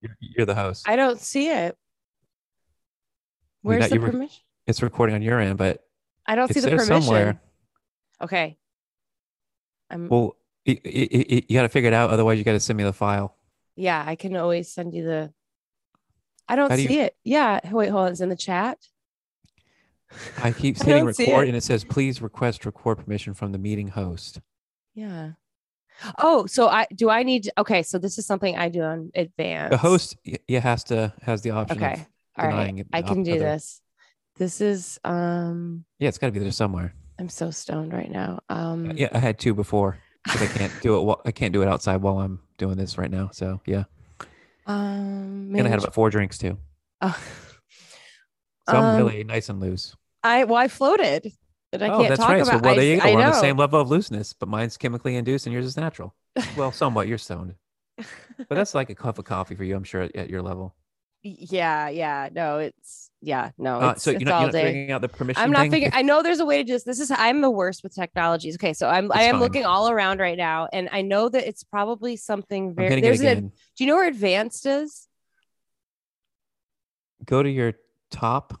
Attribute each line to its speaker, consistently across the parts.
Speaker 1: You're, you're the host.
Speaker 2: I don't see it.
Speaker 1: We
Speaker 2: Where's
Speaker 1: got
Speaker 2: the
Speaker 1: you re-
Speaker 2: permission?
Speaker 1: it's recording on your end, but
Speaker 2: I don't see
Speaker 1: it's
Speaker 2: the
Speaker 1: there
Speaker 2: permission.
Speaker 1: somewhere.
Speaker 2: Okay. I'm,
Speaker 1: Well, y- y- y- y- you got to figure it out. Otherwise, you got to send me the file.
Speaker 2: yeah, I can always send you the. I don't
Speaker 1: How do
Speaker 2: see
Speaker 1: you-
Speaker 2: it. Yeah. Wait, hold on. It's in the chat.
Speaker 1: I keep
Speaker 2: I
Speaker 1: hitting
Speaker 2: don't see
Speaker 1: record
Speaker 2: it.
Speaker 1: and it says, please request record permission from the meeting host.
Speaker 2: Yeah. Oh, so I do I need okay, so this is something I do on advance.
Speaker 1: The host y- yeah, has to has the option. of-
Speaker 2: Okay. All
Speaker 1: denying it
Speaker 2: right. I
Speaker 1: the
Speaker 2: can do
Speaker 1: other-
Speaker 2: this. This is um
Speaker 1: yeah, it's got to be there somewhere.
Speaker 2: I'm so stoned right now. Um
Speaker 1: Yeah, I had two before because I can't do it. While, I can't do it outside while I'm doing this right now. So yeah,
Speaker 2: Um
Speaker 1: and I had
Speaker 2: manage-
Speaker 1: about four drinks too.
Speaker 2: Oh.
Speaker 1: So I'm
Speaker 2: Um,
Speaker 1: really nice and loose.
Speaker 2: I well, I floated, but I
Speaker 1: oh,
Speaker 2: can't
Speaker 1: that's
Speaker 2: talk
Speaker 1: right.
Speaker 2: about.
Speaker 1: so well,
Speaker 2: I,
Speaker 1: there you go.
Speaker 2: I
Speaker 1: We're on
Speaker 2: know.
Speaker 1: the same level of looseness, but mine's chemically induced and yours is natural. Well, somewhat. You're stoned, but that's like a cup of coffee for you. I'm sure at, at your level.
Speaker 2: yeah, yeah. No, it's yeah,
Speaker 1: Uh,
Speaker 2: no. Oh, it's
Speaker 1: so
Speaker 2: it's
Speaker 1: you're not,
Speaker 2: all
Speaker 1: you're not
Speaker 2: day.
Speaker 1: figuring out the permission.
Speaker 2: I'm not
Speaker 1: thing?
Speaker 2: figuring. I know there's a way to just. This is. I'm the worst with technologies. Okay, so I'm. I
Speaker 1: It's
Speaker 2: am
Speaker 1: fine.
Speaker 2: looking all around right now, and I know that it's probably something
Speaker 1: I'm
Speaker 2: very.
Speaker 1: hitting it
Speaker 2: There's an. ad-
Speaker 1: again.
Speaker 2: Do you know where advanced is?
Speaker 1: Go to your top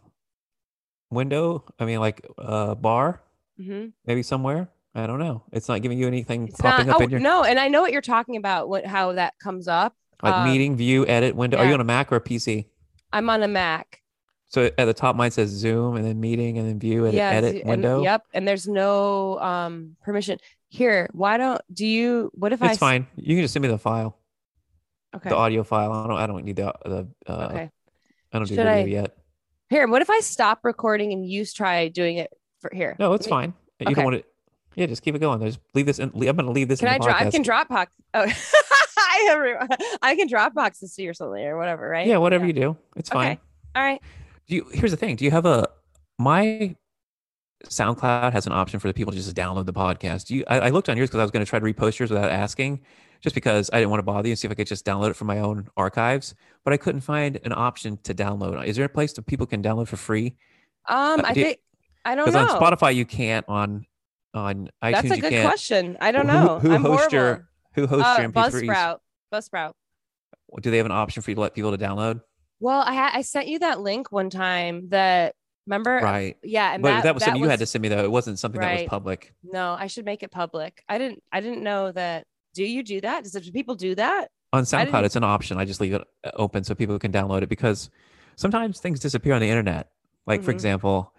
Speaker 1: window. I mean, like uh, bar,
Speaker 2: hmm
Speaker 1: maybe somewhere. I don't know. It's not giving you anything
Speaker 2: It's
Speaker 1: popping
Speaker 2: not.
Speaker 1: up
Speaker 2: Oh
Speaker 1: in your
Speaker 2: no, and I know what you're talking about. What how that comes up.
Speaker 1: like
Speaker 2: um,
Speaker 1: meeting view edit window. Are you
Speaker 2: yeah.
Speaker 1: on a Mac or a PC?
Speaker 2: I'm on a Mac.
Speaker 1: So at the top, mine says Zoom, and then meeting, and then view, and
Speaker 2: yeah,
Speaker 1: edit
Speaker 2: z- and-
Speaker 1: window.
Speaker 2: yep. And there's no um permission here. Why don't do you? What if I?
Speaker 1: It's
Speaker 2: s-
Speaker 1: fine. You can just send me the file,
Speaker 2: Okay.
Speaker 1: the audio file. I don't. I don't need the the. Uh,
Speaker 2: okay.
Speaker 1: I don't do
Speaker 2: Should
Speaker 1: video
Speaker 2: I-
Speaker 1: yet.
Speaker 2: Here, what if I stop recording and you try doing it for here?
Speaker 1: No, it's
Speaker 2: Let me-
Speaker 1: fine. You
Speaker 2: okay.
Speaker 1: don't want to. Yeah, just keep it going. Just leave this. In, le- I'm going to leave this.
Speaker 2: Can
Speaker 1: in
Speaker 2: I
Speaker 1: the
Speaker 2: drop? I
Speaker 1: podcast.
Speaker 2: can drop box. Oh, I everyone. I can drop boxes to you or something or whatever, right?
Speaker 1: Yeah, whatever you do, it's
Speaker 2: Okay.
Speaker 1: fine.
Speaker 2: All right.
Speaker 1: Do you, here's the thing. Do you have a my SoundCloud has an option for the people to just download the podcast. Do you? I, I looked on yours because I was going to try to repost yours without asking, just because I didn't want to bother you and see if I could just download it from my own archives. But I couldn't find an option to download. Is there a place that people can download for free?
Speaker 2: Um,
Speaker 1: Uh,
Speaker 2: I
Speaker 1: do you-
Speaker 2: think I don't
Speaker 1: Because
Speaker 2: know.
Speaker 1: on Spotify you can't. On on iTunes
Speaker 2: That's a
Speaker 1: you
Speaker 2: good
Speaker 1: can't.
Speaker 2: question. I don't
Speaker 1: Who-
Speaker 2: know.
Speaker 1: who
Speaker 2: I'm
Speaker 1: hosts
Speaker 2: horrible.
Speaker 1: your- Who hosts
Speaker 2: uh,
Speaker 1: your MP3s?
Speaker 2: Buzzsprout. Buzzsprout.
Speaker 1: Do they have an option for you to let people to download?
Speaker 2: Well, I ha- I sent you that link one time. That remember?
Speaker 1: Right.
Speaker 2: Yeah, Er, and
Speaker 1: but
Speaker 2: that,
Speaker 1: that, was something you had to send me though. It wasn't something that was
Speaker 2: Right.
Speaker 1: public.
Speaker 2: No, I should make it public. I didn't. I didn't know that. Do you do that? Does it, do people do that?
Speaker 1: On
Speaker 2: I didn't-
Speaker 1: SoundCloud, it's an option. I just leave it uh, open so people can download it because sometimes things disappear on the internet. Like for
Speaker 2: Mhm.
Speaker 1: example,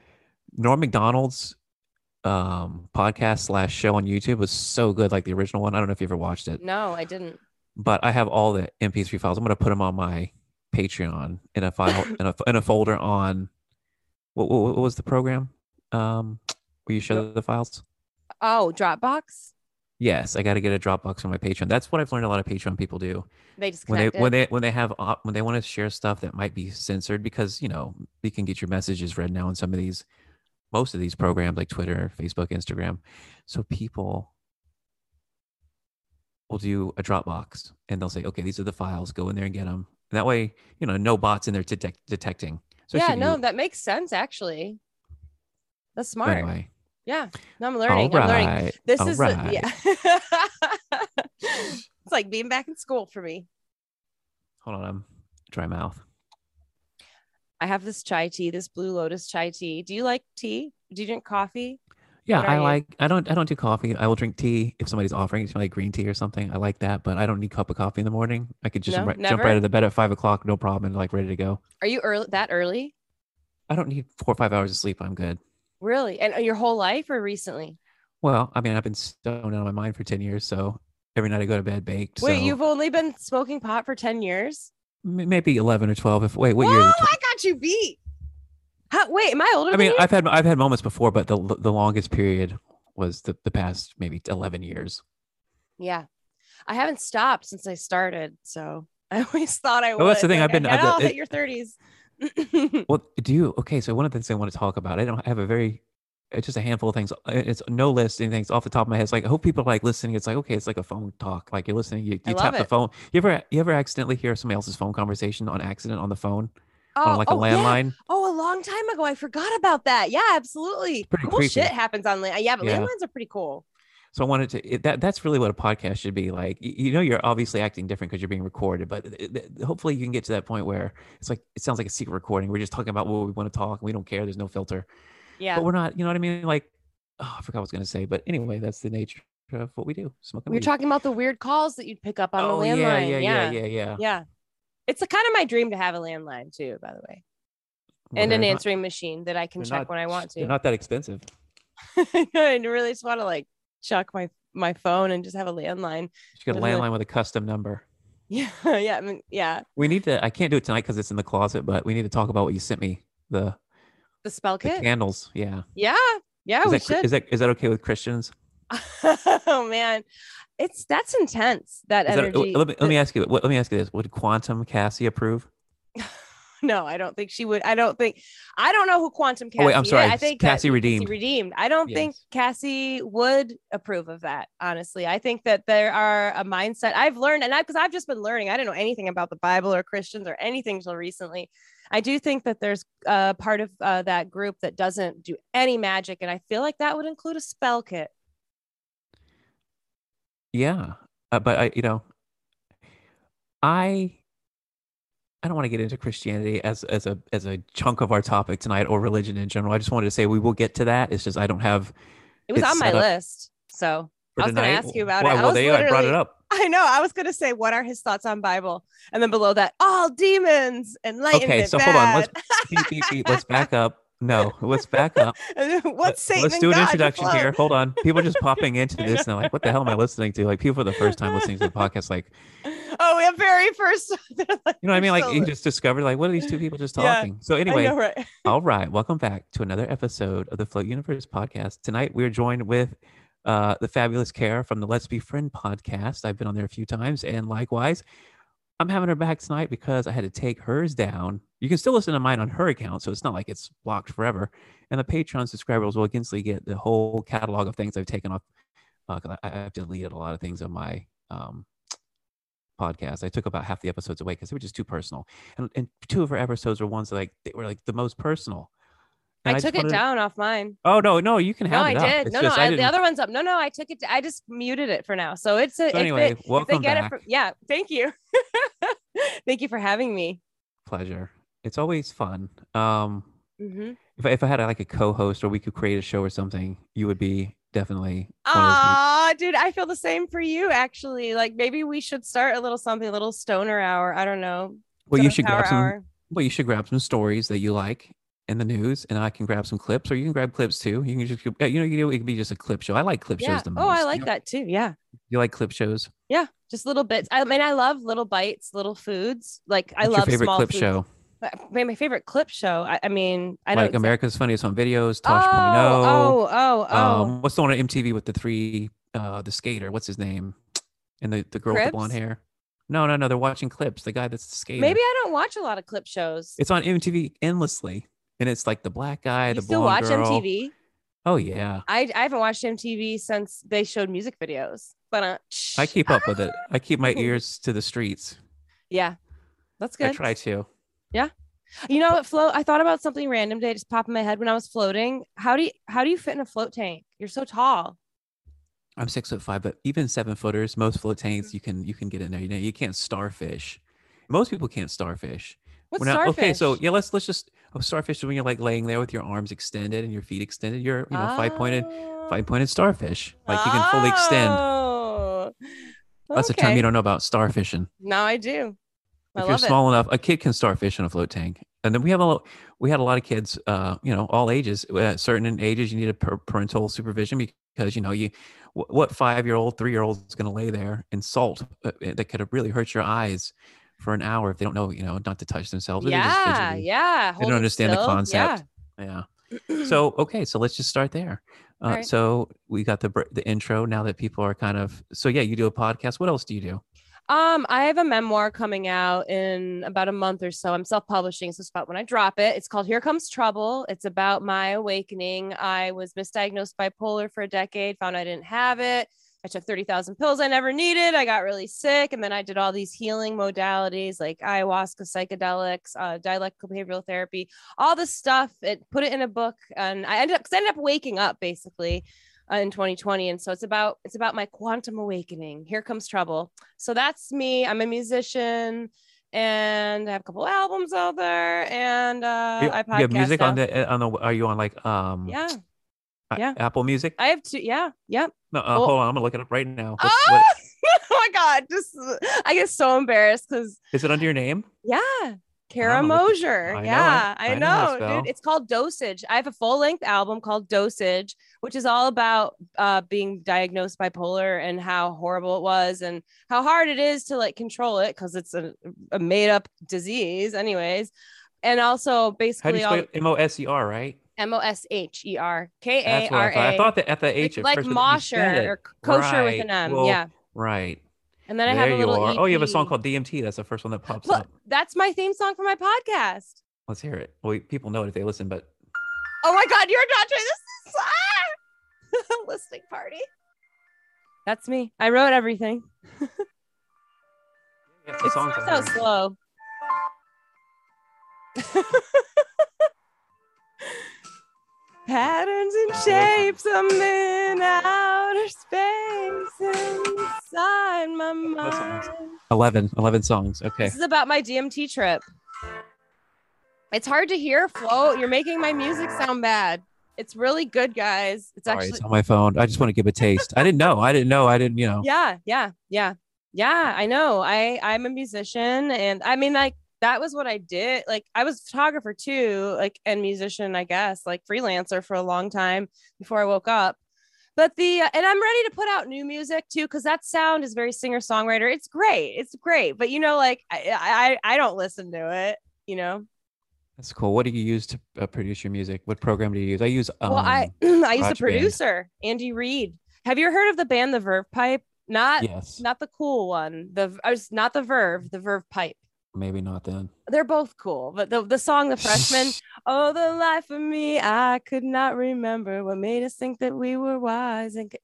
Speaker 1: Norm Macdonald's um, podcast slash show on YouTube was so good, like the original one. I don't know if you ever watched it,
Speaker 2: No, I didn't.
Speaker 1: but I have all the MP3 files. I'm gonna put them on my Patreon in a file in a in a folder on what, what, what was the program? Um, where you show the files?
Speaker 2: Oh, Dropbox.
Speaker 1: Yes, I got to get a Dropbox from my Patreon. That's what I've learned a lot of Patreon people do
Speaker 2: They just
Speaker 1: when they
Speaker 2: connect it.
Speaker 1: when they when they have op- when they want to share stuff that might be censored because you know you can get your messages read now in some of these most of these programs like Twitter, Facebook, Instagram. So people will do a Dropbox and they'll say, okay, these are the files. Go in there and get them. And that way, you know, no bots in there detect- detecting. So it
Speaker 2: yeah,
Speaker 1: shouldn't
Speaker 2: no,
Speaker 1: be-
Speaker 2: that makes sense actually. That's smart.
Speaker 1: anyway.
Speaker 2: Yeah. No, I'm
Speaker 1: All
Speaker 2: learning. I'm learning.
Speaker 1: right,
Speaker 2: This
Speaker 1: all
Speaker 2: is a-
Speaker 1: right.
Speaker 2: yeah. it's like being back in school for me.
Speaker 1: Hold on, I'm dry mouth.
Speaker 2: I have this chai tea, this blue lotus chai tea. Do you like tea? Do you drink coffee?
Speaker 1: Yeah,
Speaker 2: What are
Speaker 1: I
Speaker 2: you?
Speaker 1: like I don't I don't do coffee. I will drink tea if somebody's offering it to me, like green tea or something. I like that, but I don't need a cup of coffee in the morning. I could just
Speaker 2: No,
Speaker 1: ri- jump
Speaker 2: never?
Speaker 1: right out of the bed at five o'clock, no problem, and like ready to go.
Speaker 2: Are you early that early?
Speaker 1: I don't need four or five hours of sleep. I'm good.
Speaker 2: Really? And uh, your whole life or recently?
Speaker 1: Well, I mean, I've been stoned out of my mind for ten years, so every night I go to bed baked.
Speaker 2: Wait,
Speaker 1: so
Speaker 2: you've only been smoking pot for 10 years?
Speaker 1: m- maybe eleven or twelve. If wait, what
Speaker 2: Whoa,
Speaker 1: year? is it?
Speaker 2: I got you beat. How, wait, am I older
Speaker 1: I
Speaker 2: than
Speaker 1: mean,
Speaker 2: you?
Speaker 1: I've had I've had moments before, but the the longest period was the the past maybe eleven years.
Speaker 2: Yeah. I haven't stopped since I started. So I always thought I would.
Speaker 1: Well, that's the thing,
Speaker 2: like,
Speaker 1: I've been-
Speaker 2: I had,
Speaker 1: I've-
Speaker 2: I'll hit
Speaker 1: it-
Speaker 2: your 30s.
Speaker 1: Well, do you? Okay, so one of the things I want to talk about, I don't have a very, it's just a handful of things. Uh, It's no list, anything it's off the top of my head. It's like I hope people are like listening. It's like okay, it's like a phone talk. Like you're listening, you,
Speaker 2: I
Speaker 1: you
Speaker 2: love
Speaker 1: tap the
Speaker 2: it.
Speaker 1: phone. You ever you ever accidentally hear somebody else's phone conversation on accident on the phone
Speaker 2: oh,
Speaker 1: on like a
Speaker 2: oh, yeah.
Speaker 1: landline?
Speaker 2: Oh, a long time ago. I forgot about that. Yeah, absolutely.
Speaker 1: pretty
Speaker 2: cool
Speaker 1: creepy.
Speaker 2: shit happens on land. Yeah, but
Speaker 1: Yeah.
Speaker 2: landlines are pretty cool.
Speaker 1: So I wanted to it, that that's really what a podcast should be like. Y- You know, you're obviously acting different because you're being recorded, but it- it- hopefully you can get to that point where it's like it sounds like a secret recording. We're just talking about what we want to talk. We don't care. There's no filter,
Speaker 2: Yeah.
Speaker 1: but we're not. You know what I mean? Like, oh, I forgot what I was gonna say, but anyway, that's the nature of what we do. Smoking.
Speaker 2: We were
Speaker 1: weed.
Speaker 2: talking about the weird calls that you'd pick up on
Speaker 1: Oh,
Speaker 2: the
Speaker 1: yeah,
Speaker 2: landline.
Speaker 1: yeah,
Speaker 2: yeah.
Speaker 1: yeah, yeah, yeah.
Speaker 2: Yeah. It's a, kind of my dream to have a landline too, by the way,
Speaker 1: Well,
Speaker 2: and an
Speaker 1: they're not-
Speaker 2: answering machine that I can
Speaker 1: they're
Speaker 2: check
Speaker 1: not-
Speaker 2: when I want
Speaker 1: They're
Speaker 2: to.
Speaker 1: not that expensive.
Speaker 2: I really just want to like chuck my my phone and just have a landline.
Speaker 1: You got a
Speaker 2: Doesn't it-
Speaker 1: landline with a custom number.
Speaker 2: Yeah, yeah, I mean, yeah.
Speaker 1: We need to. I can't do it tonight because it's in the closet, but we need to talk about what you sent me. The
Speaker 2: The spell
Speaker 1: the
Speaker 2: kit.
Speaker 1: candles. Yeah.
Speaker 2: Yeah, yeah,
Speaker 1: is,
Speaker 2: Oh, we
Speaker 1: that, cr-
Speaker 2: should.
Speaker 1: is that is that okay with Christians?
Speaker 2: oh man, it's that's intense. That
Speaker 1: Is that- oh,
Speaker 2: energy.
Speaker 1: let me let me ask you. Let me ask you this: Would Quantum Cassie approve? Oh,
Speaker 2: no, I don't think she would. I don't think. I don't know who Quantum Cassie.
Speaker 1: oh wait, I'm
Speaker 2: is.
Speaker 1: sorry.
Speaker 2: I think that-
Speaker 1: Cassie redeemed.
Speaker 2: Cassie redeemed. I don't think
Speaker 1: Yes.
Speaker 2: Cassie would approve of that. Honestly, I think that there are a mindset I've learned, and I because I've just been learning. I didn't know anything about the Bible or Christians or anything until recently. I do think that there's a part of uh, that group that doesn't do any magic, and I feel like that would include a spell kit.
Speaker 1: yeah, uh, but I, you know, I I don't want to get into Christianity as as a as a chunk of our topic tonight or religion in general. I just wanted to say we will get to that. It's just I don't have
Speaker 2: It was
Speaker 1: It's
Speaker 2: on my
Speaker 1: set up
Speaker 2: list, so
Speaker 1: for
Speaker 2: I was gonna
Speaker 1: tonight.
Speaker 2: ask you about it.
Speaker 1: Why,
Speaker 2: I
Speaker 1: Well,
Speaker 2: was
Speaker 1: there you go. I brought it
Speaker 2: literally-
Speaker 1: up.
Speaker 2: I know I was going to say what are his thoughts on Bible, and then below that, all demons enlightenment.
Speaker 1: Okay, so hold on.
Speaker 2: bad.
Speaker 1: Let's beep, beep, beep. let's back up. No, let's back up.
Speaker 2: And then
Speaker 1: Let-
Speaker 2: What's Satan?
Speaker 1: Let's
Speaker 2: and
Speaker 1: do an
Speaker 2: God
Speaker 1: introduction
Speaker 2: afloat?
Speaker 1: here. Hold on. People are just popping into
Speaker 2: I
Speaker 1: this and they're like, what the hell am I listening to? Like people for the first time listening to the podcast, like,
Speaker 2: Oh, yeah, very first. They're like,
Speaker 1: you know what I mean?
Speaker 2: "You're
Speaker 1: Like
Speaker 2: so
Speaker 1: you
Speaker 2: lit."
Speaker 1: just discovered like, what are these two people just
Speaker 2: Yeah.
Speaker 1: talking? So
Speaker 2: I
Speaker 1: anyway,
Speaker 2: know, right?
Speaker 1: all right. Welcome back to another episode of the Float Universe podcast. Tonight we're joined with uh, the fabulous Care from the Let's Be Friend podcast. I've been on there a few times and likewise, I'm having her back tonight because I had to take hers down. You can still listen to mine on her account, so it's not like it's blocked forever. And the Patreon subscribers will instantly get the whole catalog of things I've taken off. Uh, 'cause I, I have deleted a lot of things on my um, podcast. I took about half the episodes away because they were just too personal. And, and two of her episodes were ones that like they were like the most personal. And
Speaker 2: I
Speaker 1: just
Speaker 2: took it
Speaker 1: wanted to-
Speaker 2: down off mine.
Speaker 1: Oh no, no, you can
Speaker 2: No,
Speaker 1: have
Speaker 2: I
Speaker 1: it. up.
Speaker 2: did.
Speaker 1: It's
Speaker 2: No,
Speaker 1: just
Speaker 2: no, I, the
Speaker 1: didn't-
Speaker 2: other one's up. No, no, I took it. I just muted it for now. So it's a,
Speaker 1: So
Speaker 2: if
Speaker 1: anyway,
Speaker 2: they, if they
Speaker 1: welcome
Speaker 2: get
Speaker 1: back.
Speaker 2: it from, yeah, thank you. thank you for having me.
Speaker 1: pleasure. It's always fun. Um,
Speaker 2: hmm
Speaker 1: if I, if I had like a co-host or we could create a show or something, you would be definitely. one of those people.
Speaker 2: Ah, dude, I feel the same for you actually. Like maybe we should start a little something, a little stoner hour. I don't know.
Speaker 1: Well, you
Speaker 2: Stoner
Speaker 1: should
Speaker 2: power
Speaker 1: grab some.
Speaker 2: hour.
Speaker 1: Well, you should grab some stories that you like in the news, and I can grab some clips, or you can grab clips too. You can just, you know, you know, it could be just a clip show. I like clip
Speaker 2: Yeah.
Speaker 1: shows the most.
Speaker 2: Oh, I
Speaker 1: You
Speaker 2: like
Speaker 1: know-
Speaker 2: that too. Yeah.
Speaker 1: You like clip shows?
Speaker 2: Yeah, just little bits. I mean, I love little bites, little foods. Like I
Speaker 1: What's
Speaker 2: love
Speaker 1: your favorite
Speaker 2: small
Speaker 1: clip
Speaker 2: food-
Speaker 1: show.
Speaker 2: but My, my favorite clip show. I, I mean, I
Speaker 1: like
Speaker 2: don't.
Speaker 1: America's Funniest Home Videos, Tosh.0.
Speaker 2: oh, oh, oh, oh.
Speaker 1: Um, what's the one on MTV with the three, uh, the skater? What's his name? And the, the girl with the blonde
Speaker 2: Cribs?
Speaker 1: hair. No, no, no. They're watching clips. The guy that's the skater.
Speaker 2: Maybe I don't watch a lot of clip shows.
Speaker 1: it's on MTV endlessly, and it's like the black guy,
Speaker 2: you
Speaker 1: the
Speaker 2: still
Speaker 1: blonde
Speaker 2: watch
Speaker 1: girl.
Speaker 2: MTV?
Speaker 1: Oh yeah,
Speaker 2: I I haven't watched MTV since they showed music videos. But uh,
Speaker 1: I keep up with it. I keep my ears to the streets.
Speaker 2: Yeah, that's
Speaker 1: I
Speaker 2: good.
Speaker 1: try to.
Speaker 2: You know what, float? I thought about something random today, just popped in my head when I was floating. How do you how do you fit in a float tank? You're so tall.
Speaker 1: I'm six foot five, but even seven footers, most float tanks, you can you can get in there. You know, you can't starfish. Most people can't starfish.
Speaker 2: What's
Speaker 1: We're not-
Speaker 2: starfish?
Speaker 1: Okay, so yeah, let's let's just oh, starfish is when you're like laying there with your arms extended and your feet extended. You're you know five pointed five pointed starfish. Like you can fully extend.
Speaker 2: Oh.
Speaker 1: That's a term you don't know about starfishing.
Speaker 2: Now I do. I
Speaker 1: if
Speaker 2: love
Speaker 1: you're
Speaker 2: it.
Speaker 1: small enough, a kid can starfish in a float tank. And then we have a lo- we had a lot of kids, uh, you know, all ages. At certain ages, you need a per- parental supervision because you know you wh- what five year old, three year old is going to lay there and salt uh, uh, that could have really hurt your eyes for an hour if they don't know, you know, not to touch themselves. or they're just
Speaker 2: yeah,
Speaker 1: fidgety.
Speaker 2: yeah.
Speaker 1: They don't understand the concept. Yeah. So okay, so let's just start there. Uh,
Speaker 2: All right.
Speaker 1: So we got the br- the intro. Now that people are kind of so yeah, you do a podcast. What else do you do?
Speaker 2: Um, I have a memoir coming out in about a month or so. I'm self-publishing, so it's about when I drop it. It's called Here Comes Trouble. It's about my awakening. I was misdiagnosed bipolar for a decade, found I didn't have it. I took 30,000 pills I never needed. I got really sick. And then I did all these healing modalities like ayahuasca, psychedelics, uh, dialectical behavioral therapy, all this stuff. It put it in a book. And I ended up, cause I ended up waking up basically uh, in 2020 and so it's about it's about my quantum awakening here comes trouble so that's me i'm a musician and i have a couple albums out there and uh
Speaker 1: you,
Speaker 2: i
Speaker 1: you have
Speaker 2: podcast
Speaker 1: music on
Speaker 2: now.
Speaker 1: the eh, on the. Are you on like um
Speaker 2: yeah
Speaker 1: a-
Speaker 2: yeah.
Speaker 1: Apple Music?
Speaker 2: i have two yeah yep
Speaker 1: no, uh,
Speaker 2: well-
Speaker 1: hold on. I'm gonna look it up right now. What's,
Speaker 2: oh!
Speaker 1: what,
Speaker 2: oh my god just i get so embarrassed because
Speaker 1: is it under your name?
Speaker 2: Yeah.
Speaker 1: look
Speaker 2: Kara
Speaker 1: at-
Speaker 2: Mosier.
Speaker 1: I know it.
Speaker 2: yeah,
Speaker 1: I
Speaker 2: I
Speaker 1: know how
Speaker 2: know,
Speaker 1: to spell.
Speaker 2: dude. It's called Dosage. I have a full length album called Dosage, which is all about uh, being diagnosed bipolar and how horrible it was and how hard it is to like control it because it's a, a made up disease, anyways. And also
Speaker 1: How do you
Speaker 2: basically all
Speaker 1: spell M O S E R? Right.
Speaker 2: M O S H E R K
Speaker 1: That's
Speaker 2: A
Speaker 1: what
Speaker 2: R
Speaker 1: I thought. I
Speaker 2: A.
Speaker 1: thought that at the H
Speaker 2: Like,
Speaker 1: at
Speaker 2: like
Speaker 1: first, but then you said
Speaker 2: Mosher
Speaker 1: it.
Speaker 2: or kosher with
Speaker 1: Right.
Speaker 2: an M.
Speaker 1: Well,
Speaker 2: yeah.
Speaker 1: Right.
Speaker 2: And then I
Speaker 1: there
Speaker 2: have a
Speaker 1: you
Speaker 2: little.
Speaker 1: are. Oh, you have a song
Speaker 2: EP.
Speaker 1: called Oh. DMT. That's the first one that pops
Speaker 2: Look,
Speaker 1: up.
Speaker 2: That's my theme song for my podcast.
Speaker 1: Let's hear it. Well, people know it if they listen, but
Speaker 2: Oh my God, you're not trying. This is ah! listening party. That's me. I wrote everything.
Speaker 1: yeah, the
Speaker 2: It
Speaker 1: songs
Speaker 2: starts
Speaker 1: are-
Speaker 2: out slow. Patterns and shapes, I'm in outer space inside my
Speaker 1: That's what
Speaker 2: mind.
Speaker 1: makes- 11, 11 songs. Okay.
Speaker 2: This is about my DMT trip. It's hard to hear, Flo. You're making my music sound bad. It's really good, guys. It's
Speaker 1: Sorry,
Speaker 2: actually
Speaker 1: it's on my phone. I just want to give a taste. I didn't know. I didn't know. I didn't, you know.
Speaker 2: yeah yeah yeah yeah i know i i'm a musician and i mean like that was what i did like i was a photographer too like and musician i guess like freelancer for a long time before i woke up but the uh, and i'm ready to put out new music too because that sound is very singer songwriter it's great it's great but you know like i i, I don't listen to it you know
Speaker 1: That's cool. What do you use to uh, produce your music? What program do you use? I use. Um,
Speaker 2: well i i used a
Speaker 1: GarageBand.
Speaker 2: producer andy reid have you heard of the band the verve pipe not
Speaker 1: Yes.
Speaker 2: not the cool one. The uh, it's not the Verve, the Verve Pipe.
Speaker 1: Maybe not then.
Speaker 2: They're both cool, but the, the song "The Freshman," oh the life of me, I could not remember what made us think that we were wise and c-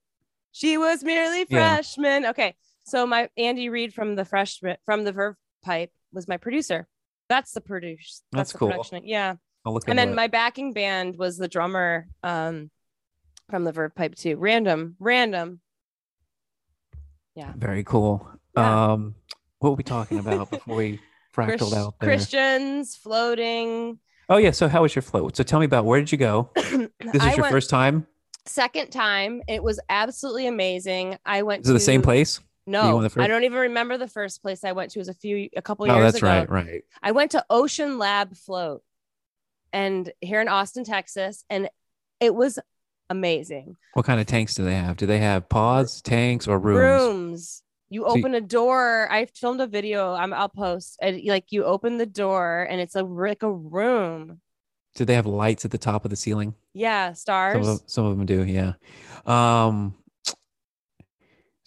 Speaker 2: she was merely
Speaker 1: Yeah.
Speaker 2: freshman. Okay, so my Andy Reid from the freshman from the Verve Pipe was my producer. That's the produce.
Speaker 1: That's
Speaker 2: the
Speaker 1: cool.
Speaker 2: production. Yeah,
Speaker 1: I'll look.
Speaker 2: and then
Speaker 1: into it.
Speaker 2: my backing band was the drummer um, from the Verve Pipe too. Random, random.
Speaker 1: Very cool.
Speaker 2: Yeah.
Speaker 1: Um, what were we talking about before we fractaled
Speaker 2: Chris-
Speaker 1: out there?
Speaker 2: Christians floating.
Speaker 1: Oh yeah. So how was your float? So tell me about where did you go? This is
Speaker 2: I
Speaker 1: your
Speaker 2: went
Speaker 1: first time.
Speaker 2: second time. It was absolutely amazing. I went
Speaker 1: Is it the
Speaker 2: to-
Speaker 1: same place?
Speaker 2: No,
Speaker 1: went the first-
Speaker 2: I don't even remember the first place I went to. It was a few, a couple
Speaker 1: oh,
Speaker 2: years
Speaker 1: that's
Speaker 2: ago.
Speaker 1: right. Right.
Speaker 2: I went to Ocean Lab Float, and here in Austin, Texas, and it was amazing.
Speaker 1: What kind of tanks do they have? Do they have pods, tanks, or rooms?
Speaker 2: rooms. You
Speaker 1: So you-
Speaker 2: open a door. I filmed a video. I'm, I'll post. And, like you open the door, and it's a like a room.
Speaker 1: Do they have lights at the top of the ceiling?
Speaker 2: Yeah,
Speaker 1: Some
Speaker 2: stars.
Speaker 1: of, some of them do. Yeah. Um. So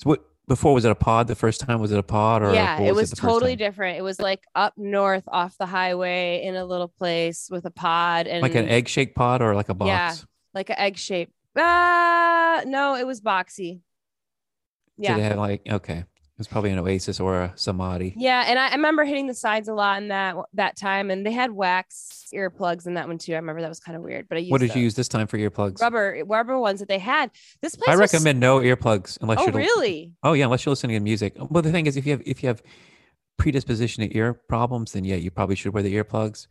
Speaker 1: what? Before was it a pod? The first time was it a pod or
Speaker 2: yeah
Speaker 1: or
Speaker 2: it was
Speaker 1: the first
Speaker 2: totally
Speaker 1: time?
Speaker 2: different it was like up north off the highway in a little place with a pod and
Speaker 1: like an egg shake pod or like a box.
Speaker 2: Yeah. like an egg shape ah no it was boxy
Speaker 1: Did it
Speaker 2: yeah
Speaker 1: have like okay? It was probably an oasis or a samadhi.
Speaker 2: yeah and I, I remember hitting the sides a lot in that that time and they had wax earplugs in that one too i remember that was kind of weird but i used
Speaker 1: What did
Speaker 2: those.
Speaker 1: you use this time for earplugs?
Speaker 2: rubber rubber ones that they had this place
Speaker 1: I
Speaker 2: was-
Speaker 1: recommend no earplugs unless
Speaker 2: oh
Speaker 1: you're
Speaker 2: really
Speaker 1: oh yeah unless you're listening to music. Well, the thing is, if you have if you have predisposition to ear problems, then yeah, you probably should wear the earplugs.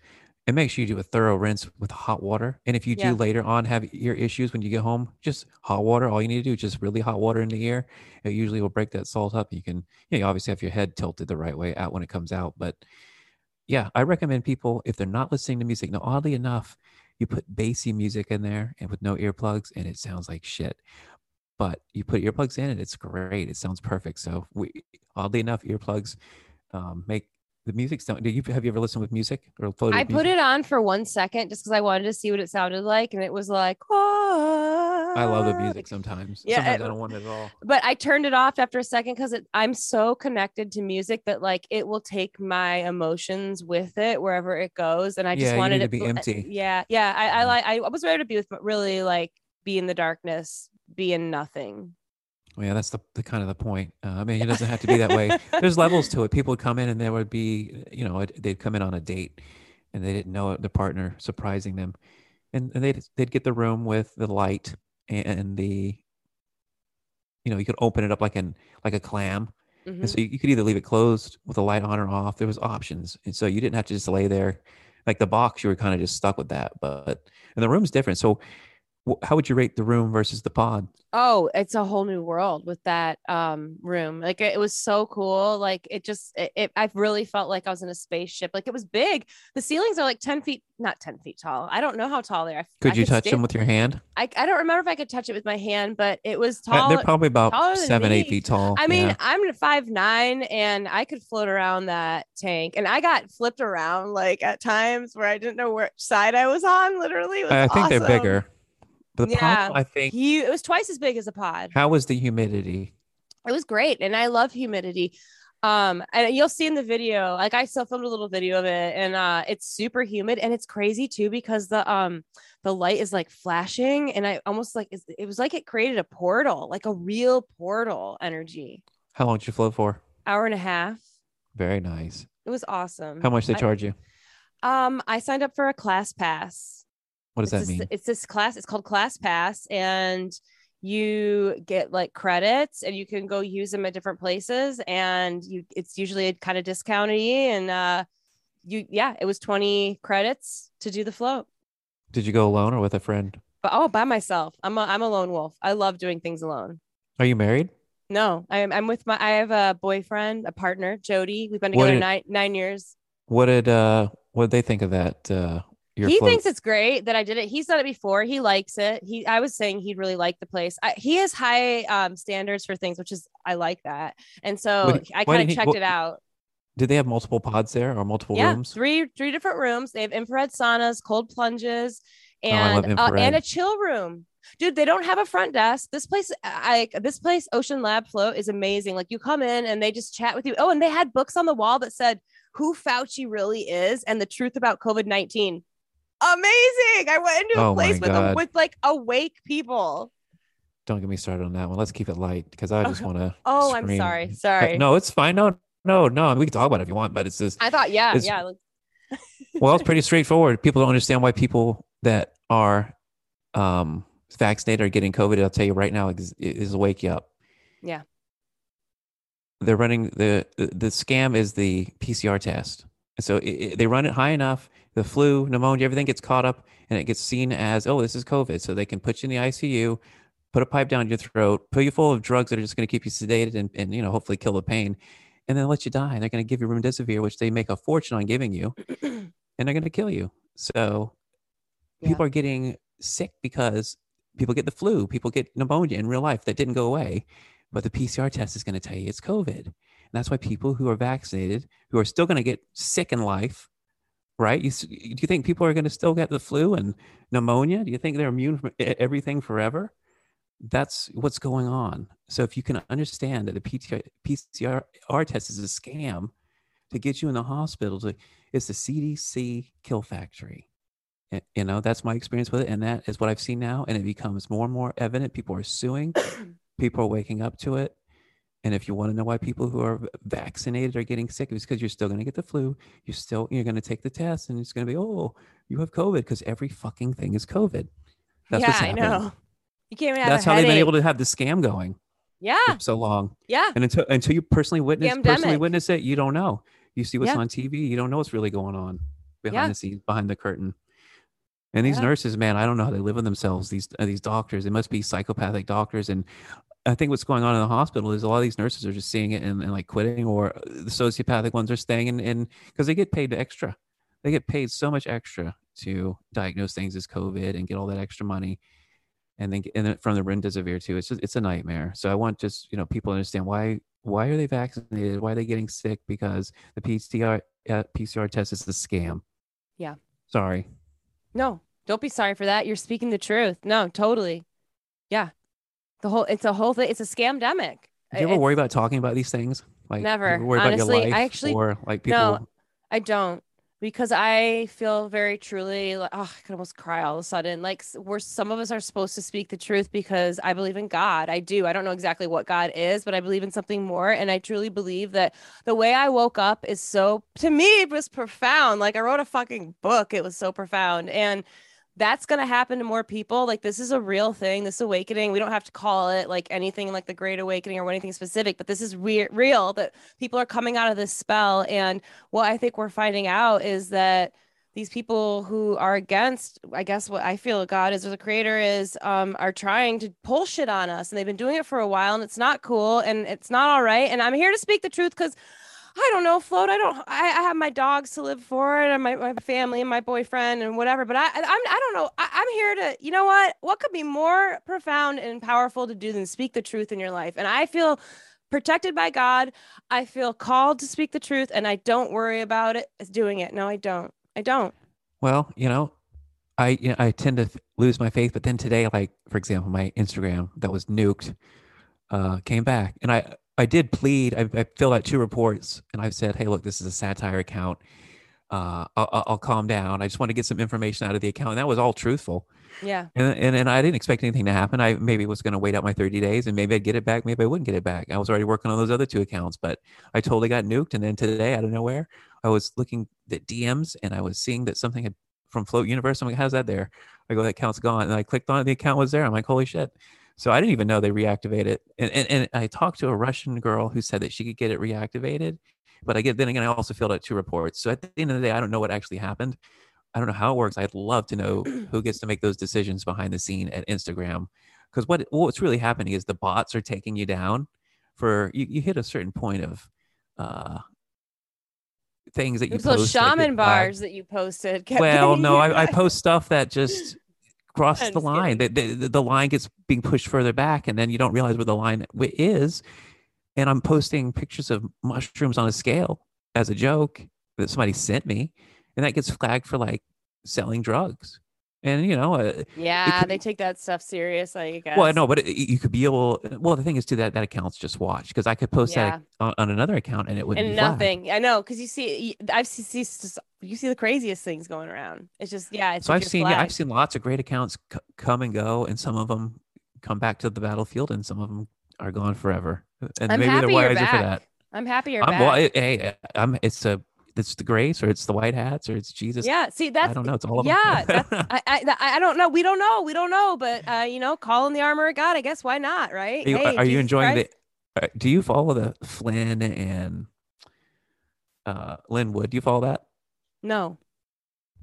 Speaker 1: And make sure you do a thorough rinse with hot water. And if you
Speaker 2: Yeah.
Speaker 1: do later on have ear issues when you get home, just hot water. All you need to do is just really hot water in the ear. It usually will break that salt up. You can, you, know, you obviously have your head tilted the right way out when it comes out. But yeah, I recommend people if they're not listening to music. Now, oddly enough, you put bassy music in there and with no earplugs, and it sounds like shit. But you put earplugs in, and it's great. It sounds perfect. So we, oddly enough, earplugs um, make the music sound. Do you have you ever listened with music or floated?
Speaker 2: i
Speaker 1: with
Speaker 2: put
Speaker 1: music?
Speaker 2: it on for one second just because i wanted to see what it sounded like and it was like oh
Speaker 1: I love the music sometimes.
Speaker 2: Yeah,
Speaker 1: sometimes
Speaker 2: it-
Speaker 1: I don't want it at all.
Speaker 2: but I turned it off after a second because I'm so connected to music that like it will take my emotions with it wherever it goes, and I just
Speaker 1: Yeah, you
Speaker 2: wanted
Speaker 1: need
Speaker 2: it
Speaker 1: to be
Speaker 2: bl-
Speaker 1: empty.
Speaker 2: Yeah, yeah. I, I
Speaker 1: Yeah.
Speaker 2: like I was ready to be with really like be in the darkness, be in nothing.
Speaker 1: Well, Oh, yeah, that's the, the kind of the point. Uh, I mean, it doesn't have to be that way. There's levels to it. People would come in and there would be, eh, you know, it- they'd come in on a date and they didn't know it, the partner surprising them. And, and they'd, they'd get the room with the light and the you know you could open it up like an like a clam
Speaker 2: Mhm.
Speaker 1: and so you, you could either leave it closed with a light on or off there was options and so you didn't have to just lay there like the box you were kind of just stuck with that but and the room's different so wh- how would you rate the room versus the pod
Speaker 2: oh it's a whole new world with that um room like it, it was so cool like it just it, it i really felt like i was in a spaceship like it was big the ceilings are like 10 feet not 10 feet tall i don't know how tall they are I-
Speaker 1: could
Speaker 2: I
Speaker 1: you touch
Speaker 2: stand-
Speaker 1: them with your hand
Speaker 2: I, I don't remember if i could touch it with my hand but it was
Speaker 1: Uh,
Speaker 2: tall
Speaker 1: they're probably
Speaker 2: taller
Speaker 1: about
Speaker 2: than
Speaker 1: seven eight
Speaker 2: me.
Speaker 1: feet tall
Speaker 2: I mean,
Speaker 1: yeah.
Speaker 2: I'm five nine, and I could float around that tank. And I got flipped around like at times where I didn't know which side I was on. Literally, It was
Speaker 1: i I think they're
Speaker 2: awesome.
Speaker 1: bigger but the
Speaker 2: Yeah.
Speaker 1: problem i think
Speaker 2: He it was twice as big as a pod.
Speaker 1: how was the humidity
Speaker 2: It was great, and I love humidity. Um, and you'll see in the video, like I still filmed a little video of it, and uh, it's super humid, and it's crazy too because the um the light is like flashing, and I almost like it's- it was like it created a portal, like a real portal energy.
Speaker 1: how long did you float for
Speaker 2: Hour and a half.
Speaker 1: very nice
Speaker 2: It was awesome.
Speaker 1: how much they
Speaker 2: Mm. I-
Speaker 1: charge you
Speaker 2: Um, I signed up for a class pass.
Speaker 1: what does
Speaker 2: it's
Speaker 1: that
Speaker 2: this,
Speaker 1: mean
Speaker 2: It's this class. It's called Class Pass, and you get like credits, and you can go use them at different places. And you, it's usually kind of discounted, and uh, you, yeah, it was twenty credits to do the float.
Speaker 1: did you go alone or with a friend
Speaker 2: But oh, by myself, I'm a, I'm a lone wolf. I love doing things alone.
Speaker 1: are you married
Speaker 2: No, I'm I'm with my I have a boyfriend, a partner, Jody. We've been
Speaker 1: What
Speaker 2: together
Speaker 1: did-
Speaker 2: nine nine years.
Speaker 1: What did uh what did they think of that? Uh your
Speaker 2: he
Speaker 1: float?
Speaker 2: thinks it's great that I did it. He's done it before. He likes it. He, I was saying he'd really like the place. I, he has high um, standards for things, which is I like that. And so
Speaker 1: What-
Speaker 2: I
Speaker 1: why
Speaker 2: kind
Speaker 1: did
Speaker 2: of
Speaker 1: he-
Speaker 2: checked
Speaker 1: what-
Speaker 2: it out.
Speaker 1: did they have multiple pods there or multiple
Speaker 2: yeah,
Speaker 1: rooms?
Speaker 2: three three different rooms. They have infrared saunas, cold plunges,
Speaker 1: Oh, I love
Speaker 2: and uh,
Speaker 1: infrared.
Speaker 2: and a chill room. Dude, they don't have a front desk. This place, I this place, Ocean Lab Float is amazing. Like you come in and they just chat with you. Oh, and they had books on the wall that said who Fauci really is and the truth about COVID nineteen. Amazing! I went into a
Speaker 1: Oh my
Speaker 2: place with a,
Speaker 1: God.
Speaker 2: with like awake people.
Speaker 1: Don't get me started on that one. Let's keep it light because I just
Speaker 2: Okay.
Speaker 1: want to.
Speaker 2: Oh, I'm
Speaker 1: Scream.
Speaker 2: sorry, sorry.
Speaker 1: No, it's fine. No, no, no. We can talk about it if you want, but it's just
Speaker 2: I thought, yeah,
Speaker 1: It's-
Speaker 2: yeah. like-
Speaker 1: well, it's pretty straightforward. People don't understand why people that are um vaccinated are getting COVID. I'll tell you right now, it is- it is wake you up.
Speaker 2: Yeah.
Speaker 1: They're running the the, the scam is the PCR test. So it, it- they run it high enough, the flu, pneumonia, everything gets caught up, and it gets seen as oh, this is COVID. So they can put you in the ICU, put a pipe down your throat, put you full of drugs that are just going to keep you sedated and, and you know hopefully kill the pain, and then let you die. And they're going to give you remdesivir, which they make a fortune on giving you and they're going to kill you. So
Speaker 2: Yeah.
Speaker 1: people are getting sick because people get the flu, people get pneumonia in real life that didn't go away, but the PCR test is going to tell you it's COVID. And that's why people who are vaccinated, who are still going to get sick in life, right? You, s- do you think people are going to still get the flu and pneumonia? Do you think they're immune from e- everything forever? That's what's going on. So if you can understand that the PTR, PCR test is a scam to get you in the hospital, to it's the CDC kill factory. Y- You know, that's my experience with it. And that is what I've seen now. And it becomes more and more evident. People are suing, people are waking up to it. And if you want to know why people who are v- vaccinated are getting sick, it's because you're still going to get the flu. You're still, you're going to take the test and it's going to be, oh, you have COVID because every fucking thing is COVID. That's
Speaker 2: yeah,
Speaker 1: what's
Speaker 2: I
Speaker 1: happening.
Speaker 2: know. You can't even have
Speaker 1: That's
Speaker 2: a
Speaker 1: how they've been
Speaker 2: headache.
Speaker 1: able to have the scam going
Speaker 2: Yeah,
Speaker 1: for so long.
Speaker 2: yeah.
Speaker 1: And until, until you personally witness, personally
Speaker 2: Scamdemic.
Speaker 1: witness it, you don't know. You see what's
Speaker 2: Yeah.
Speaker 1: on TV, you don't know what's really going on behind
Speaker 2: Yeah.
Speaker 1: the scenes, behind the curtain. And these
Speaker 2: Yeah.
Speaker 1: nurses, man, I don't know how they live with themselves. These uh, these doctors, they must be psychopathic doctors. And I think what's going on in the hospital is a lot of these nurses are just seeing it and, and like quitting, or the sociopathic ones are staying in in because they get paid extra. They get paid so much extra to diagnose things as COVID and get all that extra money and then and then from the remdesivir too. It's just it's a nightmare. So I want just you know people to understand why why are they vaccinated? Why are they getting sick? Because the PCR uh, PCR test is a scam.
Speaker 2: Yeah.
Speaker 1: Sorry.
Speaker 2: No, don't be sorry for that. You're speaking the truth. No, totally. Yeah. The whole it's a whole thing. It's a scamdemic.
Speaker 1: Do you ever worry about talking about these things? Like do you
Speaker 2: Never.
Speaker 1: ever worry about your
Speaker 2: Honestly, I
Speaker 1: life
Speaker 2: actually-
Speaker 1: or like people.
Speaker 2: No. I don't because I feel very truly like oh, I could almost cry all of a sudden. Like s- we're some of us are supposed to speak the truth because I believe in God. I do. I don't know exactly what God is, but I believe in something more. And I truly believe that the way I woke up is so to me it was profound. Like I wrote a fucking book. It was so profound. And that's going to happen to more people. Like, this is a real thing, this awakening. We don't have to call it like anything like the Great Awakening or anything specific, but this is re- real that people are coming out of this spell. And what I think we're finding out is that these people who are against, I guess, what I feel God is or the creator is, um, are trying to pull shit on us. And they've been doing it for a while and it's not cool and it's not all right. And I'm here to speak the truth because I don't know, float. I don't. I, I have my dogs to live for, and my, my family, and my boyfriend, and whatever. But I, I- I'm, I don't know. I, I'm here to, you know what? What could be more profound and powerful to do than speak the truth in your life? And I feel protected by God. I feel called to speak the truth, and I don't worry about it doing it. No, I don't. I don't.
Speaker 1: Well, you know, I you know, I tend to f- lose my faith, but then today, like for example, my Instagram that was nuked uh, came back, and I I did plead. I, I filled out two reports, and I've said, hey, look, this is a satire account. Uh, I'll- I'll, I'll calm down. I just want to get some information out of the account, and that was all truthful.
Speaker 2: Yeah.
Speaker 1: And, and and I didn't expect anything to happen. I maybe was going to wait out my 30 days and maybe I'd get it back. Maybe I wouldn't get it back. I was already working on those other two accounts, but I totally got nuked. And then today, out of nowhere, I was looking at DMs and I was seeing that something had from Float Universe. I'm like, how's that there? I go, that account's gone. And I clicked on it, the account was there. I'm like, holy shit. So I didn't even know they reactivated it. And, and, and I talked to a Russian girl who said that she could get it reactivated. But I get then again, I also filled out two reports. So at the end of the day, I don't know what actually happened. I don't know how it works. I'd love to know who gets to make those decisions behind the scene at Instagram. Because what what's really happening is the bots are taking you down for you, you hit a certain point of uh things that you
Speaker 2: Those little
Speaker 1: post that get
Speaker 2: shaman
Speaker 1: flagged
Speaker 2: bars that you posted. kept
Speaker 1: well
Speaker 2: getting
Speaker 1: no I, I
Speaker 2: back.
Speaker 1: post stuff that just crosses
Speaker 2: I'm
Speaker 1: the
Speaker 2: just
Speaker 1: line the, the, the line gets being pushed further back and then you don't realize where the line w- is and i'm posting pictures of mushrooms on a scale as a joke that somebody sent me and that gets flagged for like selling drugs and you know uh,
Speaker 2: Yeah,
Speaker 1: could-
Speaker 2: they take that stuff serious. Like, I guess.
Speaker 1: well, no, but it, you could be able. Well, the thing is, too, that that account's just watched because I could post
Speaker 2: Yeah.
Speaker 1: that on, on another account and it would
Speaker 2: and
Speaker 1: be flagged.
Speaker 2: nothing. I know because you see, y- I've see, see s- you see the craziest things going around. It's just yeah. It's
Speaker 1: so
Speaker 2: like
Speaker 1: I've
Speaker 2: you're
Speaker 1: seen yeah, I've
Speaker 2: flagged.
Speaker 1: seen lots of great accounts c- come and go, and some of them come back to the battlefield, and some of them are gone forever. Uh, And
Speaker 2: I'm
Speaker 1: maybe they're
Speaker 2: happy you're
Speaker 1: wiser for
Speaker 2: back.
Speaker 1: that.
Speaker 2: I'm happy you're
Speaker 1: I'm,
Speaker 2: back.
Speaker 1: well, it- hey, I'm. It's a. It's the grace, or it's the white hats, or it's Jesus.
Speaker 2: yeah. See,
Speaker 1: I
Speaker 2: that's
Speaker 1: don't know. It's all of
Speaker 2: yeah,
Speaker 1: them.
Speaker 2: that's- I, I th- I don't know. We don't know. We don't know. But uh, you know, call in the armor of God. I guess why not, right?
Speaker 1: Are you,
Speaker 2: Hey,
Speaker 1: are you
Speaker 2: Jesus
Speaker 1: enjoying
Speaker 2: Christ.
Speaker 1: the? uh, Do you follow the Flynn and uh, Linwood? Do you follow that?
Speaker 2: No,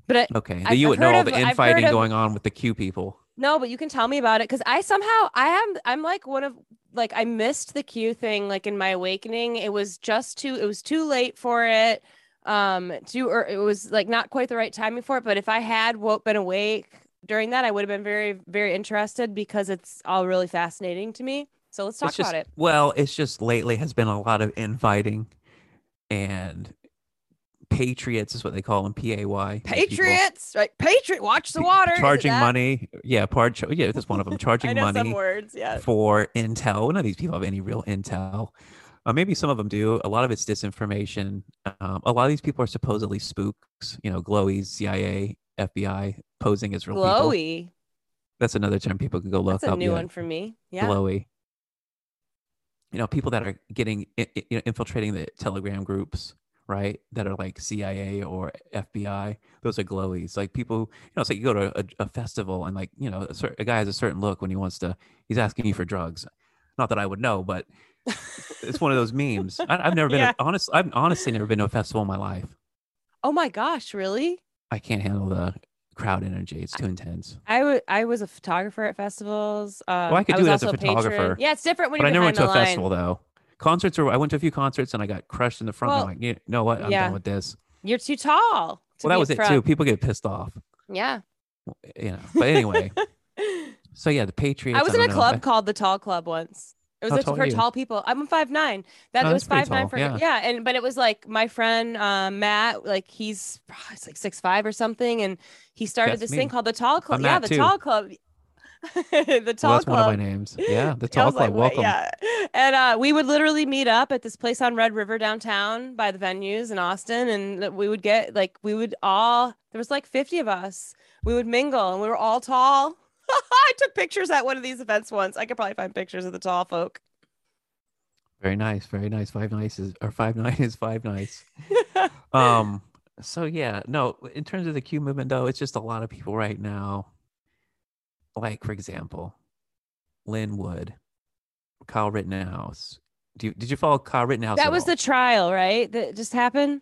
Speaker 2: but I,
Speaker 1: Okay,
Speaker 2: I've-
Speaker 1: you
Speaker 2: I've
Speaker 1: would know
Speaker 2: heard
Speaker 1: all
Speaker 2: of-
Speaker 1: the
Speaker 2: I've heard
Speaker 1: infighting
Speaker 2: of-
Speaker 1: going on with the Q people.
Speaker 2: No, but you can tell me about it because I somehow I am I'm like one of like I missed the Q thing like in my awakening. It was just too it was too late for it. Um too or it was like not quite the right timing for it. But if I had woke been awake during that, I would have been very, very interested because it's all really fascinating to me. So let's talk
Speaker 1: it's just,
Speaker 2: about it.
Speaker 1: Well, it's just lately has been a lot of infighting and patriots is what they call them, P A Y. these people
Speaker 2: Patriots, right? Patriot, watch the
Speaker 1: ch-
Speaker 2: water. is it
Speaker 1: Charging
Speaker 2: that?
Speaker 1: money. Yeah, part char- yeah, that's one of them.
Speaker 2: I
Speaker 1: Charging
Speaker 2: know some
Speaker 1: money
Speaker 2: words, yeah.
Speaker 1: for intel. None of these people have any real intel. Uh, maybe some of them do. A lot of it's disinformation. Um, a lot of these people are supposedly spooks, you know, glowies, CIA, FBI, posing as real people.
Speaker 2: Glowy.
Speaker 1: That's another term people can go look
Speaker 2: That's a
Speaker 1: up.
Speaker 2: new
Speaker 1: yeah.
Speaker 2: one for me. Yeah.
Speaker 1: glowy. You know, people that are getting i- i- you know, infiltrating the Telegram groups, right? That are like CIA or FBI. Those are glowies. Like people, you know, it's like you go to a, a festival and like you know, a, cer- a guy has a certain look when he wants to. He's asking you for drugs. Not that I would know, but it's one of those memes. I, I've never been.
Speaker 2: Yeah.
Speaker 1: to, honest, I've honestly never been to a festival in my life.
Speaker 2: Oh my gosh, really?
Speaker 1: I can't handle the crowd energy. It's too intense.
Speaker 2: I wa- I was a photographer at festivals. Um,
Speaker 1: I could
Speaker 2: was
Speaker 1: do it as a
Speaker 2: also patron.
Speaker 1: photographer,
Speaker 2: Yeah, it's different when
Speaker 1: but I
Speaker 2: you're
Speaker 1: never went to a
Speaker 2: behind the line.
Speaker 1: festival though. Concerts were. I went to a few concerts and I got crushed in the front. and
Speaker 2: Well,
Speaker 1: I'm like, you know what? I'm
Speaker 2: yeah.
Speaker 1: done with this.
Speaker 2: You're too tall.
Speaker 1: Well,
Speaker 2: to
Speaker 1: that
Speaker 2: be
Speaker 1: was
Speaker 2: up
Speaker 1: it too.
Speaker 2: front.
Speaker 1: People get pissed off.
Speaker 2: Yeah.
Speaker 1: You know. But anyway, so yeah, the Patriots.
Speaker 2: I was in
Speaker 1: don't
Speaker 2: a
Speaker 1: know,
Speaker 2: club
Speaker 1: but-
Speaker 2: called the Tall Club once. It was
Speaker 1: How
Speaker 2: a-
Speaker 1: tall are
Speaker 2: for
Speaker 1: you?
Speaker 2: tall people. I'm five nine. That
Speaker 1: Oh,
Speaker 2: it was
Speaker 1: that's pretty
Speaker 2: five nine
Speaker 1: tall,
Speaker 2: for
Speaker 1: yeah.
Speaker 2: yeah. And but it was like my friend um, Matt, like he's it's like six five or something, and he started
Speaker 1: That's
Speaker 2: this
Speaker 1: me.
Speaker 2: thing called the Tall Club.
Speaker 1: I'm
Speaker 2: yeah,
Speaker 1: Matt,
Speaker 2: the
Speaker 1: too.
Speaker 2: Tall Club. the Tall
Speaker 1: well, that's
Speaker 2: Club.
Speaker 1: one of my names. Yeah, the
Speaker 2: I
Speaker 1: Tall Club.
Speaker 2: was like, "What?"
Speaker 1: Welcome.
Speaker 2: Yeah. And uh, we would literally meet up at this place on Red River downtown by the venues in Austin. And that we would get like, we would all, there was like 50 of us. We would mingle and we were all tall. I took pictures at one of these events once. I could probably find pictures of the tall folk.
Speaker 1: Very nice. Very nice. Five nice is or five nine is five nice. Um, So yeah, no, in terms of the Q movement though, it's just a lot of people right now. Like for example, Lynn Wood, Kyle Rittenhouse. Do you, did you follow Kyle Rittenhouse?
Speaker 2: that
Speaker 1: at
Speaker 2: was
Speaker 1: all?
Speaker 2: the trial, right? That just happened.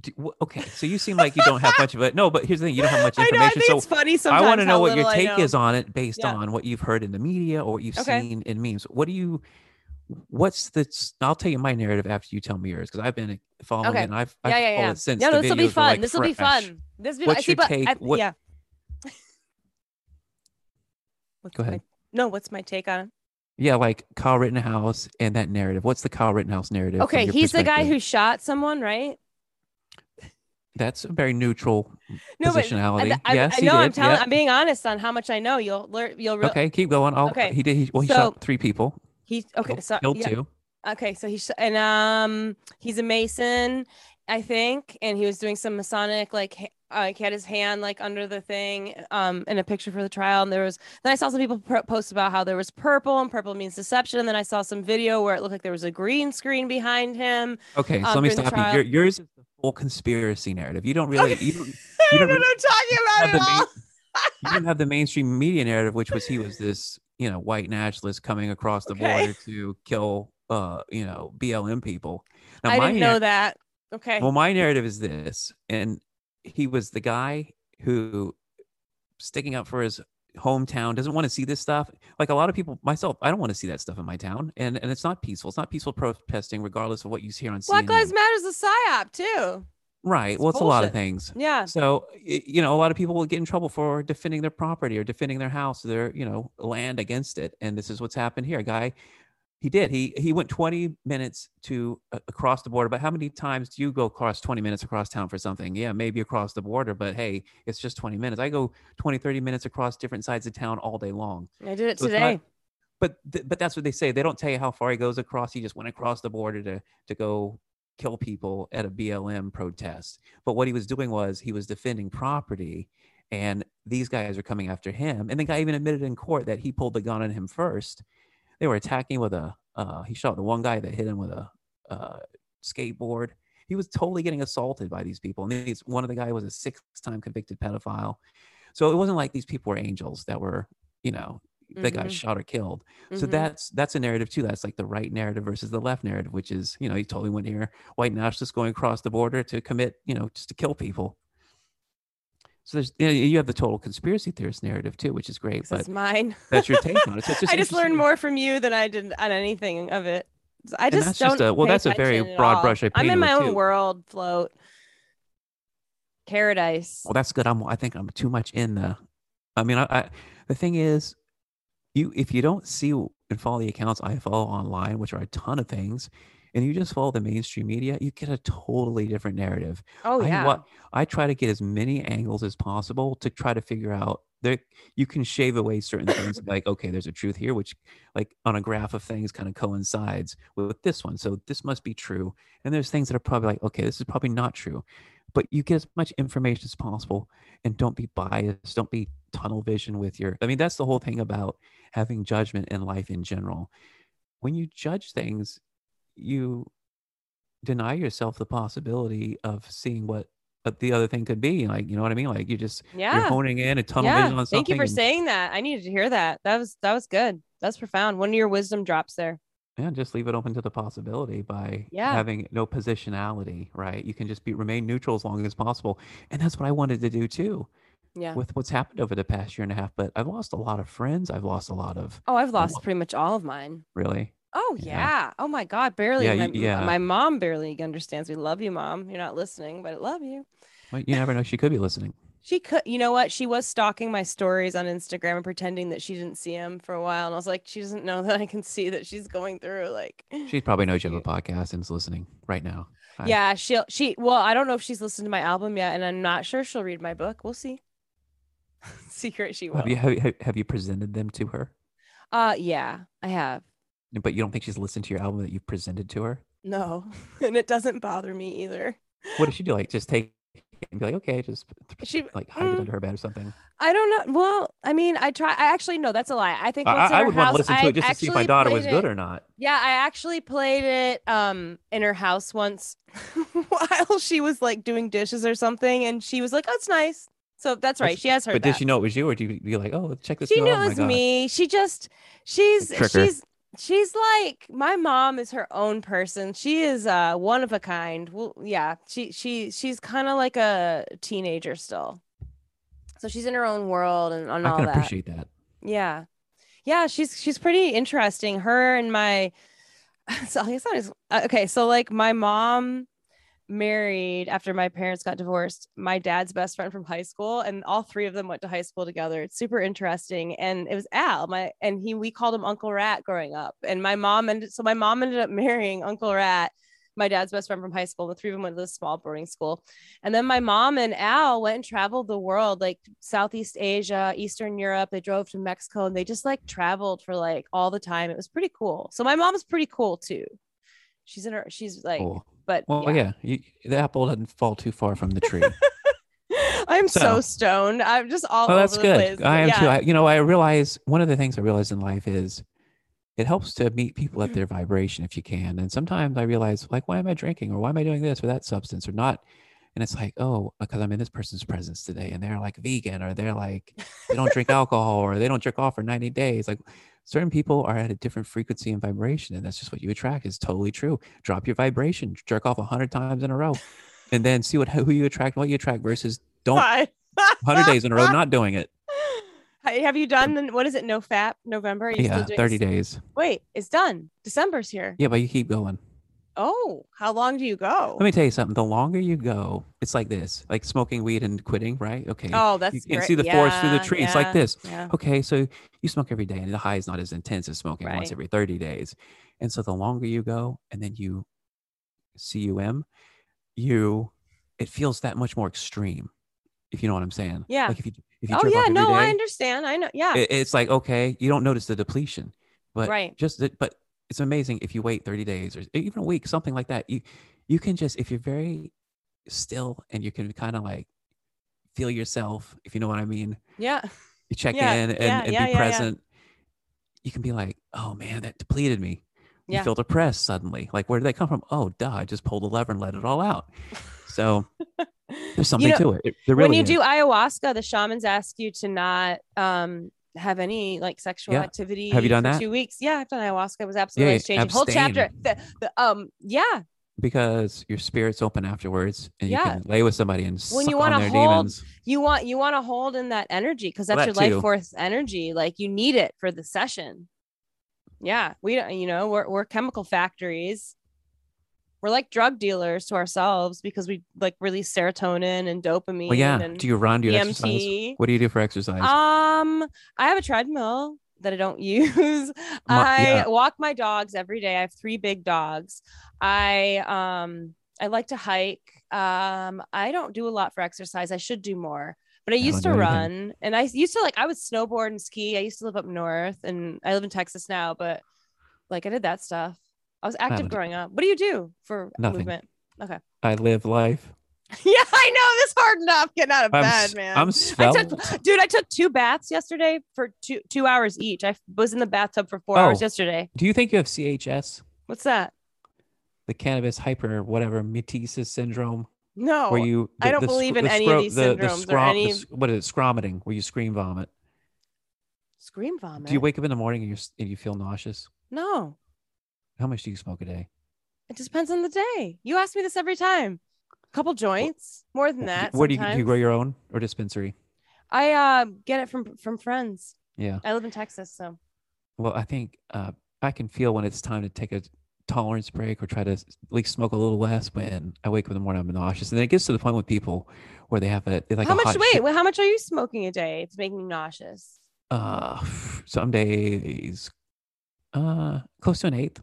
Speaker 1: Do- wh- okay, so you seem like you don't have much of it. No, but here's the thing: you don't have much
Speaker 2: I know. I
Speaker 1: information.
Speaker 2: think
Speaker 1: so
Speaker 2: it's funny sometimes.
Speaker 1: I want to
Speaker 2: how
Speaker 1: know what your
Speaker 2: little I
Speaker 1: take
Speaker 2: know.
Speaker 1: is on it based
Speaker 2: Yeah.
Speaker 1: on what you've heard in the media or what you've
Speaker 2: Okay.
Speaker 1: seen in memes. What do you, what's the, s- I'll tell you my narrative after you tell me yours because I've been following
Speaker 2: Okay.
Speaker 1: it and I've,
Speaker 2: Yeah,
Speaker 1: I've
Speaker 2: yeah,
Speaker 1: followed
Speaker 2: yeah.
Speaker 1: it since.
Speaker 2: Yeah,
Speaker 1: the
Speaker 2: this will be
Speaker 1: videos were,
Speaker 2: fun.
Speaker 1: like,
Speaker 2: this will be
Speaker 1: fresh.
Speaker 2: fun. This will be.
Speaker 1: What's
Speaker 2: I see,
Speaker 1: your
Speaker 2: but
Speaker 1: take?
Speaker 2: I,
Speaker 1: What-
Speaker 2: yeah. What's
Speaker 1: Go
Speaker 2: my-
Speaker 1: ahead.
Speaker 2: no, what's my take on it?
Speaker 1: Yeah, like Kyle Rittenhouse and that narrative. What's the Kyle Rittenhouse narrative? from
Speaker 2: Okay,
Speaker 1: your
Speaker 2: he's the guy
Speaker 1: perspective?
Speaker 2: who shot someone, right?
Speaker 1: That's a very neutral
Speaker 2: No, but
Speaker 1: positionality.
Speaker 2: I, I,
Speaker 1: yes,
Speaker 2: I
Speaker 1: he
Speaker 2: know.
Speaker 1: did.
Speaker 2: I'm telling.
Speaker 1: Yep.
Speaker 2: I'm being honest on how much I know. You'll learn. You'll. Re-
Speaker 1: okay, keep going. I'll,
Speaker 2: Okay,
Speaker 1: He did. He, well, he
Speaker 2: so-
Speaker 1: shot three people.
Speaker 2: He okay.
Speaker 1: Killed-
Speaker 2: So
Speaker 1: killed
Speaker 2: yeah,
Speaker 1: two.
Speaker 2: Okay, so he's and um he's a mason, I think, and he was doing some Masonic like ha- uh, like he had his hand like under the thing um in a picture for the trial, and there was then I saw some people pro post about how there was purple and purple means deception, and then I saw some video where it looked like there was a green screen behind him.
Speaker 1: Okay, so
Speaker 2: um,
Speaker 1: let me
Speaker 2: during the
Speaker 1: stop you.
Speaker 2: trial-
Speaker 1: Your, yours is the full conspiracy narrative. You don't really. You don't,
Speaker 2: I
Speaker 1: You don't
Speaker 2: don't know what I'm
Speaker 1: have the
Speaker 2: talking about at all.
Speaker 1: you didn't have the mainstream media narrative, which was he was this, you know, white nationalist coming across the
Speaker 2: Okay.
Speaker 1: border to kill, uh, you know, BLM people. Now,
Speaker 2: I
Speaker 1: my
Speaker 2: didn't know
Speaker 1: narr-
Speaker 2: that. Okay,
Speaker 1: Well, my narrative is this, and he was the guy who sticking up for his hometown doesn't want to see this stuff. Like a lot of people, myself, I don't want to see that stuff in my town, and and it's not peaceful. It's not peaceful protesting, regardless of what you hear on
Speaker 2: Black
Speaker 1: CNN.
Speaker 2: Lives Matter is a psyop too.
Speaker 1: right?
Speaker 2: it's
Speaker 1: Well, it's a lot of
Speaker 2: bullshit.
Speaker 1: things.
Speaker 2: Yeah,
Speaker 1: So, y- you know, a lot of people will get in trouble for defending their property or defending their house, their, you know, land against it. And this is what's happened here. A guy, he did. He he went 20 minutes to a- across the border. But how many times do you go across 20 minutes across town for something? Yeah, maybe across the border, but hey, it's just 20 minutes. I go 20, 30 minutes across different sides of town all day long.
Speaker 2: I did it
Speaker 1: So it's not-
Speaker 2: today.
Speaker 1: But th- but that's what they say. They don't tell you how far he goes across. He just went across the border to to go kill people at a BLM protest. But what he was doing was he was defending property, and these guys are coming after him. And the guy even admitted in court that he pulled the gun on him first. They were attacking with a. Uh, he shot the one guy that hit him with a uh, skateboard. He was totally getting assaulted by these people, and these one of the guy was a six-time convicted pedophile. So it wasn't like these people were angels that were, you know, that
Speaker 2: Mhm,
Speaker 1: got shot or killed. So
Speaker 2: mhm.
Speaker 1: that's that's a narrative too. That's like the right narrative versus the left narrative, which is you know you totally went here white nationalists going across the border to commit you know just to kill people. So there's you, know, you have the total conspiracy theorist narrative too, which is great.
Speaker 2: this
Speaker 1: But
Speaker 2: is mine.
Speaker 1: that's your take on it. So it's just
Speaker 2: I just
Speaker 1: interesting
Speaker 2: learned
Speaker 1: to-
Speaker 2: more from you than I did on anything of it. So I
Speaker 1: And
Speaker 2: just
Speaker 1: that's
Speaker 2: don't.
Speaker 1: just a- well,
Speaker 2: pay
Speaker 1: that's a very
Speaker 2: attention at
Speaker 1: broad
Speaker 2: all.
Speaker 1: brush I
Speaker 2: I'm in
Speaker 1: painted
Speaker 2: my
Speaker 1: with
Speaker 2: own
Speaker 1: you.
Speaker 2: world, float, paradise.
Speaker 1: Well, that's good. I'm I think I'm too much in the. I mean, I, I the thing is, you if you don't see w- and follow the accounts I follow online, which are a ton of things, and you just follow the mainstream media, you get a totally different narrative.
Speaker 2: oh yeah.
Speaker 1: I, wa- I try to get as many angles as possible to try to figure out there you can shave away certain things and be like okay there's a truth here which like on a graph of things kind of coincides with, with this one so this must be true and there's things that are probably like okay this is probably not true but you get as much information as possible and don't be biased don't be tunnel vision with your i mean that's the whole thing about having judgment in life in general when you judge things you deny yourself the possibility of seeing what what the other thing could be like you know what i mean like you just you're
Speaker 2: yeah.
Speaker 1: honing in and tunnel vision
Speaker 2: Yeah.
Speaker 1: on something
Speaker 2: Thank you for
Speaker 1: and-
Speaker 2: saying that. I needed to hear that. That was that was good. That's profound. One of your wisdom drops there.
Speaker 1: yeah just leave it open to the possibility by
Speaker 2: Yeah.
Speaker 1: having no positionality right you can just be remain neutral as long as possible and that's what i wanted to do too
Speaker 2: Yeah.
Speaker 1: with what's happened over the past year and a half but i've lost a lot of friends i've lost a lot of
Speaker 2: Oh, I've lost
Speaker 1: what-
Speaker 2: pretty much all of mine.
Speaker 1: really
Speaker 2: Oh
Speaker 1: Yeah.
Speaker 2: yeah. Oh my God, barely.
Speaker 1: Yeah,
Speaker 2: my,
Speaker 1: you- yeah.
Speaker 2: my mom barely understands me. Love you, mom. You're not listening, but I love you.
Speaker 1: well, you never know she could be listening
Speaker 2: She could, you know what? She was stalking my stories on Instagram and pretending that she didn't see him for a while. And I was like, she doesn't know that I can see that she's going through. Like,
Speaker 1: she probably knows you have a podcast and is listening right now I-
Speaker 2: yeah, she'll, she, well, I don't know if she's listened to my album yet. And I'm not sure she'll read my book. We'll see. Secret, she will.
Speaker 1: have you have, have- have you presented them to her
Speaker 2: Uh, yeah, I have.
Speaker 1: but you don't think she's listened to your album that you presented to her
Speaker 2: No. and it doesn't bother me either.
Speaker 1: what did she do? Like just take and be like, okay, just
Speaker 2: She
Speaker 1: like hide it
Speaker 2: Mm.
Speaker 1: under her bed or something.
Speaker 2: I don't know. Well, I mean, I try. I actually no, that's a lie. I think
Speaker 1: I,
Speaker 2: once in
Speaker 1: I- I
Speaker 2: her
Speaker 1: would
Speaker 2: house,
Speaker 1: want to listen to
Speaker 2: I
Speaker 1: it just to see if my
Speaker 2: actually
Speaker 1: daughter
Speaker 2: played
Speaker 1: was
Speaker 2: it-
Speaker 1: good or not.
Speaker 2: Yeah, I actually played it um in her house once while she was like doing dishes or something, and she was like, "Oh, it's nice." So that's right.
Speaker 1: That's-
Speaker 2: She has her.
Speaker 1: But did she know it was you, or do you be like, oh, check this?
Speaker 2: she
Speaker 1: new-
Speaker 2: knew
Speaker 1: oh my
Speaker 2: it was
Speaker 1: God.
Speaker 2: me. She just she's
Speaker 1: Trick her.
Speaker 2: she's she's like my mom is her own person. She is uh one of a kind. Well, yeah, she she she's kind of like a teenager still. So she's in her own world and on
Speaker 1: I
Speaker 2: all
Speaker 1: can
Speaker 2: that.
Speaker 1: appreciate that.
Speaker 2: Yeah. Yeah, she's she's pretty interesting. Her and my so I guess that is uh, okay. So like my mom married after my parents got divorced, my dad's best friend from high school, and all three of them went to high school together. It's super interesting. And it was Al, my and he we called him Uncle Rat growing up. And my mom ended so my mom ended up marrying Uncle Rat, my dad's best friend from high school. The three of them went to this small boarding school. And then my mom and Al went and traveled the world, like Southeast Asia, Eastern Europe. They drove to Mexico and they just like traveled for like all the time. It was pretty cool. So my mom's pretty cool too. She's in her, she's like,
Speaker 1: Cool.
Speaker 2: but
Speaker 1: Well,
Speaker 2: yeah.
Speaker 1: yeah, you, the apple doesn't fall too far from the tree.
Speaker 2: I'm so,
Speaker 1: So-
Speaker 2: stoned. I'm just all
Speaker 1: well,
Speaker 2: over
Speaker 1: that's
Speaker 2: the
Speaker 1: good.
Speaker 2: place.
Speaker 1: I am
Speaker 2: yeah.
Speaker 1: too. I, you know, I realize one of the things I realize in life is it helps to meet people
Speaker 2: Mm-hmm.
Speaker 1: at their vibration if you can. And sometimes I realize, like, why am I drinking or why am I doing this or that substance or not? And it's like, oh, because I'm in this person's presence today and they're like vegan or they're like, they don't drink alcohol or they don't jerk off for 90 days. Like, certain people are at a different frequency and vibration. And that's just what you attract. It's totally true. Drop your vibration, jerk off 100 times in a row, and then see what who you attract, and what you attract versus don't
Speaker 2: Hi.
Speaker 1: 100 days in a row not doing it.
Speaker 2: Hi, Have you done the, what is it? No fap November? Are you
Speaker 1: Yeah,
Speaker 2: still doing
Speaker 1: 30 days.
Speaker 2: Wait, it's done. December's here.
Speaker 1: Yeah, but you keep going.
Speaker 2: Oh, how long do you go?
Speaker 1: Let me tell you something. The longer you go, it's like this, like smoking weed and quitting, right? Okay.
Speaker 2: oh, that's
Speaker 1: you can't
Speaker 2: great.
Speaker 1: see the forest through the
Speaker 2: Yeah,
Speaker 1: trees It's
Speaker 2: yeah,
Speaker 1: like this.
Speaker 2: Yeah. Oh,
Speaker 1: Okay, so you smoke every day and the high is not as intense as smoking
Speaker 2: Right.
Speaker 1: once every 30 days. And so the longer you go and then you CUM, you it feels that much more extreme. If you know what I'm saying.
Speaker 2: Yeah.
Speaker 1: Like if you if you
Speaker 2: Oh
Speaker 1: jerk off
Speaker 2: yeah,
Speaker 1: every
Speaker 2: no, I
Speaker 1: day,
Speaker 2: understand. I know. Yeah.
Speaker 1: it- it's like okay, you don't notice the depletion, but
Speaker 2: Right.
Speaker 1: just that, but it's amazing if you wait 30 days or even a week, something like that. You you can just if you're very still and you can kind of like feel yourself, if you know what I mean.
Speaker 2: yeah.
Speaker 1: You check
Speaker 2: Yeah,
Speaker 1: in and,
Speaker 2: yeah,
Speaker 1: and
Speaker 2: yeah, yeah,
Speaker 1: be
Speaker 2: yeah.
Speaker 1: present. You can be like, oh man, that depleted me.
Speaker 2: Yeah.
Speaker 1: You feel depressed suddenly. Like, where did that come from? Oh, duh, I just pulled the lever and let it all out. So there's something
Speaker 2: know,
Speaker 1: to it. it there really
Speaker 2: when you
Speaker 1: is.
Speaker 2: do ayahuasca, the shamans ask you to not um have any like sexual
Speaker 1: Yeah.
Speaker 2: activity.
Speaker 1: Have you done
Speaker 2: for
Speaker 1: that?
Speaker 2: Two weeks. Yeah, I've done ayahuasca. It was absolutely
Speaker 1: yeah,
Speaker 2: life changing. Whole
Speaker 1: abstain.
Speaker 2: chapter. The, the, um. Yeah.
Speaker 1: because your spirit's open afterwards and you
Speaker 2: Yeah.
Speaker 1: can lay with somebody and
Speaker 2: When
Speaker 1: suck
Speaker 2: you
Speaker 1: on
Speaker 2: wanna
Speaker 1: their
Speaker 2: hold-
Speaker 1: demons.
Speaker 2: You want you want to hold in that energy because that's
Speaker 1: Well,
Speaker 2: your
Speaker 1: that
Speaker 2: life
Speaker 1: too.
Speaker 2: force energy. Like you need it for the session. Yeah. We don't. You know, we're we're chemical factories. We're like drug dealers to ourselves because we like release serotonin and dopamine.
Speaker 1: Well, yeah.
Speaker 2: And, E
Speaker 1: Do you run? Do you exercise?
Speaker 2: EMT.
Speaker 1: What do you do for exercise?
Speaker 2: Um, I have a treadmill that I don't use. I
Speaker 1: yeah.
Speaker 2: walk my dogs every day. I have three big dogs. I um I like to hike. Um, I don't do a lot for exercise. I should do more. But I
Speaker 1: Yeah, I
Speaker 2: used to
Speaker 1: don't do anything.
Speaker 2: run and I used to like I would snowboard and ski. I used to live up north and I live in Texas now, but like I did that stuff. I was active
Speaker 1: don't do-
Speaker 2: growing up. What do you do for
Speaker 1: Nothing.
Speaker 2: movement?
Speaker 1: I live life.
Speaker 2: yeah, I know this hard enough getting out of
Speaker 1: I'm,
Speaker 2: bed,
Speaker 1: s-
Speaker 2: man.
Speaker 1: I'm
Speaker 2: I
Speaker 1: svelte.
Speaker 2: took, dude, I took two baths yesterday for two two hours each. I f- was in the bathtub for four hours
Speaker 1: Oh.
Speaker 2: yesterday.
Speaker 1: do you think you have CHS,
Speaker 2: What's that?
Speaker 1: the cannabis hyper whatever metasis syndrome,
Speaker 2: No,
Speaker 1: where you?
Speaker 2: I don't believe in any of these syndromes or
Speaker 1: scrom-
Speaker 2: any-
Speaker 1: s- what is it? Scromiting, where you scream vomit.
Speaker 2: scream vomit.
Speaker 1: Do you wake up in the morning and you and you feel nauseous?
Speaker 2: No,
Speaker 1: How much do you smoke a day?
Speaker 2: it just depends on the day. You ask me this every time. A couple joints, more than
Speaker 1: Wh-
Speaker 2: that.
Speaker 1: Where do you, do you
Speaker 2: sometimes.
Speaker 1: grow your own or dispensary?
Speaker 2: I uh, get it from from friends.
Speaker 1: Yeah.
Speaker 2: I live in Texas, so
Speaker 1: Well, I think uh, I can feel when it's time to take a tolerance break or try to s- at least smoke a little less. When I wake up in the morning, I'm nauseous, and then it gets to the point with people where they have a they like
Speaker 2: how
Speaker 1: a
Speaker 2: much?
Speaker 1: hot
Speaker 2: Wait,
Speaker 1: shit-
Speaker 2: well, how much are you smoking a day? It's making me nauseous.
Speaker 1: Uh, some days, uh, close to an eighth.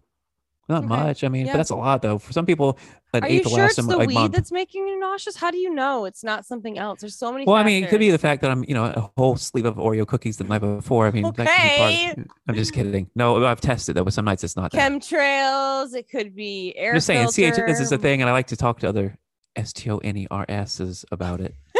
Speaker 1: Not
Speaker 2: Okay.
Speaker 1: much. I mean,
Speaker 2: Yeah.
Speaker 1: but that's a lot though. For some people, an
Speaker 2: Are you
Speaker 1: eighth will
Speaker 2: sure
Speaker 1: last
Speaker 2: it's
Speaker 1: them
Speaker 2: the
Speaker 1: a
Speaker 2: weed
Speaker 1: month.
Speaker 2: that's making you nauseous? How do you know it's not something else? There's so many.
Speaker 1: Well, I mean, it could be
Speaker 2: factors.
Speaker 1: the fact that I'm, you know, a whole sleeve of Oreo cookies the night before. I mean, that could be part. I'm just kidding. No, I've tested that, but some nights it's not. that.
Speaker 2: chemtrails. It could be air.
Speaker 1: I'm just saying
Speaker 2: filter.
Speaker 1: CHS is a thing, and I like to talk to other S T O N E R S is about it.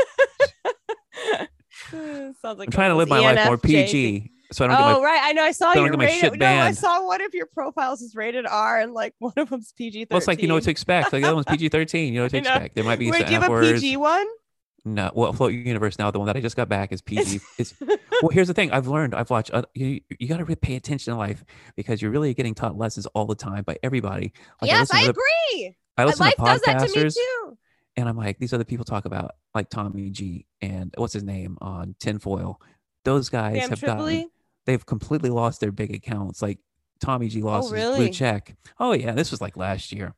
Speaker 2: Sounds like
Speaker 1: I'm trying to live my life
Speaker 2: E
Speaker 1: more PG, so I don't
Speaker 2: oh
Speaker 1: get my.
Speaker 2: right, I know. I saw
Speaker 1: don't
Speaker 2: your
Speaker 1: get my
Speaker 2: rated.
Speaker 1: shit
Speaker 2: no, I
Speaker 1: banned.
Speaker 2: saw one of your profiles is rated R, and like one of them's PG thirteen.
Speaker 1: Well, it's like you know what to expect. Like the other one's PG 13. You know what to
Speaker 2: I know.
Speaker 1: expect. There might be
Speaker 2: Wait,
Speaker 1: some
Speaker 2: do you
Speaker 1: F
Speaker 2: have a
Speaker 1: words.
Speaker 2: PG one?
Speaker 1: No, well, Float Universe now. The one that I just got back is PG. It's, well, here's the thing. I've learned. I've watched. Uh, you you got to really pay attention in life because you're really getting taught lessons all the time by everybody. Like,
Speaker 2: yes,
Speaker 1: listen
Speaker 2: I
Speaker 1: to the-
Speaker 2: agree.
Speaker 1: I listen
Speaker 2: Life
Speaker 1: to
Speaker 2: does that to me
Speaker 1: podcasters,
Speaker 2: too.
Speaker 1: and I'm like, these other people talk about like Tommy G and what's his name on Tinfoil. Those guys
Speaker 2: Sam
Speaker 1: have gotten
Speaker 2: Tripoli.
Speaker 1: they've completely lost their big accounts. Like Tommy G lost his
Speaker 2: really?
Speaker 1: blue check. Oh yeah, this was like last year,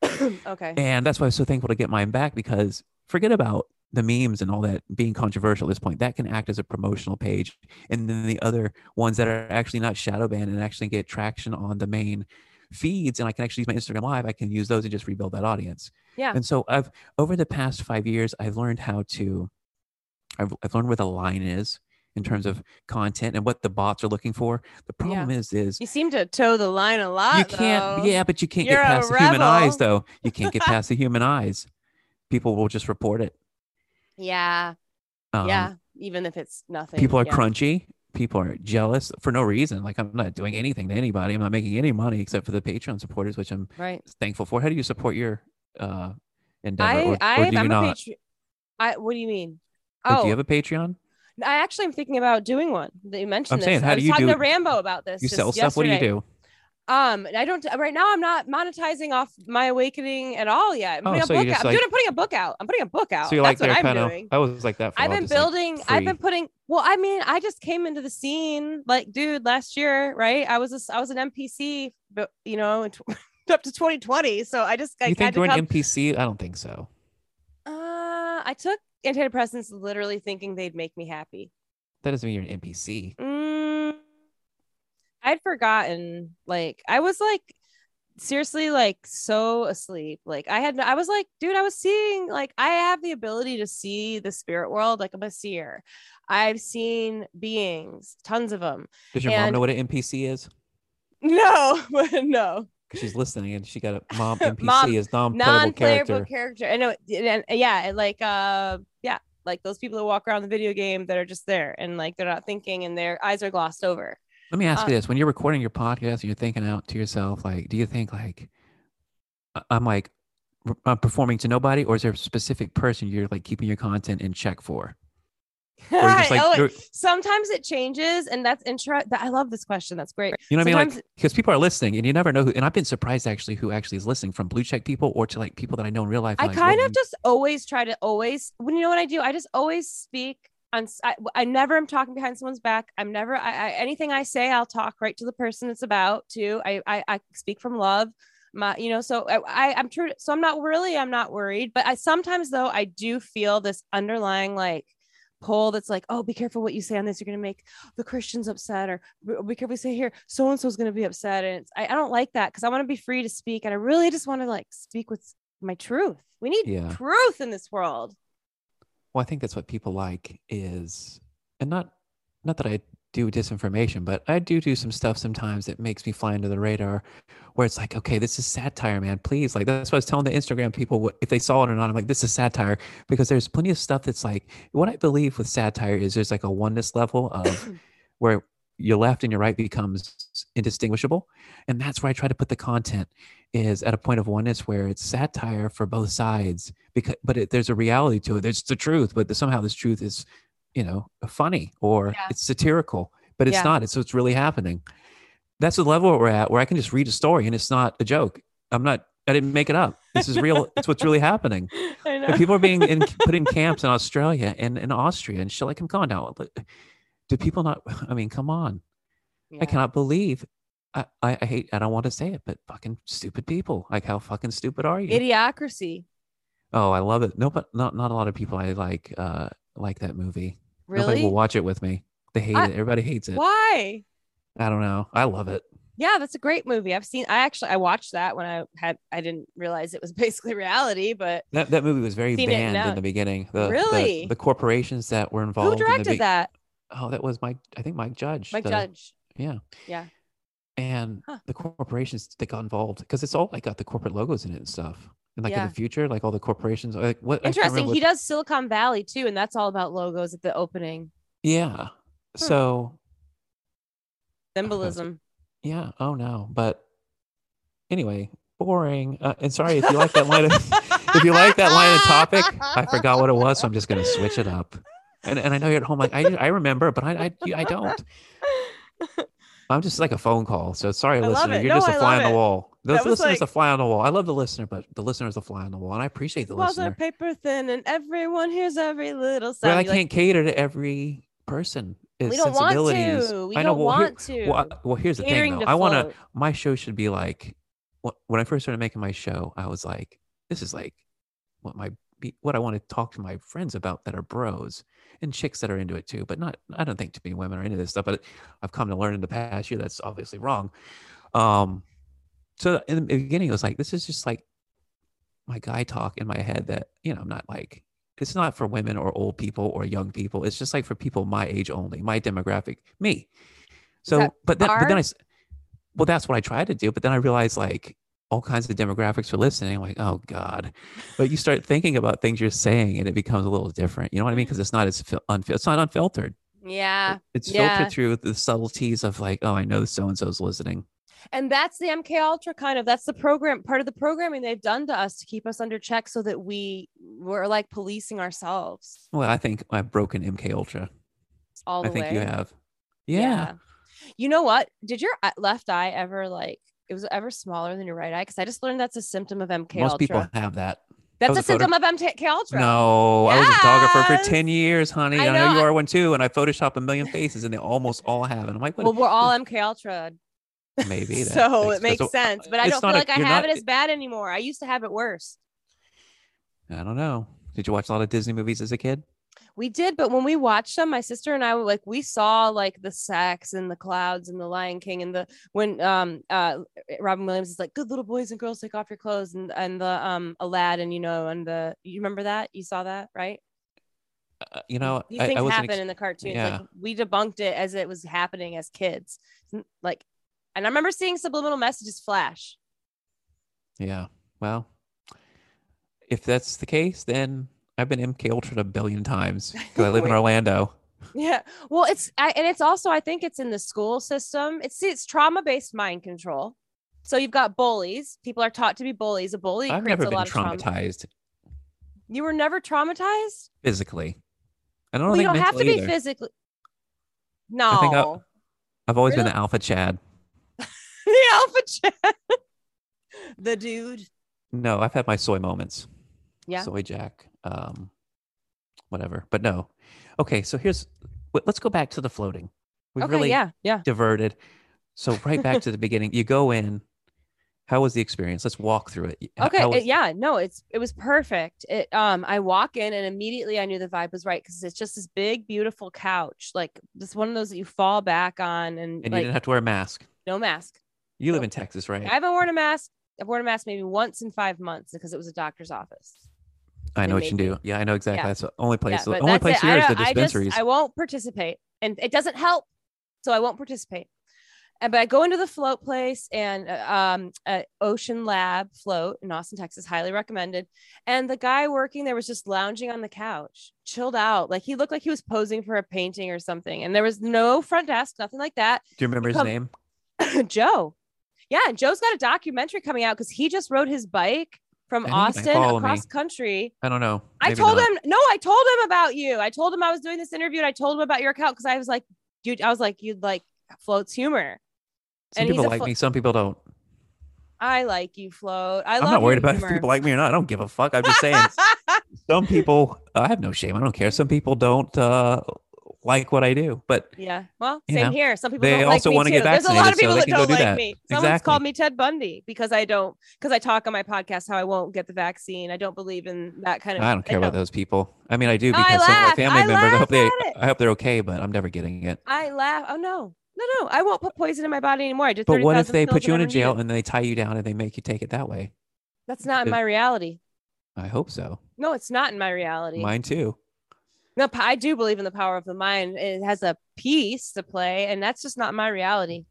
Speaker 2: okay.
Speaker 1: and that's why I'm so thankful to get mine back because forget about the memes and all that being controversial at this point. That can act as a promotional page, and then the other ones that are actually not shadow banned and actually get traction on the main feeds, and I can actually use my Instagram Live. I can use those and just rebuild that audience.
Speaker 2: Yeah.
Speaker 1: And so I've over the past five years, I've learned how to, I've, I've learned where the line is in terms of content and what the bots are looking for. The
Speaker 2: Yeah.
Speaker 1: problem is, is
Speaker 2: You seem to toe the line a lot.
Speaker 1: you can't,
Speaker 2: though.
Speaker 1: yeah, but you can't
Speaker 2: You're
Speaker 1: get
Speaker 2: a
Speaker 1: past the human eyes,
Speaker 2: rebel.
Speaker 1: though. You can't get past the human eyes. People will just report it.
Speaker 2: Yeah.
Speaker 1: Um,
Speaker 2: yeah. Even if it's nothing.
Speaker 1: People are
Speaker 2: yeah.
Speaker 1: crunchy. People are jealous for no reason. Like I'm not doing anything to anybody. I'm not making any money except for the Patreon supporters, which I'm
Speaker 2: Right.
Speaker 1: thankful for. How do you support your uh, endeavor?
Speaker 2: I,
Speaker 1: or,
Speaker 2: I,
Speaker 1: or do you
Speaker 2: I'm a
Speaker 1: not?
Speaker 2: patron. I, what do you mean?
Speaker 1: Like,
Speaker 2: oh,
Speaker 1: do you have a Patreon?
Speaker 2: I actually am thinking about doing one. That you mentioned
Speaker 1: I'm
Speaker 2: this.
Speaker 1: saying, how
Speaker 2: I
Speaker 1: do
Speaker 2: was
Speaker 1: you
Speaker 2: talking
Speaker 1: do-
Speaker 2: to Rambo about this.
Speaker 1: You
Speaker 2: just
Speaker 1: sell stuff. What do you
Speaker 2: yesterday.
Speaker 1: do?
Speaker 2: Um, and I don't right now. I'm not monetizing off my awakening at all yet. I'm
Speaker 1: Oh,
Speaker 2: putting
Speaker 1: so
Speaker 2: a
Speaker 1: you're
Speaker 2: book
Speaker 1: just
Speaker 2: out.
Speaker 1: like-
Speaker 2: Dude, I'm putting a book out. I'm putting a book out.
Speaker 1: So you're like
Speaker 2: That's
Speaker 1: they're
Speaker 2: what
Speaker 1: kind
Speaker 2: I'm
Speaker 1: of.
Speaker 2: doing.
Speaker 1: I was like that. For a
Speaker 2: I've
Speaker 1: while,
Speaker 2: been
Speaker 1: just like,
Speaker 2: building, I've been
Speaker 1: free.
Speaker 2: putting well, I mean, I just came into the scene like dude last year, right? I was a s- I was an NPC, but you know, in tw- up to 2020. So I just
Speaker 1: you
Speaker 2: like, had
Speaker 1: think
Speaker 2: to
Speaker 1: you're
Speaker 2: come.
Speaker 1: an NPC? I don't think so.
Speaker 2: uh, I took antidepressants literally thinking they'd make me happy.
Speaker 1: That doesn't mean you're an NPC.
Speaker 2: Mm, I'd forgotten. Like I was like seriously like so asleep. Like I had I was like, dude, I was seeing like I have the ability to see the spirit world. Like I'm a seer. I've seen beings, tons of them.
Speaker 1: Does your mom
Speaker 2: And-
Speaker 1: know what an NPC is?
Speaker 2: No, but no.
Speaker 1: 'Cause she's listening and she got a mom. NPC is non-playable
Speaker 2: Non-playable
Speaker 1: character.
Speaker 2: character. I know and, and- yeah, and like uh yeah, like those people that walk around the video game that are just there and like they're not thinking and their eyes are glossed over.
Speaker 1: Let me ask
Speaker 2: Uh,
Speaker 1: you this: When you're recording your podcast and you're thinking out to yourself, like, do you think like I- I'm like r- I'm performing to nobody, or is there a specific person you're like keeping your content in check for? Or you're just like,
Speaker 2: Oh,
Speaker 1: you're-
Speaker 2: sometimes it changes and that's intro that i love this question that's great
Speaker 1: You know what I mean?
Speaker 2: Sometimes-
Speaker 1: Like because people are listening, and you never know who. And I've been surprised actually who actually is listening from blue check people or to like people that I know in real life.
Speaker 2: i
Speaker 1: like,
Speaker 2: kind
Speaker 1: what
Speaker 2: of just always try to always when you know what i do i just always speak on s- i, I never am talking behind someone's back i'm never I, I anything i say i'll talk right to the person it's about too i i, I speak from love my you know so I, I i'm true so i'm not really i'm not worried but i sometimes though i do feel this underlying like pull that's like oh be careful what you say on this you're going to make the christians upset or be be careful what you say here so and so's going to be upset and it's, I, I don't like that because i want to be free to speak and i really just want to like speak with my truth we need
Speaker 1: Yeah.
Speaker 2: truth in this world
Speaker 1: Well, I think that's what people like is, and not not that I do disinformation, but I do do some stuff sometimes that makes me fly under the radar, where it's like, okay, this is satire, man. Please, like that's what I was telling the Instagram people what, if they saw it or not. I'm like, this is satire because there's plenty of stuff that's like what I believe with satire is there's like a oneness level of where your left and your right becomes indistinguishable, and that's where I try to put the content is at a point of oneness where it's satire for both sides because but it, there's a reality to it there's the truth but somehow this truth is you know funny or
Speaker 2: Yeah.
Speaker 1: it's satirical but it's
Speaker 2: Yeah.
Speaker 1: not it's what's really happening that's the level we're at where i can just read a story and it's not a joke i'm not i didn't make it up this is real it's what's really happening
Speaker 2: i know
Speaker 1: and people are being in, put in camps in australia and in austria and shit like i'm gone now like, do people not i mean come on I cannot believe I, I, I hate I don't want to say it, but fucking stupid people. Like how fucking stupid are you?
Speaker 2: idiocracy
Speaker 1: Oh, I love it. No, but not not a lot of people I like uh like that movie. Nobody
Speaker 2: really
Speaker 1: will watch it with me. They hate
Speaker 2: I-
Speaker 1: it. Everybody hates it.
Speaker 2: why
Speaker 1: I don't know. I love it.
Speaker 2: yeah that's a great movie i've seen i actually i watched that when i had i didn't realize it was basically reality but
Speaker 1: That that movie was very
Speaker 2: Seen it
Speaker 1: banned
Speaker 2: now.
Speaker 1: in the beginning. The, the-
Speaker 2: Really?
Speaker 1: the, corporations that were involved.
Speaker 2: who
Speaker 1: in the
Speaker 2: directed
Speaker 1: be-
Speaker 2: that
Speaker 1: Oh, that was Mike. I think Mike Judge.
Speaker 2: mike
Speaker 1: the-
Speaker 2: judge
Speaker 1: Yeah.
Speaker 2: Yeah.
Speaker 1: And
Speaker 2: Huh.
Speaker 1: the corporations that got involved because it's all like got the corporate logos in it and stuff. And and like in
Speaker 2: Yeah.
Speaker 1: the future, like all the corporations, like what? I can't
Speaker 2: Interesting.
Speaker 1: remember
Speaker 2: He
Speaker 1: what-
Speaker 2: does Silicon Valley too, and that's all about logos at the opening.
Speaker 1: Yeah.
Speaker 2: Hmm.
Speaker 1: So
Speaker 2: Symbolism.
Speaker 1: yeah. Oh no. But anyway, boring. Uh, and sorry if you like that line. Of, if you like that line of topic, I forgot what it was, so I'm just gonna switch it up. And and I know you're at home, like I I remember, but I I, you- I don't. I'm just like a phone call. So sorry,
Speaker 2: love
Speaker 1: listener.
Speaker 2: it.
Speaker 1: You're
Speaker 2: No,
Speaker 1: just a
Speaker 2: I
Speaker 1: fly
Speaker 2: love
Speaker 1: on the
Speaker 2: it.
Speaker 1: wall. The
Speaker 2: That was
Speaker 1: listener's a
Speaker 2: like-
Speaker 1: fly on the wall. I love the listener, but the listener's a fly on the wall, and I appreciate the
Speaker 2: Walls are
Speaker 1: listener.
Speaker 2: paper thin, and everyone hears every little
Speaker 1: But
Speaker 2: sound.
Speaker 1: I
Speaker 2: You're like,
Speaker 1: can't cater to every person.
Speaker 2: we don't want to. We
Speaker 1: I know.
Speaker 2: don't
Speaker 1: well, here-
Speaker 2: want to.
Speaker 1: Well, I- well, here's the
Speaker 2: Catering
Speaker 1: thing, though.
Speaker 2: to
Speaker 1: I want to.
Speaker 2: float.
Speaker 1: My show should be like wh- when I first started making my show. I was like, this is like what my be- what I want to talk to my friends about that are bros and chicks that are into it too. But not, I don't think too many women are into this stuff. But I've come to learn in the past year that's obviously wrong. Um, so in the beginning, it was like this is just like my guy talk in my head that you know I'm not like it's not for women or old people or young people. It's just like for people my age only, my demographic, me. So,
Speaker 2: that
Speaker 1: but then, but then
Speaker 2: bar?
Speaker 1: I, s- well, that's what I tried to do. But then I realized like all kinds of demographics were listening. I'm like, oh God. But you start thinking about things you're saying and it becomes a little different. You know what I mean? Because it's not as fil- unfil- it's not unfiltered.
Speaker 2: Mm. Yeah.
Speaker 1: It's
Speaker 2: Yeah.
Speaker 1: filtered through the subtleties of like, oh, I know so and so's listening.
Speaker 2: And that's the MK Ultra kind of that's the program part of the programming they've done to us to keep us under check so that we were like policing ourselves
Speaker 1: Well, I think I've broken MK Ultra.
Speaker 2: all
Speaker 1: I
Speaker 2: the
Speaker 1: think
Speaker 2: way.
Speaker 1: you have. Yeah.
Speaker 2: You know what? Did your eye- left eye ever like it was ever smaller than your right eye? Because I just learned that's a symptom of MK
Speaker 1: Most
Speaker 2: Ultra.
Speaker 1: people have that.
Speaker 2: that's
Speaker 1: was
Speaker 2: a
Speaker 1: a photo-
Speaker 2: symptom of MK Ultra.
Speaker 1: No, I was a photographer
Speaker 2: Yes.
Speaker 1: for 10 years, honey.
Speaker 2: I
Speaker 1: I know,
Speaker 2: know.
Speaker 1: you are one too. And I Photoshop a million faces and they almost all have. And I'm like, what?
Speaker 2: Well, we're all MK Ultra,
Speaker 1: maybe. that
Speaker 2: so it
Speaker 1: makes
Speaker 2: makes sense. But I
Speaker 1: it's
Speaker 2: don't feel
Speaker 1: not a-
Speaker 2: like I
Speaker 1: you're
Speaker 2: have
Speaker 1: not-
Speaker 2: it as bad anymore. I used to have it worse.
Speaker 1: I don't know. Did you watch a lot of Disney movies as a kid?
Speaker 2: We did, but when we watched them, my sister and I were like, we saw like the sex and the clouds and the Lion King and the when um uh Robin Williams is like, good little boys and girls, take off your clothes and and the um Aladdin, you know, and the you remember that you saw that right?
Speaker 1: Uh, you know,
Speaker 2: These
Speaker 1: I,
Speaker 2: things
Speaker 1: I wasn't.
Speaker 2: happen
Speaker 1: Ex-
Speaker 2: in the cartoons.
Speaker 1: yeah.
Speaker 2: Like we debunked it as it was happening as kids, N- like, and I remember seeing subliminal messages flash.
Speaker 1: yeah. Well, if that's the case, then I've been MK Ultra a billion times because I live in
Speaker 2: Wait.
Speaker 1: Orlando.
Speaker 2: Yeah, well, it's I, and it's also I think it's in the school system. It's it's trauma based mind control. So you've got bullies. People are taught to be bullies. A bully
Speaker 1: I've
Speaker 2: creates
Speaker 1: never
Speaker 2: a
Speaker 1: been
Speaker 2: lot of trauma.
Speaker 1: traumatized
Speaker 2: You were never traumatized.
Speaker 1: physically. I don't
Speaker 2: Well, you
Speaker 1: think
Speaker 2: don't have to
Speaker 1: mentally
Speaker 2: be
Speaker 1: either.
Speaker 2: physically.
Speaker 1: think I-
Speaker 2: No,
Speaker 1: I've always been
Speaker 2: Really?
Speaker 1: the alpha Chad.
Speaker 2: the alpha chat, the dude.
Speaker 1: No, I've had my soy moments.
Speaker 2: Yeah.
Speaker 1: Soy Jack. Um, whatever. But no. Okay, so here's. w- Let's go back to the floating. We
Speaker 2: okay,
Speaker 1: really
Speaker 2: yeah, yeah.
Speaker 1: diverted. So right back to the beginning. You go in. How was the experience? Let's walk through it. H-
Speaker 2: Okay,
Speaker 1: how
Speaker 2: uh,
Speaker 1: was-
Speaker 2: yeah, no, it's it was perfect. It um I walk in and immediately I knew the vibe was right because it's just this big, beautiful couch. Like this one of those that you fall back on
Speaker 1: And
Speaker 2: and,
Speaker 1: you
Speaker 2: like
Speaker 1: didn't have to wear a mask.
Speaker 2: no mask.
Speaker 1: You live
Speaker 2: Nope.
Speaker 1: in Texas, right?
Speaker 2: I haven't worn a mask. I've worn a mask maybe once in five months because it was a doctor's office.
Speaker 1: I know what you
Speaker 2: maybe.
Speaker 1: do. Yeah, I know exactly.
Speaker 2: Yeah.
Speaker 1: That's the only place. the
Speaker 2: but
Speaker 1: only
Speaker 2: that's
Speaker 1: place
Speaker 2: it.
Speaker 1: here
Speaker 2: I
Speaker 1: is the
Speaker 2: don't- I just-
Speaker 1: dispensaries.
Speaker 2: I, won't participate, and it doesn't help, so I won't participate. And, but I go into the float place and uh, um, uh, Ocean Lab float in Austin, Texas, highly recommended. And the guy working there was just lounging on the couch, chilled out, like he looked like he was posing for a painting or something. And there was no front desk, nothing like that.
Speaker 1: do you remember his
Speaker 2: come-
Speaker 1: name?
Speaker 2: Joe. Yeah, and Joe's got a documentary coming out because he just rode his bike
Speaker 1: I
Speaker 2: from
Speaker 1: think he might
Speaker 2: Austin
Speaker 1: follow
Speaker 2: across
Speaker 1: me.
Speaker 2: country.
Speaker 1: I don't know.
Speaker 2: I
Speaker 1: Maybe
Speaker 2: told
Speaker 1: not.
Speaker 2: him no, I told him about you. I told him I was doing this interview and I told him about your account because I was like, you I was like, you'd like floats humor.
Speaker 1: Some
Speaker 2: and he's
Speaker 1: people
Speaker 2: a
Speaker 1: like
Speaker 2: fl-
Speaker 1: me. Some people don't.
Speaker 2: I like you, float. I
Speaker 1: I'm
Speaker 2: love
Speaker 1: not worried
Speaker 2: your
Speaker 1: about if
Speaker 2: humor.
Speaker 1: people like me or not. I don't give a fuck. I'm just saying. some people. I have no shame. I don't care. Some people don't uh, like what I do. But
Speaker 2: yeah. Well,
Speaker 1: You
Speaker 2: same
Speaker 1: know,
Speaker 2: here. Some people
Speaker 1: they
Speaker 2: don't
Speaker 1: also
Speaker 2: like
Speaker 1: wanna
Speaker 2: me
Speaker 1: get
Speaker 2: too. There's a lot
Speaker 1: vaccinated,
Speaker 2: of
Speaker 1: so
Speaker 2: people
Speaker 1: they
Speaker 2: that
Speaker 1: can go
Speaker 2: don't
Speaker 1: do
Speaker 2: like
Speaker 1: that.
Speaker 2: me. Someone's called me Ted Bundy because I don't because I talk on my podcast how I won't get the vaccine. I don't believe in that kind of
Speaker 1: I don't care about
Speaker 2: that.
Speaker 1: those people. I mean, I do
Speaker 2: No, I
Speaker 1: because some of my
Speaker 2: laugh.
Speaker 1: family
Speaker 2: I
Speaker 1: members. I hope they.
Speaker 2: laugh at it.
Speaker 1: I hope they're okay. But I'm never getting it.
Speaker 2: I laugh. Oh no, no, no! I won't put poison in my body anymore. I did.
Speaker 1: But what if
Speaker 2: 30,000
Speaker 1: they
Speaker 2: pills
Speaker 1: put you
Speaker 2: and
Speaker 1: in a
Speaker 2: I never
Speaker 1: jail
Speaker 2: needed-
Speaker 1: and they tie you down and they make you take it that way?
Speaker 2: That's not in
Speaker 1: if-
Speaker 2: my reality.
Speaker 1: I hope so.
Speaker 2: No, it's not in my reality.
Speaker 1: Mine too.
Speaker 2: no, p- I do believe in the power of the mind. It has a piece to play, and that's just not my reality.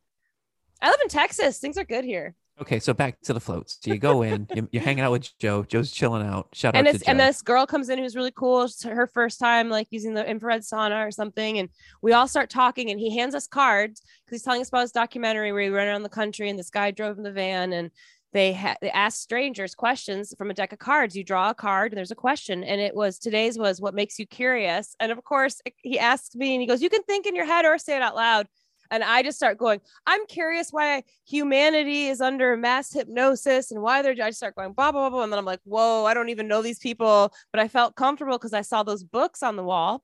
Speaker 2: I live in Texas. Things are good here.
Speaker 1: Okay, so back to the floats. So you go in, you- you're hanging out with Joe. Joe's chilling out. Shout
Speaker 2: and
Speaker 1: out to
Speaker 2: this
Speaker 1: Joe.
Speaker 2: and this girl comes in who's really cool. It's her first time like using the infrared sauna or something, and we all start talking. And he hands us cards because he's telling us about his documentary where he ran around the country, and this guy drove in the van, and they ha- they asked strangers questions from a deck of cards. You draw a card, and there's a question, and it was today's was what makes you curious, and of course he asks me, and he goes, "You can think in your head or say it out loud." And I just start going, I'm curious why humanity is under mass hypnosis and why they're, I just start going, blah, blah, blah, blah. And then I'm like, whoa, I don't even know these people. But I felt comfortable because I saw those books on the wall.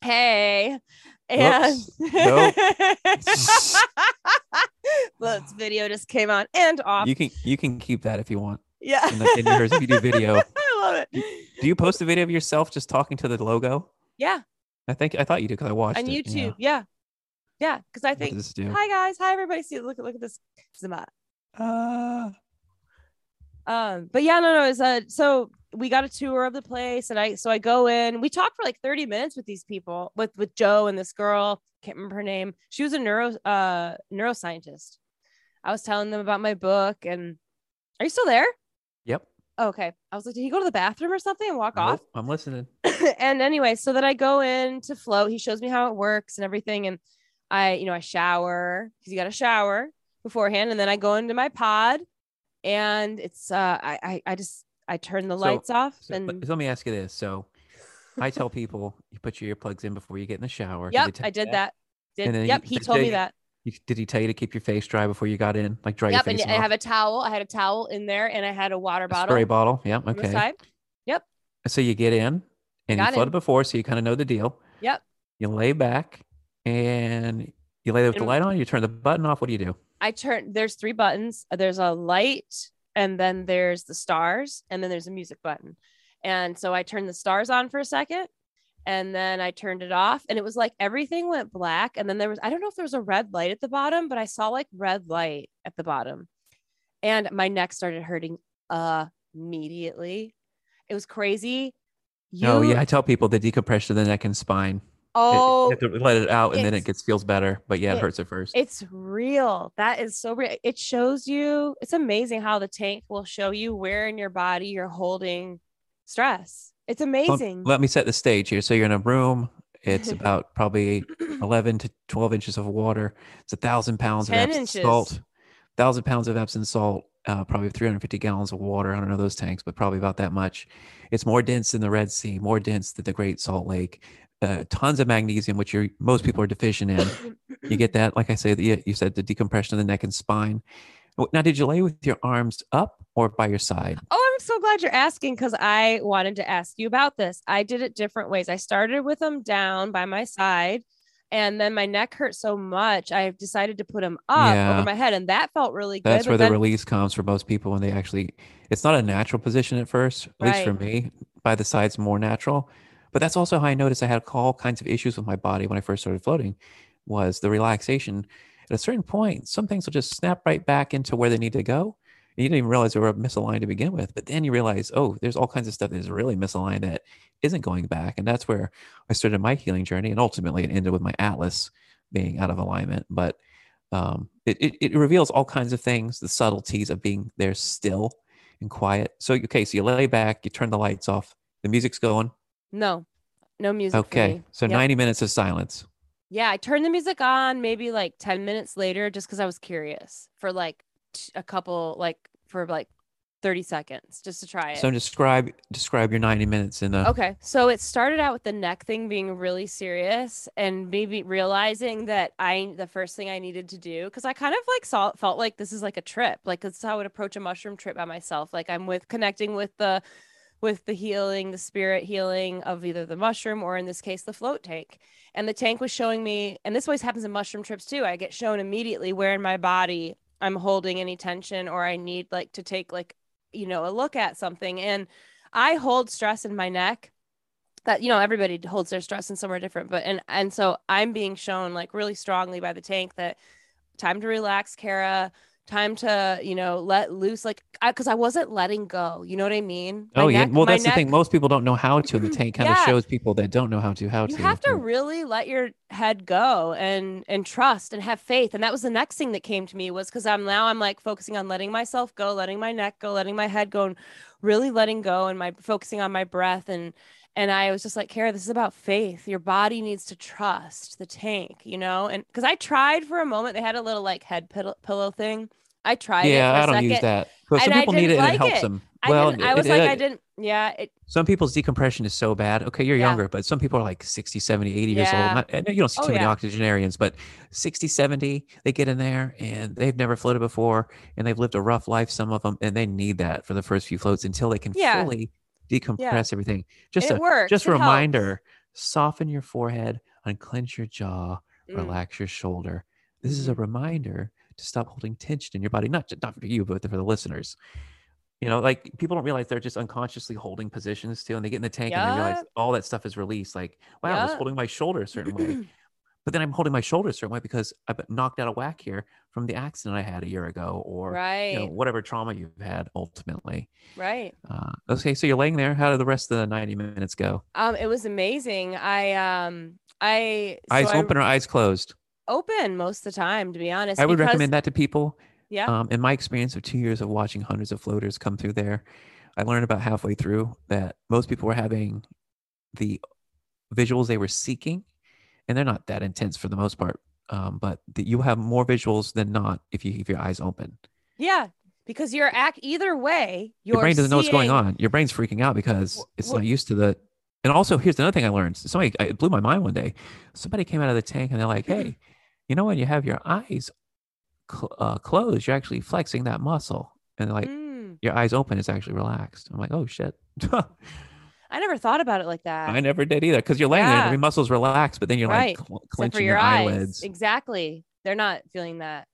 Speaker 2: Hey. And
Speaker 1: Whoops. Nope.
Speaker 2: Well, this video just came on and off.
Speaker 1: you can you can keep that if you want
Speaker 2: yeah.
Speaker 1: in, the, in yours if you do video.
Speaker 2: I love it.
Speaker 1: Do you post a video of yourself just talking to the logo?
Speaker 2: Yeah.
Speaker 1: I think I thought you did because I watched
Speaker 2: On
Speaker 1: it. Yeah.
Speaker 2: YouTube. Yeah. Yeah. Because I
Speaker 1: What does
Speaker 2: think,
Speaker 1: this do?
Speaker 2: hi guys. Hi everybody. See, look, look at this. This is my-
Speaker 1: Uh,
Speaker 2: um but yeah no no it's uh so we got a tour of the place and i so i go in we talked for like 30 minutes with these people with with joe and this girl can't remember her name she was a neuro uh neuroscientist i was telling them about my book and are you still there "Oh,
Speaker 1: yep.
Speaker 2: okay i was like did he go to the bathroom or something and walk off
Speaker 1: Nope, I'm listening.
Speaker 2: and anyway, so then I go in to float. He shows me how it works and everything. And I, you know, I shower because you got to shower beforehand. And then I go into my pod and it's, uh, I, I, I just, I turn the
Speaker 1: So-
Speaker 2: lights off
Speaker 1: So,
Speaker 2: and
Speaker 1: let- let me ask you this. So I tell people you put your earplugs in before you get in the shower.
Speaker 2: yep,
Speaker 1: they
Speaker 2: I
Speaker 1: tell
Speaker 2: did
Speaker 1: you
Speaker 2: that.
Speaker 1: And
Speaker 2: Did,
Speaker 1: then
Speaker 2: yep.
Speaker 1: you-
Speaker 2: He
Speaker 1: they
Speaker 2: told
Speaker 1: tell
Speaker 2: me
Speaker 1: you-
Speaker 2: that.
Speaker 1: You- Did he tell you to keep your face dry before you got in? Like dry
Speaker 2: Yep.
Speaker 1: your
Speaker 2: And
Speaker 1: face
Speaker 2: I
Speaker 1: off?
Speaker 2: have a towel. I had a towel in there and I had a water
Speaker 1: A
Speaker 2: bottle
Speaker 1: spray bottle. Yeah.
Speaker 2: on the
Speaker 1: Okay.
Speaker 2: side.
Speaker 1: So you get in and you
Speaker 2: got
Speaker 1: floated
Speaker 2: in.
Speaker 1: before, so you kind of know the deal.
Speaker 2: Yep.
Speaker 1: You lay back and you lay there with the
Speaker 2: And-
Speaker 1: light on. You turn the button off. What do you do?
Speaker 2: I turn, there's three buttons. There's a light and then there's the stars and then there's a music button. And so I turned the stars on for a second and then I turned it off and it was like everything went black. And then there was, I don't know if there was a red light at the bottom, but I saw like red light at the bottom and my neck started hurting immediately. It was crazy. You,
Speaker 1: No, Oh, yeah. I tell people the decompression of the neck and spine. It- you
Speaker 2: Oh,
Speaker 1: have to let it out and then it
Speaker 2: it's-
Speaker 1: gets feels better. But yeah, it,
Speaker 2: it-
Speaker 1: hurts at first.
Speaker 2: It's real. That is so real. It shows you, it's amazing how the tank will show you where in your body you're holding stress. It's
Speaker 1: Let-
Speaker 2: amazing.
Speaker 1: Let me set the stage here. So you're in a room. It's about probably 11 to 12 inches of water. It's a thousand pounds of
Speaker 2: 10
Speaker 1: Epsom
Speaker 2: inches.
Speaker 1: salt. Thousand pounds of Epsom salt. Uh, probably 350 gallons of water. I don't know those tanks, but probably about that much. It's more dense than the Red Sea. More dense than the Great Salt Lake. Uh, tons of magnesium, which you're, most people are deficient in. You get that, like I said, you, you said the decompression of the neck and spine. W- Now, did you lay with your arms up or by your side?
Speaker 2: Oh, I'm so glad you're asking because I wanted to ask you about this. I did it different ways. I started with them down by my side, and then my neck hurt so much, I decided to put them up
Speaker 1: Yeah.
Speaker 2: over my head, and that felt really good.
Speaker 1: That's
Speaker 2: but
Speaker 1: where
Speaker 2: then-
Speaker 1: the release comes for most people when they actually, it's not a natural position at first, at least for
Speaker 2: Right.
Speaker 1: me. By the side's more natural. But that's also how I noticed I had all kinds of issues with my body when I first started floating was the relaxation. At a certain point, some things will just snap right back into where they need to go. And you didn't even realize they were misaligned to begin with. But then you realize, oh, there's all kinds of stuff that is really misaligned that isn't going back. And that's where I started my healing journey. And ultimately, it ended with my atlas being out of alignment. But um, it, it, it reveals all kinds of things the subtleties of being there still and quiet so okay so you lay back you turn the lights off the music's going
Speaker 2: no, no music. for
Speaker 1: okay
Speaker 2: me.
Speaker 1: so
Speaker 2: Yep.
Speaker 1: 90 minutes of silence
Speaker 2: Yeah, I turned the music on maybe like 10 minutes later just because I was curious for like t- a couple, like for like 30 seconds just to try it.
Speaker 1: so describe describe your 90 minutes in a
Speaker 2: Okay. So it started out with the neck thing being really serious and maybe realizing that I, the first thing I needed to do, because I kind of like saw, felt like this is like a trip. Like this is how I would approach a mushroom trip by myself. Like I'm with connecting with the, with the healing, the spirit healing of either the mushroom or in this case, the float tank. And the tank was showing me, and this always happens in mushroom trips too. I get shown immediately where in my body I'm holding any tension or I need like to take like, you know, a look at something. And I hold stress in my neck that you know everybody holds their stress in somewhere different but and and so I'm being shown like really strongly by the tank that time to relax Kara time to you know let loose like because I, wasn't letting go you know what i mean My
Speaker 1: oh yeah.
Speaker 2: neck-
Speaker 1: Well,
Speaker 2: my
Speaker 1: that's
Speaker 2: neck-
Speaker 1: the thing. Most people don't know how to. and The tank kind
Speaker 2: Yeah.
Speaker 1: of shows people that don't know how to how
Speaker 2: you
Speaker 1: to.
Speaker 2: have to really let your head go and and trust and have faith and that was the next thing that came to me was because i'm now i'm like focusing on letting myself go letting my neck go letting my head go and really letting go and my focusing on my breath and and i was just like kara this is about faith your body needs to trust the tank you know and because i tried for a moment they had a little like head pillow, pillow thing i tried
Speaker 1: yeah,
Speaker 2: it for
Speaker 1: I
Speaker 2: a
Speaker 1: don't
Speaker 2: second.
Speaker 1: use that. But some
Speaker 2: And I
Speaker 1: people need
Speaker 2: didn't
Speaker 1: it and
Speaker 2: like
Speaker 1: it helps
Speaker 2: it.
Speaker 1: them.
Speaker 2: I,
Speaker 1: well,
Speaker 2: didn't, I
Speaker 1: it-
Speaker 2: was
Speaker 1: it-
Speaker 2: like
Speaker 1: it-
Speaker 2: i didn't yeah it,
Speaker 1: some people's decompression is so bad. Okay, you're
Speaker 2: Yeah.
Speaker 1: younger, but some people are like 60, 70, 80 years
Speaker 2: Yeah.
Speaker 1: old. Not, and you don't see
Speaker 2: Oh,
Speaker 1: too many
Speaker 2: yeah.
Speaker 1: octogenarians, but 60, 70, they get in there and they've never floated before and they've lived a rough life, some of them, and they need that for the first few floats until they can
Speaker 2: Yeah.
Speaker 1: fully decompress everything.
Speaker 2: and
Speaker 1: Just
Speaker 2: it
Speaker 1: a
Speaker 2: works
Speaker 1: just a
Speaker 2: It helps.
Speaker 1: reminder, soften your forehead, unclench your jaw,
Speaker 2: Mm. Mm-hmm.
Speaker 1: relax your shoulder. This is a reminder to stop holding tension in your body, not just, not for you, but for the listeners. You know, like people don't realize they're just unconsciously holding positions too, and they get in the tank and they realize
Speaker 2: Yup.
Speaker 1: all that stuff is released. Like, wow, I was
Speaker 2: Yup.
Speaker 1: holding my shoulder a certain way, but then I'm holding my shoulder a certain way because I've been knocked out of whack here from the accident I had a year ago, or
Speaker 2: right
Speaker 1: you know, whatever trauma you've had ultimately.
Speaker 2: right
Speaker 1: Uh, okay, so you're laying there. How did the rest of the 90 minutes go?
Speaker 2: Um, it was amazing. I um, I so
Speaker 1: Eyes
Speaker 2: I-
Speaker 1: open or eyes closed?
Speaker 2: open most of the time, to be honest.
Speaker 1: I would
Speaker 2: because-
Speaker 1: recommend that to people.
Speaker 2: Yeah.
Speaker 1: Um, in my experience of two years of watching hundreds of floaters come through there, I learned about halfway through that most people were having the visuals they were seeking, and they're not that intense for the most part. Um, but the, you have more visuals than not if you keep your eyes open.
Speaker 2: yeah, because you're act either way. You're
Speaker 1: Your brain doesn't know what's going
Speaker 2: seeing-
Speaker 1: on. Your brain's freaking out because it's
Speaker 2: wh-
Speaker 1: not used to the. And also, here's another thing I learned. Somebody I- it blew my mind one day. Somebody came out of the tank and they're like, "Hey, you know when you have your eyes cl- uh, closed, you're actually flexing that muscle." And they're like,
Speaker 2: Mm,
Speaker 1: your eyes open it's actually relaxed i'm like oh shit
Speaker 2: I never thought about it like that.
Speaker 1: i never did either because you're laying there and
Speaker 2: Yeah.
Speaker 1: every muscle's relaxed but then you're
Speaker 2: Right.
Speaker 1: like cl-
Speaker 2: Except for
Speaker 1: clenching
Speaker 2: your, eyes.
Speaker 1: eyelids
Speaker 2: Exactly. They're not feeling that.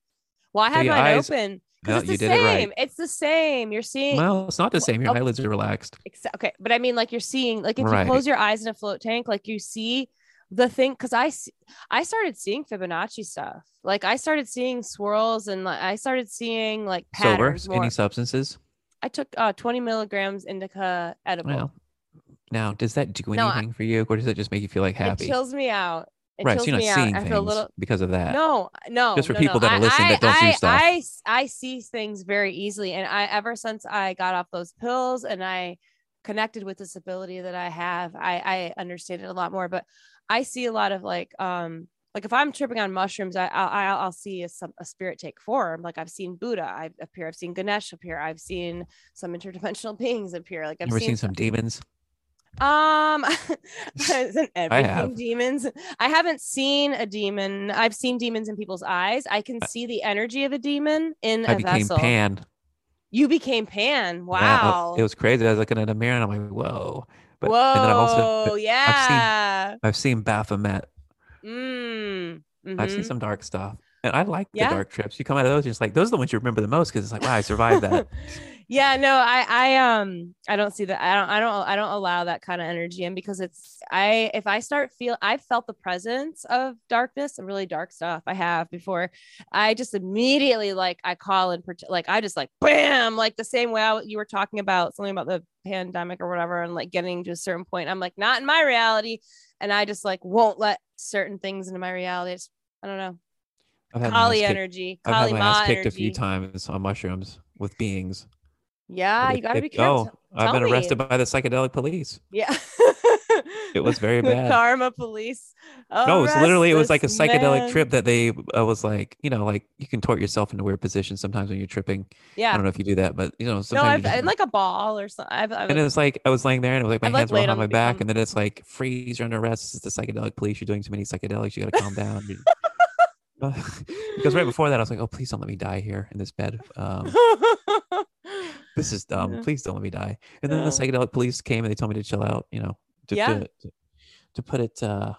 Speaker 2: Well, I
Speaker 1: So
Speaker 2: had
Speaker 1: your
Speaker 2: mine
Speaker 1: eyes-
Speaker 2: open. 'cause
Speaker 1: No,
Speaker 2: it's the
Speaker 1: you did it
Speaker 2: same.
Speaker 1: right.
Speaker 2: It's the same. You're seeing.
Speaker 1: well it's not the same your
Speaker 2: Oh.
Speaker 1: eyelids are relaxed
Speaker 2: Except, okay, but I mean, like you're seeing, like if
Speaker 1: Right.
Speaker 2: you close your eyes in a float tank, like you see the thing. Because I, s- I started seeing Fibonacci stuff. Like I started seeing swirls, and like I started seeing like
Speaker 1: sober
Speaker 2: patterns more.
Speaker 1: any substances
Speaker 2: I took uh, 20 milligrams indica edible.
Speaker 1: well now does that do
Speaker 2: No, I-
Speaker 1: anything for you or does it just make you feel like
Speaker 2: it
Speaker 1: happy
Speaker 2: chills me out. It
Speaker 1: right so
Speaker 2: chills
Speaker 1: you're not
Speaker 2: me
Speaker 1: seeing
Speaker 2: out. I
Speaker 1: things
Speaker 2: feel a little.
Speaker 1: because of that
Speaker 2: No, no.
Speaker 1: Just for
Speaker 2: no,
Speaker 1: people
Speaker 2: no.
Speaker 1: that are listening
Speaker 2: I,
Speaker 1: that don't
Speaker 2: I,
Speaker 1: do stuff.
Speaker 2: I, I see things very easily, and I ever since I got off those pills and I connected with this ability that I have, I I understand it a lot more. But I see a lot of like um like if I'm tripping on mushrooms, I I I'll, I'll see a, some, a spirit take form. Like I've seen Buddha I appear, I've seen Ganesh appear, I've seen some interdimensional beings appear. Like I've
Speaker 1: you ever seen
Speaker 2: seen
Speaker 1: some demons
Speaker 2: um, isn't everything
Speaker 1: have.
Speaker 2: demons? I haven't seen a demon. I've seen demons in people's eyes. I can see the energy of a demon in a
Speaker 1: i became
Speaker 2: vessel.
Speaker 1: pan
Speaker 2: You became Pan.
Speaker 1: Yeah, I- oh,
Speaker 2: Wow.
Speaker 1: it was crazy i was looking in the mirror and i'm like whoa but
Speaker 2: Whoa.
Speaker 1: and then i've also
Speaker 2: yeah.
Speaker 1: i've seen baphomet
Speaker 2: Mm.
Speaker 1: I've seen
Speaker 2: mhm.
Speaker 1: some dark stuff. And I like
Speaker 2: Yeah.
Speaker 1: the dark trips. You come out of those, you're just like, those are the ones you remember the most because it's like, wow, I survived that.
Speaker 2: yeah, no, I, I, um, I don't see that. I don't, I don't, I don't allow that kind of energy in because it's, I, if I start feel, I've felt the presence of darkness and really dark stuff I have before. I just immediately like, I call and prote- like, I just like, bam, like the same way I, you were talking about something about the pandemic or whatever, and like getting to a certain point, I'm like, not in my reality. And I just like, won't let certain things into my reality. It's, I don't know.
Speaker 1: I've had my ass
Speaker 2: Kali
Speaker 1: kicked-
Speaker 2: energy,
Speaker 1: I've had
Speaker 2: Kali
Speaker 1: my
Speaker 2: Ma
Speaker 1: ass kicked
Speaker 2: energy.
Speaker 1: a few times on mushrooms with beings.
Speaker 2: Yeah,
Speaker 1: If-
Speaker 2: Ah, you gotta
Speaker 1: if-
Speaker 2: be careful.
Speaker 1: Oh, I've
Speaker 2: Tell
Speaker 1: been
Speaker 2: me.
Speaker 1: arrested by the psychedelic police.
Speaker 2: Yeah.
Speaker 1: It was very
Speaker 2: The
Speaker 1: bad.
Speaker 2: Karma police.
Speaker 1: No, it was
Speaker 2: Arrest
Speaker 1: literally it was like a
Speaker 2: this
Speaker 1: psychedelic
Speaker 2: man.
Speaker 1: trip that they I was like, you know, like you can tort yourself into weird positions sometimes when you're tripping. I
Speaker 2: Yeah.
Speaker 1: don't know if you do that, but you know,
Speaker 2: No,
Speaker 1: sometimes
Speaker 2: I've
Speaker 1: you're just-
Speaker 2: in like a ball or something. I've, I've
Speaker 1: and it was like I was laying there and it was like my
Speaker 2: I've, like,
Speaker 1: hands were
Speaker 2: laid
Speaker 1: behind
Speaker 2: on
Speaker 1: my
Speaker 2: the
Speaker 1: back,
Speaker 2: ground.
Speaker 1: and then it's like freeze, you're under arrest. This is the psychedelic police. You're doing too many psychedelics. You gotta calm down. You- because right before that, I was like, "Oh, please don't let me die here in this bed. Um, this is dumb.
Speaker 2: Yeah.
Speaker 1: Please don't let me die." And then
Speaker 2: Yeah.
Speaker 1: the psychedelic police came and they told me to chill out. You know, to
Speaker 2: Yeah.
Speaker 1: to, to, to put it. Uh,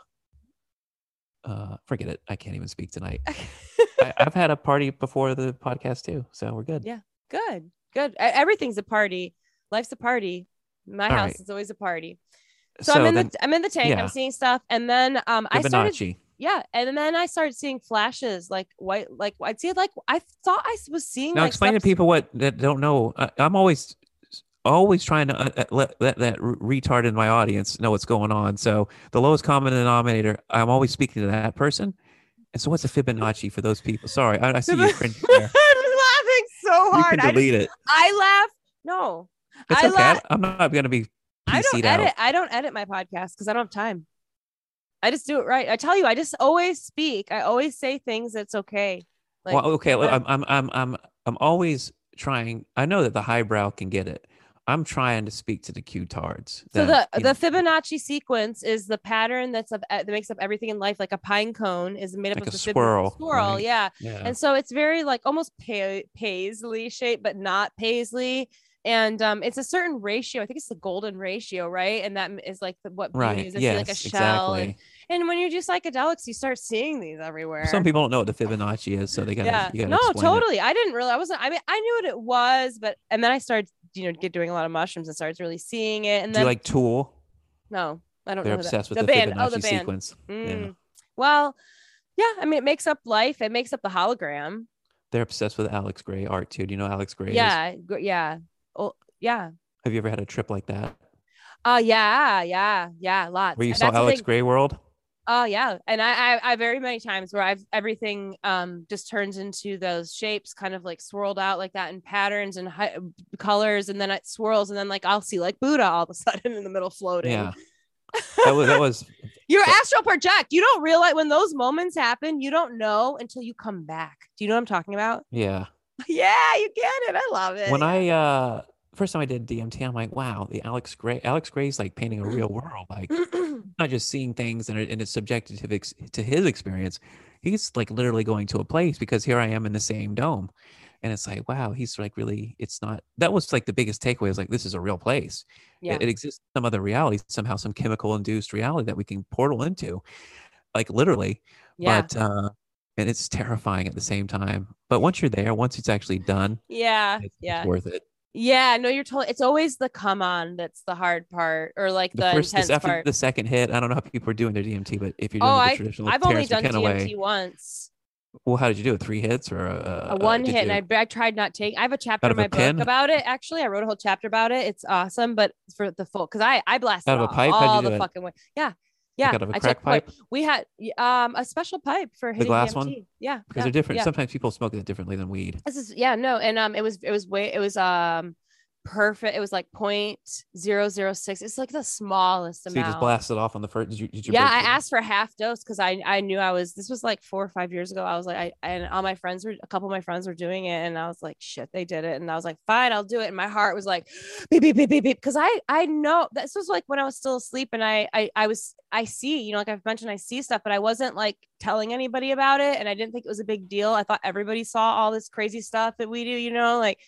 Speaker 1: uh, forget it. I can't even speak tonight. I, I've had a party before the podcast too, so we're good.
Speaker 2: Yeah. good. Good. E- Everything's a party. Life's a party. My
Speaker 1: All
Speaker 2: house
Speaker 1: right.
Speaker 2: is always a party. So, I'm in
Speaker 1: then,
Speaker 2: the I'm in the tank.
Speaker 1: yeah.
Speaker 2: I'm seeing stuff, and then um I started
Speaker 1: Fibonacci.
Speaker 2: yeah. And then I started seeing flashes, like white, like I'd see, like I thought I was seeing.
Speaker 1: Now
Speaker 2: like,
Speaker 1: explain
Speaker 2: subs-
Speaker 1: to people what that don't know. I, I'm always always trying to uh, uh, let, let that re- retard in my audience know what's going on. So the lowest common denominator, I'm always speaking to that person. And so what's a Fibonacci for those people? Sorry, I, I see you cringe
Speaker 2: I'm
Speaker 1: there.
Speaker 2: laughing so
Speaker 1: You can
Speaker 2: hard. I, just-
Speaker 1: delete it.
Speaker 2: I laugh. No,
Speaker 1: It's
Speaker 2: I
Speaker 1: okay.
Speaker 2: laugh.
Speaker 1: I'm not going to be
Speaker 2: I don't
Speaker 1: PC'd
Speaker 2: edit.
Speaker 1: out.
Speaker 2: I don't edit my podcast because I don't have time. I just do it right. I tell you, I just always speak. I always say things that's okay. Like,
Speaker 1: well, okay. look,
Speaker 2: what-
Speaker 1: I'm, I'm, I'm, I'm, I'm always trying. I know that the highbrow can get it. I'm trying to speak to the Q-tards.
Speaker 2: so the
Speaker 1: that, you
Speaker 2: the
Speaker 1: know,
Speaker 2: Fibonacci sequence is the pattern that's of that makes up everything in life. Like a pine cone is made up
Speaker 1: Like
Speaker 2: of
Speaker 1: a
Speaker 2: the Fibon-
Speaker 1: swirl,
Speaker 2: Swirl,
Speaker 1: right?
Speaker 2: yeah.
Speaker 1: yeah.
Speaker 2: And so it's very like almost pa- paisley shape, but not paisley. And um, it's a certain ratio. I think it's the golden ratio, right? And that is like the, what beauty
Speaker 1: right.
Speaker 2: is. It's
Speaker 1: Yes,
Speaker 2: like a shell.
Speaker 1: exactly.
Speaker 2: And, and when you do psychedelics, you start seeing these everywhere.
Speaker 1: Some people don't know what the Fibonacci is, so they gotta,
Speaker 2: yeah
Speaker 1: you gotta
Speaker 2: no
Speaker 1: explain it.
Speaker 2: totally i didn't really i wasn't i mean i knew what it was but and then i started you know get doing a lot of mushrooms and started really seeing it and
Speaker 1: Do
Speaker 2: then
Speaker 1: you like Tool?
Speaker 2: no i don't
Speaker 1: They're
Speaker 2: know who that-
Speaker 1: obsessed with
Speaker 2: the
Speaker 1: the,
Speaker 2: band.
Speaker 1: Fibonacci
Speaker 2: Oh, the band.
Speaker 1: sequence.
Speaker 2: Mm. well yeah i mean it makes up life it makes up the hologram
Speaker 1: They're obsessed with Alex Gray art too. Do you know who Alex Gray? is?
Speaker 2: yeah gr- yeah oh yeah
Speaker 1: Have you ever had a trip like that
Speaker 2: uh yeah yeah yeah lots
Speaker 1: where you
Speaker 2: And
Speaker 1: saw
Speaker 2: that's the
Speaker 1: Alex
Speaker 2: thing-
Speaker 1: Gray World?
Speaker 2: Oh yeah, and I, I I very many times where I've everything um just turns into those shapes, kind of like swirled out like that in patterns and hi- um, colors, and then it swirls, and then like I'll see like Buddha all of a sudden in the middle floating.
Speaker 1: Yeah. That was that was
Speaker 2: Your
Speaker 1: But-
Speaker 2: astral project. You don't realize when those moments happen. You don't know until you come back. Do you know what I'm talking about?
Speaker 1: yeah.
Speaker 2: yeah, you get it. I love it.
Speaker 1: When I uh first time I did DMT, I'm like, wow, the Alex Gray Alex Gray's like painting a real world, like not just seeing things and, it- and it's subjective to, ex- to his experience. He's like literally going to a place because here I am in the same dome. And it's like, wow, he's like really, it's not, that was like the biggest takeaway is like, this is a real place.
Speaker 2: yeah.
Speaker 1: It, it exists in some other reality, somehow some chemical induced reality that we can portal into, like literally.
Speaker 2: yeah.
Speaker 1: But, uh, and it's terrifying at the same time. But once you're there, once it's actually done,
Speaker 2: yeah.
Speaker 1: it's,
Speaker 2: Yeah.
Speaker 1: it's worth it.
Speaker 2: Yeah. No, you're totally. It's always the come on that's the hard part, or like the,
Speaker 1: The, first,
Speaker 2: intense
Speaker 1: this, after
Speaker 2: part.
Speaker 1: the second hit, I don't know how people are doing their DMT, but if you're doing
Speaker 2: Oh,
Speaker 1: the
Speaker 2: I-
Speaker 1: traditional,
Speaker 2: I've only
Speaker 1: Terrence
Speaker 2: done
Speaker 1: McKenna
Speaker 2: DMT
Speaker 1: way,
Speaker 2: once,
Speaker 1: Well, how did you do it? Three hits or a,
Speaker 2: a one
Speaker 1: Uh, did
Speaker 2: hit, and
Speaker 1: you-
Speaker 2: I, I tried not taking. I have a chapter
Speaker 1: Out
Speaker 2: in
Speaker 1: of a
Speaker 2: my book
Speaker 1: pen?
Speaker 2: about it. Actually, I wrote a whole chapter about it. It's awesome, but for the full, because I I blasted
Speaker 1: Out of a
Speaker 2: off
Speaker 1: pipe? How'd you
Speaker 2: all
Speaker 1: do
Speaker 2: the
Speaker 1: it?
Speaker 2: fucking way. Yeah, yeah.
Speaker 1: Like out of a
Speaker 2: I
Speaker 1: crack
Speaker 2: took what-
Speaker 1: pipe?
Speaker 2: We had y- um a special pipe for hitting
Speaker 1: glass
Speaker 2: DMT.
Speaker 1: one?
Speaker 2: Yeah,
Speaker 1: because
Speaker 2: yeah,
Speaker 1: they're different.
Speaker 2: Yeah.
Speaker 1: Sometimes people smoke it differently than weed.
Speaker 2: This is yeah no, and um it was it was way it was um perfect. It was like point zero zero six. It's like the smallest
Speaker 1: So you
Speaker 2: amount.
Speaker 1: just blast it off on the first. Did you, did you
Speaker 2: yeah
Speaker 1: break
Speaker 2: i
Speaker 1: it?
Speaker 2: asked for half dose because i i knew i was this was like four or five years ago i was like i and all my friends were a couple of my friends were doing it and i was like shit they did it and i was like fine i'll do it and my heart was like beep beep beep beep beep because i i know this was like when i was still asleep and I, I i was i see you know like i've mentioned i see stuff but i wasn't like telling anybody about it and i didn't think it was a big deal i thought everybody saw all this crazy stuff that we do you know like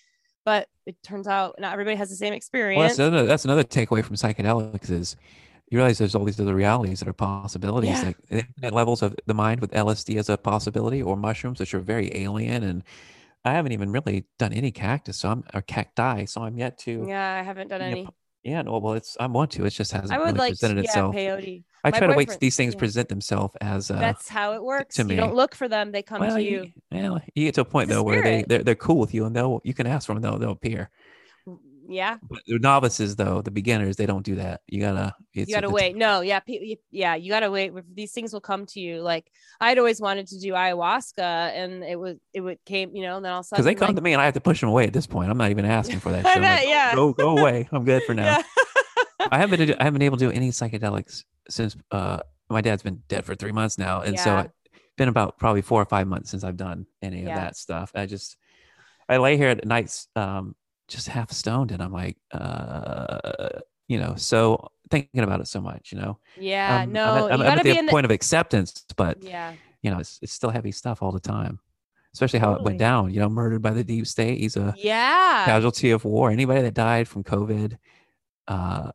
Speaker 2: but it turns out not everybody has the same experience
Speaker 1: Well, that's another, that's another takeaway from psychedelics is you realize there's all these other realities that are possibilities,
Speaker 2: Yeah.
Speaker 1: like the infinite levels of the mind with LSD as a possibility, or mushrooms, which are very alien. And I haven't even really done any cactus, so I'm or cacti, so I'm yet to. Yeah,
Speaker 2: yeah i haven't done
Speaker 1: Yeah,
Speaker 2: any
Speaker 1: no, well, it's I want to. It just hasn't
Speaker 2: i would
Speaker 1: really
Speaker 2: like
Speaker 1: presented
Speaker 2: yeah
Speaker 1: itself.
Speaker 2: peyote
Speaker 1: I
Speaker 2: my
Speaker 1: try to wait till
Speaker 2: boyfriend-
Speaker 1: these things
Speaker 2: yeah.
Speaker 1: present themselves as. Uh,
Speaker 2: That's how it works.
Speaker 1: to
Speaker 2: You don't
Speaker 1: me.
Speaker 2: look for them; they come
Speaker 1: well,
Speaker 2: to you.
Speaker 1: well, you get to a point
Speaker 2: It's a
Speaker 1: though where they
Speaker 2: spirit.
Speaker 1: they're, they're cool with you and they'll you can ask for them they'll they'll appear.
Speaker 2: Yeah,
Speaker 1: But the novices though, the beginners, they don't do that. You gotta it's,
Speaker 2: you gotta
Speaker 1: it's-
Speaker 2: wait. No, yeah, pe- you- yeah, you gotta wait. These things will come to you. Like I'd always wanted to do ayahuasca, and it was it would came, you know, and then all of a sudden
Speaker 1: Because they come
Speaker 2: like-
Speaker 1: to me and I have to push them away at this point. I'm not even asking for that.
Speaker 2: I
Speaker 1: shit. I'm like,
Speaker 2: bet, yeah.
Speaker 1: Go go away. I'm good for now.
Speaker 2: Yeah.
Speaker 1: I haven't I haven't been able to do any psychedelics since uh my dad's been dead for three months now, and so
Speaker 2: Yeah.
Speaker 1: it's been about probably four or five months since I've done any of
Speaker 2: Yeah.
Speaker 1: that stuff. I just I lay here at nights um just half stoned, and I'm like, uh, you know, so thinking about it so much, you know.
Speaker 2: yeah,
Speaker 1: I'm- I'm
Speaker 2: no,
Speaker 1: at- Um, I'm,
Speaker 2: you
Speaker 1: I'm
Speaker 2: gotta
Speaker 1: at the
Speaker 2: be in the
Speaker 1: point of acceptance, but
Speaker 2: yeah,
Speaker 1: you know, it's, it's still heavy stuff all the time, especially how it
Speaker 2: Totally.
Speaker 1: went down. You know, murdered by the deep state. He's a
Speaker 2: yeah,
Speaker 1: casualty of war. Anybody that died from COVID, uh,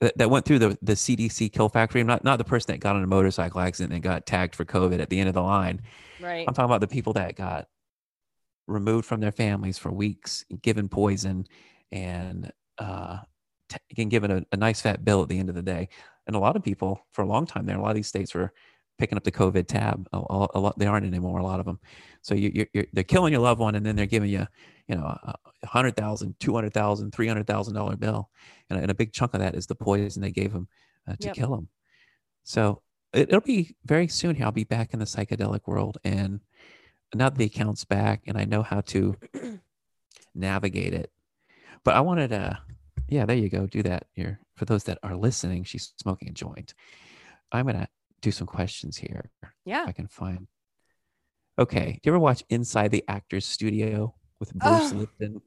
Speaker 1: that, that went through the, the CDC kill factory. Not not the person that got on a motorcycle accident and got tagged for COVID at the end of the line.
Speaker 2: right.
Speaker 1: I'm talking about the people that got removed from their families for weeks, given poison, and uh, t- again given a, a nice fat bill at the end of the day. And a lot of people for a long time there, a lot of these states were picking up the COVID tab. A, a, a lot they aren't anymore. A lot of them. So you, you're, you're they're killing your loved one, and then they're giving you, you know, a hundred thousand, two hundred thousand, three hundred thousand dollar bill, and, and a big chunk of that is the poison they gave him uh, to
Speaker 2: Yep.
Speaker 1: kill him. So it, it'll be very soon here. I'll be back in the psychedelic world, and now that the account's back, and I know how to navigate it. But I wanted to, yeah, there you go. Do that here. For those that are listening, she's smoking a joint. I'm going to do some questions here. If
Speaker 2: Yeah.
Speaker 1: I can find. Okay. Do you ever watch Inside the Actors Studio with Bruce
Speaker 2: Oh.
Speaker 1: Lipton?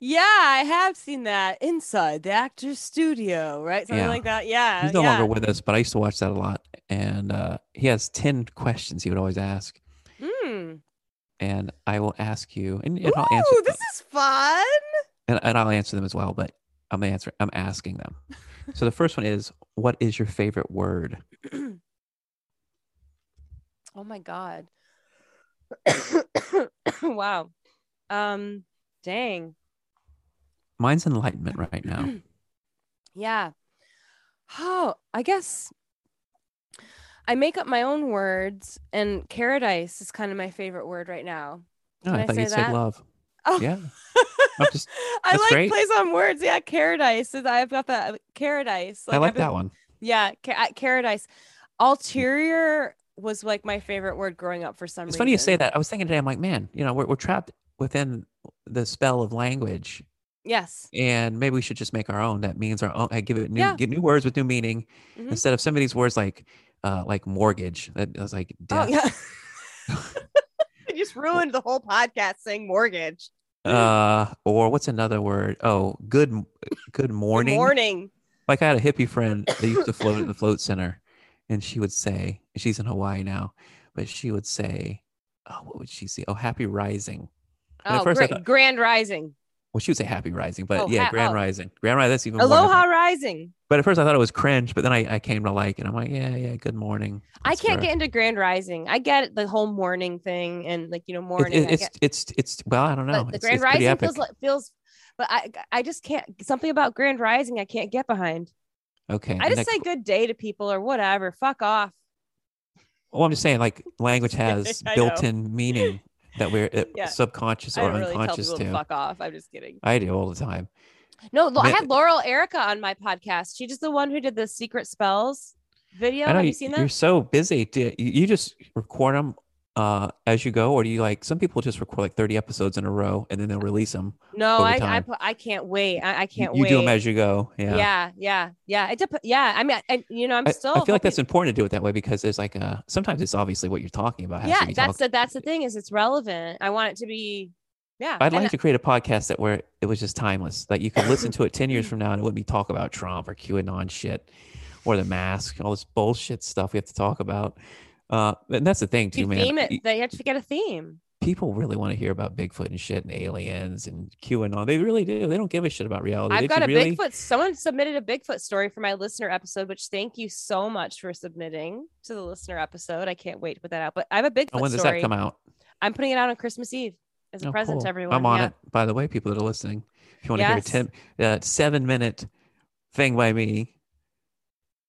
Speaker 2: Yeah, I have seen that inside the actor's studio, right? Something
Speaker 1: Yeah.
Speaker 2: like that. Yeah.
Speaker 1: He's no
Speaker 2: uh, yeah.
Speaker 1: longer with us, but I used to watch that a lot. And uh, he has 10 questions he would always ask.
Speaker 2: Mm.
Speaker 1: And I will ask you, and, and I'll answer
Speaker 2: Ooh, this is fun.
Speaker 1: and, and I'll answer them as well, but I'm answer I'm asking them. So the first one is what is your favorite word?
Speaker 2: Oh my god. wow. Um dang.
Speaker 1: Mine's enlightenment right now.
Speaker 2: Yeah. Oh, I guess I make up my own words and carrot ice is kind of my favorite word right now.
Speaker 1: No,
Speaker 2: Can
Speaker 1: I,
Speaker 2: I
Speaker 1: thought
Speaker 2: say
Speaker 1: you'd say
Speaker 2: that?
Speaker 1: love.
Speaker 2: Oh.
Speaker 1: Yeah. I'm just-
Speaker 2: I
Speaker 1: that's
Speaker 2: like
Speaker 1: great.
Speaker 2: plays on words. Yeah, carrot ice. is- I've got that carrot ice.
Speaker 1: I
Speaker 2: I've
Speaker 1: like
Speaker 2: been-
Speaker 1: that one.
Speaker 2: Yeah, ca- carrot ice. Ulterior was like my favorite word growing up for some
Speaker 1: It's
Speaker 2: reason.
Speaker 1: funny you say that. I was thinking today, I'm like, man, you know, we're, we're trapped within the spell of language.
Speaker 2: Yes.
Speaker 1: And maybe we should just make our own. That means our own. I give it new,
Speaker 2: Yeah.
Speaker 1: get new words with new meaning
Speaker 2: Mhm.
Speaker 1: instead of some of these words like, uh, like mortgage. That was like
Speaker 2: Oh
Speaker 1: death.
Speaker 2: yeah. You just ruined the whole podcast saying mortgage.
Speaker 1: Uh, or what's another word? Oh, good, m- good
Speaker 2: Good
Speaker 1: morning.
Speaker 2: morning.
Speaker 1: Like I had a hippie friend that used to float at the float center, and she would say, she's in Hawaii now, but she would say, oh, what would she say? Oh, happy rising. And at
Speaker 2: Oh,
Speaker 1: first I
Speaker 2: great.
Speaker 1: thought-
Speaker 2: Grand Rising.
Speaker 1: Well, she would say happy rising, but
Speaker 2: Oh,
Speaker 1: yeah,
Speaker 2: ha-
Speaker 1: grand
Speaker 2: oh.
Speaker 1: rising. Grand rising, that's even more
Speaker 2: Aloha
Speaker 1: different.
Speaker 2: Rising.
Speaker 1: But at first I thought it was cringe, but then I, I came to like it. I'm like, yeah, yeah, good morning.
Speaker 2: I
Speaker 1: That's
Speaker 2: can't
Speaker 1: fair.
Speaker 2: get into Grand Rising. I get the whole morning thing and like you know
Speaker 1: It-
Speaker 2: morning.
Speaker 1: it-
Speaker 2: I
Speaker 1: it's,
Speaker 2: get-
Speaker 1: it's, it's, well, I don't know.
Speaker 2: but the
Speaker 1: It's-
Speaker 2: Grand
Speaker 1: it's pretty
Speaker 2: Rising
Speaker 1: epic.
Speaker 2: feels like feels. But I I just can't. Something about Grand Rising I can't get behind.
Speaker 1: okay.
Speaker 2: I just
Speaker 1: next-
Speaker 2: say good day to people or whatever. Fuck off.
Speaker 1: Well, I'm just saying, like, language has
Speaker 2: I know.
Speaker 1: built-in meaning that we're uh,
Speaker 2: Yeah.
Speaker 1: subconscious
Speaker 2: I
Speaker 1: or
Speaker 2: don't really tell
Speaker 1: unconscious
Speaker 2: people to
Speaker 1: to.
Speaker 2: fuck off. I'm just kidding.
Speaker 1: I do all the time.
Speaker 2: No, Lo- I
Speaker 1: Ma-
Speaker 2: had Laurel Erica on my podcast. She's just the one who did the secret spells video.
Speaker 1: I know
Speaker 2: Have you
Speaker 1: you-
Speaker 2: seen
Speaker 1: You're
Speaker 2: that?
Speaker 1: so busy. Do you, you just record them uh, as you go, or do you like some people just record like 30 episodes in a row and then they'll release them?
Speaker 2: No,
Speaker 1: over
Speaker 2: I, I
Speaker 1: time.
Speaker 2: pu- I can't wait. I, I can't
Speaker 1: you
Speaker 2: wait.
Speaker 1: do them as you go.
Speaker 2: yeah. yeah, yeah, It dep- yeah. I mean, I, you know, I'm
Speaker 1: I, I
Speaker 2: still.
Speaker 1: feel like that's
Speaker 2: hoping-
Speaker 1: important to do it that way because there's like a sometimes it's obviously what you're talking about. has to
Speaker 2: yeah.
Speaker 1: be talk-
Speaker 2: That's the that's the thing is it's relevant. I want it to be. Yeah.
Speaker 1: I'd
Speaker 2: and
Speaker 1: like to create a podcast that where it was just timeless, that you could listen to it 10 years from now and it wouldn't be talk about Trump or QAnon shit or the mask, all this bullshit stuff we have to talk about. Uh, and that's the thing too,
Speaker 2: you
Speaker 1: man.
Speaker 2: theme
Speaker 1: Y-
Speaker 2: it. They have to get a theme.
Speaker 1: People really want to hear about Bigfoot and shit and aliens and QAnon. They really do. They don't give a shit about reality.
Speaker 2: I've
Speaker 1: Did
Speaker 2: got
Speaker 1: you
Speaker 2: a
Speaker 1: really?
Speaker 2: Bigfoot. Someone submitted a Bigfoot story for my listener episode, which thank you so much for submitting to the listener episode. I can't wait to put that out. But I have a Bigfoot
Speaker 1: And when does
Speaker 2: story.
Speaker 1: that come out?
Speaker 2: I'm putting it out on Christmas Eve as a
Speaker 1: Oh,
Speaker 2: present
Speaker 1: cool.
Speaker 2: to everyone.
Speaker 1: I'm on
Speaker 2: yeah.
Speaker 1: it. By the way, people that are listening, if you want
Speaker 2: Yes.
Speaker 1: to hear a 10, uh, seven minute thing by me,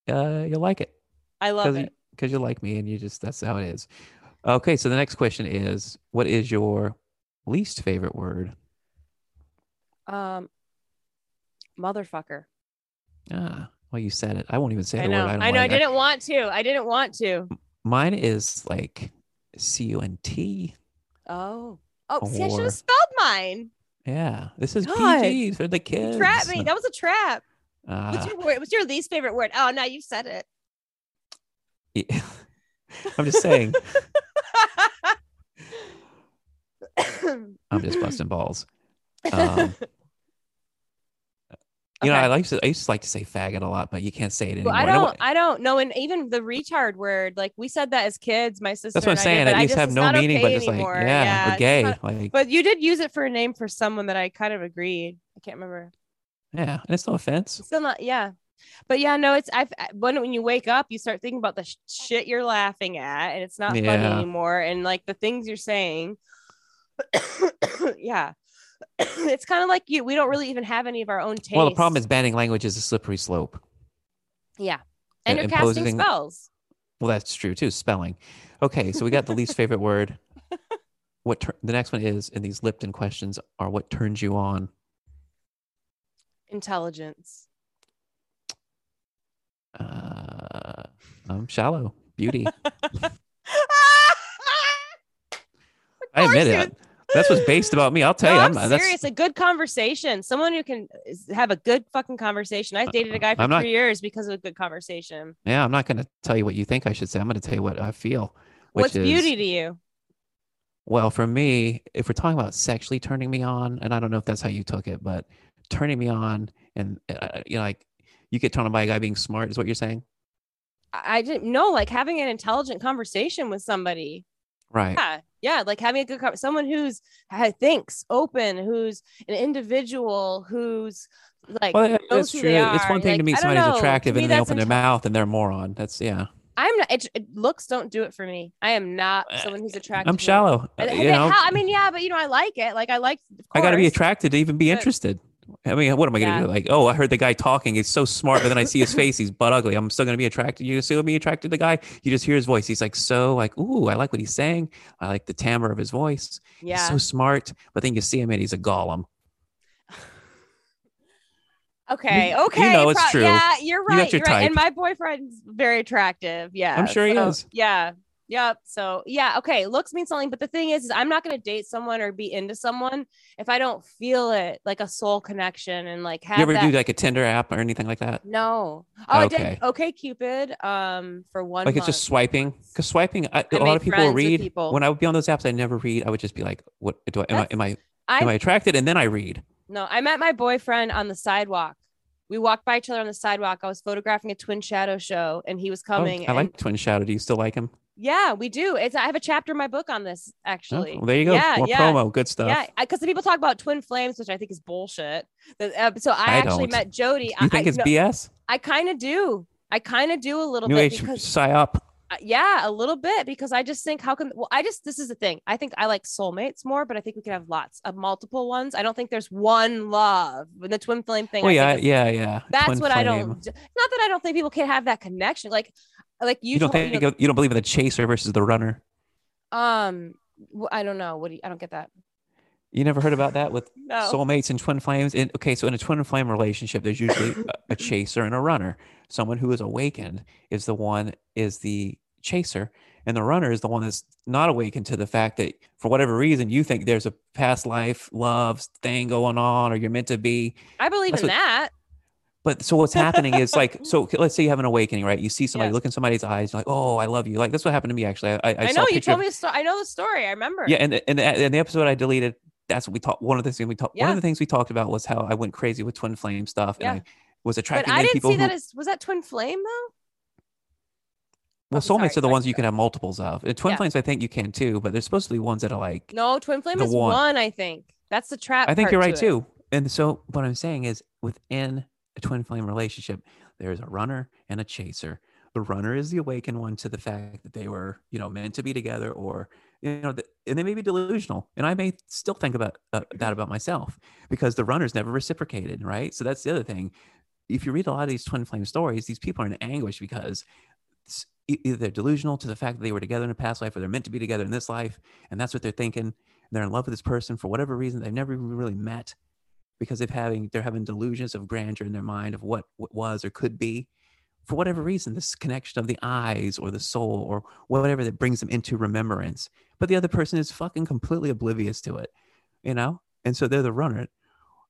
Speaker 1: uh, you'll like it.
Speaker 2: I love it.
Speaker 1: because you like me and you just that's how it is. Okay, so the next question is, what is your least favorite word?
Speaker 2: Um, motherfucker.
Speaker 1: Ah, well, you said it. I won't even say the
Speaker 2: I know.
Speaker 1: word. I, don't
Speaker 2: I know. I
Speaker 1: like.
Speaker 2: didn't want to. I didn't want to.
Speaker 1: Mine is like C U N T.
Speaker 2: Oh. Oh, see, I should
Speaker 1: Or-
Speaker 2: have spelled mine.
Speaker 1: Yeah, this is
Speaker 2: God.
Speaker 1: PG for the kids.
Speaker 2: You trapped me. That was a trap. What's
Speaker 1: Ah,
Speaker 2: your word? What's your least favorite word? Oh, now you said it.
Speaker 1: yeah. I'm just saying. I'm just busting balls. Um, You know,
Speaker 2: Okay.
Speaker 1: I like to, I used to like to say faggot a lot, but you can't say it anymore.
Speaker 2: Well, I
Speaker 1: And
Speaker 2: don't, I don't know, and even the retard word, like we said that as kids. My sister.
Speaker 1: that's what I'm
Speaker 2: and I did,
Speaker 1: saying. It
Speaker 2: but I
Speaker 1: used
Speaker 2: just-
Speaker 1: to have
Speaker 2: it's
Speaker 1: no
Speaker 2: not
Speaker 1: meaning, but
Speaker 2: okay
Speaker 1: just
Speaker 2: anymore.
Speaker 1: like, yeah,
Speaker 2: it's
Speaker 1: or gay.
Speaker 2: not-
Speaker 1: like,
Speaker 2: but you did use it for a name for someone that I kind of agreed. I can't remember.
Speaker 1: yeah, and it's no offense.
Speaker 2: Still not, uh, yeah. But yeah, no, it's I've when when you wake up, you start thinking about the sh- shit you're laughing at, and it's not funny
Speaker 1: Yeah.
Speaker 2: anymore, and like the things you're saying. yeah, it's kind of like you. We don't really even have any of our own taste.
Speaker 1: Well, the problem is banning language is a slippery slope.
Speaker 2: yeah, and
Speaker 1: uh,
Speaker 2: you're
Speaker 1: imposing-
Speaker 2: casting spells.
Speaker 1: Well, that's true too. Spelling. Okay, so we got the least favorite word. What tur- the next one is in these Lipton questions are what turns you on?
Speaker 2: Intelligence.
Speaker 1: Uh, I'm shallow. Beauty. I
Speaker 2: course
Speaker 1: admit
Speaker 2: you
Speaker 1: it. That's what's based about me. I'll tell
Speaker 2: No,
Speaker 1: you.
Speaker 2: I'm
Speaker 1: not- that's-
Speaker 2: serious. A good conversation. Someone who can is- have a good fucking conversation. I dated a guy for
Speaker 1: Uh, I'm not-
Speaker 2: three years because of a good conversation.
Speaker 1: Yeah, I'm not going to tell you what you think I should say. I'm going to tell you what I feel. Which
Speaker 2: What's
Speaker 1: is,
Speaker 2: beauty to you?
Speaker 1: Well, for me, if we're talking about sexually turning me on, and I don't know if that's how you took it, but turning me on, and uh, you know, like you get turned on by a guy being smart, is what you're saying,
Speaker 2: I I didn't know, like having an intelligent conversation with somebody.
Speaker 1: right?
Speaker 2: Yeah, yeah, like having a good con- someone who's ha- thinks open, who's an individual, who's like
Speaker 1: well, that-
Speaker 2: knows
Speaker 1: that's
Speaker 2: who
Speaker 1: true.
Speaker 2: they
Speaker 1: It's one
Speaker 2: are.
Speaker 1: thing to
Speaker 2: Like,
Speaker 1: meet
Speaker 2: I don't
Speaker 1: somebody who's
Speaker 2: know.
Speaker 1: attractive
Speaker 2: To
Speaker 1: and
Speaker 2: me,
Speaker 1: then they
Speaker 2: that's
Speaker 1: open their
Speaker 2: inte-
Speaker 1: mouth and they're a moron. That's yeah.
Speaker 2: I'm not. It, it- looks don't do it for me. I am not
Speaker 1: Uh,
Speaker 2: someone who's attracted.
Speaker 1: I'm shallow.
Speaker 2: I,
Speaker 1: uh, you know,
Speaker 2: how, I mean, yeah, but you know, I like it. Like I like. Of
Speaker 1: I got to be
Speaker 2: course.
Speaker 1: attracted to even be
Speaker 2: but-
Speaker 1: interested. I mean, what am I going to
Speaker 2: Yeah.
Speaker 1: do? Like, oh, I heard the guy talking. He's so smart, but then I see his face. He's butt ugly. I'm still going to be attracted. You still be attracted to the guy. You just hear his voice. He's like so like, ooh, I like what he's saying. I like the timbre of his voice. He's
Speaker 2: Yeah.
Speaker 1: so smart, but then you see him and he's a golem.
Speaker 2: Okay.
Speaker 1: you
Speaker 2: Okay.
Speaker 1: know it's true.
Speaker 2: Yeah, you're
Speaker 1: You got
Speaker 2: right.
Speaker 1: your
Speaker 2: You are right. And
Speaker 1: type.
Speaker 2: my boyfriend's very attractive. Yeah.
Speaker 1: sure he
Speaker 2: so-
Speaker 1: is.
Speaker 2: Yeah. Yep. So yeah. Okay. Looks mean something, but the thing is, is I'm not gonna date someone or be into someone if I don't feel it, like a soul connection, and like have
Speaker 1: you ever
Speaker 2: that.
Speaker 1: do like a Tinder app or anything like that?
Speaker 2: no. Oh, okay. I
Speaker 1: Okay.
Speaker 2: did. Okay, Cupid. Um, for one.
Speaker 1: Like it's just swiping. Because swiping, I,
Speaker 2: I
Speaker 1: a lot
Speaker 2: made
Speaker 1: of people
Speaker 2: friends
Speaker 1: will
Speaker 2: with
Speaker 1: read.
Speaker 2: people.
Speaker 1: When I would be on those apps, I never read. I would just be like, what do I am I
Speaker 2: That's-
Speaker 1: am I
Speaker 2: I
Speaker 1: am I attracted? And then I read.
Speaker 2: No, I met my boyfriend on the sidewalk. We walked by each other on the sidewalk. I was photographing a twin shadow show, and he was
Speaker 1: Oh,
Speaker 2: coming.
Speaker 1: I
Speaker 2: and-
Speaker 1: like Twin Shadow. Do you still like him?
Speaker 2: Yeah, we do. It's I have a chapter in my book on this
Speaker 1: Oh,
Speaker 2: actually.
Speaker 1: well, there you go.
Speaker 2: Yeah,
Speaker 1: More
Speaker 2: yeah,
Speaker 1: promo. Good stuff.
Speaker 2: yeah. Because the people talk about twin flames, which I think is bullshit. The- uh, so I,
Speaker 1: I
Speaker 2: actually
Speaker 1: don't.
Speaker 2: met Jody.
Speaker 1: You
Speaker 2: I,
Speaker 1: think
Speaker 2: I,
Speaker 1: it's BS?
Speaker 2: I kind of do. I kind of do a little
Speaker 1: New
Speaker 2: bit
Speaker 1: Age Oh,
Speaker 2: because
Speaker 1: psyop.
Speaker 2: uh, yeah, a little bit because I just think how can well I just this is the thing. I think I like soulmates more, but I think we can have lots of multiple ones. I don't think there's one love. When the twin flame thing,
Speaker 1: Well,
Speaker 2: I think
Speaker 1: yeah,
Speaker 2: is-
Speaker 1: yeah, yeah.
Speaker 2: that's
Speaker 1: Twin
Speaker 2: what I
Speaker 1: flame.
Speaker 2: don't. d- Not that I don't think people can have that connection. Like, like you,
Speaker 1: You don't
Speaker 2: told- you
Speaker 1: think
Speaker 2: know,
Speaker 1: of- you don't believe in the chaser versus the runner?
Speaker 2: um, wh- I don't know. What do you, I don't get that.
Speaker 1: You never heard about that with
Speaker 2: No.
Speaker 1: soulmates and twin flames? In, okay, so in a twin flame relationship, there's usually a- a chaser and a runner. Someone who is awakened is the one is the chaser, and the runner is the one that's not awakened to the fact that for whatever reason you think there's a past life love thing going on, or you're meant to be,
Speaker 2: I believe
Speaker 1: That's
Speaker 2: in
Speaker 1: what-
Speaker 2: that.
Speaker 1: But so what's happening is like, so okay, let's say you have an awakening, right? You see somebody,
Speaker 2: Yeah.
Speaker 1: look in somebody's eyes, you're like, oh, I love you. Like that's what happened to me actually. I, I, I
Speaker 2: I,
Speaker 1: saw
Speaker 2: know
Speaker 1: a
Speaker 2: you
Speaker 1: picture
Speaker 2: told
Speaker 1: of-
Speaker 2: me a story. I know the story. I remember.
Speaker 1: Yeah, and the- and the, and the episode I deleted, that's what we talked. One of the things we talked. One
Speaker 2: Yeah.
Speaker 1: of the things we talked about was how I went crazy with twin flame stuff,
Speaker 2: Yeah.
Speaker 1: and I was
Speaker 2: but
Speaker 1: attracting
Speaker 2: I
Speaker 1: many
Speaker 2: didn't
Speaker 1: people.
Speaker 2: see
Speaker 1: who,
Speaker 2: that as was that twin flame though.
Speaker 1: well,
Speaker 2: oh, sorry,
Speaker 1: soulmates are the
Speaker 2: sorry,
Speaker 1: ones you
Speaker 2: sorry.
Speaker 1: can have multiples of. And twin
Speaker 2: Yeah.
Speaker 1: flames, I think you can too, but there's supposed to be ones that are like.
Speaker 2: No, twin flame
Speaker 1: The
Speaker 2: is
Speaker 1: one.
Speaker 2: one. I think that's the trap.
Speaker 1: I think
Speaker 2: part
Speaker 1: you're right
Speaker 2: to it.
Speaker 1: too. And so what I'm saying is within a twin flame relationship, there's a runner and a chaser. The runner is the awakened one to the fact that they were, you know, meant to be together or, you know, th- and they may be delusional. And I may still think about uh, that about myself because the runner's never reciprocated, right? So that's the other thing. If you read a lot of these twin flame stories, these people are in anguish because s- e- either they're delusional to the fact that they were together in a past life or they're meant to be together in this life. And that's what they're thinking they're in love with this person for whatever reason they've never even really met because they've having they're having delusions of grandeur in their mind of what, what was or could be for whatever reason this connection of the eyes or the soul or whatever that brings them into remembrance but the other person is fucking completely oblivious to it you know and so they're the runner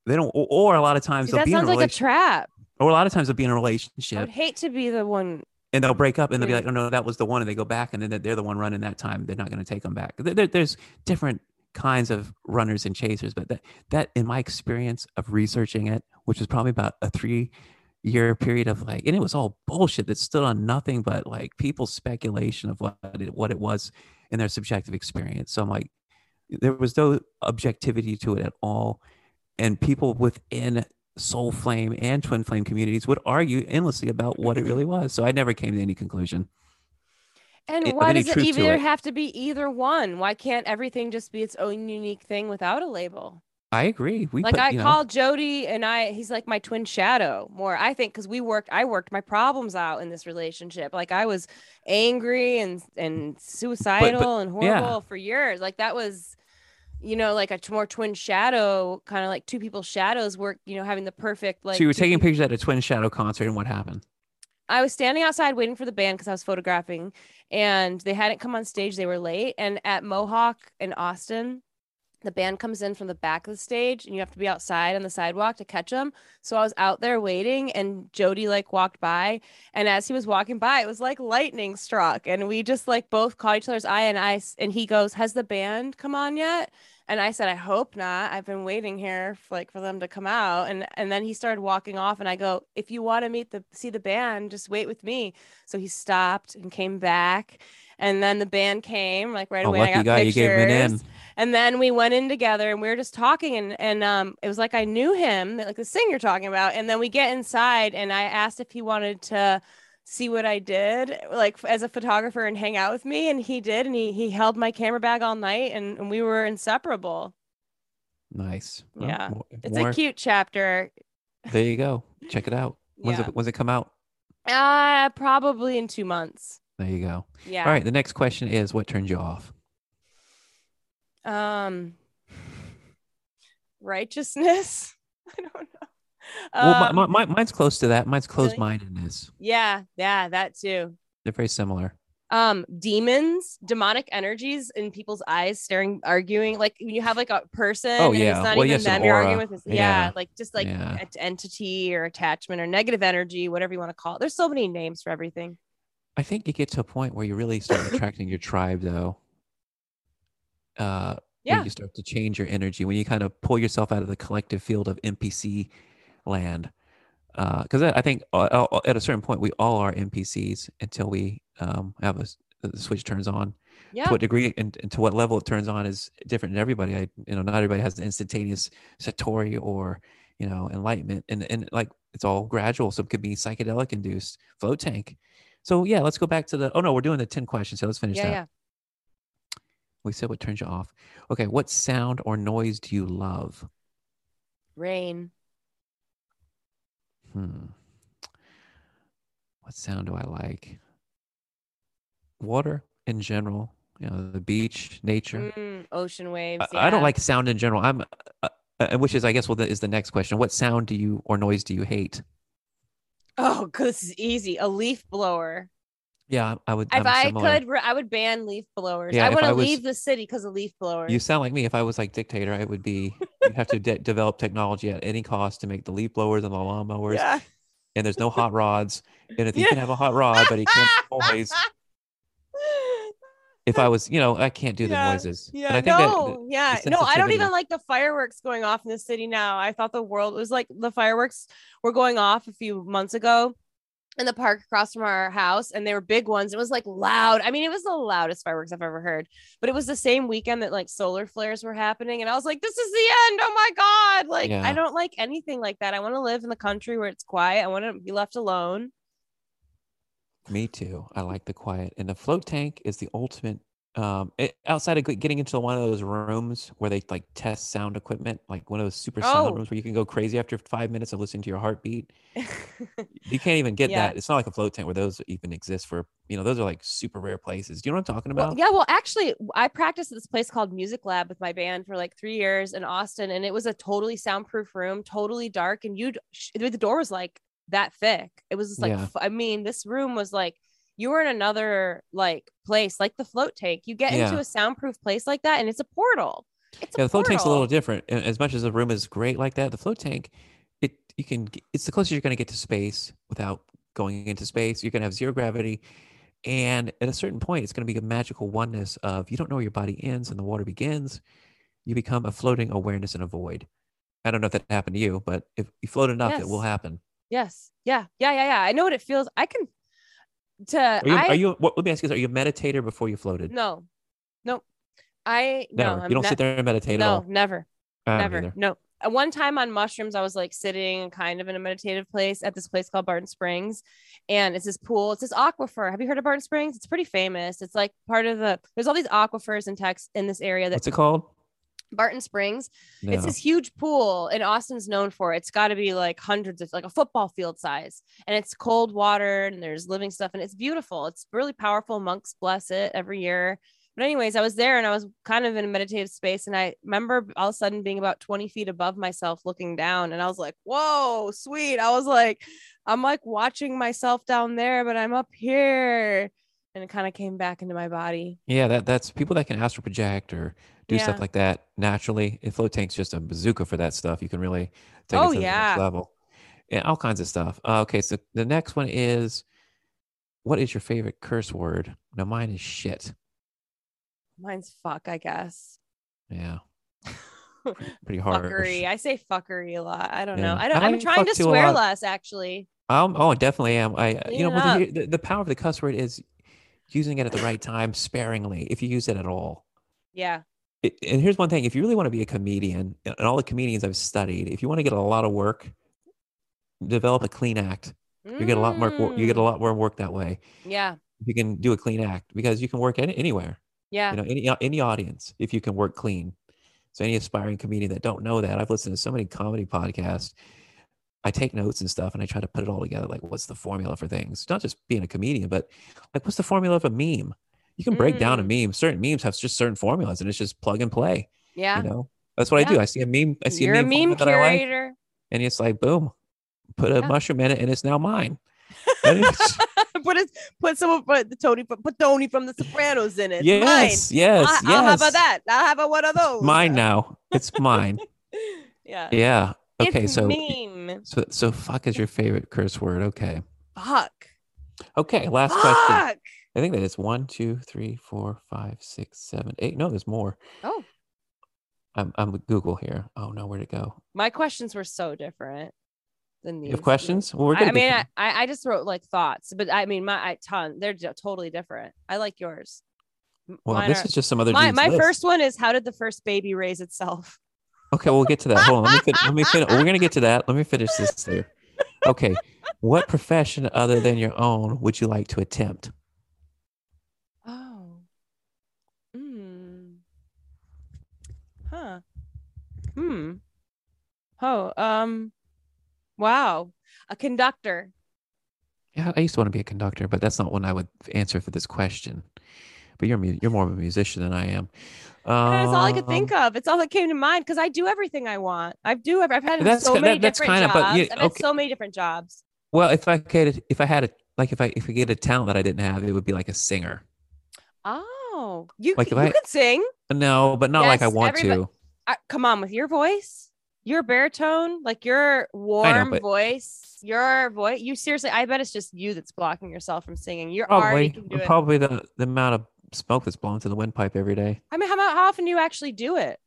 Speaker 1: they don't or, or a lot of times
Speaker 2: Dude,
Speaker 1: they'll
Speaker 2: that
Speaker 1: be in a
Speaker 2: sounds like a
Speaker 1: relationship
Speaker 2: trap.
Speaker 1: or a lot of times they'll be in a
Speaker 2: I
Speaker 1: relationship
Speaker 2: would hate to be the one.
Speaker 1: and they'll break up and they'll be
Speaker 2: Mm.
Speaker 1: like, oh no, that was the one, and they go back, and then they're- they're the one running that time. They're not going to take them back. There- there- there's different kinds of runners and chasers, but that that in my experience of researching it, which was probably about a three year period of like, and it was all bullshit that stood on nothing but like people's speculation of what it, what it was in their subjective experience. So I'm like, there was no objectivity to it at all, and people within soul flame and twin flame communities would argue endlessly about what it really was. So I never came to any conclusion.
Speaker 2: And
Speaker 1: It- of
Speaker 2: why
Speaker 1: any
Speaker 2: does it
Speaker 1: truth to
Speaker 2: either
Speaker 1: it.
Speaker 2: have to be either one? Why can't everything just be its own unique thing without a label?
Speaker 1: I agree. We
Speaker 2: like
Speaker 1: put-
Speaker 2: I
Speaker 1: you know,
Speaker 2: call Jody and I he's like my twin shadow more I think cuz we worked I worked my problems out in this relationship like I was angry and and suicidal and
Speaker 1: yeah.
Speaker 2: horrible for years like that was you know like a t- more twin shadow kind of like two people's shadows work you know having the perfect like
Speaker 1: so you were
Speaker 2: two
Speaker 1: taking
Speaker 2: peop-
Speaker 1: pictures at a Twin Shadow concert, and what happened?
Speaker 2: I was standing outside waiting for the band because I was photographing and they hadn't come on stage. They were late. And at Mohawk in Austin, the band comes in from the back of the stage and you have to be outside on the sidewalk to catch them. So I was out there waiting and Jody like walked by. And as he was walking by, it was like lightning struck. And we just like both caught each other's eye and I s- and he goes, Has the band come on yet? And I said, I hope not. I've been waiting here for, like for them to come out. And and then he started walking off and I go, if you want to meet the see the band, just wait with me. So he stopped and came back. And then the band came like right
Speaker 1: oh,
Speaker 2: away. and I
Speaker 1: lucky
Speaker 2: got
Speaker 1: guy, you gave him
Speaker 2: pictures.
Speaker 1: an in.
Speaker 2: And then we went in together and we were just talking and and um it was like I knew him, like the singer you're talking about. And then we get inside and I asked if he wanted to see what I did, like as a photographer and hang out with me. And he did, and he he held my camera bag all night and, and we were inseparable.
Speaker 1: Nice.
Speaker 2: Yeah.
Speaker 1: more-
Speaker 2: It's
Speaker 1: more-
Speaker 2: a cute chapter.
Speaker 1: There you go. Check it out. When's,
Speaker 2: Yeah.
Speaker 1: it, when's it come out?
Speaker 2: Uh probably in two months.
Speaker 1: There you go.
Speaker 2: Yeah.
Speaker 1: All right. The next question is what turns you off?
Speaker 2: Um righteousness. I don't know.
Speaker 1: well,
Speaker 2: Um,
Speaker 1: my, my, mine's close to that. Mine's
Speaker 2: really?
Speaker 1: closed mindedness.
Speaker 2: yeah, yeah, that too.
Speaker 1: They're very similar.
Speaker 2: um demons demonic energies in people's eyes staring arguing like when you have like a person
Speaker 1: Oh,
Speaker 2: and
Speaker 1: yeah.
Speaker 2: it's not
Speaker 1: Well,
Speaker 2: even
Speaker 1: yes, an
Speaker 2: them you're
Speaker 1: aura.
Speaker 2: arguing with it's- yeah.
Speaker 1: Yeah.
Speaker 2: like just like
Speaker 1: Yeah.
Speaker 2: an entity or attachment or negative energy whatever you want to call it there's so many names for everything
Speaker 1: I think you get to a point where you really start attracting your tribe, though. Uh, when
Speaker 2: yeah
Speaker 1: you start to change your energy when you kind of pull yourself out of the collective field of npc land because I, I think uh, uh, at a certain point we all are npcs until we um, have a s- the switch turns on
Speaker 2: yeah
Speaker 1: to what degree and, and to what level it turns on is different in everybody i you know not everybody has the instantaneous satori or you know enlightenment and and like it's all gradual so it could be psychedelic induced float tank so yeah let's go back to the oh no we're doing the 10 questions so let's finish
Speaker 2: yeah
Speaker 1: that
Speaker 2: yeah
Speaker 1: we said what turns you off. Okay, what sound or noise do you love?
Speaker 2: rain
Speaker 1: Hmm. What sound do I like? Water in general, you know, the beach, nature.
Speaker 2: Mm, ocean waves
Speaker 1: I, I don't
Speaker 2: yeah.
Speaker 1: like sound in general. I'm, uh, uh, which is, I guess, well, that is the next question. What sound do you or noise do you hate?
Speaker 2: oh good, this is easy a leaf blower
Speaker 1: Yeah, I would.
Speaker 2: if
Speaker 1: I'm
Speaker 2: i
Speaker 1: similar.
Speaker 2: could re- i would ban leaf blowers
Speaker 1: Yeah,
Speaker 2: i
Speaker 1: if
Speaker 2: want
Speaker 1: I
Speaker 2: to
Speaker 1: was-
Speaker 2: leave the city because of leaf blowers
Speaker 1: You sound like me. If I was like dictator, it would be you'd have to de- develop technology at any cost to make the leaf blowers and the lawnmowers,
Speaker 2: yeah
Speaker 1: and there's no hot rods. And if you
Speaker 2: Yeah.
Speaker 1: can have a hot rod, but he can't always if I was, you know, I can't do
Speaker 2: Yeah,
Speaker 1: the noises. And
Speaker 2: Yeah,
Speaker 1: I think that-
Speaker 2: no, yeah,
Speaker 1: the
Speaker 2: no, I don't
Speaker 1: sensitivity-
Speaker 2: even like the fireworks going off in the city now. I thought the world was like the fireworks were going off a few months ago in the park across from our house, and they were big ones. It was like loud. I mean, it was the loudest fireworks I've ever heard, but it was the same weekend that like solar flares were happening, and I was like, this is the end. Oh my God. Like, I
Speaker 1: Yeah.
Speaker 2: don't like anything like that. I want to live in the country where it's quiet, I want to be left alone.
Speaker 1: me too. I like the quiet. And the float tank is the ultimate. Um, it, outside of g- getting into one of those rooms where they like test sound equipment, like one of those super
Speaker 2: Oh.
Speaker 1: sound rooms where you can go crazy after five minutes of listening to your heartbeat, you can't even get
Speaker 2: Yeah.
Speaker 1: that. It's not like a float tank where those even exist for you know those are like super rare places. Do you know what I'm talking
Speaker 2: Well,
Speaker 1: about?
Speaker 2: yeah, well, actually, w- I practiced at this place called Music Lab with my band for like three years in Austin, and it was a totally soundproof room, totally dark, and you'd sh- the door was like that thick. It was just like,
Speaker 1: Yeah.
Speaker 2: f- I mean, this room was like you were in another like place, like the float tank. You get into
Speaker 1: Yeah.
Speaker 2: a soundproof place like that, and it's a portal. It's a
Speaker 1: yeah, the float tank's a
Speaker 2: portal.
Speaker 1: little different. a- As much as the room is great like that, the float tank, it you can g- it's the closest you're going to get to space without going into space. You're going to have zero gravity, and at a certain point, it's going to be a magical oneness of you don't know where your body ends and the water begins. You become a floating awareness in a void. I don't know if that happened to you, but if you float enough, it will
Speaker 2: Yes.
Speaker 1: happen.
Speaker 2: Yes, yeah, yeah, yeah, yeah. I know what it feels. I can to
Speaker 1: Are you?
Speaker 2: I
Speaker 1: are you what, let me ask you: this, Are you a meditator before you floated?
Speaker 2: no, nope. I
Speaker 1: Never.
Speaker 2: no, I'm
Speaker 1: you don't
Speaker 2: not,
Speaker 1: sit there and meditate at
Speaker 2: No,
Speaker 1: all.
Speaker 2: never.
Speaker 1: I don't
Speaker 2: Never.
Speaker 1: either.
Speaker 2: No. Uh, One time on mushrooms, I was like sitting kind of in a meditative place at this place called Barton Springs. And it's this pool, it's this aquifer. Have you heard of Barton Springs? It's pretty famous. It's like part of the, there's all these aquifers in Texas in this area that
Speaker 1: What's it called?
Speaker 2: Barton Springs.
Speaker 1: No.
Speaker 2: It's this huge pool, and Austin's known for it. It's got to be like hundreds of like a football field size, and it's cold water, and there's living stuff, and it's beautiful. It's really powerful. Monks bless it every year. But anyways, I was there and I was kind of in a meditative space, and I remember all of a sudden being about 20 feet above myself, looking down, and I was like, "Whoa, sweet!" I was like, "I'm like watching myself down there, but I'm up here," and it kind of came back into my body.
Speaker 1: yeah, that that's people that can astral project or do stuff
Speaker 2: Yeah.
Speaker 1: like that naturally. If float tank's just a bazooka for that stuff, you can really take
Speaker 2: Oh,
Speaker 1: it to the
Speaker 2: yeah.
Speaker 1: next level. Yeah, all kinds of stuff. Uh, okay, so the next one is what is your favorite curse word? Now mine is shit.
Speaker 2: Mine's fuck, I guess.
Speaker 1: Yeah. Pretty hard.
Speaker 2: Fuckery. I say fuckery a lot. I don't know.
Speaker 1: Yeah.
Speaker 2: I don't.
Speaker 1: I
Speaker 2: I'm trying to
Speaker 1: fuck too a
Speaker 2: swear
Speaker 1: lot.
Speaker 2: less, actually.
Speaker 1: Um, oh, I definitely am. I, you know,
Speaker 2: Clean it
Speaker 1: well, the, the, the power of the cuss word is using it at the right time, sparingly, if you use it at all.
Speaker 2: Yeah.
Speaker 1: It, and here's one thing if you really want to be a comedian, and all the comedians I've studied, if you want to get a lot of work, develop a clean act. You get a lot more, wor- you get a lot more work that way.
Speaker 2: Mm. Yeah.
Speaker 1: If you can do a clean act because you can work any, anywhere,
Speaker 2: Yeah.
Speaker 1: you know, any, uh, any audience, if you can work clean. So any aspiring comedian that don't know that, I've listened to so many comedy podcasts. I take notes and stuff and I try to put it all together. Like, what's the formula for things? Not just being a comedian, but like, what's the formula of a meme? You can break down a meme. Certain memes have just certain formulas and it's just plug and play.
Speaker 2: yeah.
Speaker 1: You know, that's what I do.
Speaker 2: Yeah.
Speaker 1: I see a meme. I see
Speaker 2: You're
Speaker 1: a
Speaker 2: a
Speaker 1: meme,
Speaker 2: meme
Speaker 1: formula that I like
Speaker 2: curator.
Speaker 1: and it's like, boom, put a
Speaker 2: Yeah.
Speaker 1: mushroom in it and it's now mine. And it's-
Speaker 2: put it, put someone put the Tony put, put Tony from The Sopranos in it. It's
Speaker 1: yes, yes, yes.
Speaker 2: Mine. I, I'll have a uh, that. I'll have a one of those.
Speaker 1: Mine now. It's mine.
Speaker 2: Yeah.
Speaker 1: Yeah. Okay.
Speaker 2: it's
Speaker 1: so
Speaker 2: meme.
Speaker 1: So, so fuck is your favorite curse word. Okay.
Speaker 2: Fuck.
Speaker 1: Okay. Last question.
Speaker 2: Fuck.
Speaker 1: I think that it's one, two, three, four, five, six, seven, eight. No, there's more.
Speaker 2: Oh,
Speaker 1: I'm, I'm with Google here. Oh no, where'd it go?
Speaker 2: my questions were so different than
Speaker 1: You
Speaker 2: these.
Speaker 1: have questions? Well, we're
Speaker 2: I,
Speaker 1: gonna
Speaker 2: I mean,
Speaker 1: get
Speaker 2: I, I I just wrote like thoughts, but I mean, my I, ton. They're j- totally different. I like yours. M-
Speaker 1: well,
Speaker 2: mine
Speaker 1: this
Speaker 2: are-
Speaker 1: is just some other.
Speaker 2: my,
Speaker 1: dude's
Speaker 2: my
Speaker 1: list.
Speaker 2: first one is how did the first baby raise itself?
Speaker 1: Okay, we'll get to that. Hold on. Let me, fin- let me finish. We're gonna get to that. Let me finish this here. Okay, what profession other than your own would you like to attempt?
Speaker 2: Oh. Hmm. Huh. Hmm. Oh, um, wow. A conductor.
Speaker 1: Yeah, I used to want to be a conductor, but that's not one I would answer for this question. But you're a mu- you're more of a musician than I am. Um,
Speaker 2: That's all I could think of. It's all that came to mind because I do everything I want. I do. ev- I've had
Speaker 1: That's
Speaker 2: so
Speaker 1: ki-
Speaker 2: many
Speaker 1: that- that's
Speaker 2: different
Speaker 1: kinda-
Speaker 2: jobs.
Speaker 1: but you-
Speaker 2: I've had
Speaker 1: okay.
Speaker 2: so many different jobs.
Speaker 1: Well, if I could, if I had a like, if I if I get a talent that I didn't have, it would be like a singer.
Speaker 2: Oh, you
Speaker 1: Like,
Speaker 2: you
Speaker 1: if I-
Speaker 2: could sing.
Speaker 1: No, but not like I
Speaker 2: Yes,
Speaker 1: want
Speaker 2: everybody-
Speaker 1: to.
Speaker 2: I, come on with your voice your baritone like your warm
Speaker 1: but-
Speaker 2: voice your voice you seriously i bet it's just you that's blocking yourself from singing you're already
Speaker 1: Probably,
Speaker 2: can do it
Speaker 1: probably the the amount of smoke that's blown through the windpipe every day,
Speaker 2: i mean how, about- how often do you actually do it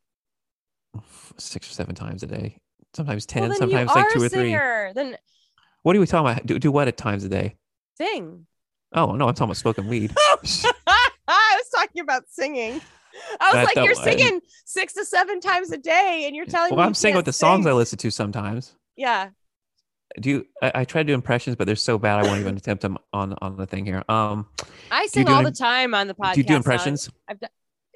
Speaker 1: f- six or seven times a day, sometimes
Speaker 2: well,
Speaker 1: ten,
Speaker 2: then
Speaker 1: sometimes
Speaker 2: you
Speaker 1: like
Speaker 2: are
Speaker 1: two
Speaker 2: a
Speaker 1: or three.
Speaker 2: singer. then
Speaker 1: What are we talking about? Do, do what at times a day?
Speaker 2: sing
Speaker 1: Oh no, I'm talking about smoking weed.
Speaker 2: i was talking about singing i was
Speaker 1: I
Speaker 2: like
Speaker 1: thought-
Speaker 2: you're
Speaker 1: I-
Speaker 2: singing six to seven times a day and you're telling
Speaker 1: well,
Speaker 2: me
Speaker 1: I'm
Speaker 2: you
Speaker 1: singing with
Speaker 2: can't
Speaker 1: the songs
Speaker 2: sing.
Speaker 1: I listen to sometimes.
Speaker 2: yeah
Speaker 1: Do you, I, I try to do impressions, but they're so bad I won't even attempt them on on the thing here. Um,
Speaker 2: i sing
Speaker 1: do
Speaker 2: all
Speaker 1: any-
Speaker 2: the time on the podcast
Speaker 1: do you do
Speaker 2: on-
Speaker 1: impressions?
Speaker 2: I've done,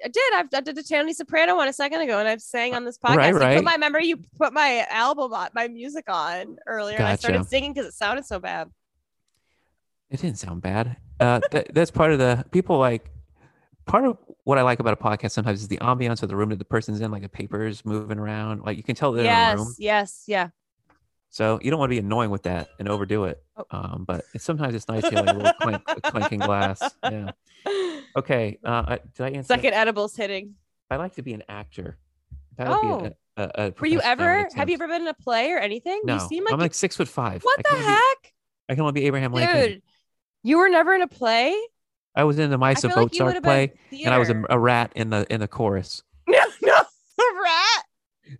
Speaker 2: I did. I've I did a Tony Soprano one a second ago, and I've sang on this podcast.
Speaker 1: Right,
Speaker 2: You
Speaker 1: right.
Speaker 2: Put my remember you put my album on, my music on earlier, and I started
Speaker 1: Gotcha.
Speaker 2: singing because it sounded so bad.
Speaker 1: It didn't sound bad. Uh, that, that's part of the people like part of what I like about a podcast sometimes is the ambiance of the room that the person's in, like the papers moving around. Like you can tell they're in a room.
Speaker 2: Yes, yes, yeah.
Speaker 1: So you don't want to be annoying with that and overdo it.
Speaker 2: Oh.
Speaker 1: Um, but it's, sometimes it's nice to hear like a little clank, a clanking glass. Yeah. Okay. Uh, I, did I answer? that?
Speaker 2: Second edibles hitting.
Speaker 1: I like to be an actor. That would be a,
Speaker 2: Oh.
Speaker 1: a, a
Speaker 2: Were
Speaker 1: profession I
Speaker 2: you
Speaker 1: would
Speaker 2: ever? Have
Speaker 1: attempt.
Speaker 2: you ever been in a play or anything?
Speaker 1: No,
Speaker 2: You seem like,
Speaker 1: I'm
Speaker 2: you-
Speaker 1: like six foot five.
Speaker 2: what
Speaker 1: I
Speaker 2: the
Speaker 1: can only be-
Speaker 2: heck,
Speaker 1: I can only be Abraham Lincoln.
Speaker 2: dude? You were never in a play.
Speaker 1: I was in the
Speaker 2: I
Speaker 1: Mice
Speaker 2: feel
Speaker 1: of
Speaker 2: like you
Speaker 1: Mozart
Speaker 2: would have
Speaker 1: play,
Speaker 2: been theater.
Speaker 1: and I was a, a rat in the in the chorus.
Speaker 2: no, no, a rat.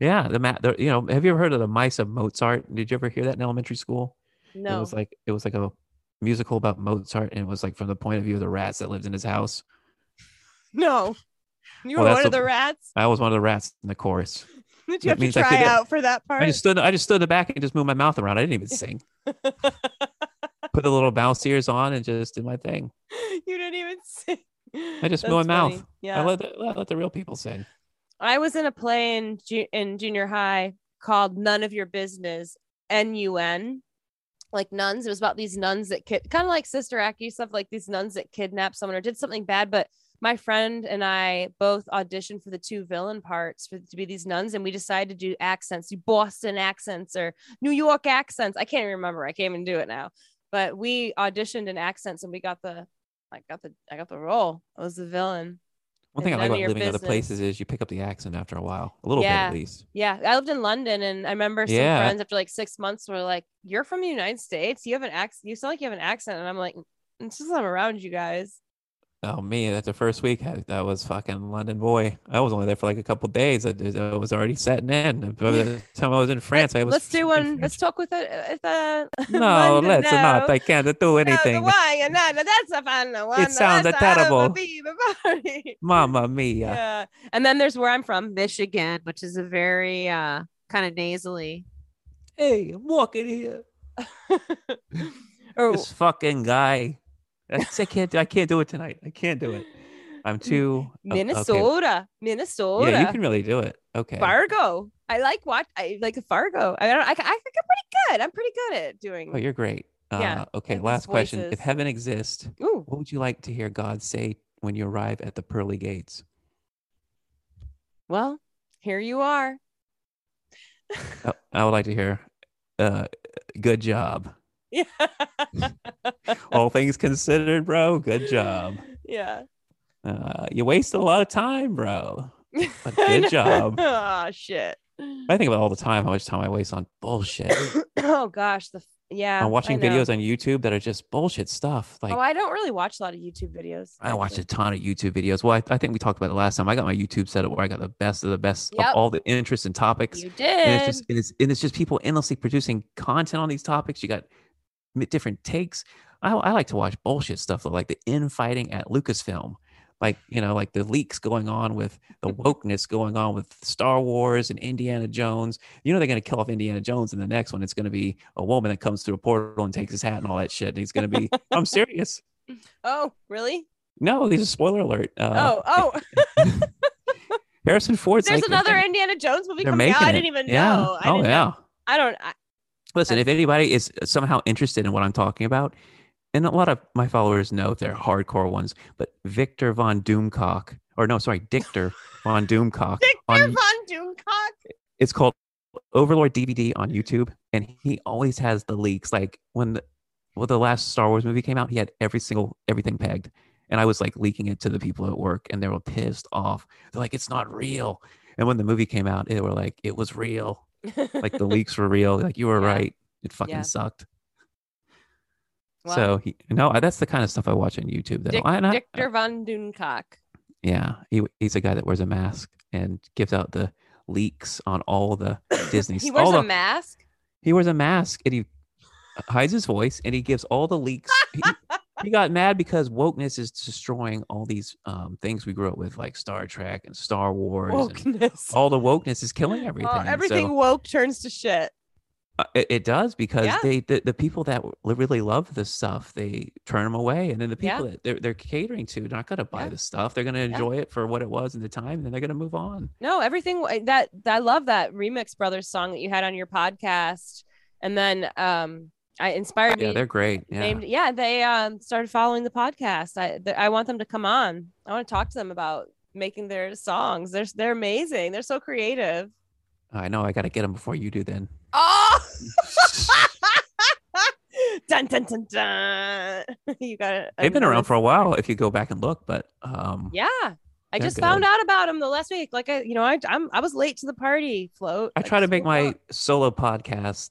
Speaker 1: Yeah, the mat. The, you know, have you ever heard of the Mice of Mozart? Did you ever hear that in elementary school? It
Speaker 2: No,
Speaker 1: was like it was like a musical about Mozart, and it was like from the point of view of the rats that lived in his house.
Speaker 2: no. You
Speaker 1: Well,
Speaker 2: were
Speaker 1: that's
Speaker 2: one of
Speaker 1: a-
Speaker 2: the rats.
Speaker 1: I was one of the rats in the chorus.
Speaker 2: Did
Speaker 1: that
Speaker 2: you have to
Speaker 1: means I could-
Speaker 2: try out for that part?
Speaker 1: I just stood. I just stood in the back and just moved my mouth around. I didn't even sing. Put the little bounce ears on and just did my thing.
Speaker 2: you didn't even sing.
Speaker 1: I just blew
Speaker 2: That's
Speaker 1: my mouth.
Speaker 2: funny. Yeah.
Speaker 1: I let the, I let the real people sing.
Speaker 2: I was in a play in, ju- in junior high called None of Your Business, N U N, like nuns. It was about these nuns that kid, kind of like Sister Aki stuff, like these nuns that kidnapped someone or did something bad. But my friend and I both auditioned for the two villain parts for, to be these nuns, and we decided to do accents, do Boston accents or New York accents. I can't even remember. I can't even do it now. But we auditioned in accents, and we got the, I got the, I got the role. I was the villain.
Speaker 1: One thing I
Speaker 2: None
Speaker 1: like
Speaker 2: of
Speaker 1: about
Speaker 2: your
Speaker 1: living other
Speaker 2: business.
Speaker 1: places is you pick up the accent after a while, a little bit
Speaker 2: Yeah.
Speaker 1: at least.
Speaker 2: Yeah, I lived in London, and I remember some
Speaker 1: Yeah.
Speaker 2: friends after like six months were like, "You're from the United States. You have an accent. You sound like you have an accent." And I'm like, "It's just I'm around you guys."
Speaker 1: Oh me, that's the first week. I, that was fucking London boy. I was only there for like a couple days. I, I was already setting in. By the time I was in France, I was.
Speaker 2: let's do
Speaker 1: speaking
Speaker 2: one. Let's
Speaker 1: French.
Speaker 2: talk with a, with a
Speaker 1: No,
Speaker 2: London,
Speaker 1: let's not.
Speaker 2: no.
Speaker 1: I can't do
Speaker 2: No, the
Speaker 1: anything.
Speaker 2: wine, and no, no, that's a fun one.
Speaker 1: It sounds
Speaker 2: that's a
Speaker 1: terrible.
Speaker 2: baby party.
Speaker 1: Mamma mia.
Speaker 2: Yeah. And then there's where I'm from.
Speaker 3: Michigan, which is a very uh kind of nasally.
Speaker 1: Hey, I'm walking here.
Speaker 2: or
Speaker 1: This
Speaker 2: Oh.
Speaker 1: fucking guy. That's, I can't. I can't do it tonight. I can't do it. I'm too. oh, okay.
Speaker 2: Minnesota, Minnesota.
Speaker 1: Yeah, you can really do it. Okay.
Speaker 2: Fargo. I like what I like Fargo. I don't. I, I think I'm pretty good. I'm pretty good at doing.
Speaker 1: Oh, you're great.
Speaker 2: Yeah,
Speaker 1: Uh, okay.
Speaker 2: and these
Speaker 1: Last question. If
Speaker 2: voices.
Speaker 1: heaven exists,
Speaker 2: Ooh,
Speaker 1: what would you like to hear God say when you arrive at the pearly gates?
Speaker 2: well, here you are.
Speaker 1: Uh, I would like to hear, uh, good job.
Speaker 2: Yeah.
Speaker 1: All things considered, bro, good job.
Speaker 2: Yeah.
Speaker 1: Uh, you wasted a lot of time, bro. But
Speaker 2: I know.
Speaker 1: good job.
Speaker 2: oh shit.
Speaker 1: I think about all the time how much time I waste on bullshit.
Speaker 2: oh gosh. The yeah. I
Speaker 1: I'm watching
Speaker 2: know.
Speaker 1: videos on YouTube that are just bullshit stuff. Like
Speaker 2: oh, I don't really watch a lot of YouTube videos.
Speaker 1: I watched a
Speaker 2: actually.
Speaker 1: ton of YouTube videos. Well, I, I think we talked about it last time. I got my YouTube set up where I got the best of the best
Speaker 2: Yep.
Speaker 1: of all the interests and topics.
Speaker 2: You
Speaker 1: and it's
Speaker 2: did.
Speaker 1: just and it's, and it's just people endlessly producing content on these topics. You got m- different takes. I, I like to watch bullshit stuff though, like the infighting at Lucasfilm, like you know, like the leaks going on with the wokeness going on with Star Wars and Indiana Jones. You know they're gonna kill off Indiana Jones in the next one. It's gonna be a woman that comes through a portal and takes his hat and all that shit. And he's gonna be. I'm serious.
Speaker 2: oh, really?
Speaker 1: No, these are spoiler alert. Uh,
Speaker 2: oh, oh.
Speaker 1: Harrison Ford's
Speaker 2: There's
Speaker 1: like,
Speaker 2: another
Speaker 1: They're,
Speaker 2: Indiana Jones movie
Speaker 1: they're
Speaker 2: coming out.
Speaker 1: making
Speaker 2: I
Speaker 1: it.
Speaker 2: didn't even
Speaker 1: yeah.
Speaker 2: know. I
Speaker 1: oh
Speaker 2: didn't
Speaker 1: yeah.
Speaker 2: Know. I don't. I,
Speaker 1: Listen, if anybody is somehow interested in what I'm talking about, and a lot of my followers know they're hardcore ones, but Victor von Doomcock, or no, sorry, Dictor von Doomcock.
Speaker 2: Victor
Speaker 1: on,
Speaker 2: Von Doomcock.
Speaker 1: it's called Overlord DVD on YouTube, and he always has the leaks. Like when the, well, the last Star Wars movie came out, he had every single everything pegged, and I was like leaking it to the people at work, and they were pissed off. They're like, "It's not real." And when the movie came out, they were like, "It was real." Like the leaks were real. Like you were
Speaker 2: Yeah.
Speaker 1: right. It fucking
Speaker 2: Yeah.
Speaker 1: sucked.
Speaker 2: Wow.
Speaker 1: So he, no, I- that's the kind of stuff I watch on YouTube. Though,
Speaker 2: Dick,
Speaker 1: I, and I-
Speaker 2: Victor Von Doomcock.
Speaker 1: yeah, he, he's a guy that wears a mask and gives out the leaks on all the Disney.
Speaker 2: He
Speaker 1: all
Speaker 2: wears a
Speaker 1: the-
Speaker 2: mask.
Speaker 1: He wears a mask and he hides his voice and he gives all the leaks. he, he got mad because wokeness is destroying all these um, things we grew up with, like Star Trek and Star Wars.
Speaker 2: Oh,
Speaker 1: And
Speaker 2: Wokeness.
Speaker 1: all the wokeness is killing
Speaker 2: Oh,
Speaker 1: everything.
Speaker 2: everything
Speaker 1: So,
Speaker 2: woke turns to shit.
Speaker 1: uh, it, it does because
Speaker 2: Yeah.
Speaker 1: they the, the people that w- really love this stuff they turn them away, and then the
Speaker 2: Yeah.
Speaker 1: people that they're, they're catering to they're not going to buy
Speaker 2: Yeah.
Speaker 1: this stuff. They're going to enjoy it for what it was in the time, and then they're going to move on.
Speaker 2: No, everything eh, that, that I love that Remix Brothers song that you had on your podcast, and then um, I inspired
Speaker 1: Yeah,
Speaker 2: me.
Speaker 1: they're great. Yeah.
Speaker 2: Named, yeah, they um, started following the podcast. I th- I want them to come on. I want to talk to them about making their songs. They're they're amazing. They're so creative.
Speaker 1: I know. I got to get them before you do. Then.
Speaker 2: Oh, dun dun dun dun. you got it.
Speaker 1: They've been around for a while if you go back and look, but um
Speaker 2: Yeah. I
Speaker 1: They're
Speaker 2: just found
Speaker 1: good.
Speaker 2: out about him the last week. Like I, you know, I I'm, I was late to the party. Float.
Speaker 1: I
Speaker 2: Like,
Speaker 1: try to make
Speaker 2: screw up.
Speaker 1: my solo podcast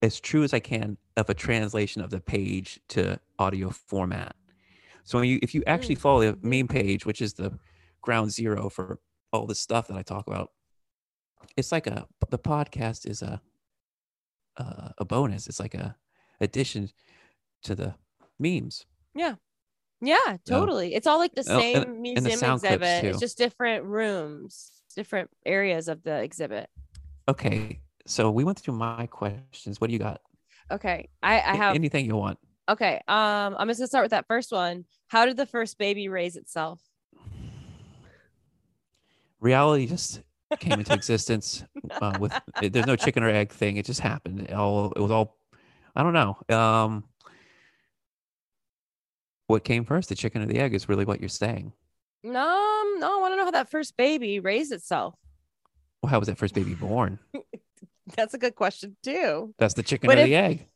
Speaker 1: as true as I can of a translation of the page to audio format. So when you if you actually
Speaker 2: Mm.
Speaker 1: follow the meme page, which is the ground zero for all the stuff that I talk about, it's like a the podcast is a a, a bonus. It's like a addition to the memes.
Speaker 2: Yeah,
Speaker 1: So-
Speaker 2: totally. It's all like the
Speaker 1: Oh, and-
Speaker 2: same
Speaker 1: and
Speaker 2: museum
Speaker 1: sound clips,
Speaker 2: exhibit. It's
Speaker 1: too.
Speaker 2: just different rooms, different areas of the exhibit.
Speaker 1: Okay. So we went through my questions. What do you got?
Speaker 2: Okay, I I
Speaker 1: A-
Speaker 2: have
Speaker 1: anything you want.
Speaker 2: okay. Um, I'm just gonna start with that first one. How did the first baby raise itself?
Speaker 1: reality just came into existence uh, with it- there's no chicken or egg thing. It just happened. It all it was all I don't know. Um, what came first, the chicken or the egg, is really what you're saying.
Speaker 2: No, no, I want to know how that first baby raised itself.
Speaker 1: Well, how was that first baby born?
Speaker 2: That's a good question too.
Speaker 1: That's the chicken
Speaker 2: But
Speaker 1: or
Speaker 2: if-
Speaker 1: the egg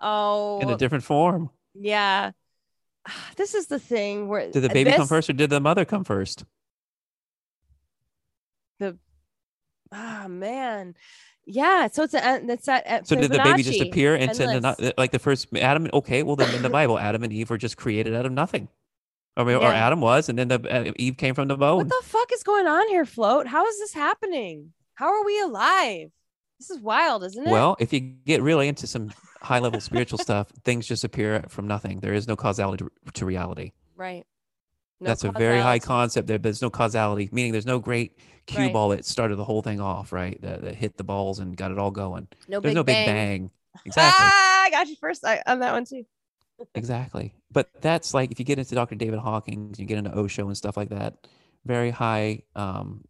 Speaker 2: Oh,
Speaker 1: in a different form.
Speaker 2: yeah. This is the thing where uh,
Speaker 1: Did the baby come
Speaker 2: this-
Speaker 1: first or did the mother come first?
Speaker 2: Ah, man. Yeah. So it's a, it's that. uh,
Speaker 1: So did the baby just
Speaker 2: Fibonacci.
Speaker 1: appear and send
Speaker 2: endless.
Speaker 1: ano- like the first Adam? Okay, well then in the Bible, Adam and Eve were just created out of nothing. I mean, or
Speaker 2: Yeah.
Speaker 1: Adam was, and then the uh, Eve came from the bone.
Speaker 2: What the fuck is going on here, Float? How is this happening? How are we alive? This is wild, isn't it?
Speaker 1: Well, if you get really into some high level spiritual stuff, things just appear from nothing. There is no causality to, to reality.
Speaker 2: right.
Speaker 1: That's a very high
Speaker 2: causality.
Speaker 1: concept. There, there's no causality, meaning there's no great cue
Speaker 2: Right.
Speaker 1: ball that started the whole thing off, right? That, that hit the balls and got it all going.
Speaker 2: No
Speaker 1: there's
Speaker 2: big
Speaker 1: no
Speaker 2: bang.
Speaker 1: big bang. Exactly.
Speaker 2: Ah, I got you first I, on that one too.
Speaker 1: Exactly. But that's like if you get into Dr. David Hawkins, you get into Osho and stuff like that, very high um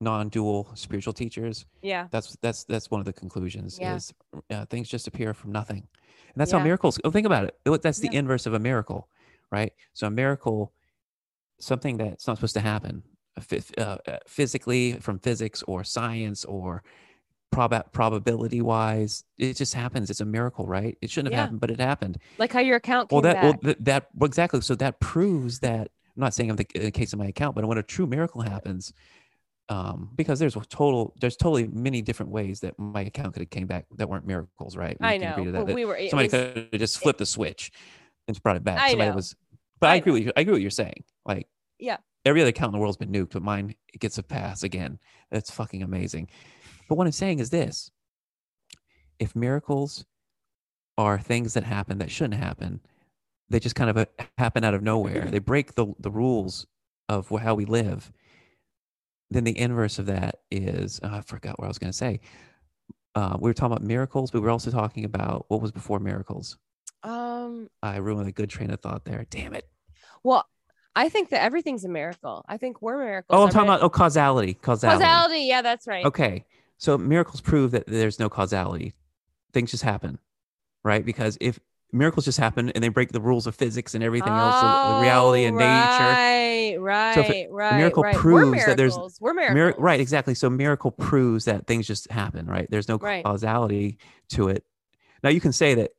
Speaker 1: non-dual spiritual teachers.
Speaker 2: Yeah.
Speaker 1: That's that's that's one of the conclusions
Speaker 2: Yeah.
Speaker 1: is uh, things just appear from nothing. And that's
Speaker 2: Yeah.
Speaker 1: how miracles oh, think about it. It- That's the
Speaker 2: Yeah.
Speaker 1: inverse of a miracle, right? So a miracle something that's not supposed to happen uh, phy- uh, uh, physically from physics or science or prob- probability wise it just happens it's a miracle right it shouldn't have
Speaker 2: Yeah.
Speaker 1: happened but it happened
Speaker 2: Like how your account came
Speaker 1: well that well
Speaker 2: back.
Speaker 1: th- that well, exactly so that proves that i'm not saying i'm the in the case of my account but when a true miracle happens um because there's a total there's totally many different ways that my account could have came back that weren't miracles right We
Speaker 2: I
Speaker 1: can
Speaker 2: know.
Speaker 1: agree to that,
Speaker 2: Well,
Speaker 1: that
Speaker 2: we were it
Speaker 1: somebody
Speaker 2: was-
Speaker 1: could have just flipped the switch and brought it back
Speaker 2: I
Speaker 1: somebody
Speaker 2: know.
Speaker 1: was but i,
Speaker 2: I
Speaker 1: agree with you i agree with what you're saying like
Speaker 2: Yeah.
Speaker 1: every other account in the world's been nuked but mine it gets a pass again that's fucking amazing but what i'm saying is this if miracles are things that happen that shouldn't happen they just kind of uh, happen out of nowhere. they break the, the rules of wh- how we live. Then the inverse of that is uh, I forgot what I was going to say. Uh, we were talking about miracles, but we were also talking about what was before miracles.
Speaker 2: um
Speaker 1: I ruined a good train of thought there. Damn it.
Speaker 2: well, I think that everything's a miracle. I think we're miracles.
Speaker 1: Oh, I'm
Speaker 2: I
Speaker 1: talking
Speaker 2: read-
Speaker 1: about oh causality, causality.
Speaker 2: causality. Yeah, that's right.
Speaker 1: Okay, so miracles prove that there's no causality. Things just happen, right? Because if miracles just happen and they break the rules of physics and everything else, the- the reality and
Speaker 2: Oh,
Speaker 1: nature,
Speaker 2: Right, right,
Speaker 1: So if it-
Speaker 2: right.
Speaker 1: miracle
Speaker 2: right.
Speaker 1: proves
Speaker 2: We're
Speaker 1: that there's-
Speaker 2: miracles. we're
Speaker 1: Mir-
Speaker 2: miracles.
Speaker 1: right, exactly. So miracle proves that things just happen, right? There's no
Speaker 2: Right.
Speaker 1: causality to it. Now you can say that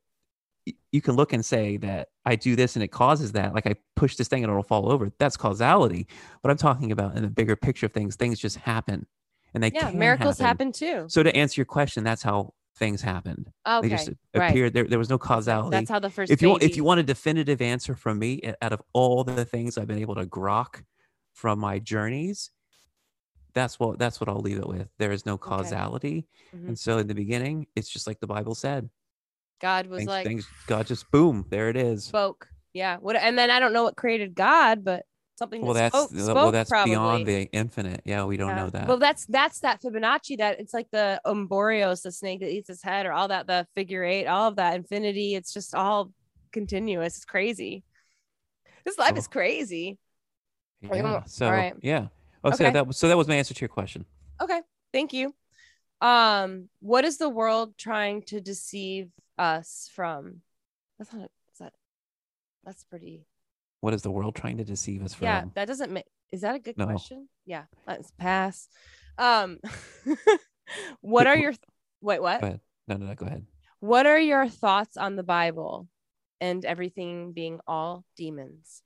Speaker 1: y- you can look and say that I do this and it causes that, like I push this thing and it'll fall over. That's causality. But I'm talking about in the bigger picture of things, things just happen and they
Speaker 2: Yeah,
Speaker 1: can
Speaker 2: miracles happen, too.
Speaker 1: So to answer your question, that's how things happened.
Speaker 2: Okay,
Speaker 1: they just
Speaker 2: right.
Speaker 1: appeared. There, there was no causality.
Speaker 2: That's how the first.
Speaker 1: if you want, if
Speaker 2: baby-
Speaker 1: you want a definitive answer from me uh, out of all the things I've been able to grok from my journeys, that's what that's what I'll leave it with. There is no causality,
Speaker 2: Mhm.
Speaker 1: and so in the beginning, it's just like the Bible said.
Speaker 2: God was
Speaker 1: Things,
Speaker 2: like
Speaker 1: things God just boom, there it is.
Speaker 2: spoke. Yeah. What? And then I don't know what created God, but something.
Speaker 1: Well,
Speaker 2: that
Speaker 1: that's
Speaker 2: spoke,
Speaker 1: the-
Speaker 2: spoke
Speaker 1: well, that's
Speaker 2: probably.
Speaker 1: beyond the infinite. Yeah, we don't
Speaker 2: Yeah.
Speaker 1: know that.
Speaker 2: Well, that's that's that Fibonacci that it's like the Umborios, the snake that eats its head, or all that, the figure eight, all of that infinity. It's just all continuous. It's crazy. This life
Speaker 1: Cool.
Speaker 2: is crazy.
Speaker 1: yeah.
Speaker 2: okay, well,
Speaker 1: so
Speaker 2: alright.
Speaker 1: yeah. Oh, so
Speaker 2: Okay.
Speaker 1: that was so that was my answer to your question.
Speaker 2: Okay, thank you. Um, what is the world trying to deceive us from? That's not. Is that, that's pretty.
Speaker 1: What is the world trying to deceive us from?
Speaker 2: Yeah, that doesn't make. Is that a good
Speaker 1: No.
Speaker 2: question? Yeah, let's pass. Um, what are
Speaker 1: wh-
Speaker 2: your th- wait? What?
Speaker 1: Go ahead. No, no, no. Go ahead.
Speaker 2: What are your thoughts on the Bible and everything being all demons?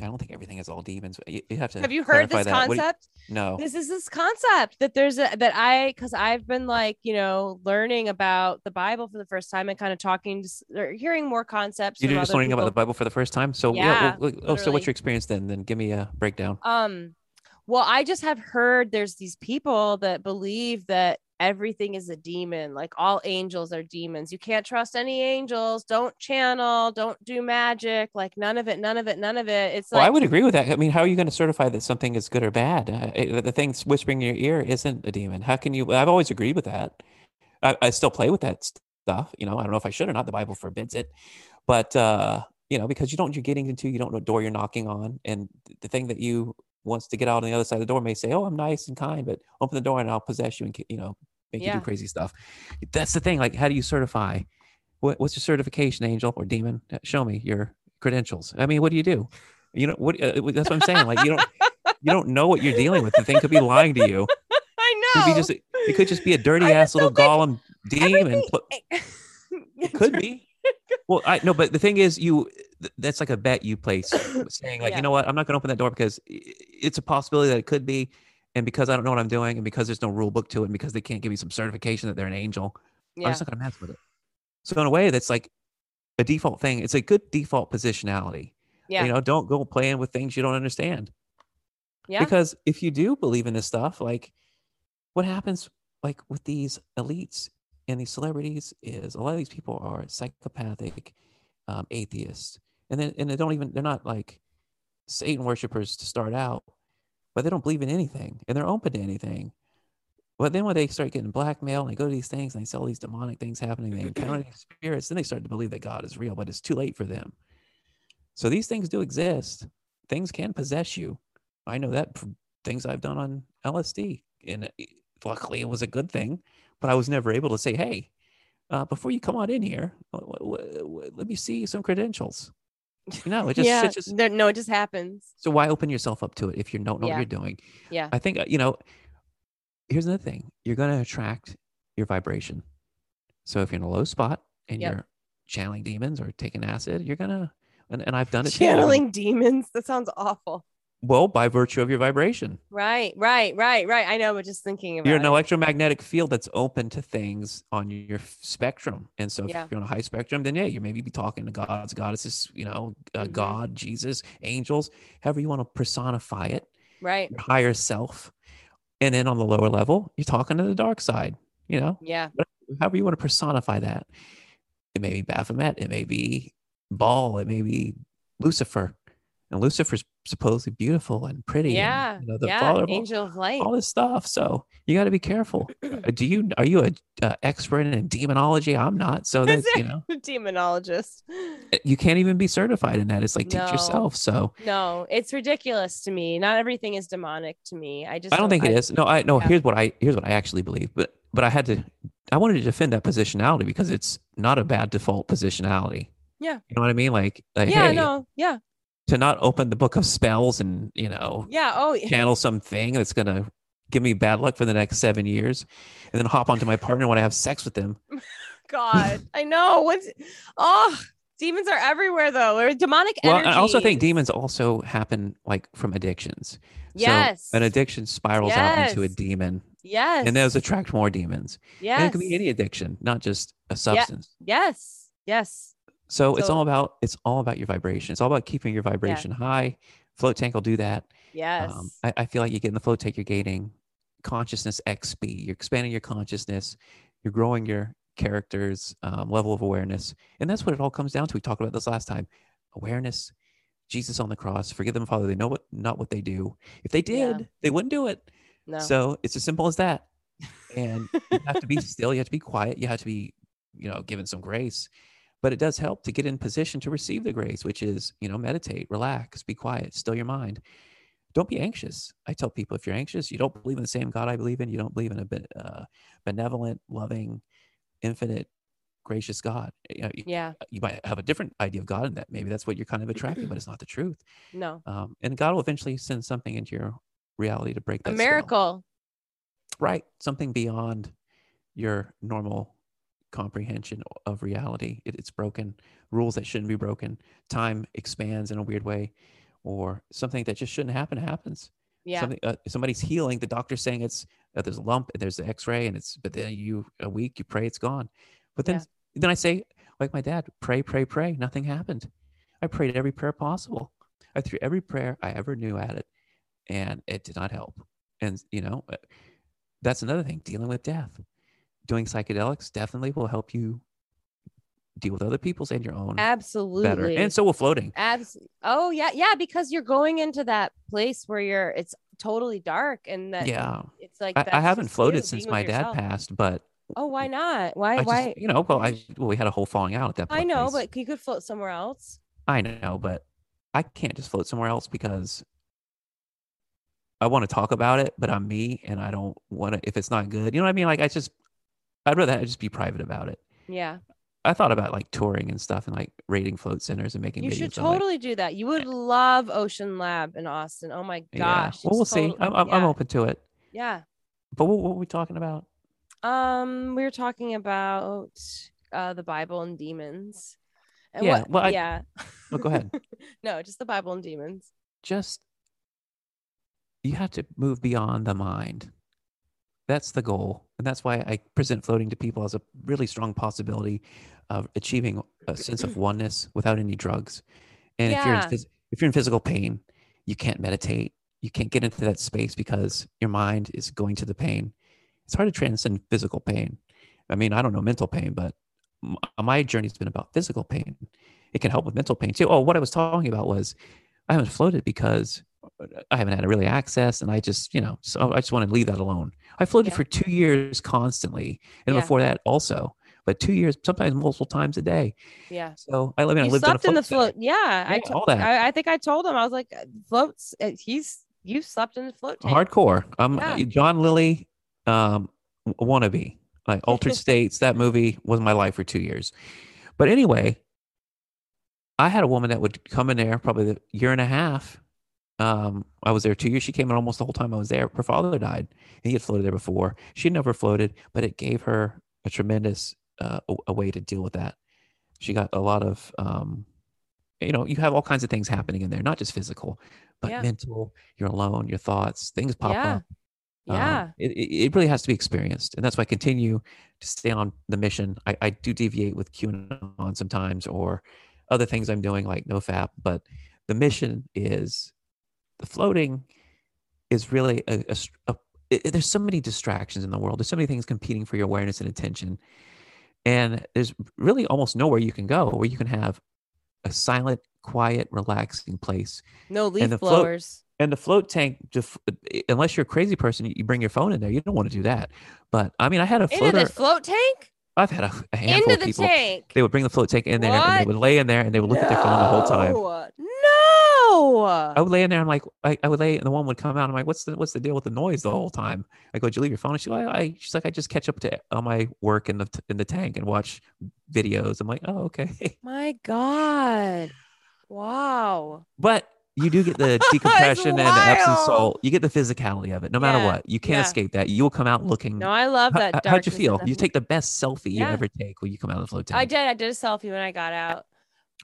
Speaker 1: I don't think everything is all demons. You, you have to.
Speaker 2: Have you heard
Speaker 1: clarify
Speaker 2: this
Speaker 1: that. What do you-
Speaker 2: concept?
Speaker 1: no.
Speaker 2: This is this concept that there's a that I because I've been like you know learning about the Bible for the first time and kind of talking to, s- or hearing more concepts.
Speaker 1: You're
Speaker 2: from
Speaker 1: just
Speaker 2: other
Speaker 1: learning about the
Speaker 2: people.
Speaker 1: Bible for the first time. So yeah. well,
Speaker 2: Yeah,
Speaker 1: look- oh, so
Speaker 2: literally.
Speaker 1: what's your experience then? Then give me a breakdown.
Speaker 2: Um, well, I just have heard there's these people that believe that everything is a demon, like all angels are demons. You can't trust any angels. Don't channel. Don't do magic. Like none of it. None of it. None of it. It's
Speaker 1: well,
Speaker 2: like
Speaker 1: I would agree with that. I mean, how are you going to certify that something is good or bad? Uh, it- the thing that's whispering in your ear isn't a demon. How can you? I've always agreed with that. I, I still play with that stuff. You know, I don't know if I should or not. The Bible forbids it, but uh, you know, because you don't, you're getting into, you don't know door you're knocking on, and the thing that you wants to get out on the other side of the door may say, "Oh, I'm nice and kind, but open the door and I'll possess you and ki- you know make you
Speaker 2: Yeah.
Speaker 1: do crazy stuff." That's the thing. Like, how do you certify? What, what's your certification, angel or demon? Uh, Show me your credentials. I mean, what do you do? You know what? Uh, that's what I'm saying. Like, you don't you don't know what you're dealing with. The thing could be lying to you.
Speaker 2: I
Speaker 1: It
Speaker 2: know.
Speaker 1: could be just it could just be a dirty
Speaker 2: I
Speaker 1: ass
Speaker 2: just
Speaker 1: little
Speaker 2: don't
Speaker 1: golem demon. pl-
Speaker 2: it
Speaker 1: could be. Well, I no, but the thing is, you th- that's like a bet you place, saying like,
Speaker 2: Yeah.
Speaker 1: you know what, I'm not going to open that door because i- it's a possibility that it could be, and because I don't know what I'm doing, and because there's no rule book to it, and because they can't give me some certification that they're an angel, I'm
Speaker 2: Yeah.
Speaker 1: just not going to mess with it. So in a way, that's like a default thing. It's a good default positionality.
Speaker 2: Yeah.
Speaker 1: You know, don't go playing with things you don't understand.
Speaker 2: Yeah.
Speaker 1: Because if you do believe in this stuff, like what happens like with these elites and these celebrities is a lot of these people are psychopathic um, atheists. And then and they don't even they're not like Satan worshipers to start out, but they don't believe in anything and they're open to anything. But then when they start getting blackmail and they go to these things and they sell these demonic things happening, they encounter these spirits, then they start to believe that God is real, but it's too late for them. So these things do exist. Things can possess you. I know that from things I've done on LSD, and it- luckily it was a good thing. But I was never able to say, "Hey, uh, before you come on in here, w- w- w- let me see some credentials." You know, it just,
Speaker 2: yeah.
Speaker 1: it just
Speaker 2: No, no, it just happens.
Speaker 1: so why open yourself up to it if you don't know
Speaker 2: Yeah.
Speaker 1: what you're doing?
Speaker 2: Yeah.
Speaker 1: I think uh, you know. Here's another thing: you're going to attract your vibration. So if you're in a low spot and
Speaker 2: Yep.
Speaker 1: you're channeling demons or taking acid, you're gonna. And, and I've done it too. I mean,
Speaker 2: Channeling demons. That sounds awful.
Speaker 1: Well, by virtue of your vibration,
Speaker 2: Right, right, right, right. I know, but just thinking about
Speaker 1: you're an
Speaker 2: it.
Speaker 1: electromagnetic field that's open to things on your f- spectrum. And so, if
Speaker 2: Yeah.
Speaker 1: you're on a high spectrum, then yeah, you maybe be talking to gods, goddesses, you know, uh,
Speaker 2: Mhm.
Speaker 1: God, Jesus, angels, however you want to personify it.
Speaker 2: right.
Speaker 1: your higher self. And then on the lower level, you're talking to the dark side, you know,
Speaker 2: Yeah.
Speaker 1: however you want to personify that. It may be Baphomet, it may be Baal, it may be Lucifer. And Lucifer's supposedly beautiful and pretty. and,
Speaker 2: Yeah.
Speaker 1: you know, the
Speaker 2: yeah.
Speaker 1: father of all-
Speaker 2: Angel of light.
Speaker 1: all this stuff. So you got to be careful. Uh, Do you are you a uh, expert in demonology? I'm not. So that you know,
Speaker 2: Demonologist.
Speaker 1: you can't even be certified in that. It's like teach
Speaker 2: No.
Speaker 1: yourself. So
Speaker 2: No, it's ridiculous to me. Not everything is demonic to me. I just
Speaker 1: I don't think it is. No, I no.
Speaker 2: yeah.
Speaker 1: Here's what I here's what I actually believe, but but I had to. I wanted to defend that positionality because it's not a bad default positionality.
Speaker 2: Yeah.
Speaker 1: you know what I mean. Like, like
Speaker 2: Yeah,
Speaker 1: hey,
Speaker 2: no. Yeah.
Speaker 1: to not open the book of spells and you know
Speaker 2: Yeah. Oh, yeah.
Speaker 1: channel something that's gonna give me bad luck for the next seven years, and then hop onto my partner when I have sex with them.
Speaker 2: God. I know. What's oh demons are everywhere though. Or demonic
Speaker 1: Well,
Speaker 2: energy.
Speaker 1: I also think demons also happen like from addictions.
Speaker 2: Yes.
Speaker 1: so an addiction spirals out into a
Speaker 2: Yes.
Speaker 1: demon,
Speaker 2: yes.
Speaker 1: and those attract more demons.
Speaker 2: yes.
Speaker 1: And it can be any addiction, not just a substance.
Speaker 2: yes. Yes.
Speaker 1: So, it's
Speaker 2: So-
Speaker 1: all about it's all about your vibration. It's all about keeping your vibration high. Float tank will do that.
Speaker 2: Yes.
Speaker 1: Um, I, I feel like you get in the float tank, you're gaining consciousness XP. You're expanding your consciousness. You're growing your character's um, level of awareness, and that's what it all comes down to. We talked about this last time. Awareness, Jesus on the cross. Forgive them, Father. They know what not what they do. If they
Speaker 2: Yeah.
Speaker 1: did, they wouldn't do it.
Speaker 2: no.
Speaker 1: So it's as simple as that. And you have to be still, you have to be quiet, you have to be, you know, given some grace. But it does help to get in position to receive the grace, which is, you know, meditate, relax, be quiet, still your mind. Don't be anxious. I tell people if you're anxious, you don't believe in the same God I believe in. You don't believe in a be- uh, benevolent, loving, infinite, gracious God. You, know, you,
Speaker 2: yeah.
Speaker 1: you might have a different idea of God, and that maybe that's what you're kind of attracting, but it's not the truth.
Speaker 2: No.
Speaker 1: Um, and God will eventually send something into your reality to break
Speaker 2: A
Speaker 1: that spell
Speaker 2: miracle.
Speaker 1: right something beyond your normal comprehension of reality it, it's broken rules that shouldn't be broken time expands in a weird way or something that just shouldn't happen happens
Speaker 2: Yeah.
Speaker 1: something, uh, somebody's healing the doctor's saying it's uh, there's a lump and there's an x-ray and it's but then you a week you pray it's gone but then
Speaker 2: Yeah.
Speaker 1: then i say like my dad pray pray pray nothing happened i prayed every prayer possible i threw every prayer i ever knew at it and it did not help and you know uh, that's another thing dealing with death doing psychedelics definitely will help you deal with other people's and your own better
Speaker 2: Absolutely.
Speaker 1: and so will floating
Speaker 2: Absolutely. Oh yeah, yeah. Because you're going into that place where you're. It's totally dark, and that
Speaker 1: yeah
Speaker 2: it's like
Speaker 1: I, I
Speaker 2: that's
Speaker 1: haven't
Speaker 2: just
Speaker 1: floated
Speaker 2: you
Speaker 1: since
Speaker 2: being
Speaker 1: my
Speaker 2: with
Speaker 1: dad
Speaker 2: yourself.
Speaker 1: passed but
Speaker 2: Oh, why not? Why?
Speaker 1: I
Speaker 2: why?
Speaker 1: just, you know, well, I well, we had a whole falling out at that point.
Speaker 2: I know, but you could float somewhere else.
Speaker 1: I know, but I can't just float somewhere else because I want to talk about it, but I'm me and I don't want to if it's not good. You know what I mean? Like I just I'd rather just be private about it.
Speaker 2: Yeah.
Speaker 1: I thought about like touring and stuff and like raiding float centers and making
Speaker 2: You
Speaker 1: videos.
Speaker 2: should
Speaker 1: I'm like,
Speaker 2: totally do that. You would love Ocean Lab in Austin. Oh my
Speaker 1: yeah.
Speaker 2: gosh.
Speaker 1: Well, we'll
Speaker 2: it's
Speaker 1: see.
Speaker 2: totally-
Speaker 1: I'm, I'm, I'm
Speaker 2: yeah,
Speaker 1: open to it.
Speaker 2: Yeah.
Speaker 1: But what, what were we talking about?
Speaker 2: Um, we were talking about uh the Bible and demons. And
Speaker 1: Yeah,
Speaker 2: what-
Speaker 1: well, I-
Speaker 2: yeah.
Speaker 1: Oh, go ahead.
Speaker 2: no, just the Bible and demons.
Speaker 1: Just you have to move beyond the mind. That's the goal. And that's why I present floating to people as a really strong possibility of achieving a sense of oneness without any drugs. And if you're in
Speaker 2: Yeah.
Speaker 1: phys- if you're in physical pain, you can't meditate. You can't get into that space because your mind is going to the pain. It's hard to transcend physical pain. I mean, I don't know mental pain, but m- my journey's been about physical pain. It can help with mental pain too. Oh, what I was talking about was I haven't floated because I haven't had really access, and I just, you know, so I just want to leave that alone. I floated
Speaker 2: Yeah.
Speaker 1: for two years constantly, and
Speaker 2: Yeah.
Speaker 1: before that also, but two years, sometimes multiple times a day.
Speaker 2: Yeah.
Speaker 1: So I live in. I
Speaker 2: you
Speaker 1: lived
Speaker 2: slept
Speaker 1: on
Speaker 2: in
Speaker 1: a
Speaker 2: the
Speaker 1: float.
Speaker 2: float. Yeah. I
Speaker 1: Yeah,
Speaker 2: to-
Speaker 1: all that.
Speaker 2: I, I think I told him I was like, uh, floats. uh, He's you slept in the float tank.
Speaker 1: hardcore. I'm
Speaker 2: Yeah.
Speaker 1: John Lilly, um, w- wannabe, like Altered States. That movie was my life for two years. But anyway, I had a woman that would come in there probably a year and a half. Um, I was there two years. She came in almost the whole time I was there. Her father died, and he had floated there before. She never floated, but it gave her a tremendous uh, a, a way to deal with that. She got a lot of, um, you know, you have all kinds of things happening in there, not just physical, but
Speaker 2: Yeah.
Speaker 1: mental. You're alone. Your thoughts, things pop
Speaker 2: Yeah.
Speaker 1: up. Um,
Speaker 2: Yeah.
Speaker 1: it, it it really has to be experienced. And that's why I continue to stay on the mission. I, I do deviate with QAnon sometimes or other things I'm doing like NoFap, but the mission is the floating is really a, a str- a- it- it- there's so many distractions in the world. There's so many things competing for your awareness and attention. And there's really almost nowhere you can go where you can have a silent, quiet, relaxing place
Speaker 2: No leaf
Speaker 1: the float-
Speaker 2: blowers.
Speaker 1: and the float tank, def- unless you're a crazy person, you bring your phone in there. You don't want to do that. But I mean, I had a
Speaker 2: Into
Speaker 1: floater.
Speaker 2: the float tank?
Speaker 1: I've had a, a handful
Speaker 2: Into
Speaker 1: of
Speaker 2: the
Speaker 1: people.
Speaker 2: tank.
Speaker 1: They would bring the float tank in there and they
Speaker 2: What?
Speaker 1: would lay in there and they would look at their phone the whole time.
Speaker 2: No. No.
Speaker 1: I would lay in there. I'm like, I, I would lay, and the one would come out. I'm like, what's the what's the deal with the noise the whole time? I go, did you leave your phone? And she's like, I, I- she's like, I just catch up to all my work in the in the tank and watch videos. I'm like, oh okay.
Speaker 2: My God. Wow.
Speaker 1: But you do get the decompression and the Epsom
Speaker 2: wild.
Speaker 1: salt. You get the physicality of it, no matter
Speaker 2: Yeah,
Speaker 1: what. You can't
Speaker 2: yeah.
Speaker 1: escape that. You will come out looking
Speaker 2: No, I love
Speaker 1: Mm. How-
Speaker 2: that.
Speaker 1: how- how'd you
Speaker 2: darkness in
Speaker 1: feel?
Speaker 2: the-
Speaker 1: You take the best selfie
Speaker 2: Yeah.
Speaker 1: you ever take when you come out of the float tank.
Speaker 2: I did. I did a selfie when I got out.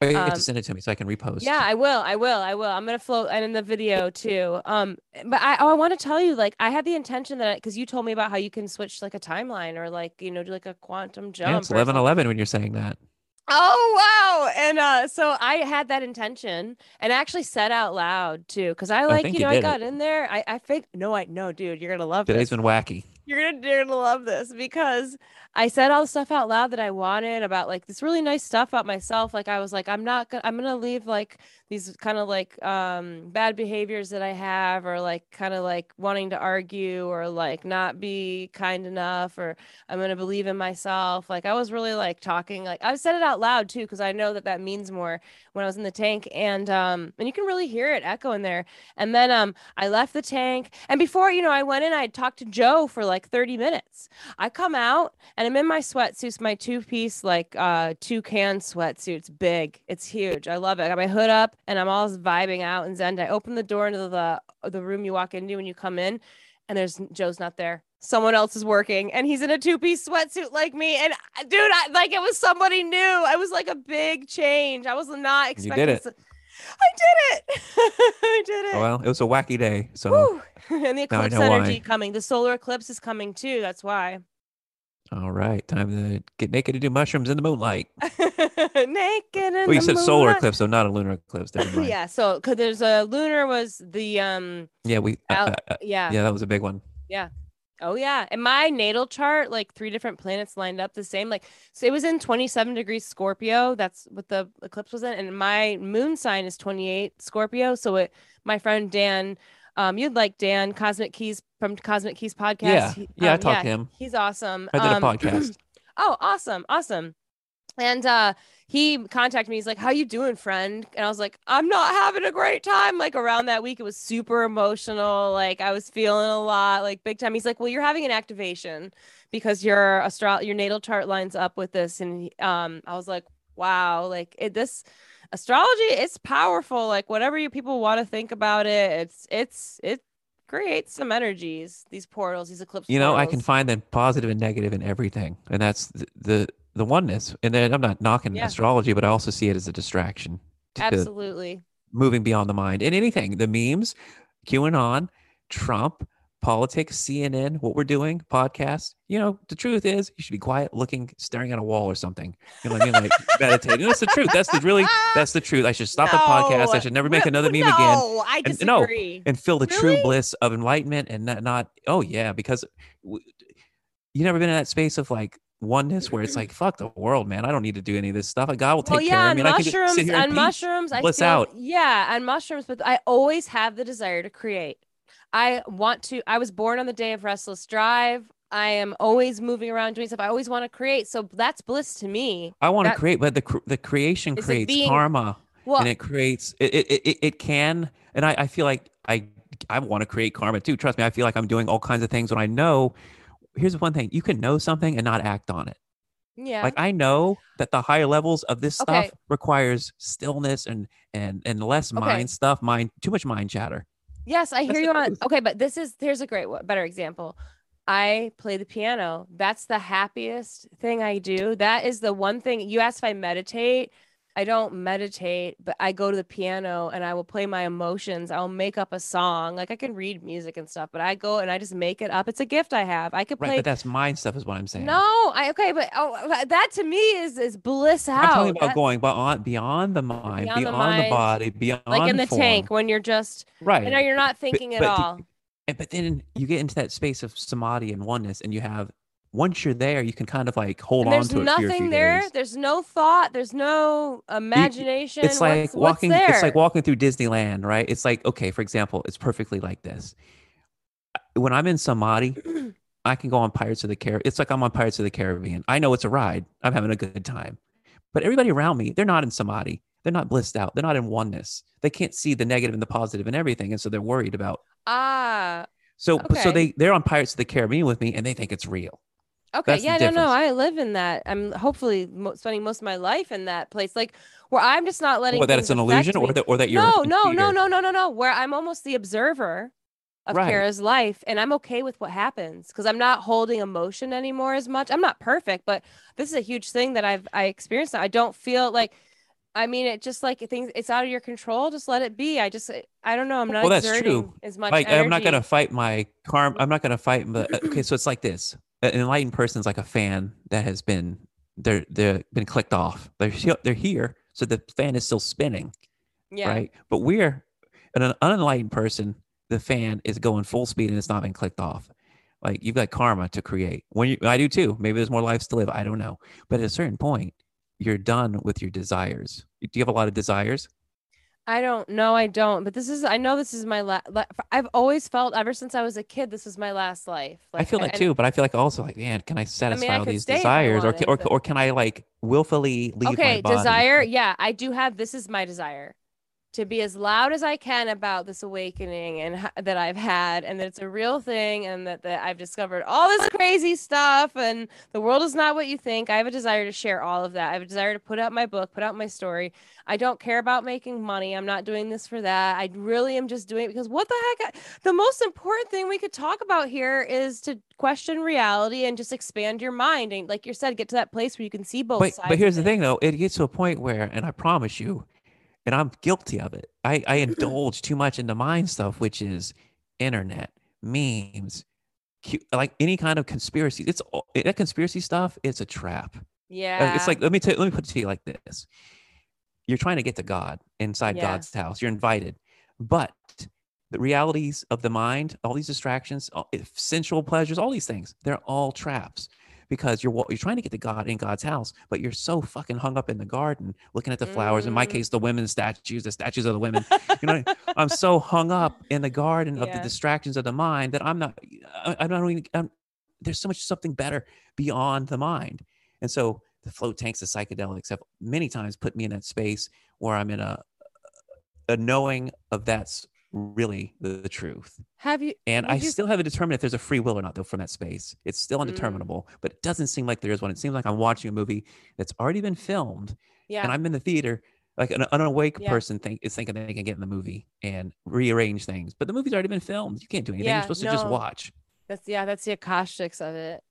Speaker 1: Or you have
Speaker 2: um,
Speaker 1: to send it to me so I can repost.
Speaker 2: Yeah, I will. I will. I will. I'm gonna float and in the video too. Um, but I oh, I want to tell you, like, I had the intention that because you told me about how you can switch like a timeline or like you know do like a quantum jump.
Speaker 1: Yeah, it's
Speaker 2: or
Speaker 1: 11 11 when you're saying that.
Speaker 2: Oh wow! And uh, so I had that intention, and I actually said out loud too, because I like
Speaker 1: think
Speaker 2: you
Speaker 1: you
Speaker 2: know I
Speaker 1: did it.
Speaker 2: got in there. I I think no, I no, dude, you're gonna love
Speaker 1: Today's
Speaker 2: this.
Speaker 1: been wacky.
Speaker 2: You're gonna you're gonna love this because I said all the stuff out loud that I wanted about like this really nice stuff about myself. Like I was like, I'm not gonna I'm gonna leave like these kind of like um bad behaviors that I have or like kind of like wanting to argue or like not be kind enough or I'm gonna believe in myself. Like I was really like talking like I've said it out loud too because I know that that means more when I was in the tank and um and you can really hear it echo in there. And then um I left the tank. And before, you know, I went in, I had talked to Joe for like 30 minutes. I come out and I'm in my sweatsuits, my two piece, like uh two can sweatsuit. It's big. It's huge. I love it. I got my hood up and I'm all vibing out and zen. I open the door into the the room you walk into when you come in, and there's Joe's not there. Someone else is working and he's in a two piece sweatsuit like me. And I- dude, I, like it was somebody new. I was like a big change. I was not
Speaker 1: did
Speaker 2: expecting.
Speaker 1: it.
Speaker 2: so- I did it. I did it.
Speaker 1: Oh, Well, it was a wacky day. So,
Speaker 2: Woo! and the
Speaker 1: Now I
Speaker 2: eclipse
Speaker 1: know
Speaker 2: energy
Speaker 1: why.
Speaker 2: coming. The solar eclipse is coming too. That's why.
Speaker 1: all right, time to get naked and do mushrooms in the moonlight.
Speaker 2: Naked in
Speaker 1: Well, you
Speaker 2: the
Speaker 1: said solar
Speaker 2: moonlight.
Speaker 1: eclipse, so not a lunar eclipse. Never mind.
Speaker 2: yeah. So, cause there's a lunar was the um.
Speaker 1: Yeah, we. uh,
Speaker 2: Out-
Speaker 1: uh, uh,
Speaker 2: Yeah.
Speaker 1: yeah, that was a big one.
Speaker 2: Oh yeah. And my natal chart, like three different planets lined up the same. Like so, it was in 27 degrees Scorpio. That's what the eclipse was in. And my moon sign is 28 Scorpio. So it. My friend Dan, um, you'd like Dan Cosmic Keys from Cosmic Keys podcast.
Speaker 1: Yeah,
Speaker 2: He-
Speaker 1: yeah, I
Speaker 2: um,
Speaker 1: talked to him.
Speaker 2: He's awesome.
Speaker 1: I did
Speaker 2: Um,
Speaker 1: a podcast.
Speaker 2: Oh, awesome. Awesome. And uh, he contacted me. He's like, "How you doing, friend?" And I was like, "I'm not having a great time." Like around that week, it was super emotional. Like I was feeling a lot, like big time. He's like, "Well, you're having an activation because your astro your natal chart lines up with this." And um, I was like, "Wow, like it, this astrology, it's powerful. Like whatever you people want to think about it, it's it's it creates some energies. These portals, these eclipse.
Speaker 1: You know, I can
Speaker 2: portals."
Speaker 1: find the positive and negative in everything, and that's the the, the oneness. And then I'm not knocking
Speaker 2: Yeah.
Speaker 1: astrology, but I also see it as a distraction to
Speaker 2: absolutely.
Speaker 1: moving beyond the mind and anything. The memes, QAnon, Trump, politics, CNN, what we're doing, podcasts. You know, the truth is, you should be quiet, looking, staring at a wall or something. You know what I mean? Like meditating. That's the truth. That's the really. That's the truth. I should stop the podcast. I
Speaker 2: No.
Speaker 1: should never make
Speaker 2: Re-
Speaker 1: another meme
Speaker 2: no,
Speaker 1: again.
Speaker 2: I
Speaker 1: And- no.
Speaker 2: disagree.
Speaker 1: and feel the
Speaker 2: Really?
Speaker 1: true bliss of enlightenment and not, not oh yeah because w- you never been in that space of like oneness where it's like fuck the world man i don't need to do any of this stuff Like, god will take
Speaker 2: well, yeah,
Speaker 1: care of
Speaker 2: and
Speaker 1: me and i can
Speaker 2: mushrooms
Speaker 1: just sit here in
Speaker 2: and
Speaker 1: peace.
Speaker 2: mushrooms. I
Speaker 1: Bliss
Speaker 2: feel,
Speaker 1: out.
Speaker 2: Yeah, and mushrooms. But I always have the desire to create. I want to. I was born on the day of restless drive. I am always moving around doing stuff. I always want to create. So that's bliss to me.
Speaker 1: i want to
Speaker 2: that-
Speaker 1: create but the, cr- the creation
Speaker 2: It's like
Speaker 1: creates
Speaker 2: being-
Speaker 1: karma
Speaker 2: Well,
Speaker 1: and it creates it it, it- it it can and I, I feel like i i want to create karma too trust me i feel like i'm doing all kinds of things when i know here's one thing you can know something and not act on it
Speaker 2: yeah.
Speaker 1: Like I know that the higher levels of this
Speaker 2: Okay.
Speaker 1: stuff requires stillness and and and less
Speaker 2: Okay.
Speaker 1: mind stuff, mind too much mind chatter.
Speaker 2: Yes, I
Speaker 1: That's
Speaker 2: hear
Speaker 1: the
Speaker 2: you on.
Speaker 1: truth.
Speaker 2: Okay, but this is here's a great one- better example. I play the piano. That's the happiest thing I do. That is the one thing you asked if I meditate. I don't meditate, but I go to the piano and I will play my emotions. I'll make up a song. Like I can read music and stuff, but I go and I just make it up. It's a gift I have. I could
Speaker 1: Right,
Speaker 2: play.
Speaker 1: but that's mind stuff is what I'm saying.
Speaker 2: no, I okay, but oh, that to me is is bliss out.
Speaker 1: I'm talking about
Speaker 2: That-
Speaker 1: going beyond beyond the mind,
Speaker 2: Beyond
Speaker 1: beyond,
Speaker 2: the
Speaker 1: the,
Speaker 2: mind,
Speaker 1: body, beyond
Speaker 2: like in the
Speaker 1: form.
Speaker 2: tank when you're just
Speaker 1: Right.
Speaker 2: and now you're not thinking at
Speaker 1: but the-
Speaker 2: all.
Speaker 1: And but then you get into that space of samadhi and oneness, and you have once you're there, you can kind of like hold
Speaker 2: And
Speaker 1: on
Speaker 2: there's
Speaker 1: to it for a few
Speaker 2: nothing there.
Speaker 1: days. E,
Speaker 2: There's no thought. There's no imagination.
Speaker 1: It's like
Speaker 2: what's, what's
Speaker 1: walking.
Speaker 2: there?
Speaker 1: It's like walking through Disneyland, right? It's like okay, for example, it's perfectly like this. Uh, When I'm in samadhi, I can go on Pirates of the Caribbean. It's like I'm on Pirates of the Caribbean. I know it's a ride. I'm having a good time. But everybody around me, they're not in samadhi. They're not blissed out. They're not in oneness. They can't see the negative and the positive and everything, and so they're worried about.
Speaker 2: ah.
Speaker 1: So so
Speaker 2: Okay.
Speaker 1: they they're on Pirates of the Caribbean with me, and they think it's real.
Speaker 2: Okay.
Speaker 1: That's the
Speaker 2: yeah. No. No.
Speaker 1: difference.
Speaker 2: I live in that. I'm hopefully mo- spending most of my life in that place, like where I'm just not letting.
Speaker 1: Or that it's
Speaker 2: things
Speaker 1: an
Speaker 2: affect
Speaker 1: illusion,
Speaker 2: me.
Speaker 1: or that or that you're
Speaker 2: no,
Speaker 1: a
Speaker 2: no, no,
Speaker 1: computer.
Speaker 2: no, no, no, no. Where I'm almost the observer of
Speaker 1: Right.
Speaker 2: Kara's life, and I'm okay with what happens because I'm not holding emotion anymore as much. I'm not perfect, but this is a huge thing that I've I experienced. now. I don't feel like, I mean, it just like things. It's out of your control. Just let it be. I just I don't know. I'm not
Speaker 1: Well, that's
Speaker 2: exerting
Speaker 1: true.
Speaker 2: as much.
Speaker 1: like I'm not
Speaker 2: energy.
Speaker 1: gonna fight my karma. I'm not gonna fight the. Okay, so it's like this: an enlightened person is like a fan that has been they're they're been clicked off. They're he- they're here, so the fan is still spinning,
Speaker 2: Yeah.
Speaker 1: right? But we're an unenlightened person. The fan is going full speed and it's not been clicked off. Like you've got karma to create. When you, I do too. Maybe there's more lives to live. I don't know. But at a certain point, you're done with your desires. Do you have a lot of desires?
Speaker 2: I don't know. I don't. But this is. I know this is my last. I've always felt ever since I was a kid. This was my last life.
Speaker 1: I feel that
Speaker 2: and-
Speaker 1: too, but I feel like also like, man, can I satisfy
Speaker 2: I
Speaker 1: all
Speaker 2: could
Speaker 1: these
Speaker 2: stay if I
Speaker 1: desires, or
Speaker 2: wanted,
Speaker 1: ca- or
Speaker 2: but-
Speaker 1: or can I like willfully leave
Speaker 2: okay
Speaker 1: my body?
Speaker 2: desire yeah i do have this is my desire to be as loud as i can about this awakening and h- that i've had and that it's a real thing and that, that i've discovered all this crazy stuff and the world is not what you think i have a desire to share all of that i have a desire to put out my book put out my story i don't care about making money i'm not doing this for that i really am just doing it because what the heck I- the most important thing we could talk about here is to question reality and just expand your mind and like you said get to that place where you can see both
Speaker 1: But
Speaker 2: sides
Speaker 1: but
Speaker 2: of
Speaker 1: here's the
Speaker 2: it.
Speaker 1: thing though, it gets to a point where, and I promise you, and I'm guilty of it. I I indulge too much in the mind stuff, which is internet memes, cu- like any kind of conspiracy. It's all, that conspiracy stuff. It's a trap.
Speaker 2: Yeah.
Speaker 1: Uh, It's like let me tell let me put it to you like this: You're trying to get to God inside
Speaker 2: Yeah.
Speaker 1: God's house. You're invited, but the realities of the mind, all these distractions, all, if sensual pleasures, all these things—they're all traps because you're wa- you're trying to get to God in God's house, but you're so fucking hung up in the garden, looking at the flowers. In my
Speaker 2: Mm.
Speaker 1: case, the women's statues, the statues of the women. You know, I'm so hung up in the garden of the
Speaker 2: Yeah.
Speaker 1: distractions of the mind that I'm not. I, I'm not even. I'm, there's so much something better beyond the mind, and so the float tanks, the psychedelics have many times put me in that space where I'm in a a knowing of that's really the, the truth.
Speaker 2: Have you?
Speaker 1: And I
Speaker 2: Would you- Mm.
Speaker 1: still haven't determined if there's a free will or not, though, from that space. It's still undeterminable, but it doesn't seem like there is one. It seems like I'm watching a movie that's already been filmed,
Speaker 2: Yeah.
Speaker 1: and I'm in the theater. Like an unawake
Speaker 2: Yeah.
Speaker 1: person think is thinking they can get in the movie and rearrange things, but the movie's already been filmed. You can't do anything.
Speaker 2: Yeah,
Speaker 1: You're supposed to just
Speaker 2: no.
Speaker 1: watch.
Speaker 2: that's yeah. That's the acoustics of it.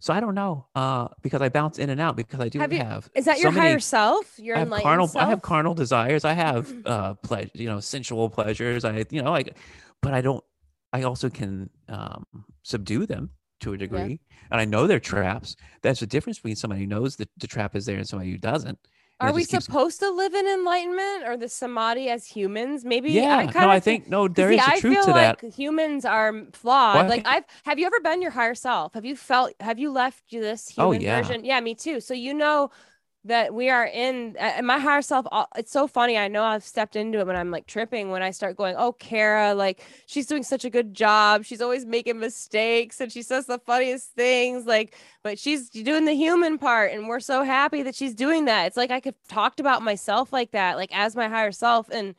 Speaker 1: So I don't know uh, because I bounce in and out because I do
Speaker 2: Have
Speaker 1: have.
Speaker 2: you- Is that
Speaker 1: so
Speaker 2: your
Speaker 1: many-
Speaker 2: higher self? Your
Speaker 1: I have
Speaker 2: enlightened
Speaker 1: carnal.
Speaker 2: self.
Speaker 1: I have carnal desires. I have uh, pleasure. You know, sensual pleasures. I you know like, but I don't. I also can um, subdue them to a degree, and I know they're traps. That's the difference between somebody who knows that the trap is there and somebody who doesn't. and
Speaker 2: Are
Speaker 1: it
Speaker 2: we
Speaker 1: just keeps-
Speaker 2: supposed to live in enlightenment or the samadhi as humans? Maybe
Speaker 1: Yeah.
Speaker 2: I kind
Speaker 1: no,
Speaker 2: of
Speaker 1: I think no. There
Speaker 2: see,
Speaker 1: is
Speaker 2: I
Speaker 1: a truth
Speaker 2: feel
Speaker 1: to that.
Speaker 2: like humans are flawed.
Speaker 1: Well, I
Speaker 2: Like
Speaker 1: think-
Speaker 2: I've have you ever been your higher self? Have you felt have you left you this
Speaker 1: Oh,
Speaker 2: human
Speaker 1: yeah.
Speaker 2: version? Yeah, me too. So you know that we are in uh, my higher self. uh, It's so funny. I know I've stepped into it when I'm like tripping, when I start going, Oh, Kara, like she's doing such a good job. She's always making mistakes and she says the funniest things. Like, but she's doing the human part. And we're so happy that she's doing that. It's like I could talked about myself like that, like as my higher self. And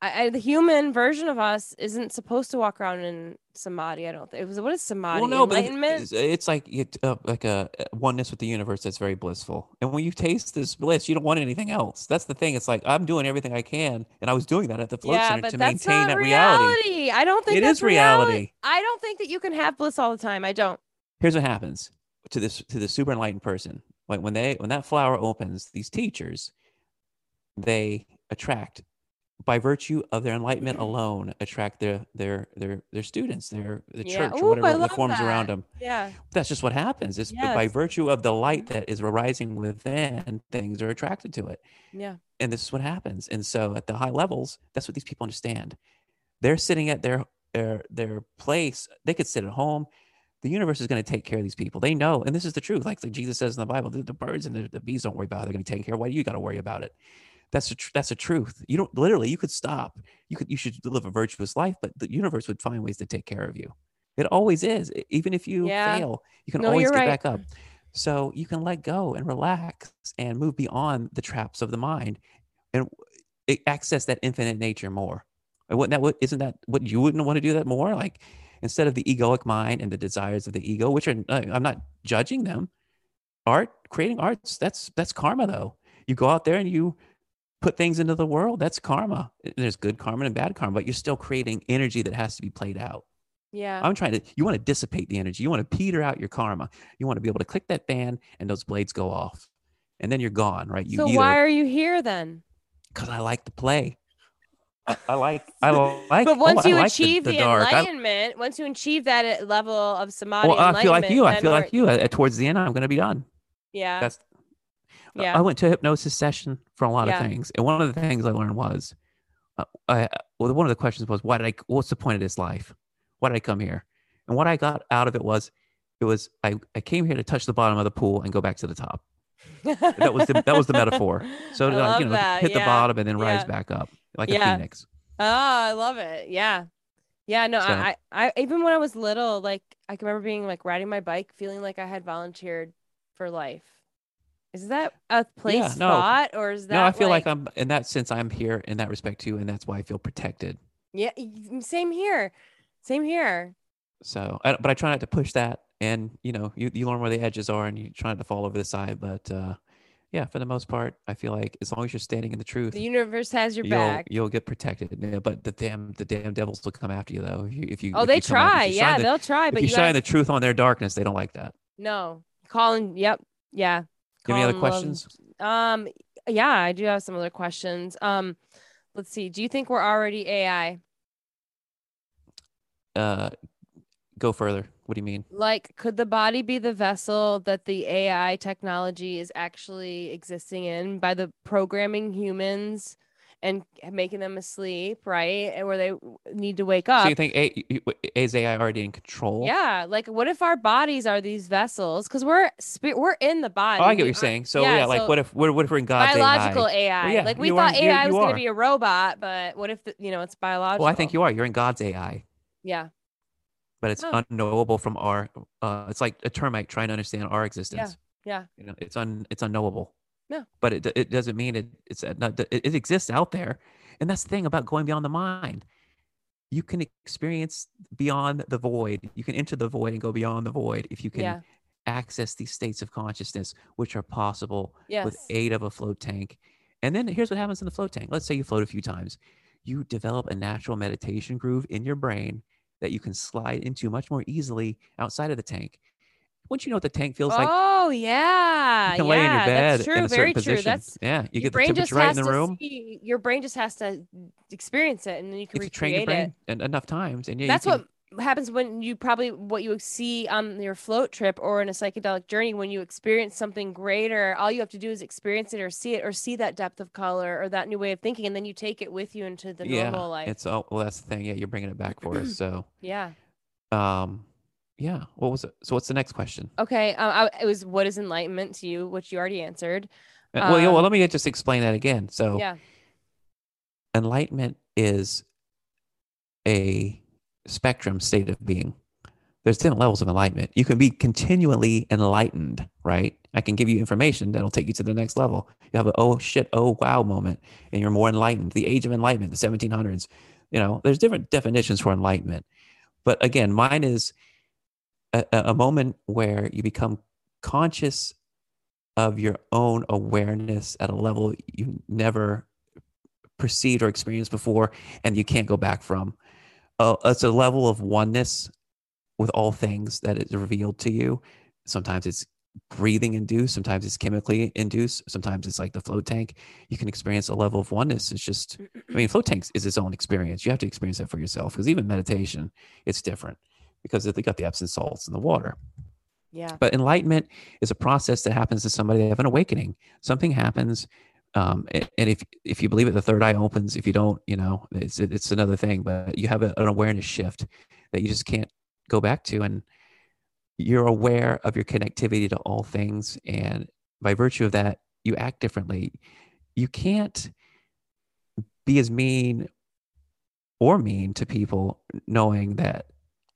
Speaker 2: I, I the human version of us isn't supposed to walk around in samadhi. I don't think it was what is samadhi? Enlightenment?
Speaker 1: it's, it's like it, uh, like a a oneness with the universe that's very blissful. And when you taste this bliss, you don't want anything else. That's the thing. It's like I'm doing everything I can, and I was doing that at the float
Speaker 2: yeah,
Speaker 1: center
Speaker 2: but
Speaker 1: to
Speaker 2: that's
Speaker 1: maintain
Speaker 2: not
Speaker 1: that
Speaker 2: reality.
Speaker 1: reality.
Speaker 2: I don't think
Speaker 1: It
Speaker 2: that's
Speaker 1: is reality.
Speaker 2: I don't think that you can have bliss all the time. I don't.
Speaker 1: Here's what happens to this to the super enlightened person. Like when they when that flower opens, these teachers, they attract by virtue of their enlightenment alone, attract their their their their students, their the
Speaker 2: Yeah.
Speaker 1: church, or
Speaker 2: Ooh, I
Speaker 1: whatever that
Speaker 2: love
Speaker 1: forms around
Speaker 2: that.
Speaker 1: them.
Speaker 2: Yeah.
Speaker 1: that's just what happens. It's by
Speaker 2: Yes. Mm-hmm.
Speaker 1: virtue of the light that is arising within, things are attracted to it.
Speaker 2: Yeah.
Speaker 1: And this is what happens. And so at the high levels, that's what these people understand. They're sitting at their their their place. They could sit at home. The universe is going to take care of these people. They know, and this is the truth. Like, like Jesus says in the Bible, the, the birds and the, the bees don't worry about it. They're going to take care. Why do you got to worry about it? That's the tr- that's the truth. You don't literally. You could stop. You could you should live a virtuous life, but the universe would find ways to take care of you. It always is. E- Even if you
Speaker 2: Yeah.
Speaker 1: fail, you can
Speaker 2: No,
Speaker 1: always
Speaker 2: you're
Speaker 1: get
Speaker 2: right.
Speaker 1: back up. So you can let go and relax and move beyond the traps of the mind and a- access that infinite nature more. And wouldn't that what isn't that what you wouldn't want to do that more? Like instead of the egoic mind and the desires of the ego, which are I- I'm not judging them. Art, creating arts, that's that's karma though. You go out there and you put things into the world. That's karma. There's good karma and bad karma, but you're still creating energy that has to be played out.
Speaker 2: Yeah.
Speaker 1: I'm trying to, you want to dissipate the energy. You want to peter out your karma. You want to be able to click that band and those blades go off. And then you're gone, right? You
Speaker 2: so why are you here then?
Speaker 1: because I like to play. I, I like, I like,
Speaker 2: but
Speaker 1: oh,
Speaker 2: once
Speaker 1: I
Speaker 2: you
Speaker 1: like
Speaker 2: achieve the,
Speaker 1: dark. I-
Speaker 2: enlightenment, once you achieve that uh, level of samadhi,
Speaker 1: well, I feel like
Speaker 2: enlightenment,
Speaker 1: you. I
Speaker 2: then
Speaker 1: feel
Speaker 2: we're-
Speaker 1: like you. Uh, Towards the end, I'm going to be done.
Speaker 2: Yeah,
Speaker 1: That's uh, um, I-
Speaker 2: yeah.
Speaker 1: I went to a hypnosis session for a lot
Speaker 2: Yeah.
Speaker 1: of things, and one of the things I learned was, uh, I, well, one of the questions was, why did I? What's the point of this life? Why did I come here? And what I got out of it was, it was I, I came here to touch the bottom of the pool and go back to the top. that was the- that was the metaphor. So
Speaker 2: I
Speaker 1: to,
Speaker 2: love
Speaker 1: like, you know,
Speaker 2: that,
Speaker 1: hit the
Speaker 2: yeah.
Speaker 1: bottom and then rise
Speaker 2: yeah.
Speaker 1: back up like
Speaker 2: Yeah.
Speaker 1: a phoenix.
Speaker 2: Oh, I love it. Yeah. Yeah, no,
Speaker 1: So-
Speaker 2: I, I, I, even when I was little, like I can remember being like riding my bike, feeling like I had volunteered for life. Is that a place
Speaker 1: no.
Speaker 2: thought, or is that?
Speaker 1: No, I feel like, I'm in that sense. I'm here in that respect too, and that's why I feel protected.
Speaker 2: yeah. y- Same here, same here.
Speaker 1: So, I, but I try not to push that, and you know, you, you learn where the edges are, and you try not to fall over the side. But uh, yeah, for the most part, I feel like as long as you're standing in the truth,
Speaker 2: The universe has your
Speaker 1: you'll
Speaker 2: back.
Speaker 1: you'll get protected. Yeah, but the damn the damn devils will come after you though. If you, if you
Speaker 2: Oh,
Speaker 1: if
Speaker 2: they
Speaker 1: you come out- if
Speaker 2: try.
Speaker 1: you shine
Speaker 2: Yeah,
Speaker 1: the-
Speaker 2: they'll try,
Speaker 1: if
Speaker 2: but
Speaker 1: you
Speaker 2: you
Speaker 1: shine
Speaker 2: gotta
Speaker 1: the truth on their darkness, they don't like that.
Speaker 2: No, Colin. Yep. Yeah.
Speaker 1: Do you have any other
Speaker 2: Colin Love-
Speaker 1: questions?
Speaker 2: Um. Yeah, I do have some other questions. Um. Let's see. Do you think we're already AI?
Speaker 1: Uh, go further. What do you mean?
Speaker 2: Like, could the body be the vessel that the AI technology is actually existing in by the programming humans and making them asleep, right? And where they w- need to wake up.
Speaker 1: So you think A, you- you- is AI already in control?
Speaker 2: yeah. Like, what if our bodies are these vessels? Because we're spirit, we're in the body.
Speaker 1: Oh, I get what you're
Speaker 2: we aren't
Speaker 1: saying. So
Speaker 2: yeah,
Speaker 1: yeah, like
Speaker 2: so
Speaker 1: what if what, what if we're in God's
Speaker 2: biological
Speaker 1: AI?
Speaker 2: AI.
Speaker 1: yeah,
Speaker 2: like we
Speaker 1: you
Speaker 2: thought
Speaker 1: are- you-
Speaker 2: AI was
Speaker 1: you
Speaker 2: going
Speaker 1: are.
Speaker 2: to be a robot, but what if the, you know it's biological?
Speaker 1: Well, I think you are. You're in God's AI,
Speaker 2: Yeah.
Speaker 1: but it's
Speaker 2: Oh.
Speaker 1: unknowable from our. Uh, it's like a termite trying to understand our existence.
Speaker 2: Yeah.
Speaker 1: You know, it's un it's unknowable.
Speaker 2: No.
Speaker 1: But it it doesn't mean it it's not it, it exists out there, and that's the thing about going beyond the mind. You can experience beyond the void. You can enter the void and go beyond the void if you can
Speaker 2: yeah.
Speaker 1: access these states of consciousness, which are possible
Speaker 2: Yes.
Speaker 1: with aid of a float tank. And then here's what happens in the float tank. Let's say you float a few times. You develop a natural meditation groove in your brain that you can slide into much more easily outside of the tank. Once you know what the tank feels like,
Speaker 2: oh
Speaker 1: you
Speaker 2: yeah.
Speaker 1: can
Speaker 2: Ah, yeah,
Speaker 1: lay in your bed
Speaker 2: That's true.
Speaker 1: in a certain
Speaker 2: Very
Speaker 1: position.
Speaker 2: true. That's
Speaker 1: yeah, you
Speaker 2: your
Speaker 1: get the
Speaker 2: brain just
Speaker 1: temperature right in
Speaker 2: has
Speaker 1: the
Speaker 2: to
Speaker 1: room.
Speaker 2: see- your brain just has to experience it, and then you can
Speaker 1: If you train your
Speaker 2: recreate
Speaker 1: brain en-
Speaker 2: it.
Speaker 1: enough times, and yeah,
Speaker 2: That's
Speaker 1: you can,
Speaker 2: what happens when you probably what you see on your float trip or in a psychedelic journey when you experience something greater all you have to do is experience it or see it or see that depth of color or that new way of thinking and then you take it with you into the
Speaker 1: yeah,
Speaker 2: normal life
Speaker 1: It's all well. That's the thing. Yeah, you're bringing it back for us. So,
Speaker 2: yeah
Speaker 1: um, yeah. What was it? So, what's the next question?
Speaker 2: okay uh, I, it was what is enlightenment to you which you already answered
Speaker 1: Uh, well, yeah, well,
Speaker 2: Um,
Speaker 1: let me just explain that again. So,
Speaker 2: yeah
Speaker 1: enlightenment is a spectrum state of being. There's different levels of enlightenment. You can be continually enlightened, right? I can give you information that'll take you to the next level. You have a oh shit, oh wow moment, and you're more enlightened. The age of enlightenment, the 1700s. You know, there's different definitions for enlightenment. But again, mine is a, a a moment where you become conscious of your own awareness at a level you never perceived or experienced before and you can't go back from. Uh, it's a level of oneness with all things that is revealed to you. Sometimes it's breathing induced, sometimes it's chemically induced, sometimes it's like the float tank. You can experience a level of oneness. It's just, I mean, float tanks is its own experience. You have to experience that for yourself because even meditation, it's different because they got the Epsom salts in the water.
Speaker 2: yeah
Speaker 1: But enlightenment is a process that happens to somebody. They have an awakening. Something happens, um, a- and if if you believe it, the third eye opens. If you don't, you know, it's it's another thing. But you have a, an awareness shift that you just can't go back to, and you're aware of your connectivity to all things, and by virtue of that, you act differently. You can't be as mean or mean to people, knowing that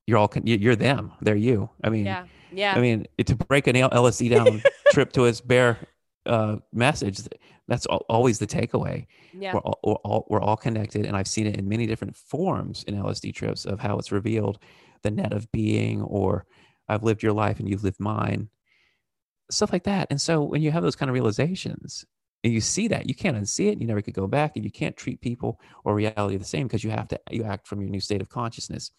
Speaker 1: you're all con- you- you're them, they're you. I mean,
Speaker 2: yeah yeah
Speaker 1: I mean, it- to break an L- LSD down trip to its bare uh, message, th- that's al- always the takeaway.
Speaker 2: yeah
Speaker 1: We're, all, we're all we're all connected, and I've seen it in many different forms in LSD trips of how it's revealed the net of being, or I've lived your life and you've lived mine, stuff like that. And so when you have those kind of realizations. And you see that you can't unsee it. and You never could go back, and you can't treat people or reality the same because you have to you act from your new state of consciousness.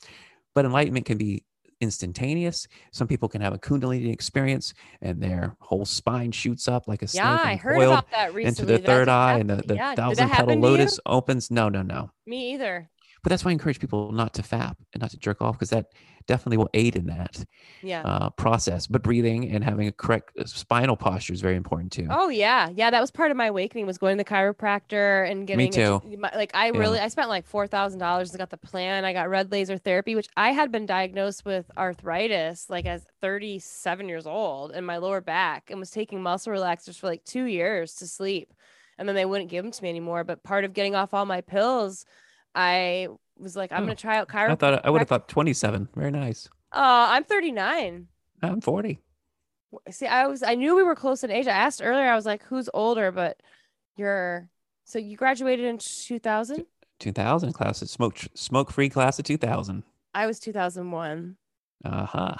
Speaker 1: But enlightenment can be instantaneous, some people can have a kundalini experience and their whole spine shoots up like a snake
Speaker 2: yeah
Speaker 1: and
Speaker 2: i heard
Speaker 1: coiled
Speaker 2: about that recently
Speaker 1: into the
Speaker 2: That
Speaker 1: third
Speaker 2: just
Speaker 1: eye and the,
Speaker 2: happened.
Speaker 1: the
Speaker 2: Yeah, did that
Speaker 1: thousand petal
Speaker 2: happen to you?
Speaker 1: lotus opens. No, no, no.
Speaker 2: me either
Speaker 1: But that's why I encourage people not to fap and not to jerk off because that definitely will aid in that
Speaker 2: yeah
Speaker 1: uh, process. But breathing and having a correct uh, spinal posture is very important too.
Speaker 2: Oh yeah, yeah. That was part of my awakening was going to the chiropractor and getting.
Speaker 1: too.
Speaker 2: It, my- like I
Speaker 1: Yeah.
Speaker 2: really, I spent like four thousand dollars. I got the plan. I got red laser therapy, which I had been diagnosed with arthritis like as thirty seven years old in my lower back, and was taking muscle relaxers for like two years to sleep, and then they wouldn't give them to me anymore. But part of getting off all my pills, I was like, I'm
Speaker 1: Oh.
Speaker 2: gonna try out
Speaker 1: I
Speaker 2: chiropractor.
Speaker 1: thought I would have thought 27. Very nice.
Speaker 2: Uh, I'm thirty nine.
Speaker 1: I'm 40.
Speaker 2: w- see i was i knew we were close in age i asked earlier i was like who's older but you're so you graduated in 2000
Speaker 1: 2000 class of smoke smoke free class of 2000.
Speaker 2: i was 2001
Speaker 1: Uh huh.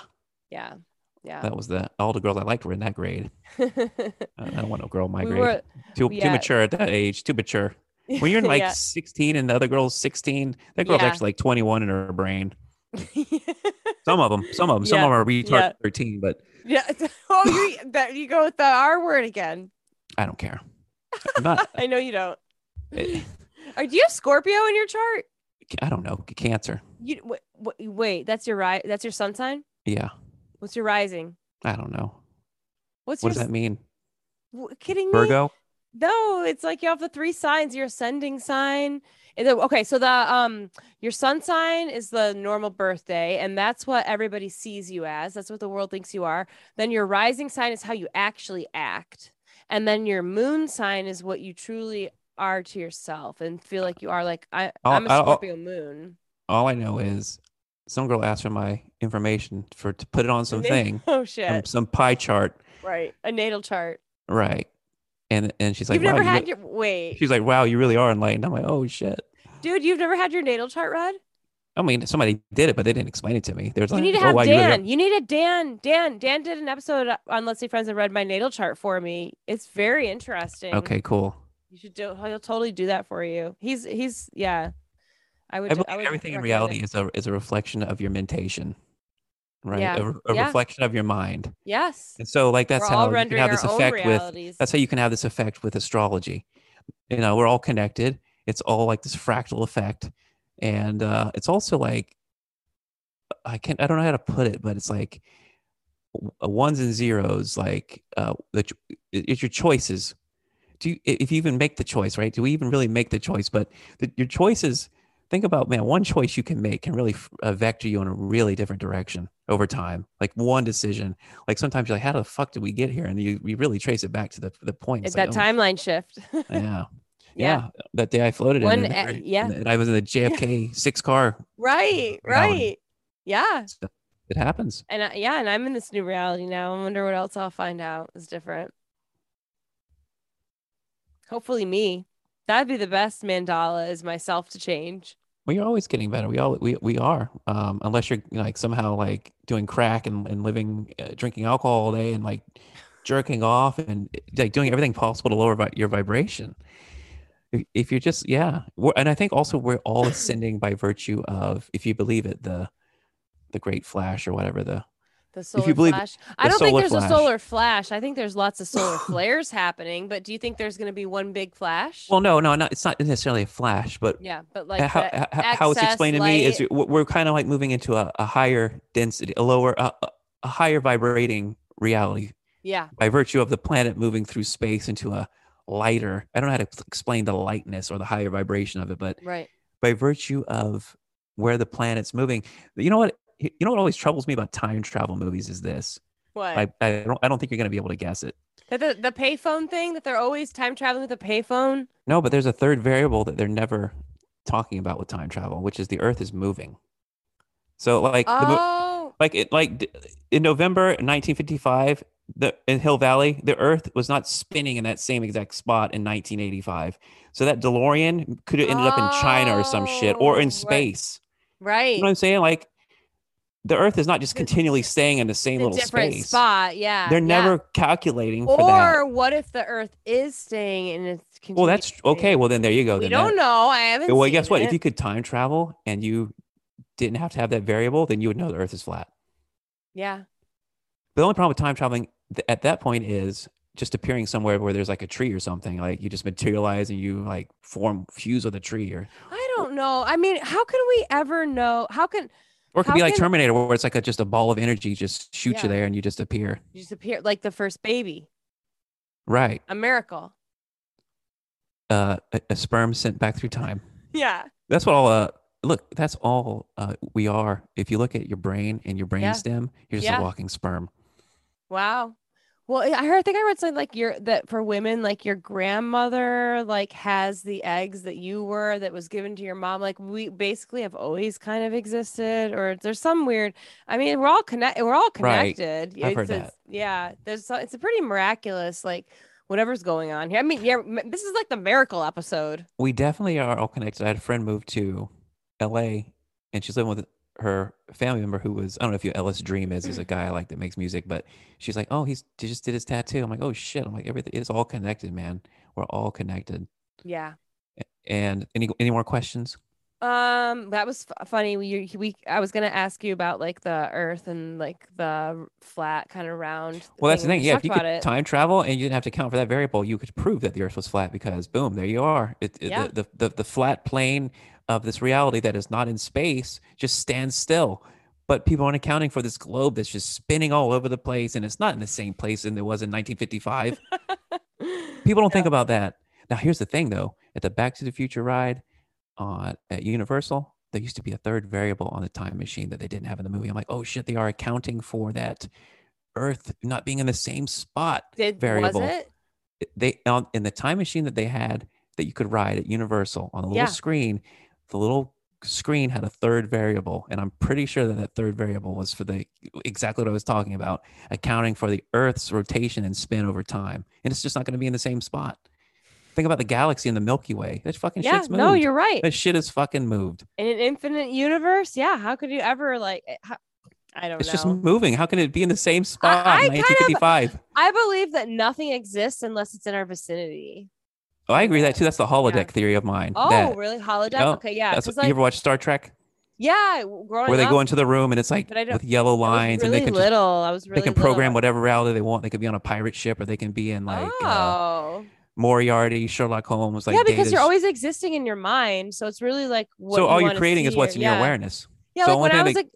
Speaker 2: yeah yeah
Speaker 1: That was the all the girls I liked were in that grade. I I don't want no girl in my
Speaker 2: we
Speaker 1: grade.
Speaker 2: were
Speaker 1: too
Speaker 2: Yeah.
Speaker 1: too mature at that age. Too mature. When you're like
Speaker 2: yeah.
Speaker 1: 16 and the other girl's 16, that girl's
Speaker 2: Yeah.
Speaker 1: actually like 21 in her brain. Some of them, some of them, some
Speaker 2: Yeah.
Speaker 1: of them are retard
Speaker 2: Yeah.
Speaker 1: 13, but
Speaker 2: yeah oh you that you go with the r word again
Speaker 1: I don't care. I'm not.
Speaker 2: i know you don't
Speaker 1: Eh.
Speaker 2: Or do you have scorpio in your chart
Speaker 1: I don't know. Cancer.
Speaker 2: you wait, wait that's your ri- that's your sun sign
Speaker 1: Yeah,
Speaker 2: what's your rising
Speaker 1: I don't know.
Speaker 2: what's
Speaker 1: What
Speaker 2: your
Speaker 1: does that mean?
Speaker 2: w- kidding me
Speaker 1: Virgo.
Speaker 2: No, it's like you have the three signs, your ascending sign. and the- Okay, so the um your sun sign is the normal birthday, and that's what everybody sees you as. That's what the world thinks you are. Then your rising sign is how you actually act. And then your moon sign is what you truly are
Speaker 1: Oh,
Speaker 2: to yourself and feel like you are like I,
Speaker 1: I'll-
Speaker 2: I'm a
Speaker 1: I'll-
Speaker 2: Scorpio moon.
Speaker 1: All I know is some girl asked for my information for to put it on
Speaker 2: And
Speaker 1: something,
Speaker 2: they- Oh shit!
Speaker 1: some, some pie chart,
Speaker 2: right, a natal chart.
Speaker 1: right? And and she's like,
Speaker 2: you've
Speaker 1: wow,
Speaker 2: never
Speaker 1: you
Speaker 2: had
Speaker 1: re-
Speaker 2: your wait,
Speaker 1: she's like, wow, you really are enlightened. I'm like, oh shit.
Speaker 2: dude. You've never had your natal chart read.
Speaker 1: I mean, somebody did it, but they didn't explain it to me. There's
Speaker 2: You
Speaker 1: like,
Speaker 2: need to
Speaker 1: oh,
Speaker 2: have
Speaker 1: wow, you really are-
Speaker 2: Dan. You need a Dan. Dan. Dan did an episode on Let's Say Friends and read my natal chart for me. It's very interesting.
Speaker 1: okay, cool.
Speaker 2: You should do. He'll totally do that for you. He's he's yeah. I would.
Speaker 1: I
Speaker 2: do-
Speaker 1: believe
Speaker 2: would
Speaker 1: everything in
Speaker 2: recommend it.
Speaker 1: reality is a is a reflection of your mentation, right?
Speaker 2: Yeah.
Speaker 1: A, re- a
Speaker 2: Yeah.
Speaker 1: reflection of your mind.
Speaker 2: Yes.
Speaker 1: And so, like, that's
Speaker 2: We're
Speaker 1: how
Speaker 2: all
Speaker 1: you can
Speaker 2: rendering
Speaker 1: have
Speaker 2: our
Speaker 1: this
Speaker 2: own
Speaker 1: effect with
Speaker 2: realities.
Speaker 1: that's how you can have this effect with astrology you know we're all connected it's all like this fractal effect and uh it's also like i can't i don't know how to put it but it's like w- ones and zeros like uh the, ch- it- it's your choices do you i- if you even make the choice right do we even really make the choice but the, your choices think about man one choice you can make can really f- uh, vector you in a really different direction over time like one decision like sometimes you're like how the fuck did we get here and you, you really trace it back to the, the point It's
Speaker 2: It's that
Speaker 1: like, oh,
Speaker 2: timeline shift.
Speaker 1: yeah
Speaker 2: yeah.
Speaker 1: yeah, that day I floated
Speaker 2: One
Speaker 1: in,
Speaker 2: a-
Speaker 1: and,
Speaker 2: yeah.
Speaker 1: and I was in the JFK six car.
Speaker 2: Right.
Speaker 1: Reality.
Speaker 2: Right. Yeah.
Speaker 1: So It happens.
Speaker 2: And I, yeah, and I'm in this new reality now. I wonder what else I'll find out is different. Hopefully, me. That'd be the best mandala is myself to change.
Speaker 1: Well, you're always getting better. We all we we are, um, unless you're you know, like somehow like doing crack and and living uh, drinking alcohol all day and like jerking off and like doing everything possible to lower vi- your vibration. If, if you're just yeah, we're, and I think also we're all ascending by virtue of if you believe it the the great flash or whatever the
Speaker 2: The solar
Speaker 1: believe-
Speaker 2: flash. I
Speaker 1: the
Speaker 2: don't think
Speaker 1: solar
Speaker 2: there's a
Speaker 1: flash.
Speaker 2: solar flash. I think there's lots of solar flares happening. But do you think there's going to be one big flash?
Speaker 1: well no no not it's not necessarily a flash but
Speaker 2: yeah, but like
Speaker 1: how,
Speaker 2: that
Speaker 1: how- how, how it's
Speaker 2: excess
Speaker 1: explained to me is
Speaker 2: light-
Speaker 1: we're we're kind of like moving into a, a higher density, a lower, a, a- a higher vibrating reality
Speaker 2: yeah,
Speaker 1: by virtue of the planet moving through space into a lighter. I don't know how to ex- explain the lightness or the higher vibration of it, but
Speaker 2: right.
Speaker 1: by virtue of where the planet's moving, you know what? You know what always troubles me about time travel movies is this.
Speaker 2: What?
Speaker 1: I, I don't, I don't think you're going to be able to guess it.
Speaker 2: That the, the payphone thing that they're always time traveling with a payphone.
Speaker 1: No, but there's a third variable that they're never talking about with time travel, which is the Earth is moving. So, like, the, mo-
Speaker 2: Oh,
Speaker 1: like it like d- in november 1955 the in hill valley the earth was not spinning in that same exact spot in 1985 so that delorean could have ended up in china or some shit or
Speaker 2: Oh,
Speaker 1: in
Speaker 2: right.
Speaker 1: space
Speaker 2: right.
Speaker 1: you know what i'm saying like the earth is not just continually staying in the same
Speaker 2: the
Speaker 1: little
Speaker 2: different
Speaker 1: space
Speaker 2: spot. Yeah.
Speaker 1: they're
Speaker 2: yeah.
Speaker 1: never calculating for
Speaker 2: Or
Speaker 1: that
Speaker 2: what if the Earth is staying in its?
Speaker 1: well that's
Speaker 2: continuous
Speaker 1: okay
Speaker 2: state?
Speaker 1: well then there you go
Speaker 2: we
Speaker 1: then that-
Speaker 2: don't know. I haven't.
Speaker 1: well
Speaker 2: seen
Speaker 1: guess what if
Speaker 2: it.
Speaker 1: you could time travel and you didn't have to have that variable then you would know the earth is flat
Speaker 2: yeah.
Speaker 1: the only problem with time traveling th- at that point is just appearing somewhere where there's like a tree or something like you just materialize and you like form fuse with a tree or
Speaker 2: I don't know. I mean, how can we ever know? How can
Speaker 1: or it could
Speaker 2: How
Speaker 1: be like
Speaker 2: can-
Speaker 1: terminator where it's like a, just a ball of energy just shoots
Speaker 2: Yeah.
Speaker 1: you there and you just appear
Speaker 2: you just appear like the first baby?
Speaker 1: right
Speaker 2: A miracle.
Speaker 1: uh, a, a sperm sent back through time
Speaker 2: Yeah.
Speaker 1: that's what all uh look that's all uh, we are if you look at your brain and your brain
Speaker 2: Yeah.
Speaker 1: stem you're just
Speaker 2: Yeah.
Speaker 1: a walking sperm
Speaker 2: Wow. Well, I I heard. I think I read something like your that for women, like your grandmother, like has the eggs that you were that was given to your mom. Like we basically have always kind of existed, or there's some weird. I mean, we're all connect. We're all
Speaker 1: Right.
Speaker 2: connected.
Speaker 1: I've heard
Speaker 2: a-
Speaker 1: that.
Speaker 2: Yeah, there's. so- It's a pretty miraculous, like whatever's going on here. I mean, yeah, m- this is like the miracle episode.
Speaker 1: we definitely are all connected. I had a friend move to LA and she's living with her family member who was, I don't know if you Ellis Dream is, is a guy I like that makes music, but she's like, oh, he's he just did his tattoo. I'm like, oh shit. I'm like, everything it's all connected, man. We're all connected.
Speaker 2: Yeah.
Speaker 1: And any any more questions?
Speaker 2: Um, that was f- funny. We, we, I was gonna ask you about like the Earth and like the r- flat kind of round.
Speaker 1: Well, that's the
Speaker 2: thing. We
Speaker 1: thing. Yeah,
Speaker 2: just talked
Speaker 1: if you
Speaker 2: about
Speaker 1: could
Speaker 2: it.
Speaker 1: time travel and you didn't have to account for that variable, you could prove that the Earth was flat because boom, there you are. It, it-
Speaker 2: Yeah.
Speaker 1: the, the, the the flat plane of this reality that is not in space just stands still. But people aren't accounting for this globe that's just spinning all over the place, and it's not in the same place and it was in 1955. People don't think about that. Now, here's the thing, though: at the Back to the Future ride on at Universal, there used to be a third variable on the time machine that they didn't have in the movie. I'm like, oh shit, they are accounting for that Earth not being in the same spot.
Speaker 2: Did
Speaker 1: variable.
Speaker 2: was it?
Speaker 1: They on in the time machine that they had that you could ride at Universal on a little
Speaker 2: Yeah.
Speaker 1: screen, the little screen had a third variable, and I'm pretty sure that that third variable was for the exactly what I was talking about, accounting for the Earth's rotation and spin over time. And it's just not going to be in the same spot. Think about the galaxy and the Milky Way. That fucking
Speaker 2: yeah,
Speaker 1: shit's moved.
Speaker 2: no, you're right.
Speaker 1: that shit is fucking moved.
Speaker 2: In an infinite universe, yeah. How could you ever like? eh, How, I don't
Speaker 1: It's
Speaker 2: know.
Speaker 1: just moving. How can it be in the same spot?
Speaker 2: I
Speaker 1: in
Speaker 2: kind of-
Speaker 1: 1955.
Speaker 2: I believe that nothing exists unless it's in our vicinity.
Speaker 1: oh, I agree with that too. That's the holodeck theory of mine.
Speaker 2: Oh,
Speaker 1: that,
Speaker 2: really? Holodeck?
Speaker 1: know,
Speaker 2: okay, yeah.
Speaker 1: that's
Speaker 2: 'cause,
Speaker 1: what,
Speaker 2: like,
Speaker 1: you ever watch Star Trek?
Speaker 2: yeah, w- growing
Speaker 1: Where they
Speaker 2: up,
Speaker 1: go into the room and it's like
Speaker 2: but I don't-
Speaker 1: with yellow
Speaker 2: I was
Speaker 1: lines
Speaker 2: really
Speaker 1: and they can just,
Speaker 2: little. I was really
Speaker 1: they can program
Speaker 2: little.
Speaker 1: whatever reality they want. They could be on a pirate ship or they can be in like uh,
Speaker 2: oh,
Speaker 1: Moriarty, Sherlock Holmes. Like
Speaker 2: yeah, because you're
Speaker 1: Data's-
Speaker 2: always existing in your mind, so it's really like what
Speaker 1: so
Speaker 2: you
Speaker 1: all you're
Speaker 2: wanna
Speaker 1: creating is
Speaker 2: see
Speaker 1: what's
Speaker 2: or-
Speaker 1: in
Speaker 2: yeah.
Speaker 1: your awareness.
Speaker 2: Yeah,
Speaker 1: So
Speaker 2: like
Speaker 1: only
Speaker 2: when I
Speaker 1: thing
Speaker 2: was
Speaker 1: that-
Speaker 2: like,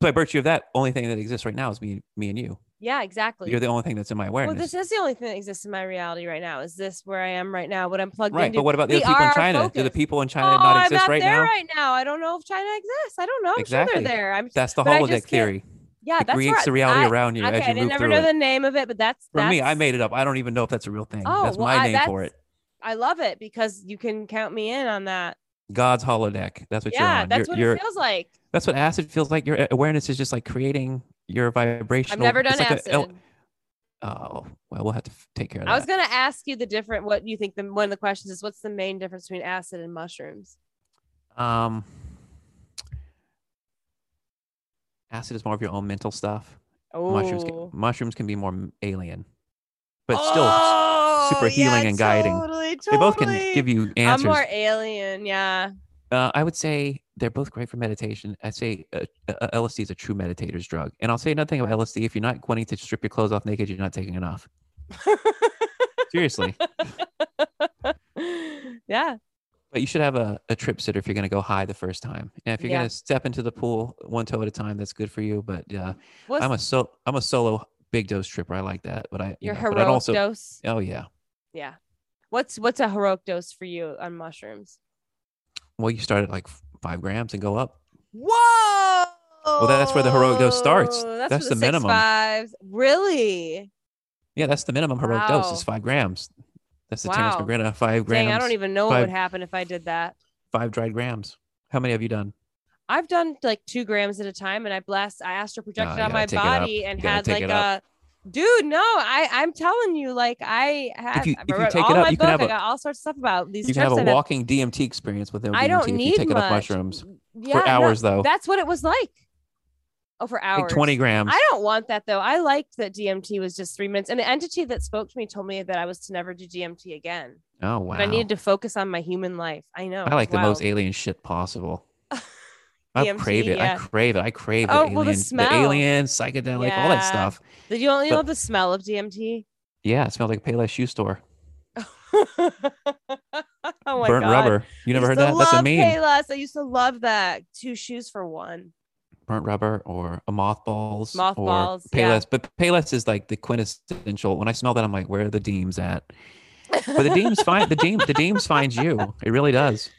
Speaker 1: By virtue of that, only thing that exists right now is me, me and you.
Speaker 2: yeah, exactly.
Speaker 1: You're the only thing that's in my
Speaker 2: well,
Speaker 1: awareness.
Speaker 2: this is the only thing that exists in my reality right now. Is this where I am right now? What I'm plugged
Speaker 1: right,
Speaker 2: into?
Speaker 1: but what about the
Speaker 2: We
Speaker 1: other people
Speaker 2: are
Speaker 1: in
Speaker 2: our
Speaker 1: China? Do the
Speaker 2: focus.
Speaker 1: people in
Speaker 2: oh,
Speaker 1: China not
Speaker 2: I'm
Speaker 1: exist
Speaker 2: not
Speaker 1: right
Speaker 2: there
Speaker 1: now?
Speaker 2: right now. I don't know if China exists. I don't know. I'm sure
Speaker 1: Exactly.
Speaker 2: they're there. I'm
Speaker 1: That's the
Speaker 2: But I just
Speaker 1: holodeck
Speaker 2: can't-
Speaker 1: theory.
Speaker 2: yeah.
Speaker 1: it
Speaker 2: that's
Speaker 1: creates
Speaker 2: where
Speaker 1: the reality
Speaker 2: I-
Speaker 1: around you
Speaker 2: okay,
Speaker 1: as
Speaker 2: I
Speaker 1: you move
Speaker 2: didn't ever
Speaker 1: through
Speaker 2: know
Speaker 1: it.
Speaker 2: the name of it, but that's
Speaker 1: For me, I
Speaker 2: that's-
Speaker 1: made it up. I don't even know if that's a real thing.
Speaker 2: Oh,
Speaker 1: that's
Speaker 2: well,
Speaker 1: my
Speaker 2: I-
Speaker 1: name for
Speaker 2: that's-
Speaker 1: it.
Speaker 2: I love it because you can count me in on that.
Speaker 1: God's holodeck. That's what you're
Speaker 2: yeah,
Speaker 1: on. you're,
Speaker 2: that's what
Speaker 1: you're-
Speaker 2: it feels like.
Speaker 1: That's what acid feels like. Your awareness is just like creating your vibration.
Speaker 2: I've never done
Speaker 1: like
Speaker 2: acid.
Speaker 1: a- oh, well, we'll have to f- take care of that.
Speaker 2: I was gonna ask you the different. What you think? The one of the questions is, what's the main difference between acid and mushrooms?
Speaker 1: Um, acid is more of your own mental stuff.
Speaker 2: Oh,
Speaker 1: Mushrooms, can, mushrooms can be more m- alien, but
Speaker 2: oh,
Speaker 1: super healing
Speaker 2: yeah,
Speaker 1: and guiding.
Speaker 2: Totally,
Speaker 1: still, they
Speaker 2: totally.
Speaker 1: both can give you answers.
Speaker 2: I'm more alien. Yeah.
Speaker 1: uh, I would say they're both great for meditation. I say uh, uh, LSD is a true meditator's drug, and I'll say another thing about LSD: if you're not wanting to strip your clothes off naked, you're not taking enough. Seriously,
Speaker 2: yeah.
Speaker 1: but you should have a, a trip sitter if you're going to go high the first time. And if you're
Speaker 2: Yeah.
Speaker 1: going to step into the pool one toe at a time, that's good for you. But uh,
Speaker 2: What's
Speaker 1: I'm a so I'm a solo big dose tripper. I like that, but I you
Speaker 2: your
Speaker 1: know, but I'd
Speaker 2: heroic
Speaker 1: also-
Speaker 2: dose?
Speaker 1: Oh yeah.
Speaker 2: Yeah. What's what's a heroic dose for you on mushrooms?
Speaker 1: Well, you start at like f- five grams and go up.
Speaker 2: Whoa!
Speaker 1: that's where the heroic dose starts.
Speaker 2: Whoa,
Speaker 1: That's
Speaker 2: where
Speaker 1: the minimum.
Speaker 2: Six fives. Really?
Speaker 1: Yeah, that's the minimum heroic dose is
Speaker 2: Wow.
Speaker 1: five grams. That's the Terrence
Speaker 2: Wow.
Speaker 1: McGrenna five grams.
Speaker 2: Dang, I don't even know what
Speaker 1: Five-
Speaker 2: would happen if I did that.
Speaker 1: Five dried grams. How many have you done?
Speaker 2: I've done like two grams at a time, and I blast. I astral projected
Speaker 1: you
Speaker 2: on
Speaker 1: gotta
Speaker 2: my
Speaker 1: take it up.
Speaker 2: body and
Speaker 1: You gotta
Speaker 2: had
Speaker 1: take
Speaker 2: like
Speaker 1: it
Speaker 2: a.
Speaker 1: up.
Speaker 2: Dude, no, I I'm telling you, like I have
Speaker 1: you- if you
Speaker 2: I wrote
Speaker 1: take
Speaker 2: all
Speaker 1: it up,
Speaker 2: my
Speaker 1: you
Speaker 2: book.
Speaker 1: can
Speaker 2: I
Speaker 1: have a-
Speaker 2: got all sorts of stuff about these
Speaker 1: You can
Speaker 2: trips.
Speaker 1: have a
Speaker 2: I've had.
Speaker 1: walking DMT experience with no DMT
Speaker 2: I don't
Speaker 1: if
Speaker 2: need
Speaker 1: you take
Speaker 2: much.
Speaker 1: enough mushrooms
Speaker 2: yeah,
Speaker 1: for
Speaker 2: no,
Speaker 1: hours though.
Speaker 2: that's what it was like. Oh, for hours.
Speaker 1: like twenty grams.
Speaker 2: I don't want that though. I liked that DMT was just three minutes. And the entity that spoke to me told me that I was to never do DMT again.
Speaker 1: oh wow.
Speaker 2: But I needed to focus on my human life. I know.
Speaker 1: I like the most
Speaker 2: wild.
Speaker 1: alien shit possible. I
Speaker 2: DMT,
Speaker 1: crave it.
Speaker 2: yeah.
Speaker 1: I crave it. I crave
Speaker 2: Oh,
Speaker 1: the,
Speaker 2: well, the
Speaker 1: alien,
Speaker 2: smell.
Speaker 1: alien, psychedelic, all that
Speaker 2: Yeah.
Speaker 1: stuff.
Speaker 2: Did you only know
Speaker 1: but-
Speaker 2: the smell of DMT?
Speaker 1: Yeah, it smelled like a Payless shoe store.
Speaker 2: oh my
Speaker 1: Burnt
Speaker 2: God.
Speaker 1: rubber. You never
Speaker 2: I
Speaker 1: heard
Speaker 2: used to
Speaker 1: that? That's a
Speaker 2: love
Speaker 1: meme.
Speaker 2: Payless. I used to love that. Two shoes for one.
Speaker 1: Burnt rubber or a mothballs.
Speaker 2: Mothballs,
Speaker 1: Or
Speaker 2: yeah.
Speaker 1: Payless. But Payless is like the quintessential. When I smell that, I'm like, where are the Deems at? But the Deems find the Deem the Deems finds you. It really does.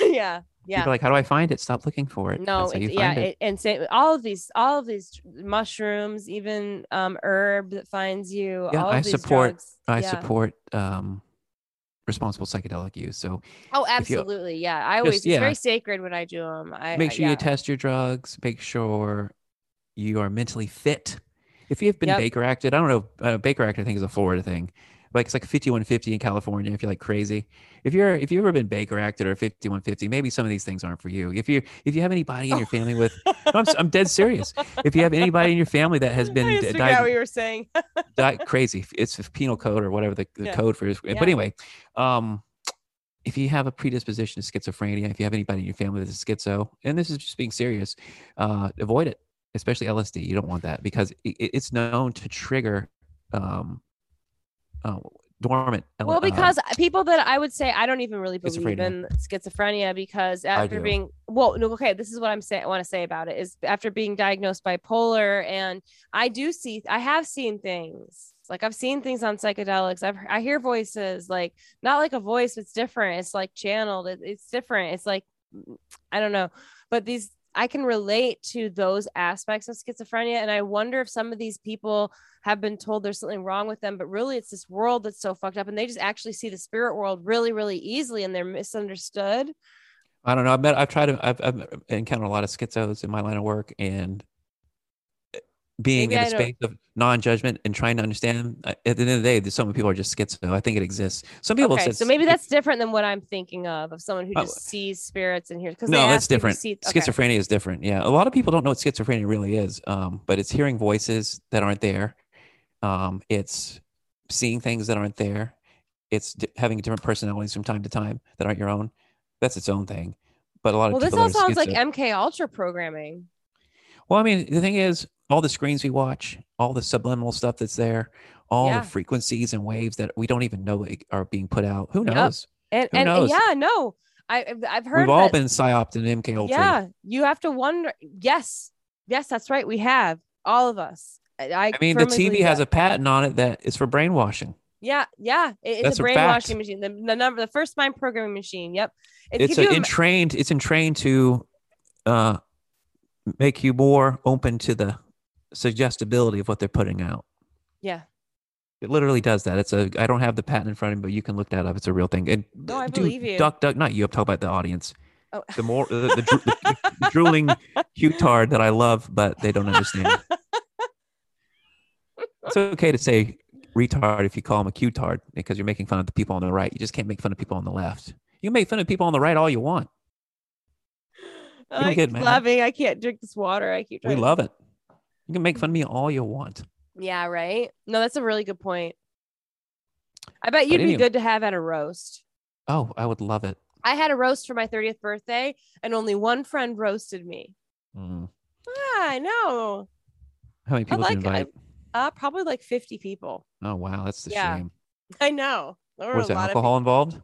Speaker 2: yeah. Yeah.
Speaker 1: People are like, how do I find it? Stop looking for it.
Speaker 2: No,
Speaker 1: That's how you
Speaker 2: it's, yeah,
Speaker 1: find it.
Speaker 2: it- and say all of these, all of these mushrooms, even um herb that finds you.
Speaker 1: Yeah,
Speaker 2: all of
Speaker 1: I
Speaker 2: these
Speaker 1: support-
Speaker 2: drugs.
Speaker 1: I
Speaker 2: Yeah.
Speaker 1: support um, responsible psychedelic use. So
Speaker 2: Oh,
Speaker 1: if you-
Speaker 2: absolutely. Yeah. I always,
Speaker 1: yeah.
Speaker 2: it's very sacred when I do them. I
Speaker 1: make sure
Speaker 2: yeah.
Speaker 1: you test your drugs. Make sure you are mentally fit. If you have been
Speaker 2: Yep.
Speaker 1: Baker acted, I don't know. Uh, Baker acted, I think, is a Florida thing. Like it's like 5150 in California. If you're like crazy, if you're if you've ever been Baker acted or 5150, maybe some of these things aren't for you. If you if you have anybody in your family with, no, I'm s- I'm dead serious. If you have anybody in your family that has been
Speaker 2: I just
Speaker 1: di-
Speaker 2: forgot
Speaker 1: di-
Speaker 2: what you were saying.
Speaker 1: di- crazy, it's a penal code or whatever the, the
Speaker 2: Yeah.
Speaker 1: code for. Is.
Speaker 2: Yeah.
Speaker 1: But anyway, um, if you have a predisposition to schizophrenia, if you have anybody in your family that's schizo, and this is just being serious, uh, avoid it, especially LSD. You don't want that because it, it's known to trigger um, uh, dormant. L-
Speaker 2: well,
Speaker 1: uh,
Speaker 2: because people that I would say I don't even really believe
Speaker 1: Schizophrenia.
Speaker 2: in schizophrenia because after
Speaker 1: do.
Speaker 2: being well, no, okay, this is what I'm saying. I want to say about it is after being diagnosed bipolar, and I do see, I have seen things like I've seen things on psychedelics. I've I hear voices like not like a voice, it's different. It's like channeled. It, it's different. It's like I don't know, but these I can relate to those aspects of schizophrenia, and I wonder if some of these people have been told there's something wrong with them, but really it's this world that's so fucked up, and they just actually see the spirit world really, really easily, and they're misunderstood.
Speaker 1: I don't know. I've met, I've tried, to- I've, I've encountered a lot of schizos in my line of work, and eh, being
Speaker 2: Maybe
Speaker 1: in
Speaker 2: I
Speaker 1: a
Speaker 2: don't-
Speaker 1: space of non-judgment and trying to understand them, I- at the end of the day, there's some people are just schizo. I think it exists. Some people
Speaker 2: Okay,
Speaker 1: said
Speaker 2: so maybe
Speaker 1: schi-
Speaker 2: that's different than what I'm thinking of of someone who
Speaker 1: Oh.
Speaker 2: just sees spirits and hears. 'cause they
Speaker 1: no, that's
Speaker 2: ask you to
Speaker 1: different.
Speaker 2: see- okay.
Speaker 1: Schizophrenia is different. Yeah, a lot of people don't know what schizophrenia really is, um, but it's hearing voices that aren't there. Um, it's seeing things that aren't there. It's d- having different personalities from time to time that aren't your own. That's its own thing. But a lot of
Speaker 2: Well, this
Speaker 1: people
Speaker 2: all
Speaker 1: that are
Speaker 2: sounds like
Speaker 1: schizo-
Speaker 2: MK Ultra programming.
Speaker 1: Well, I mean, the thing is, all the screens we watch, all the subliminal stuff that's there, all
Speaker 2: Yeah.
Speaker 1: the frequencies and waves that we don't even know i- are being put out. Who
Speaker 2: Yep.
Speaker 1: knows?
Speaker 2: And,
Speaker 1: Who
Speaker 2: and, and
Speaker 1: knows?
Speaker 2: yeah, no, I I've- I've heard
Speaker 1: We've all
Speaker 2: that-
Speaker 1: been psyoped in MK Ultra.
Speaker 2: Yeah, you have to wonder. Yes, yes, that's right. We have all of us. I, I
Speaker 1: I mean, the
Speaker 2: firmly
Speaker 1: TV
Speaker 2: believe
Speaker 1: has
Speaker 2: that.
Speaker 1: a patent on it that is for brainwashing.
Speaker 2: yeah, yeah. it- it's
Speaker 1: That's
Speaker 2: a
Speaker 1: a fact.
Speaker 2: brainwashing machine. The, the number, the first mind programming machine. Yep. It-
Speaker 1: It's
Speaker 2: could you
Speaker 1: a,
Speaker 2: im-
Speaker 1: entrained. It's entrained to uh, make you more open to the suggestibility of what they're putting out.
Speaker 2: yeah.
Speaker 1: It literally does that. It's a. I don't have the patent in front of me, but you can look that up. It's a real thing. And
Speaker 2: No, I
Speaker 1: do
Speaker 2: believe you.
Speaker 1: Duck, duck, not you. I'm talking about the audience.
Speaker 2: Oh.
Speaker 1: The more the, the, dro- the drooling hutard that I love, but they don't understand. it's okay to say retard if you call them a cutard because you're making fun of the people on the right. You just can't make fun of people on the left. You can make fun of people on the right all you want.
Speaker 2: I
Speaker 1: get
Speaker 2: keep
Speaker 1: mad.
Speaker 2: laughing. I can't drink this water. I keep.
Speaker 1: We
Speaker 2: trying to-
Speaker 1: love it. You can make fun of me all you want.
Speaker 2: Yeah. Right. No, that's a really good point. I bet you'd be
Speaker 1: anyway.
Speaker 2: good to have at a roast.
Speaker 1: Oh, I would love it.
Speaker 2: I had a roast for my 30th birthday, and only one friend roasted me.
Speaker 1: Mm.
Speaker 2: Ah, I know.
Speaker 1: How many people
Speaker 2: like-
Speaker 1: did you
Speaker 2: I-
Speaker 1: invite?
Speaker 2: Uh, probably like 50 people.
Speaker 1: oh, wow, that's the
Speaker 2: Yeah.
Speaker 1: shame.
Speaker 2: I know. There were
Speaker 1: Was
Speaker 2: a
Speaker 1: there
Speaker 2: lot of
Speaker 1: alcohol involved?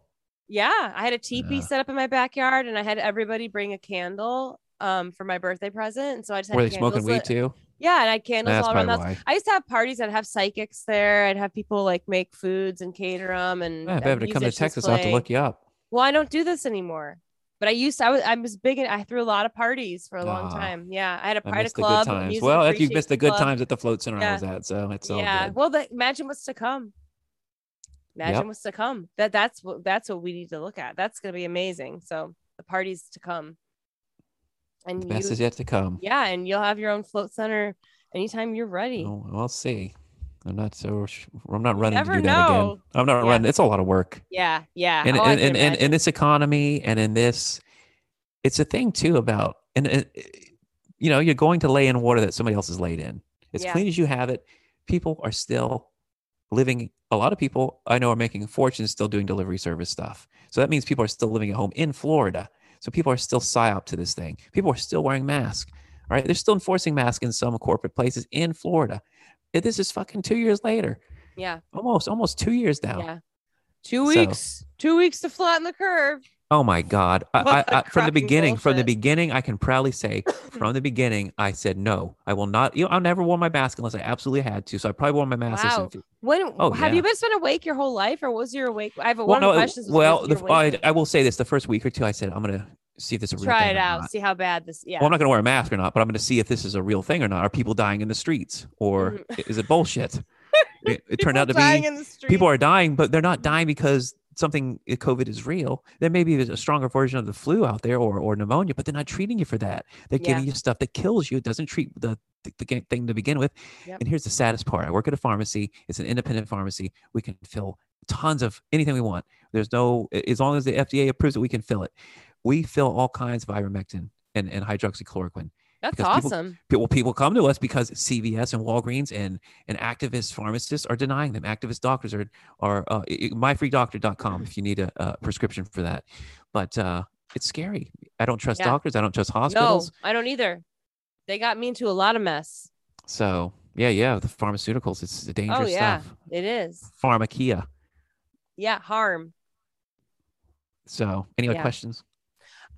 Speaker 2: Yeah, I had a teepee
Speaker 1: Yeah.
Speaker 2: set up in my backyard, and I had everybody bring a candle um for my birthday present. And so I just had
Speaker 1: Were they
Speaker 2: candles
Speaker 1: smoking weed
Speaker 2: lit-
Speaker 1: too?
Speaker 2: Yeah, and I had candles
Speaker 1: That's
Speaker 2: all around
Speaker 1: probably
Speaker 2: the house.
Speaker 1: why.
Speaker 2: I used to have parties. I'd have psychics there. I'd have people like make foods and cater them. And
Speaker 1: Yeah, if
Speaker 2: uh,
Speaker 1: I ever come to
Speaker 2: musicians
Speaker 1: Texas, I'll have to
Speaker 2: play.
Speaker 1: look you up.
Speaker 2: Well, I don't do this anymore. But I used to, I was I was big and I threw a lot of parties for a long
Speaker 1: Ah,
Speaker 2: time. Yeah, I had a
Speaker 1: I
Speaker 2: party
Speaker 1: missed the good
Speaker 2: club. a
Speaker 1: times.
Speaker 2: music
Speaker 1: Well, if you missed the
Speaker 2: appreciation
Speaker 1: good
Speaker 2: club.
Speaker 1: times at the float center
Speaker 2: Yeah.
Speaker 1: I was at, so it's all
Speaker 2: yeah.
Speaker 1: good.
Speaker 2: Well, the, imagine what's to come. Imagine
Speaker 1: Yep.
Speaker 2: what's to come. That that's what that's what we need to look at. That's gonna be amazing. So the parties to come. And
Speaker 1: The best
Speaker 2: you,
Speaker 1: is yet to come.
Speaker 2: yeah, and you'll have your own float center anytime you're ready.
Speaker 1: Oh, we'll see. I'm not so. sh- I'm not running to
Speaker 2: never
Speaker 1: do that
Speaker 2: know.
Speaker 1: again. I'm not
Speaker 2: Yeah.
Speaker 1: running. It's a lot of work,
Speaker 2: Yeah, yeah.
Speaker 1: and
Speaker 2: Oh, I
Speaker 1: and, and,
Speaker 2: can
Speaker 1: and in
Speaker 2: imagine.
Speaker 1: this economy, and in this, it's a thing too about and, and you know you're going to lay in water that somebody else has laid in. As
Speaker 2: Yeah.
Speaker 1: clean as you have it, people are still living. A lot of people I know are making fortunes still doing delivery service stuff. So that means people are still living at home in Florida. So people are still psyop to this thing. People are still wearing masks. All right. They're still enforcing masks in some corporate places in Florida. Eh, This is fucking two years later.
Speaker 2: yeah,
Speaker 1: Almost, almost two years now.
Speaker 2: yeah. Two
Speaker 1: Oh. So-
Speaker 2: weeks. Two weeks to flatten the curve.
Speaker 1: Oh my God. I,
Speaker 2: What
Speaker 1: I, I, from the
Speaker 2: cracking
Speaker 1: beginning, from the
Speaker 2: bullshit.
Speaker 1: beginning, I can proudly say from the beginning, I said, no, I will not. You know, I never wore my mask unless I absolutely had to. So I probably wore my mask. less than
Speaker 2: Wow.
Speaker 1: 50
Speaker 2: When
Speaker 1: Oh,
Speaker 2: have
Speaker 1: yeah.
Speaker 2: you been been awake your whole life, or what was your awake? I have a
Speaker 1: Well,
Speaker 2: one of
Speaker 1: no,
Speaker 2: the
Speaker 1: it-
Speaker 2: questions. was,
Speaker 1: well
Speaker 2: was
Speaker 1: the,
Speaker 2: your
Speaker 1: I,
Speaker 2: awake-
Speaker 1: I will say this the first week or two, I said, I'm going to see if this is a real
Speaker 2: try
Speaker 1: thing
Speaker 2: it
Speaker 1: or
Speaker 2: out,
Speaker 1: not."
Speaker 2: see how bad this. Yeah,
Speaker 1: Well, I'm not going to wear a mask or not, but I'm going to see if this is a real thing or not. Are people dying in the streets or i- is it bullshit? It, it turned
Speaker 2: Mm. People
Speaker 1: out to
Speaker 2: dying
Speaker 1: be
Speaker 2: Mm-hmm. in the street.
Speaker 1: people are dying, but they're not dying because something uh, COVID is real. There may be a stronger version of the flu out there or, or pneumonia, but they're not treating you for that. They're
Speaker 2: Yeah.
Speaker 1: giving you stuff that kills you. It doesn't treat the, the, the ga- thing to begin with.
Speaker 2: Yep.
Speaker 1: And here's the saddest part I work at a pharmacy, it's an independent pharmacy. We can fill tons of anything we want. There's no, a- as long as the FDA approves it, we can fill it. We fill all kinds of ivermectin and, and hydroxychloroquine
Speaker 2: That's
Speaker 1: because people-
Speaker 2: awesome.
Speaker 1: people people come to us because CVS and Walgreens and and activist pharmacists are denying them. Activist doctors are are uh, i- i- myfreedoctor.com if you need a, a prescription for that. But uh, it's scary. I don't trust
Speaker 2: Yeah.
Speaker 1: doctors. I don't trust hospitals.
Speaker 2: No, I don't either. They got me into a lot of mess.
Speaker 1: So yeah, yeah, the pharmaceuticals. It's dangerous
Speaker 2: Oh, yeah.
Speaker 1: stuff.
Speaker 2: It is.
Speaker 1: Pharmakia.
Speaker 2: Yeah, harm.
Speaker 1: So any other
Speaker 2: Yeah.
Speaker 1: questions?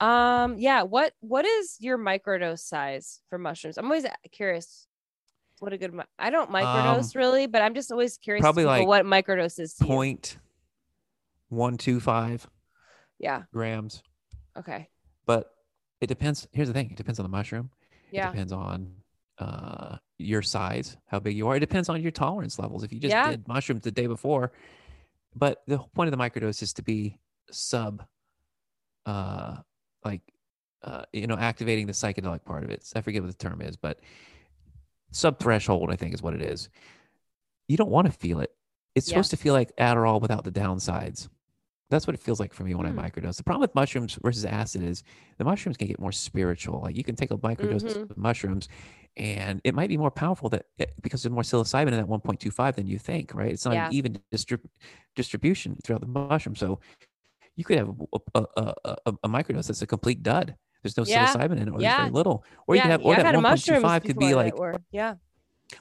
Speaker 2: Um, yeah. What what is your microdose size for mushrooms? I'm always curious. What a good. mi- I don't microdose really, but I'm just always curious. to
Speaker 1: Um, probably
Speaker 2: people
Speaker 1: like
Speaker 2: what microdose is. to you.
Speaker 1: Point one two five
Speaker 2: Yeah.
Speaker 1: grams.
Speaker 2: Okay.
Speaker 1: But it depends. Here's the thing. It depends on the mushroom. It
Speaker 2: Yeah.
Speaker 1: depends on uh, your size, how big you are. It depends on your tolerance levels. If you just
Speaker 2: Yeah.
Speaker 1: did mushrooms the day before, but the whole point of the microdose is to be sub uh, like uh, you know activating the psychedelic part of it. I forget what the term is, but sub threshold I think is what it is. You don't want to feel it. It's
Speaker 2: Yeah.
Speaker 1: supposed to feel like Adderall without the downsides. That's what it feels like for me when
Speaker 3: Hmm.
Speaker 1: I microdose. The problem with mushrooms versus acid is the mushrooms can get more spiritual. Like you can take a microdose
Speaker 2: Mhm.
Speaker 1: of mushrooms, and it might be more powerful that it- because there's more psilocybin in that 1.25 than you think. Right? It's not
Speaker 2: Yeah.
Speaker 1: an even distrib- distribution throughout the mushroom. So you could have a, a, a, a- a, a microdose that's a complete dud. There's no
Speaker 2: Yeah.
Speaker 1: psilocybin in it, or
Speaker 2: Yeah.
Speaker 1: there's very little. Or you
Speaker 2: yeah,
Speaker 1: could have,
Speaker 2: yeah,
Speaker 1: or
Speaker 2: I've
Speaker 1: that
Speaker 2: had mushrooms
Speaker 1: 1.25 could
Speaker 2: before
Speaker 1: be
Speaker 2: that
Speaker 1: like,
Speaker 2: were- yeah.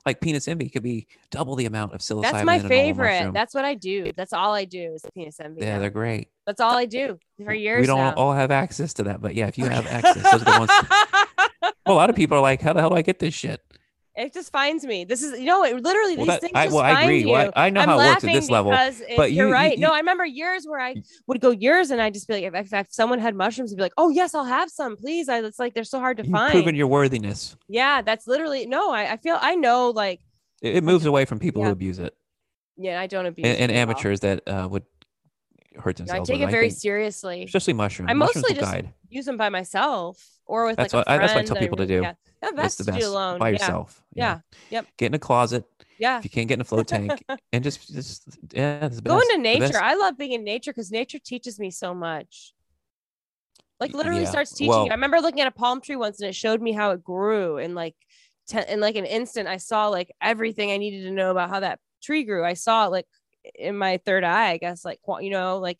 Speaker 1: like penis envy could be double the amount of psilocybin.
Speaker 2: That's my
Speaker 1: in a normal
Speaker 2: favorite.
Speaker 1: mushroom.
Speaker 2: That's what I do. That's all I do is penis envy.
Speaker 1: yeah,
Speaker 2: now.
Speaker 1: they're great.
Speaker 2: That's all I do for years
Speaker 1: we don't
Speaker 2: now.
Speaker 1: all have access to that, but yeah, if you have access, those are the ones. Well, a lot of people are like, "How the hell do I get this shit?"
Speaker 2: it just finds me. This is you know it literally
Speaker 1: Well,
Speaker 2: these
Speaker 1: that-
Speaker 2: things
Speaker 1: I,
Speaker 2: just
Speaker 1: well, I
Speaker 2: find
Speaker 1: agree.
Speaker 2: you.
Speaker 1: Well, I, I know
Speaker 2: I'm
Speaker 1: how it works at
Speaker 2: laughing
Speaker 1: this level.
Speaker 2: because it-
Speaker 1: but
Speaker 2: you're
Speaker 1: you- you-
Speaker 2: right. no,
Speaker 1: you-
Speaker 2: I remember years where I would go years and I'd just be like, if, if, if someone had mushrooms, I'd be like, oh yes, I'll have some, please. I, it's like they're so hard to
Speaker 1: You've
Speaker 2: find.
Speaker 1: proven your worthiness.
Speaker 2: yeah, that's literally no. I, I feel I know like
Speaker 1: It, it moves away from people
Speaker 2: Yeah.
Speaker 1: who abuse it
Speaker 2: yeah, I don't abuse
Speaker 1: and, and
Speaker 2: it at all.
Speaker 1: amateurs that uh, would hurt
Speaker 2: No, I
Speaker 1: themselves.
Speaker 2: take
Speaker 1: with
Speaker 2: it very
Speaker 1: think-
Speaker 2: seriously.
Speaker 1: especially mushrooms.
Speaker 2: I
Speaker 1: mushrooms
Speaker 2: mostly
Speaker 1: will
Speaker 2: just-
Speaker 1: guide.
Speaker 2: Use them by myself or with
Speaker 1: That's
Speaker 2: like a
Speaker 1: what I-
Speaker 2: friend.
Speaker 1: that's what I tell people to
Speaker 2: really-
Speaker 1: do.
Speaker 2: Yeah, that's
Speaker 1: That's the
Speaker 2: to do
Speaker 1: best
Speaker 2: alone.
Speaker 1: by
Speaker 2: yeah.
Speaker 1: yourself.
Speaker 2: Yeah. Yep.
Speaker 1: Get in a closet
Speaker 2: Yeah.
Speaker 1: if you can't get in a float tank, and just just yeah. it's the
Speaker 2: go
Speaker 1: best,
Speaker 2: into
Speaker 1: the best.
Speaker 2: nature. I love being in nature because nature teaches me so much. Like
Speaker 1: Y-
Speaker 2: literally
Speaker 1: yeah.
Speaker 2: starts teaching
Speaker 1: Well-
Speaker 2: you. I remember looking at a palm tree once and it showed me how it grew and like te- in like an instant I saw like everything I needed to know about how that tree grew. I saw it like in my third eye, I guess like qua- you know, like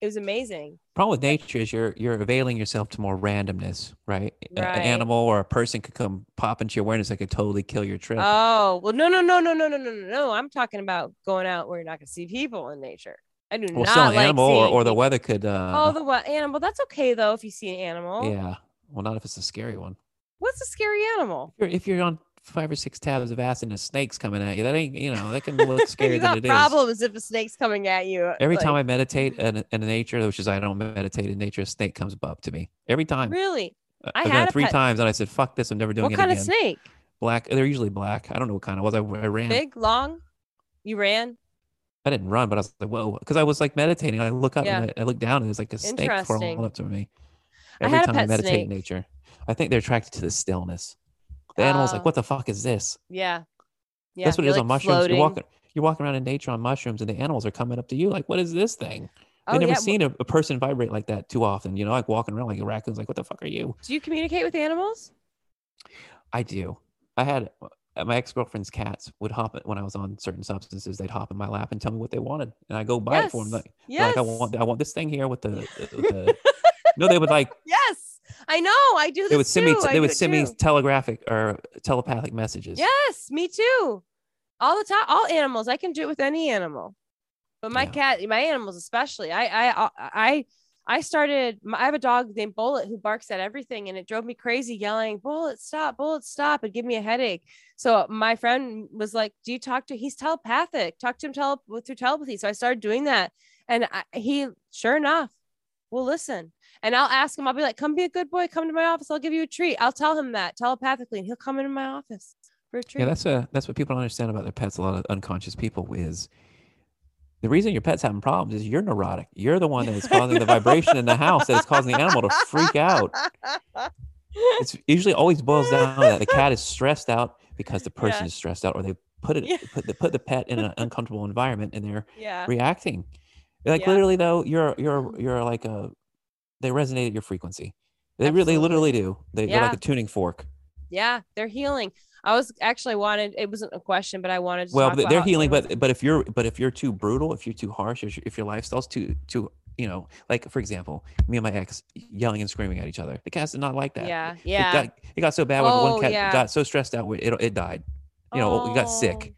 Speaker 2: it was amazing.
Speaker 1: problem with nature is you're you're availing yourself to more randomness, right? A-
Speaker 2: Right.
Speaker 1: an animal or a person could come pop into your awareness that could totally kill your trip.
Speaker 2: Oh, well no no no no no no no no no. I'm talking about going out where you're not going to see people in nature. I do
Speaker 1: well,
Speaker 2: not
Speaker 1: still an
Speaker 2: like
Speaker 1: animal or,
Speaker 2: seeing
Speaker 1: or the
Speaker 2: people.
Speaker 1: weather could. Uh,
Speaker 2: Oh, the what animal? That's okay though if you see an animal.
Speaker 1: yeah. Well, not if it's a scary one.
Speaker 2: What's a scary animal?
Speaker 1: If you're, if you're on five or six tabs of acid and a snake's coming at you, that ain't you know that can look scarier
Speaker 2: you
Speaker 1: than
Speaker 2: got
Speaker 1: it is.
Speaker 2: problems if a snake's coming at you.
Speaker 1: Every time I meditate in, in nature, which is I don't meditate in nature, a snake comes up to me every time.
Speaker 2: really,
Speaker 1: I-
Speaker 2: I
Speaker 1: I've
Speaker 2: had
Speaker 1: done
Speaker 2: a
Speaker 1: it three
Speaker 2: pet-
Speaker 1: times, and I said, "Fuck this! I'm never doing
Speaker 2: what
Speaker 1: it
Speaker 2: kind
Speaker 1: again."
Speaker 2: of snake?
Speaker 1: Black. They're usually black. I don't know what kind it was. I, I ran.
Speaker 2: Big, long. You ran.
Speaker 1: I didn't run, but I was like, whoa, because I was like meditating. I look up and
Speaker 2: Yeah.
Speaker 1: I, I look down, and there's like a snake
Speaker 2: Interesting.
Speaker 1: crawling up to me.
Speaker 2: I
Speaker 1: Every
Speaker 2: had a
Speaker 1: time I
Speaker 2: pet
Speaker 1: meditate
Speaker 2: snake.
Speaker 1: in nature, I think they're attracted to the stillness. The animal's
Speaker 2: Oh.
Speaker 1: like, what the fuck is this?
Speaker 2: Yeah, yeah.
Speaker 1: That's what it
Speaker 2: you're,
Speaker 1: is
Speaker 2: like,
Speaker 1: on mushrooms.
Speaker 2: floating.
Speaker 1: You're walking, you're walking around in nature on mushrooms, and the animals are coming up to you like, what is this thing? I've
Speaker 2: Oh,
Speaker 1: never
Speaker 2: yeah.
Speaker 1: seen a, a person vibrate like that too often. You know, like walking around like a raccoon's like, what the fuck are you?
Speaker 2: Do you communicate with animals?
Speaker 1: I do. I had uh, my ex girlfriend's cats would hop when I was on certain substances. They'd hop in my lap and tell me what they wanted, and I go buy it for them. Like,
Speaker 2: Yes.
Speaker 1: Like I want, I want this thing here with the. with the no, they would like
Speaker 2: yes. I know. I do this
Speaker 1: they would send me
Speaker 2: too. I
Speaker 1: they
Speaker 2: do
Speaker 1: would
Speaker 2: it
Speaker 1: send me
Speaker 2: too.
Speaker 1: telegraphic or telepathic messages.
Speaker 2: Yes, me too. All the time, all animals. I can do it with any animal, but my
Speaker 1: Yeah.
Speaker 2: cat, my animals especially. I, I, I, I started. my- I have a dog named Bullet who barks at everything, and it drove me crazy, yelling "Bullet, stop! Bullet, stop!" It gave me a headache. So my friend was like, "Do you talk to? He's telepathic. Talk to him tele- through telepathy." So I started doing that, and I, he, sure enough, will listen. And I'll ask him. I'll be like, "Come be a good boy. Come to my office. I'll give you a treat." I'll tell him that telepathically, and he'll come into my office for a treat.
Speaker 1: yeah. That's a that's what people don't understand about their pets. A lot of unconscious people is the reason your pet's having problems is you're neurotic. You're the one that is causing the vibration in the house that is causing the animal to freak out. It's usually always boils down to that the cat is stressed out because the person
Speaker 2: Yeah.
Speaker 1: is stressed out, or they put it
Speaker 2: Yeah.
Speaker 1: put the put the pet in an uncomfortable environment, and they're
Speaker 2: yeah.
Speaker 1: reacting. Like
Speaker 2: Yeah.
Speaker 1: literally though, you're you're you're like a they resonate at your frequency. They really
Speaker 2: Absolutely.
Speaker 1: they literally do. They, They're like
Speaker 2: Yeah.
Speaker 1: a tuning fork.
Speaker 2: Yeah. They're healing. I was actually I wanted, it wasn't a question, but I wanted to.
Speaker 1: well,
Speaker 2: talk
Speaker 1: they- they're
Speaker 2: about-
Speaker 1: healing, but but if you're but if you're too brutal, if you're too harsh, if, your- if your lifestyle's too too you know, like for example, me and my ex yelling and screaming at each other. The cats did not like that.
Speaker 2: Yeah.
Speaker 1: It
Speaker 2: Yeah.
Speaker 1: got, it got so bad when
Speaker 2: Oh,
Speaker 1: one cat
Speaker 2: yeah.
Speaker 1: got so stressed out, it it died. You know, it got sick.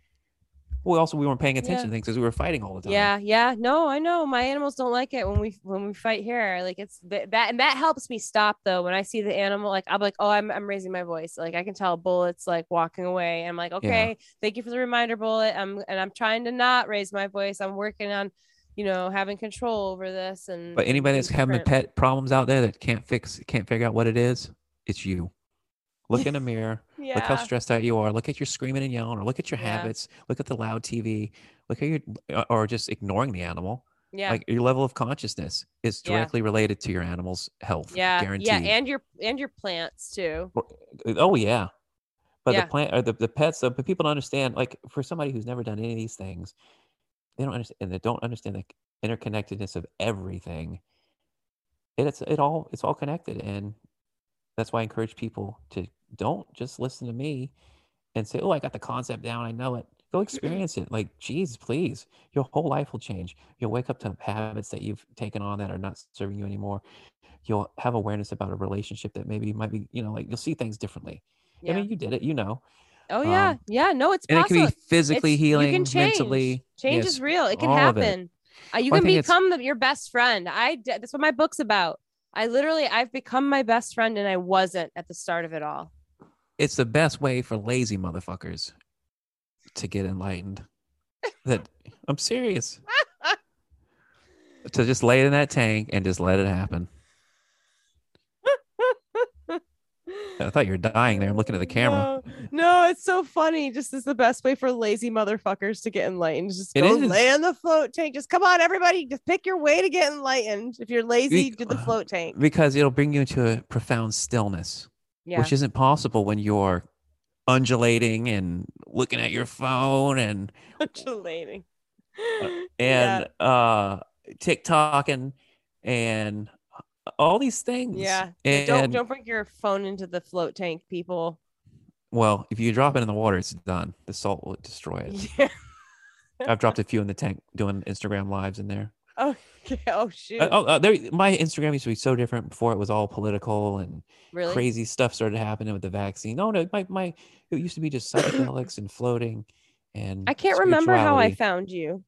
Speaker 1: Well, also we weren't paying attention
Speaker 2: Oh. Yeah.
Speaker 1: to things because we were fighting all the
Speaker 2: Oh,
Speaker 1: time.
Speaker 2: Yeah, yeah, no, I know my animals don't like it when we when we fight here. Like it's th- that, and that helps me stop though. When I see the animal, like I'm like, oh, I'm I'm raising my voice. Like I can tell Bullet's like walking away. I'm like, okay, thank you for the reminder, Bullet. I'm and I'm trying to not raise my voice. I'm working on, you know, having control over this. And
Speaker 1: But
Speaker 2: and
Speaker 1: anybody
Speaker 2: being
Speaker 1: that's having
Speaker 2: Mm-hmm. different.
Speaker 1: pet problems out there that can't fix, can't figure out what it is, it's you. Look in the mirror.
Speaker 2: yeah,
Speaker 1: Look how stressed out you are. Look at your screaming and yelling, or look at your
Speaker 2: Yeah.
Speaker 1: habits. Look at the loud TV. Look at your, or just uh, ignoring the animal.
Speaker 2: Yeah.
Speaker 1: Like your level of consciousness is
Speaker 2: Yeah.
Speaker 1: directly related to your animal's health.
Speaker 2: yeah.
Speaker 1: Guaranteed.
Speaker 2: Yeah. And your and your plants too.
Speaker 1: oh yeah. But
Speaker 2: Yeah.
Speaker 1: the plant or the, the pets, so but people don't understand, like for somebody who's never done any of these things, they don't understand and they don't understand the interconnectedness of everything. It, it's it all it's all connected. And that's why I encourage people to don't just listen to me and say, Oh, I got the concept down, I know it. Go experience it. Like, geez, please. Your whole life will change. You'll wake up to habits that you've taken on that are not serving you anymore you'll have awareness about a relationship that maybe might be, you know, like you'll see things differently.
Speaker 2: Yeah.
Speaker 1: I mean, you did it, you know,
Speaker 2: oh yeah.
Speaker 1: um,
Speaker 2: yeah. No, it's
Speaker 1: and
Speaker 2: possible.
Speaker 1: it can be physically
Speaker 2: It's-
Speaker 1: healing,
Speaker 2: you can change.
Speaker 1: mentally.
Speaker 2: Change
Speaker 1: yes,
Speaker 2: is real. It can
Speaker 1: all of it.
Speaker 2: happen. Uh, you
Speaker 1: Well, I
Speaker 2: can
Speaker 1: think it's-
Speaker 2: become the, your best friend. I d- that's what my book's about. I literally I've become my best friend and I wasn't at the start of it all.
Speaker 1: It's the best way for lazy motherfuckers to get enlightened. That I'm serious. to just lay in that tank and just let it happen. I thought you were dying there. I'm looking at the camera.
Speaker 2: No, no, it's so funny. Just is the best way for lazy motherfuckers to get enlightened. Just
Speaker 1: It
Speaker 2: go
Speaker 1: is.
Speaker 2: lay on the float tank. Just come on, everybody. Just pick your way to get enlightened. If you're lazy,
Speaker 1: Bec-
Speaker 2: do the float tank.
Speaker 1: Because it'll bring you into a profound stillness.
Speaker 2: Yeah.
Speaker 1: which isn't possible when you're undulating and looking at your phone and
Speaker 2: Undulating.
Speaker 1: and uh TikTok and and all these things.
Speaker 2: yeah. yeah.
Speaker 1: And
Speaker 2: Don't don't bring your phone into the float tank, people.
Speaker 1: well, if you drop it in the water, it's done. The salt will destroy it.
Speaker 2: Yeah.
Speaker 1: I've dropped a few in the tank doing Instagram lives in there.
Speaker 2: Okay. Oh shoot.
Speaker 1: Uh, oh, uh, there, my Instagram used to be so different before it was all political and
Speaker 2: really?
Speaker 1: crazy stuff started happening with the vaccine. Oh, No, no, my my it used to be just psychedelics and floating and
Speaker 2: I can't remember how I
Speaker 1: spirituality.
Speaker 2: found you.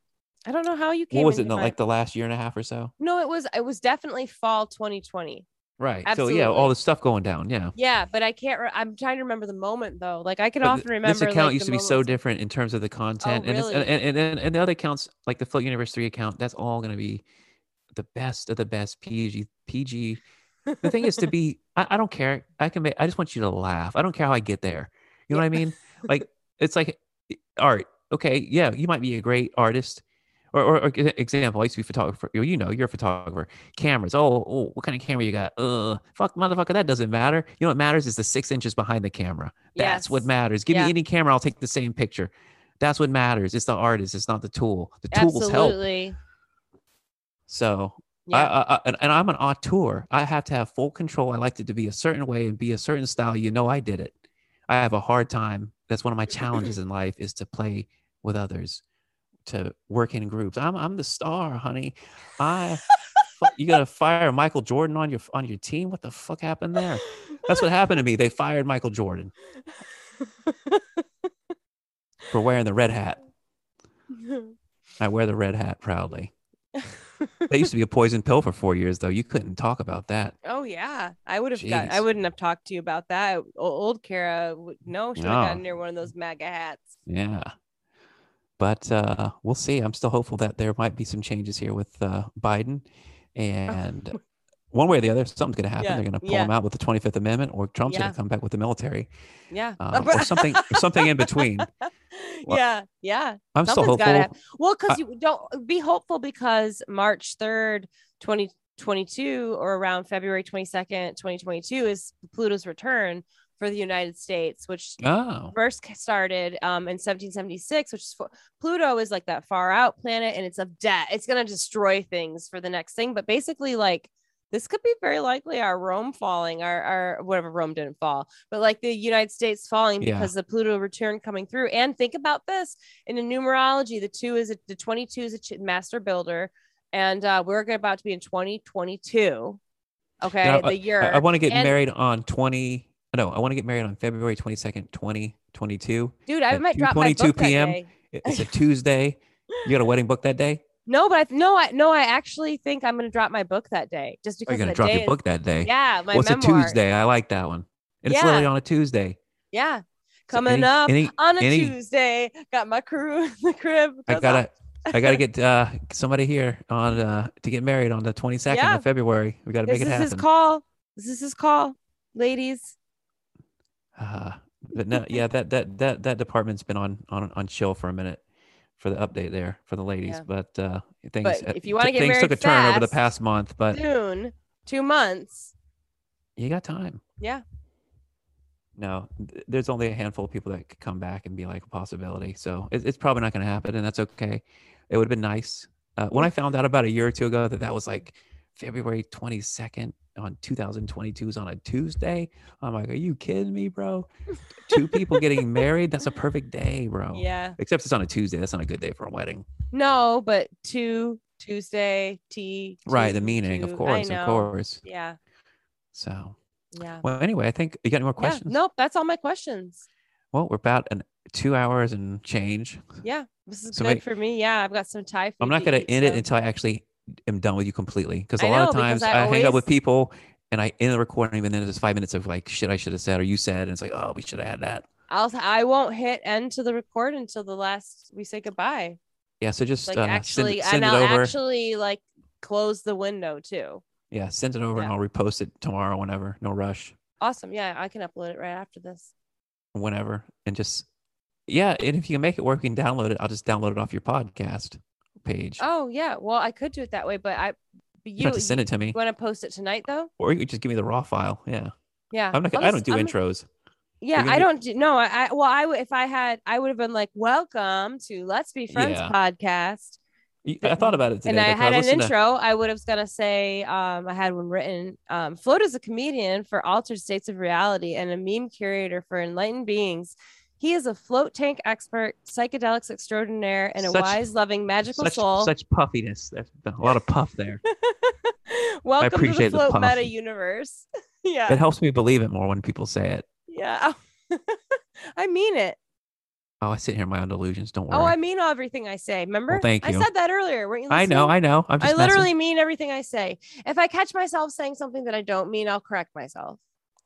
Speaker 2: I don't know how you came.
Speaker 1: what was it
Speaker 2: into
Speaker 1: in the,
Speaker 2: my-
Speaker 1: like the last year and a half or so
Speaker 2: No, it was it was definitely fall 2020.
Speaker 1: right so yeah all
Speaker 2: Absolutely.
Speaker 1: this stuff going down yeah
Speaker 2: Yeah, but I can't. Re- I'm trying to remember the moment though. Like I can
Speaker 1: But th-
Speaker 2: often remember.
Speaker 1: this account
Speaker 2: like,
Speaker 1: used
Speaker 2: the
Speaker 1: to be so
Speaker 2: moments- Oh,
Speaker 1: different in terms of the content and,
Speaker 2: really?
Speaker 1: this, and, and and and the other accounts like the float universe 3 account that's all going to be the best of the best pg pg the thing is to be I, I don't care i can make i just want you to laugh i don't care how i get there you know what i mean like it's like e, art okay yeah you might be a great artist or, or, or e- example i used to be a photographer you you know you're a photographer cameras oh, oh what kind of camera you got uh fuck motherfucker that doesn't matter you know what matters is the six inches behind the camera that's what
Speaker 2: Yes.
Speaker 1: matters give
Speaker 2: Yeah.
Speaker 1: me any camera i'll take the same picture that's what matters it's the artist it's not the tool the tools help
Speaker 2: Absolutely.
Speaker 1: so
Speaker 2: Yeah.
Speaker 1: I, I, I, and, and I'm an auteur. I have to have full control. I like it to be a certain way and be a certain style. You know, I did it. I have a hard time. That's one of my challenges in life is to play with others, to work in groups. I'm, I'm the star, honey. I, fu- you got to fire Michael Jordan on your, on your team. What the fuck happened there? That's what happened to me. They fired Michael Jordan for wearing the red hat. I wear the red hat proudly. That used to be a poison pill for four years, though. You couldn't talk about that.
Speaker 2: oh yeah, I would have got. I
Speaker 1: Jeez.
Speaker 2: wouldn't have talked to you about that. O- Old Kara, would no, she would
Speaker 1: No.
Speaker 2: have gotten near one of those MAGA hats.
Speaker 1: Yeah. But uh, we'll see. I'm still hopeful that there might be some changes here with uh, Biden. And one way or the other, something's going to happen.
Speaker 2: Yeah,
Speaker 1: They're going to pull
Speaker 2: yeah.
Speaker 1: him out with the 25th Amendment, or Trump's going
Speaker 2: Yeah.
Speaker 1: to come back with the military,
Speaker 2: Yeah.
Speaker 1: um, or something, or something in between. Well,
Speaker 2: yeah. Yeah.
Speaker 1: I'm still
Speaker 2: Something's gotta
Speaker 1: hopeful.
Speaker 2: happen. Well, because
Speaker 1: I-
Speaker 2: you don't be hopeful because March 3rd, 2022, or around February 22nd, 2022, is Pluto's return for the United States, which
Speaker 1: Oh,
Speaker 2: first started um, in 1776, which is for, Pluto is like that far out planet and it's of debt. It's going to destroy things for the next thing. But basically, like, this could be very likely our Rome falling, our, our whatever Rome didn't fall, but like the United States falling
Speaker 1: Yeah.
Speaker 2: because the Pluto return coming through. And think about this in the numerology, the two is a, the 22 is a ch- master builder, and uh, we're about to be in 2022. Okay,
Speaker 1: Now, I-
Speaker 2: the year.
Speaker 1: I, want to get
Speaker 2: and-
Speaker 1: married on 20. No, I want to get married on February 22nd, 2022.
Speaker 2: Dude, I
Speaker 1: at
Speaker 2: might drop my
Speaker 1: 2:22
Speaker 2: book that
Speaker 1: p.m.
Speaker 2: day.
Speaker 1: It- It's a Tuesday. You got a wedding booked that day?
Speaker 2: No, but I no, I no, I actually think I'm gonna drop my book that day just
Speaker 1: Are
Speaker 2: because
Speaker 1: you going to
Speaker 2: that
Speaker 1: Oh, drop
Speaker 2: day
Speaker 1: your
Speaker 2: is-
Speaker 1: book that day?
Speaker 2: Yeah, my
Speaker 1: Well, it's a
Speaker 2: memoir.
Speaker 1: Tuesday. I like that one. And it's
Speaker 2: Yeah.
Speaker 1: literally on a Tuesday.
Speaker 2: Yeah,
Speaker 1: So
Speaker 2: coming
Speaker 1: any-
Speaker 2: up
Speaker 1: any-
Speaker 2: on a
Speaker 1: any-
Speaker 2: Tuesday. Got my crew in the crib.
Speaker 1: I
Speaker 2: Goes
Speaker 1: gotta, I gotta get uh, somebody here on uh, to get married on the 22nd
Speaker 2: Yeah.
Speaker 1: of February. We gotta
Speaker 2: off. This
Speaker 1: make it
Speaker 2: is his
Speaker 1: happen.
Speaker 2: call. This is his call, ladies.
Speaker 1: Uh, but no, yeah, that that that that department's been on on on chill for a minute. for the update there for the ladies.
Speaker 2: Yeah.
Speaker 1: But uh, things
Speaker 2: But if you wanna
Speaker 1: th-
Speaker 2: get
Speaker 1: things took a
Speaker 2: married
Speaker 1: turn over the
Speaker 2: fast-
Speaker 1: past month, but
Speaker 2: Soon, two months.
Speaker 1: you got time.
Speaker 2: Yeah.
Speaker 1: No, th- there's only a handful of people that could come back and be like a possibility. So it, it's probably not going to happen, and that's okay. It would have been nice. Uh, when I found out about a year or two ago that that was like February 22nd on 2022 is on a Tuesday, I'm like, are you kidding me, bro? two people getting married, that's a perfect day, bro.
Speaker 2: Yeah.
Speaker 1: Except it's on a Tuesday. That's not a good day for a wedding.
Speaker 2: No, but two Tuesday T.
Speaker 1: Right. The
Speaker 2: Tuesday,
Speaker 1: meaning,
Speaker 2: two-
Speaker 1: of
Speaker 2: I
Speaker 1: course, of
Speaker 2: know.
Speaker 1: course.
Speaker 2: Yeah.
Speaker 1: So,
Speaker 2: Yeah.
Speaker 1: well, anyway, I think you got any more
Speaker 2: Yeah.
Speaker 1: questions?
Speaker 2: Nope. That's all my questions.
Speaker 1: Well, we're about an two hours and change.
Speaker 2: Yeah. This is
Speaker 1: So
Speaker 2: good
Speaker 1: wait-
Speaker 2: for me. Yeah. I've got some Thai food.
Speaker 1: I'm not going
Speaker 2: going
Speaker 1: to end it until I actually am done with you completely. Because a
Speaker 2: I
Speaker 1: lot
Speaker 2: know,
Speaker 1: of
Speaker 2: because
Speaker 1: times I, hang
Speaker 2: I
Speaker 1: up with
Speaker 2: always-
Speaker 1: people and I end the recording, and then there's five minutes of like shit I should have said or you said, and it's like, oh, we should have had that.
Speaker 2: I'll, I won't hit end to the record until the last we say goodbye.
Speaker 1: Yeah, so just
Speaker 2: Like
Speaker 1: uh,
Speaker 2: actually,
Speaker 1: send, send
Speaker 2: and
Speaker 1: it
Speaker 2: I'll
Speaker 1: over.
Speaker 2: actually like close the window too.
Speaker 1: yeah, send it over, and
Speaker 2: Yeah.
Speaker 1: I'll repost it tomorrow, whenever. No rush,
Speaker 2: Awesome. Yeah. I can upload it right after this.
Speaker 1: whenever, and just yeah. And if you can make it work, you can download it. I'll just download it off your podcast page.
Speaker 2: Oh, yeah. Well, I could do it that way, but I, but
Speaker 1: you don't
Speaker 2: you,
Speaker 1: have to send it to me,
Speaker 2: want to post it tonight though?
Speaker 1: or you could just give me the raw file. Yeah,
Speaker 2: Yeah.
Speaker 1: I'm not.
Speaker 2: I'll
Speaker 1: gonna- I don't
Speaker 2: just-
Speaker 1: do
Speaker 2: I'm-
Speaker 1: intros.
Speaker 2: Yeah,
Speaker 1: gonna
Speaker 2: I
Speaker 1: do-
Speaker 2: don't do no. I, I well, I would if I had, I would have been like, "Welcome to Let's Be Friends
Speaker 1: Yeah.
Speaker 2: podcast,"
Speaker 1: You- I thought about it today.
Speaker 2: and I
Speaker 1: because
Speaker 2: had an
Speaker 1: listened to-
Speaker 2: intro. I would have gonna say, um, I had one written. Um, Float is a comedian for Altered States of Reality and a meme curator for Enlightened Beings. He is a float tank expert, psychedelics extraordinaire, and a
Speaker 1: Such-
Speaker 2: wise, loving, magical
Speaker 1: such,
Speaker 2: soul.
Speaker 1: Such puffiness. There's been a lot of puff there.
Speaker 2: Welcome to
Speaker 1: appreciate
Speaker 2: the
Speaker 1: the
Speaker 2: float
Speaker 1: puff.
Speaker 2: meta universe. yeah,
Speaker 1: It helps me believe it more when people say it.
Speaker 2: yeah. I mean it.
Speaker 1: Oh, I sit here in my own delusions. Don't worry.
Speaker 2: Oh, I mean everything I say. Remember?
Speaker 1: thank
Speaker 2: I
Speaker 1: you.
Speaker 2: said that earlier. Weren't you
Speaker 1: I know.
Speaker 2: listening?
Speaker 1: I know. I'm just
Speaker 2: I
Speaker 1: messing.
Speaker 2: literally mean everything I say. If I catch myself saying something that I don't mean, I'll correct myself.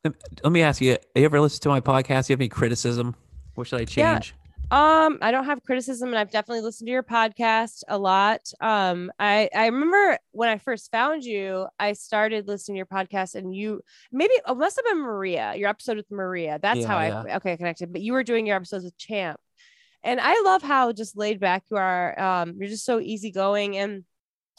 Speaker 1: Let me ask you. You ever listen to my podcast? You have any criticism? What should I
Speaker 2: Yeah.
Speaker 1: change?
Speaker 2: Um, I don't have criticism, and I've definitely listened to your podcast a lot. Um, I I remember when I first found you, I started listening to your podcast, and you maybe oh, it must have been Maria, your episode with Maria. That's
Speaker 1: Yeah,
Speaker 2: how I okay connected. But you were doing your episodes with Champ, and I love how just laid back you are. Um, you're just so easygoing, and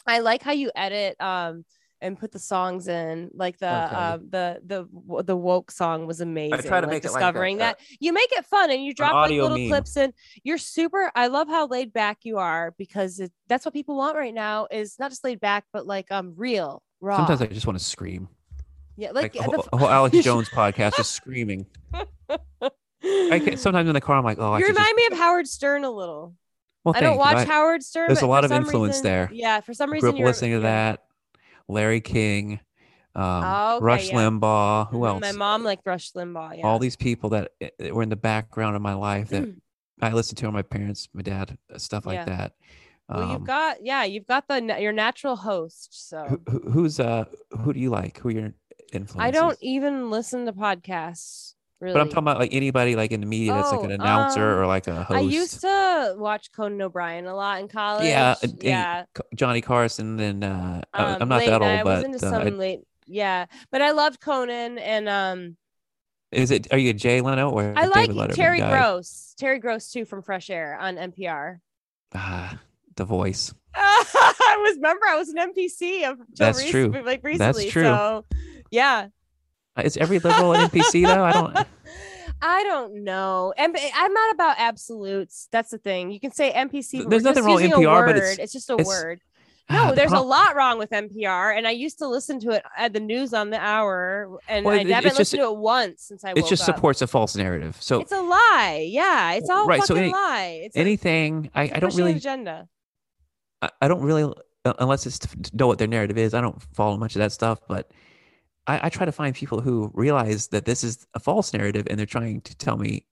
Speaker 2: I like how you edit. Um. And put the songs in, like the
Speaker 1: Okay.
Speaker 2: um, the the the woke song was amazing.
Speaker 1: to
Speaker 2: like
Speaker 1: make it like a-
Speaker 2: discovering
Speaker 1: a-
Speaker 2: that you make it fun and you drop like
Speaker 1: audio
Speaker 2: little
Speaker 1: meme.
Speaker 2: clips in. You're super. I love how laid back you are because it, that's what people want right now is not just laid back, but like um real, raw.
Speaker 1: Sometimes I just want to scream.
Speaker 2: yeah,
Speaker 1: Like,
Speaker 2: like,
Speaker 1: a,
Speaker 2: the
Speaker 1: whole,
Speaker 2: f-
Speaker 1: a whole Alex Jones podcast, just screaming. I can, sometimes in the car, I'm like, oh, I
Speaker 2: you
Speaker 1: should just-
Speaker 2: remind me of Howard Stern a little.
Speaker 1: well,
Speaker 2: I don't
Speaker 1: Oh, thank you.
Speaker 2: watch Howard Stern.
Speaker 1: there's
Speaker 2: but
Speaker 1: a lot
Speaker 2: for
Speaker 1: of
Speaker 2: some
Speaker 1: influence
Speaker 2: reason-
Speaker 1: there.
Speaker 2: Yeah, for some
Speaker 1: I grew
Speaker 2: reason
Speaker 1: up
Speaker 2: you're
Speaker 1: listening to
Speaker 2: yeah.
Speaker 1: that. Larry King, um,
Speaker 2: Oh, okay,
Speaker 1: Rush
Speaker 2: yeah.
Speaker 1: Limbaugh. Who
Speaker 2: Mhm,
Speaker 1: else?
Speaker 2: My mom liked Rush Limbaugh. Yeah.
Speaker 1: all these people that, eh, that were in the background of my life that I listened to, my parents, my dad, uh, stuff like
Speaker 2: Yeah.
Speaker 1: that.
Speaker 2: well,
Speaker 1: Um,
Speaker 2: you've got yeah, you've got the na- your natural host. So
Speaker 1: who, who- who's uh who do you like? Who are your influences?
Speaker 2: I don't even listen to podcasts. Really,
Speaker 1: But I'm talking about like anybody like in the media that's like an
Speaker 2: Oh,
Speaker 1: announcer
Speaker 2: um,
Speaker 1: or like a host.
Speaker 2: I used to watch Conan O'Brien a lot in college.
Speaker 1: Yeah, and- and-
Speaker 2: yeah.
Speaker 1: C- Johnny Carson and uh, I-
Speaker 2: Um,
Speaker 1: I'm not
Speaker 2: late
Speaker 1: that
Speaker 2: night,
Speaker 1: old,
Speaker 2: I was
Speaker 1: but
Speaker 2: into
Speaker 1: uh,
Speaker 2: some
Speaker 1: I-
Speaker 2: late. Yeah, but I loved Conan, and um,
Speaker 1: is it are you a Jay Leno or
Speaker 2: I
Speaker 1: a
Speaker 2: like
Speaker 1: David Letterman
Speaker 2: Terry
Speaker 1: guy?
Speaker 2: Gross. Terry Gross too from Fresh Air on NPR.
Speaker 1: Ah, the voice.
Speaker 2: I was remember I was an NPC of till
Speaker 1: That's
Speaker 2: rec-
Speaker 1: true.
Speaker 2: like recently.
Speaker 1: That's true.
Speaker 2: So yeah,
Speaker 1: Uh, Is every liberal an NPC though? I don't.
Speaker 2: I don't know. And I'm not about absolutes. That's the thing. You can say NPC. but
Speaker 1: There's
Speaker 2: we're
Speaker 1: nothing
Speaker 2: just
Speaker 1: wrong with
Speaker 2: using a
Speaker 1: NPR, but
Speaker 2: word.
Speaker 1: it's-
Speaker 2: it's just a
Speaker 1: it's-
Speaker 2: word.
Speaker 1: Ah,
Speaker 2: No,
Speaker 1: the
Speaker 2: there's a
Speaker 1: pro-
Speaker 2: lot wrong with NPR, and I used to listen to it at the news on the hour, and
Speaker 1: Well,
Speaker 2: I
Speaker 1: it-
Speaker 2: haven't
Speaker 1: it's
Speaker 2: listened
Speaker 1: just-
Speaker 2: to it once since I
Speaker 1: It
Speaker 2: woke
Speaker 1: just
Speaker 2: up.
Speaker 1: supports a false narrative. So
Speaker 2: It's a lie. Yeah, it's all
Speaker 1: Right, so
Speaker 2: fucking
Speaker 1: any-
Speaker 2: lie. It's a-
Speaker 1: anything I,
Speaker 2: it's a
Speaker 1: I don't
Speaker 2: pushing
Speaker 1: really
Speaker 2: agenda.
Speaker 1: I, I don't really uh, unless it's to f- to know what their narrative is i don't follow much of that stuff but I, I try to find people who realize that this is a false narrative and they're trying to tell me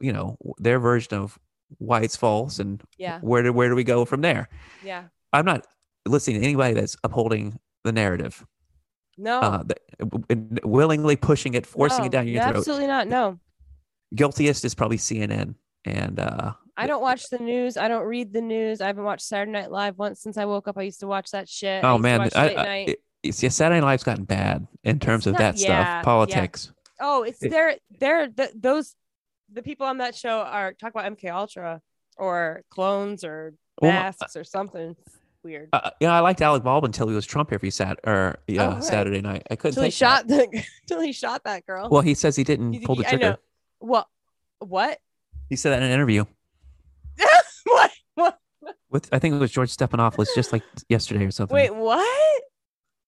Speaker 1: you know their version of why it's false and
Speaker 2: Yeah,
Speaker 1: where do where do we go from there
Speaker 2: yeah.
Speaker 1: i'm not listening to anybody that's upholding the narrative
Speaker 2: No,
Speaker 1: uh, that, and willingly pushing it forcing it
Speaker 2: no,
Speaker 1: down your
Speaker 2: no,
Speaker 1: throat
Speaker 2: Absolutely not. No,
Speaker 1: guiltiest is probably cnn and uh
Speaker 2: I don't watch the news. I don't read the news. I haven't watched Saturday Night Live once since I woke up. I used to watch that shit. I
Speaker 1: oh
Speaker 2: used to
Speaker 1: man
Speaker 2: watch
Speaker 1: I,
Speaker 2: late
Speaker 1: I,
Speaker 2: night.
Speaker 1: it- it's, yeah, saturday Night Live's gotten bad in terms
Speaker 2: It's
Speaker 1: of
Speaker 2: not-
Speaker 1: that
Speaker 2: yeah, yeah.
Speaker 1: stuff politics
Speaker 2: oh, it's
Speaker 1: it-
Speaker 2: there. There, th- those the people on that show are talk about MK Ultra. or clones or
Speaker 1: Well,
Speaker 2: masks or something It's weird.
Speaker 1: Uh, yeah, I liked Alec Baldwin until he was Trump every sat or yeah
Speaker 2: Oh, right.
Speaker 1: Saturday night. I couldn't.
Speaker 2: Till he
Speaker 1: take that.
Speaker 2: shot the till he shot that girl.
Speaker 1: Well, he says he didn't
Speaker 2: He-
Speaker 1: pull the
Speaker 2: I know.
Speaker 1: trigger.
Speaker 2: What? What?
Speaker 1: He said that in an interview
Speaker 2: What?
Speaker 1: with I think it was George Stephanopoulos just like yesterday or something.
Speaker 2: Wait, what?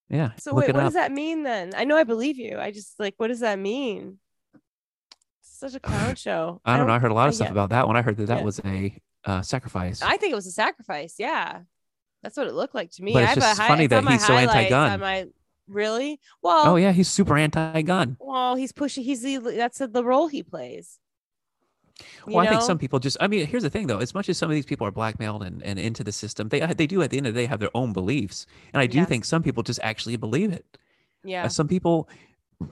Speaker 1: yeah.
Speaker 2: So
Speaker 1: look
Speaker 2: wait,
Speaker 1: it
Speaker 2: what
Speaker 1: up.
Speaker 2: does that mean then? I know I believe you. I just like, what does that mean? It's such a clown show.
Speaker 1: I don't know. I heard a lot of
Speaker 2: I
Speaker 1: stuff
Speaker 2: get-
Speaker 1: about that one. I heard that that
Speaker 2: Yeah.
Speaker 1: was a uh, sacrifice.
Speaker 2: I think it was a sacrifice. Yeah, that's what it looked like to me.
Speaker 1: But
Speaker 2: I
Speaker 1: it's
Speaker 2: have
Speaker 1: just
Speaker 2: a hi-
Speaker 1: funny
Speaker 2: it's
Speaker 1: that
Speaker 2: on my
Speaker 1: he's so
Speaker 2: highlights
Speaker 1: anti-gun.
Speaker 2: on My really? Well,
Speaker 1: oh yeah, he's super anti-gun.
Speaker 2: well, he's pushing. He's the, that's the role he plays. You
Speaker 1: Well, I think
Speaker 2: know?
Speaker 1: some people just. I mean, here's the thing though. As much as some of these people are blackmailed and, and into the system, they they do at the end of the day have their own beliefs, and I do
Speaker 2: Yes.
Speaker 1: think some people just actually believe it.
Speaker 2: yeah.
Speaker 1: Uh, Some people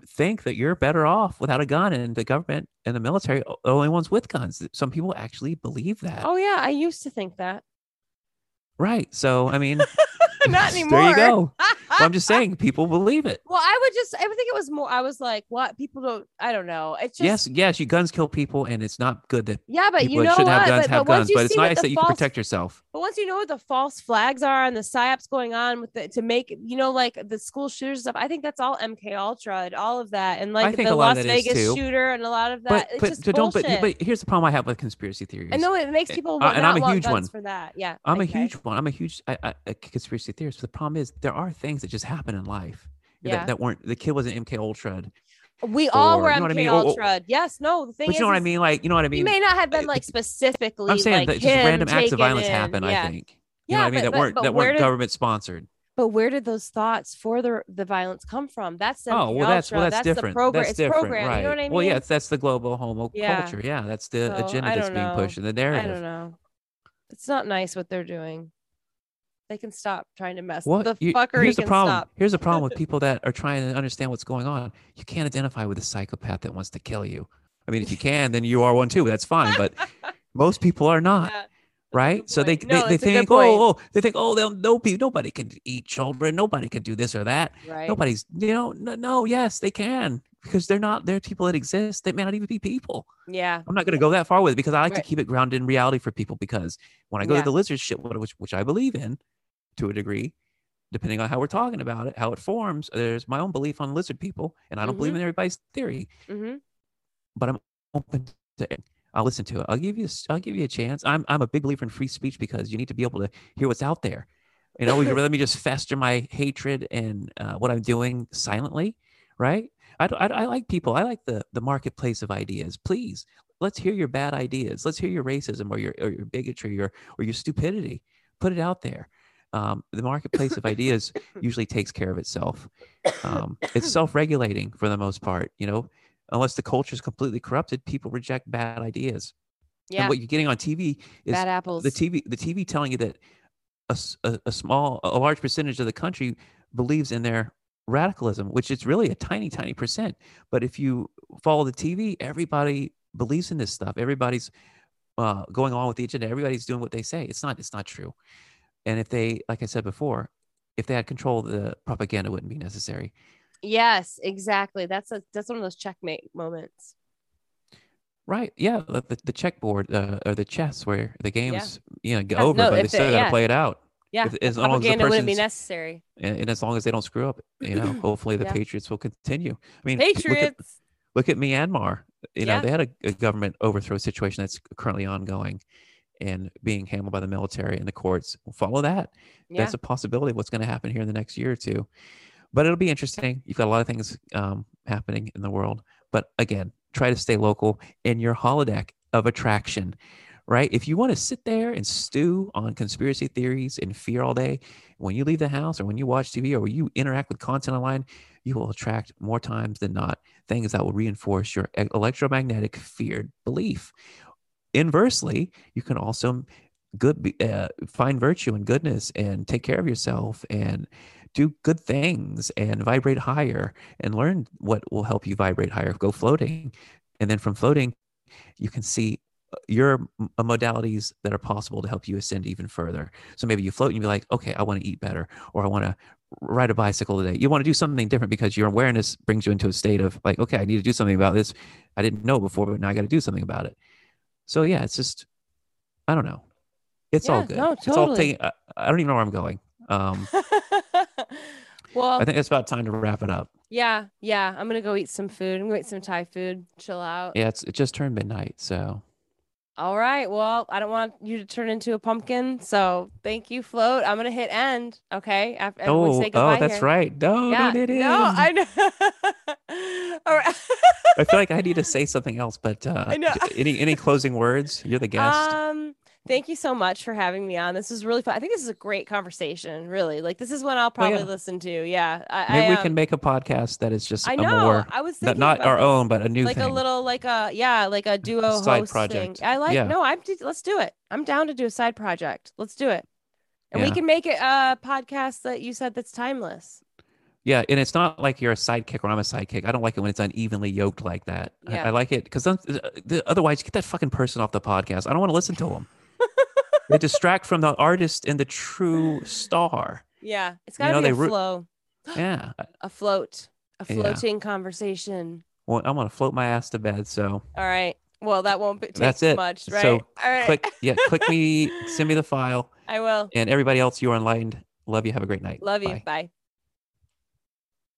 Speaker 1: think that you're better off without a gun, and the government and the military are the only ones with guns. Some people actually believe that,
Speaker 2: Oh yeah, I used to think that.
Speaker 1: right? So, I mean,
Speaker 2: Not anymore.
Speaker 1: There you go. Well, I'm just saying, people believe it.
Speaker 2: Well, I would just, I would think it was more, I was like, what? People don't, I don't know. It's just,
Speaker 1: yes, yes, you guns kill people, and it's not good that
Speaker 2: yeah, but
Speaker 1: people
Speaker 2: you know
Speaker 1: that
Speaker 2: what?
Speaker 1: should have guns
Speaker 2: but,
Speaker 1: have
Speaker 2: but once
Speaker 1: guns.
Speaker 2: you
Speaker 1: But it's
Speaker 2: see what
Speaker 1: nice
Speaker 2: the
Speaker 1: that you
Speaker 2: false,
Speaker 1: can protect yourself.
Speaker 2: But once you know what the false flags are and the psyops going on with the, to make, you know, like the school shooters stuff, I think that's all MK Ultra and all of that. And like
Speaker 1: think a
Speaker 2: the
Speaker 1: lot of
Speaker 2: Las
Speaker 1: that is
Speaker 2: Vegas
Speaker 1: too.
Speaker 2: shooter and a lot of that.
Speaker 1: but
Speaker 2: it's
Speaker 1: but
Speaker 2: just
Speaker 1: but don't. But,
Speaker 2: bullshit.
Speaker 1: but here's the problem I have with conspiracy theories.
Speaker 2: I know it makes
Speaker 1: and-
Speaker 2: people
Speaker 1: uh,
Speaker 2: want,
Speaker 1: and I'm
Speaker 2: not
Speaker 1: a
Speaker 2: want
Speaker 1: huge
Speaker 2: guns
Speaker 1: one.
Speaker 2: for that. Yeah.
Speaker 1: I'm a
Speaker 2: okay.
Speaker 1: huge one. I'm a huge I, I, a conspiracy theorist. But the problem is, there are things that just happen in life that-
Speaker 2: Yeah.
Speaker 1: that, weren't. The kid wasn't MK Ultra,
Speaker 2: we all
Speaker 1: or-
Speaker 2: were
Speaker 1: you know what I
Speaker 2: MK
Speaker 1: mean? Or- or-
Speaker 2: Ultra. Yes. No, the thing
Speaker 1: but
Speaker 2: is,
Speaker 1: you know what I
Speaker 2: is
Speaker 1: mean. Like you know what I mean.
Speaker 2: you may not have been
Speaker 1: I-
Speaker 2: like specifically.
Speaker 1: I'm saying
Speaker 2: like,
Speaker 1: that just
Speaker 2: him
Speaker 1: random acts of
Speaker 2: taken
Speaker 1: violence
Speaker 2: in.
Speaker 1: happen.
Speaker 2: Yeah.
Speaker 1: I think you know
Speaker 2: Yeah,
Speaker 1: what I mean.
Speaker 2: but-
Speaker 1: That
Speaker 2: but-
Speaker 1: weren't
Speaker 2: but
Speaker 1: that
Speaker 2: where
Speaker 1: weren't
Speaker 2: did-
Speaker 1: government sponsored.
Speaker 2: But where did those thoughts for the the violence come from? That's the
Speaker 1: Oh well, that's well
Speaker 2: Ultra,
Speaker 1: that's, different.
Speaker 2: The program.
Speaker 1: That's
Speaker 2: it's
Speaker 1: different,
Speaker 2: program.
Speaker 1: right?
Speaker 2: You know what I mean?
Speaker 1: Well, yeah, it's, that's the global homo
Speaker 2: Yeah.
Speaker 1: culture. Yeah, that's the
Speaker 2: So,
Speaker 1: agenda
Speaker 2: I
Speaker 1: that's
Speaker 2: don't
Speaker 1: being
Speaker 2: know.
Speaker 1: pushed in the
Speaker 2: I don't
Speaker 1: narrative.
Speaker 2: know. It's not nice what they're doing. They can stop trying to mess.
Speaker 1: What
Speaker 2: the
Speaker 1: you-
Speaker 2: fuckery
Speaker 1: here's the
Speaker 2: can
Speaker 1: problem.
Speaker 2: stop.
Speaker 1: Here's the problem with people that are trying to understand what's going on. You can't identify with a psychopath that wants to kill you. I mean, if you can, then you are one too. That's fine. But most people are not.
Speaker 2: Yeah,
Speaker 1: right?
Speaker 2: good
Speaker 1: So they
Speaker 2: point.
Speaker 1: they,
Speaker 2: No,
Speaker 1: they
Speaker 2: it's a good
Speaker 1: think
Speaker 2: point.
Speaker 1: oh, oh they think oh they'll no pe- nobody can eat children nobody can do this or that
Speaker 2: right.
Speaker 1: nobody's you know no, no yes they can because they're not they're people that exist they may not even be people
Speaker 2: Yeah.
Speaker 1: I'm not going to go that far with it because I like
Speaker 2: Right.
Speaker 1: to keep it grounded in reality for people because when I go
Speaker 2: Yeah.
Speaker 1: to the lizard shit what- which which I believe in to a degree depending on how we're talking about it how it forms there's my own belief on lizard people and I don't
Speaker 2: Mm-hmm.
Speaker 1: believe in everybody's theory
Speaker 2: hmm
Speaker 1: but I'm open to it. I'll listen to it. I'll give you. a s- I'll give you a chance. I'm. I'm a big believer in free speech because you need to be able to hear what's out there. You know, would you rather me just fester my hatred and uh, what I'm doing silently, right? I, d- I d- I like people. I like the the marketplace of ideas. Please, let's hear your bad ideas. Let's hear your racism or your or your bigotry or or your stupidity. Put it out there. Um, the marketplace of ideas usually takes care of itself. Um, it's self-regulating for the most part. You know, unless the culture is completely corrupted, people reject bad ideas.
Speaker 2: Yeah.
Speaker 1: And what you're getting on TV is
Speaker 2: Bad apples.
Speaker 1: the TV, the TV telling you that a, s- a- a small, a large percentage of the country believes in their radicalism, which is really a tiny, tiny percent. But if you follow the TV, everybody believes in this stuff. Everybody's uh, going along with the agenda. Everybody's doing what they say. It's not, it's not true. And if they, like I said before, if they had control, of the propaganda wouldn't be necessary.
Speaker 2: yes. Exactly. That's a that's one of those checkmate moments.
Speaker 1: Right. Yeah. The, the, the checkboard uh, or the chess where the game's you know get
Speaker 2: Yeah,
Speaker 1: over,
Speaker 2: no,
Speaker 1: but
Speaker 2: if
Speaker 1: they still
Speaker 2: they-
Speaker 1: got to
Speaker 2: yeah.
Speaker 1: play it out.
Speaker 2: Yeah.
Speaker 1: If- as long as the
Speaker 2: Propaganda wouldn't be
Speaker 1: person's-
Speaker 2: necessary.
Speaker 1: And, and as long as they don't screw up, you know, hopefully the
Speaker 2: Yeah.
Speaker 1: Patriots will continue. I mean, p- Look at,
Speaker 2: Patriots.
Speaker 1: look at Myanmar. You
Speaker 2: Yeah.
Speaker 1: know, they had a, a government overthrow situation that's currently ongoing and being handled by the military and the courts. Follow that.
Speaker 2: Yeah.
Speaker 1: That's a possibility of what's going to happen here in the next year or two. But it'll be interesting. You've got a lot of things um, happening in the world. But again, try to stay local in your holodeck of attraction, right? If you want to sit there and stew on conspiracy theories and fear all day, when you leave the house or when you watch TV or when you interact with content online, you will attract more times than not things that will reinforce your e- electromagnetic feared belief. Inversely, you can also good be- uh, find virtue and goodness and take care of yourself and do good things and vibrate higher and learn what will help you vibrate higher. Go floating, and then from floating, you can see uh, your m- modalities that are possible to help you ascend even further. So maybe you float and you be like, okay, I want to eat better, or I want to ride a bicycle today. You want to do something different because your awareness brings you into a state of like, okay, I need to do something about this. I didn't know before, but now I got to do something about it. So yeah, it's just I don't know. It's all
Speaker 2: Yeah,
Speaker 1: good.
Speaker 2: no,
Speaker 1: It's all
Speaker 2: totally.
Speaker 1: taking, I, I don't even know where I'm going. Um,
Speaker 2: well,
Speaker 1: I think it's about time to wrap it up.
Speaker 2: yeah, yeah. I'm gonna go eat some food. I'm gonna eat some Thai food. Chill out.
Speaker 1: Yeah, it's it just turned midnight, so
Speaker 2: All right. Well, I don't want you to turn into a pumpkin. So thank you, Float. I'm gonna hit end. Okay. After everyone
Speaker 1: oh
Speaker 2: say
Speaker 1: oh
Speaker 2: goodbye
Speaker 1: that's
Speaker 2: here.
Speaker 1: right. No,
Speaker 2: Yeah.
Speaker 1: no, it is.
Speaker 2: No,
Speaker 1: I,
Speaker 2: I know. All right.
Speaker 1: feel like I need to say something else, but uh,
Speaker 2: I know.
Speaker 1: any any closing words? You're the guest.
Speaker 2: Um, thank you so much for having me on. This is really fun. I think this is a great conversation. Really, like this is one I'll
Speaker 1: Well, Oh, yeah.
Speaker 2: probably listen to. Yeah, I,
Speaker 1: Maybe
Speaker 2: I,
Speaker 1: we
Speaker 2: um,
Speaker 1: can make a podcast that is just
Speaker 2: I
Speaker 1: a
Speaker 2: know.
Speaker 1: more
Speaker 2: I was
Speaker 1: not,
Speaker 2: thinking
Speaker 1: not
Speaker 2: about
Speaker 1: our
Speaker 2: this.
Speaker 1: own, but a new
Speaker 2: like
Speaker 1: thing.
Speaker 2: a little, like a yeah, like a duo
Speaker 1: Side
Speaker 2: host
Speaker 1: project.
Speaker 2: Thing. I like.
Speaker 1: Yeah.
Speaker 2: No, I'm. d- Let's do it. I'm down to do a side project. Let's do it, and
Speaker 1: Yeah.
Speaker 2: we can make it a podcast that you said that's timeless.
Speaker 1: Yeah, and it's not like you're a sidekick or I'm a sidekick. I don't like it when it's unevenly yoked like that. I- I,
Speaker 2: Yeah.
Speaker 1: like it because otherwise, get that fucking person off the podcast. I don't want to listen to them. they distract from the artist and the true star.
Speaker 2: Yeah, it's
Speaker 1: You
Speaker 2: got to
Speaker 1: know,
Speaker 2: be
Speaker 1: they
Speaker 2: a
Speaker 1: ru-
Speaker 2: flow,
Speaker 1: Yeah, I-
Speaker 2: a float, a
Speaker 1: Yeah.
Speaker 2: floating conversation.
Speaker 1: well, I'm gonna float my ass to bed. So
Speaker 2: All right. Well, that won't be, take
Speaker 1: That's it.
Speaker 2: much,
Speaker 1: So
Speaker 2: right? All right.
Speaker 1: click, yeah, click me, send me the file,
Speaker 2: I will.
Speaker 1: and everybody else, you are enlightened. Love you. Have a great night.
Speaker 2: Love you.
Speaker 1: Bye.
Speaker 2: Bye.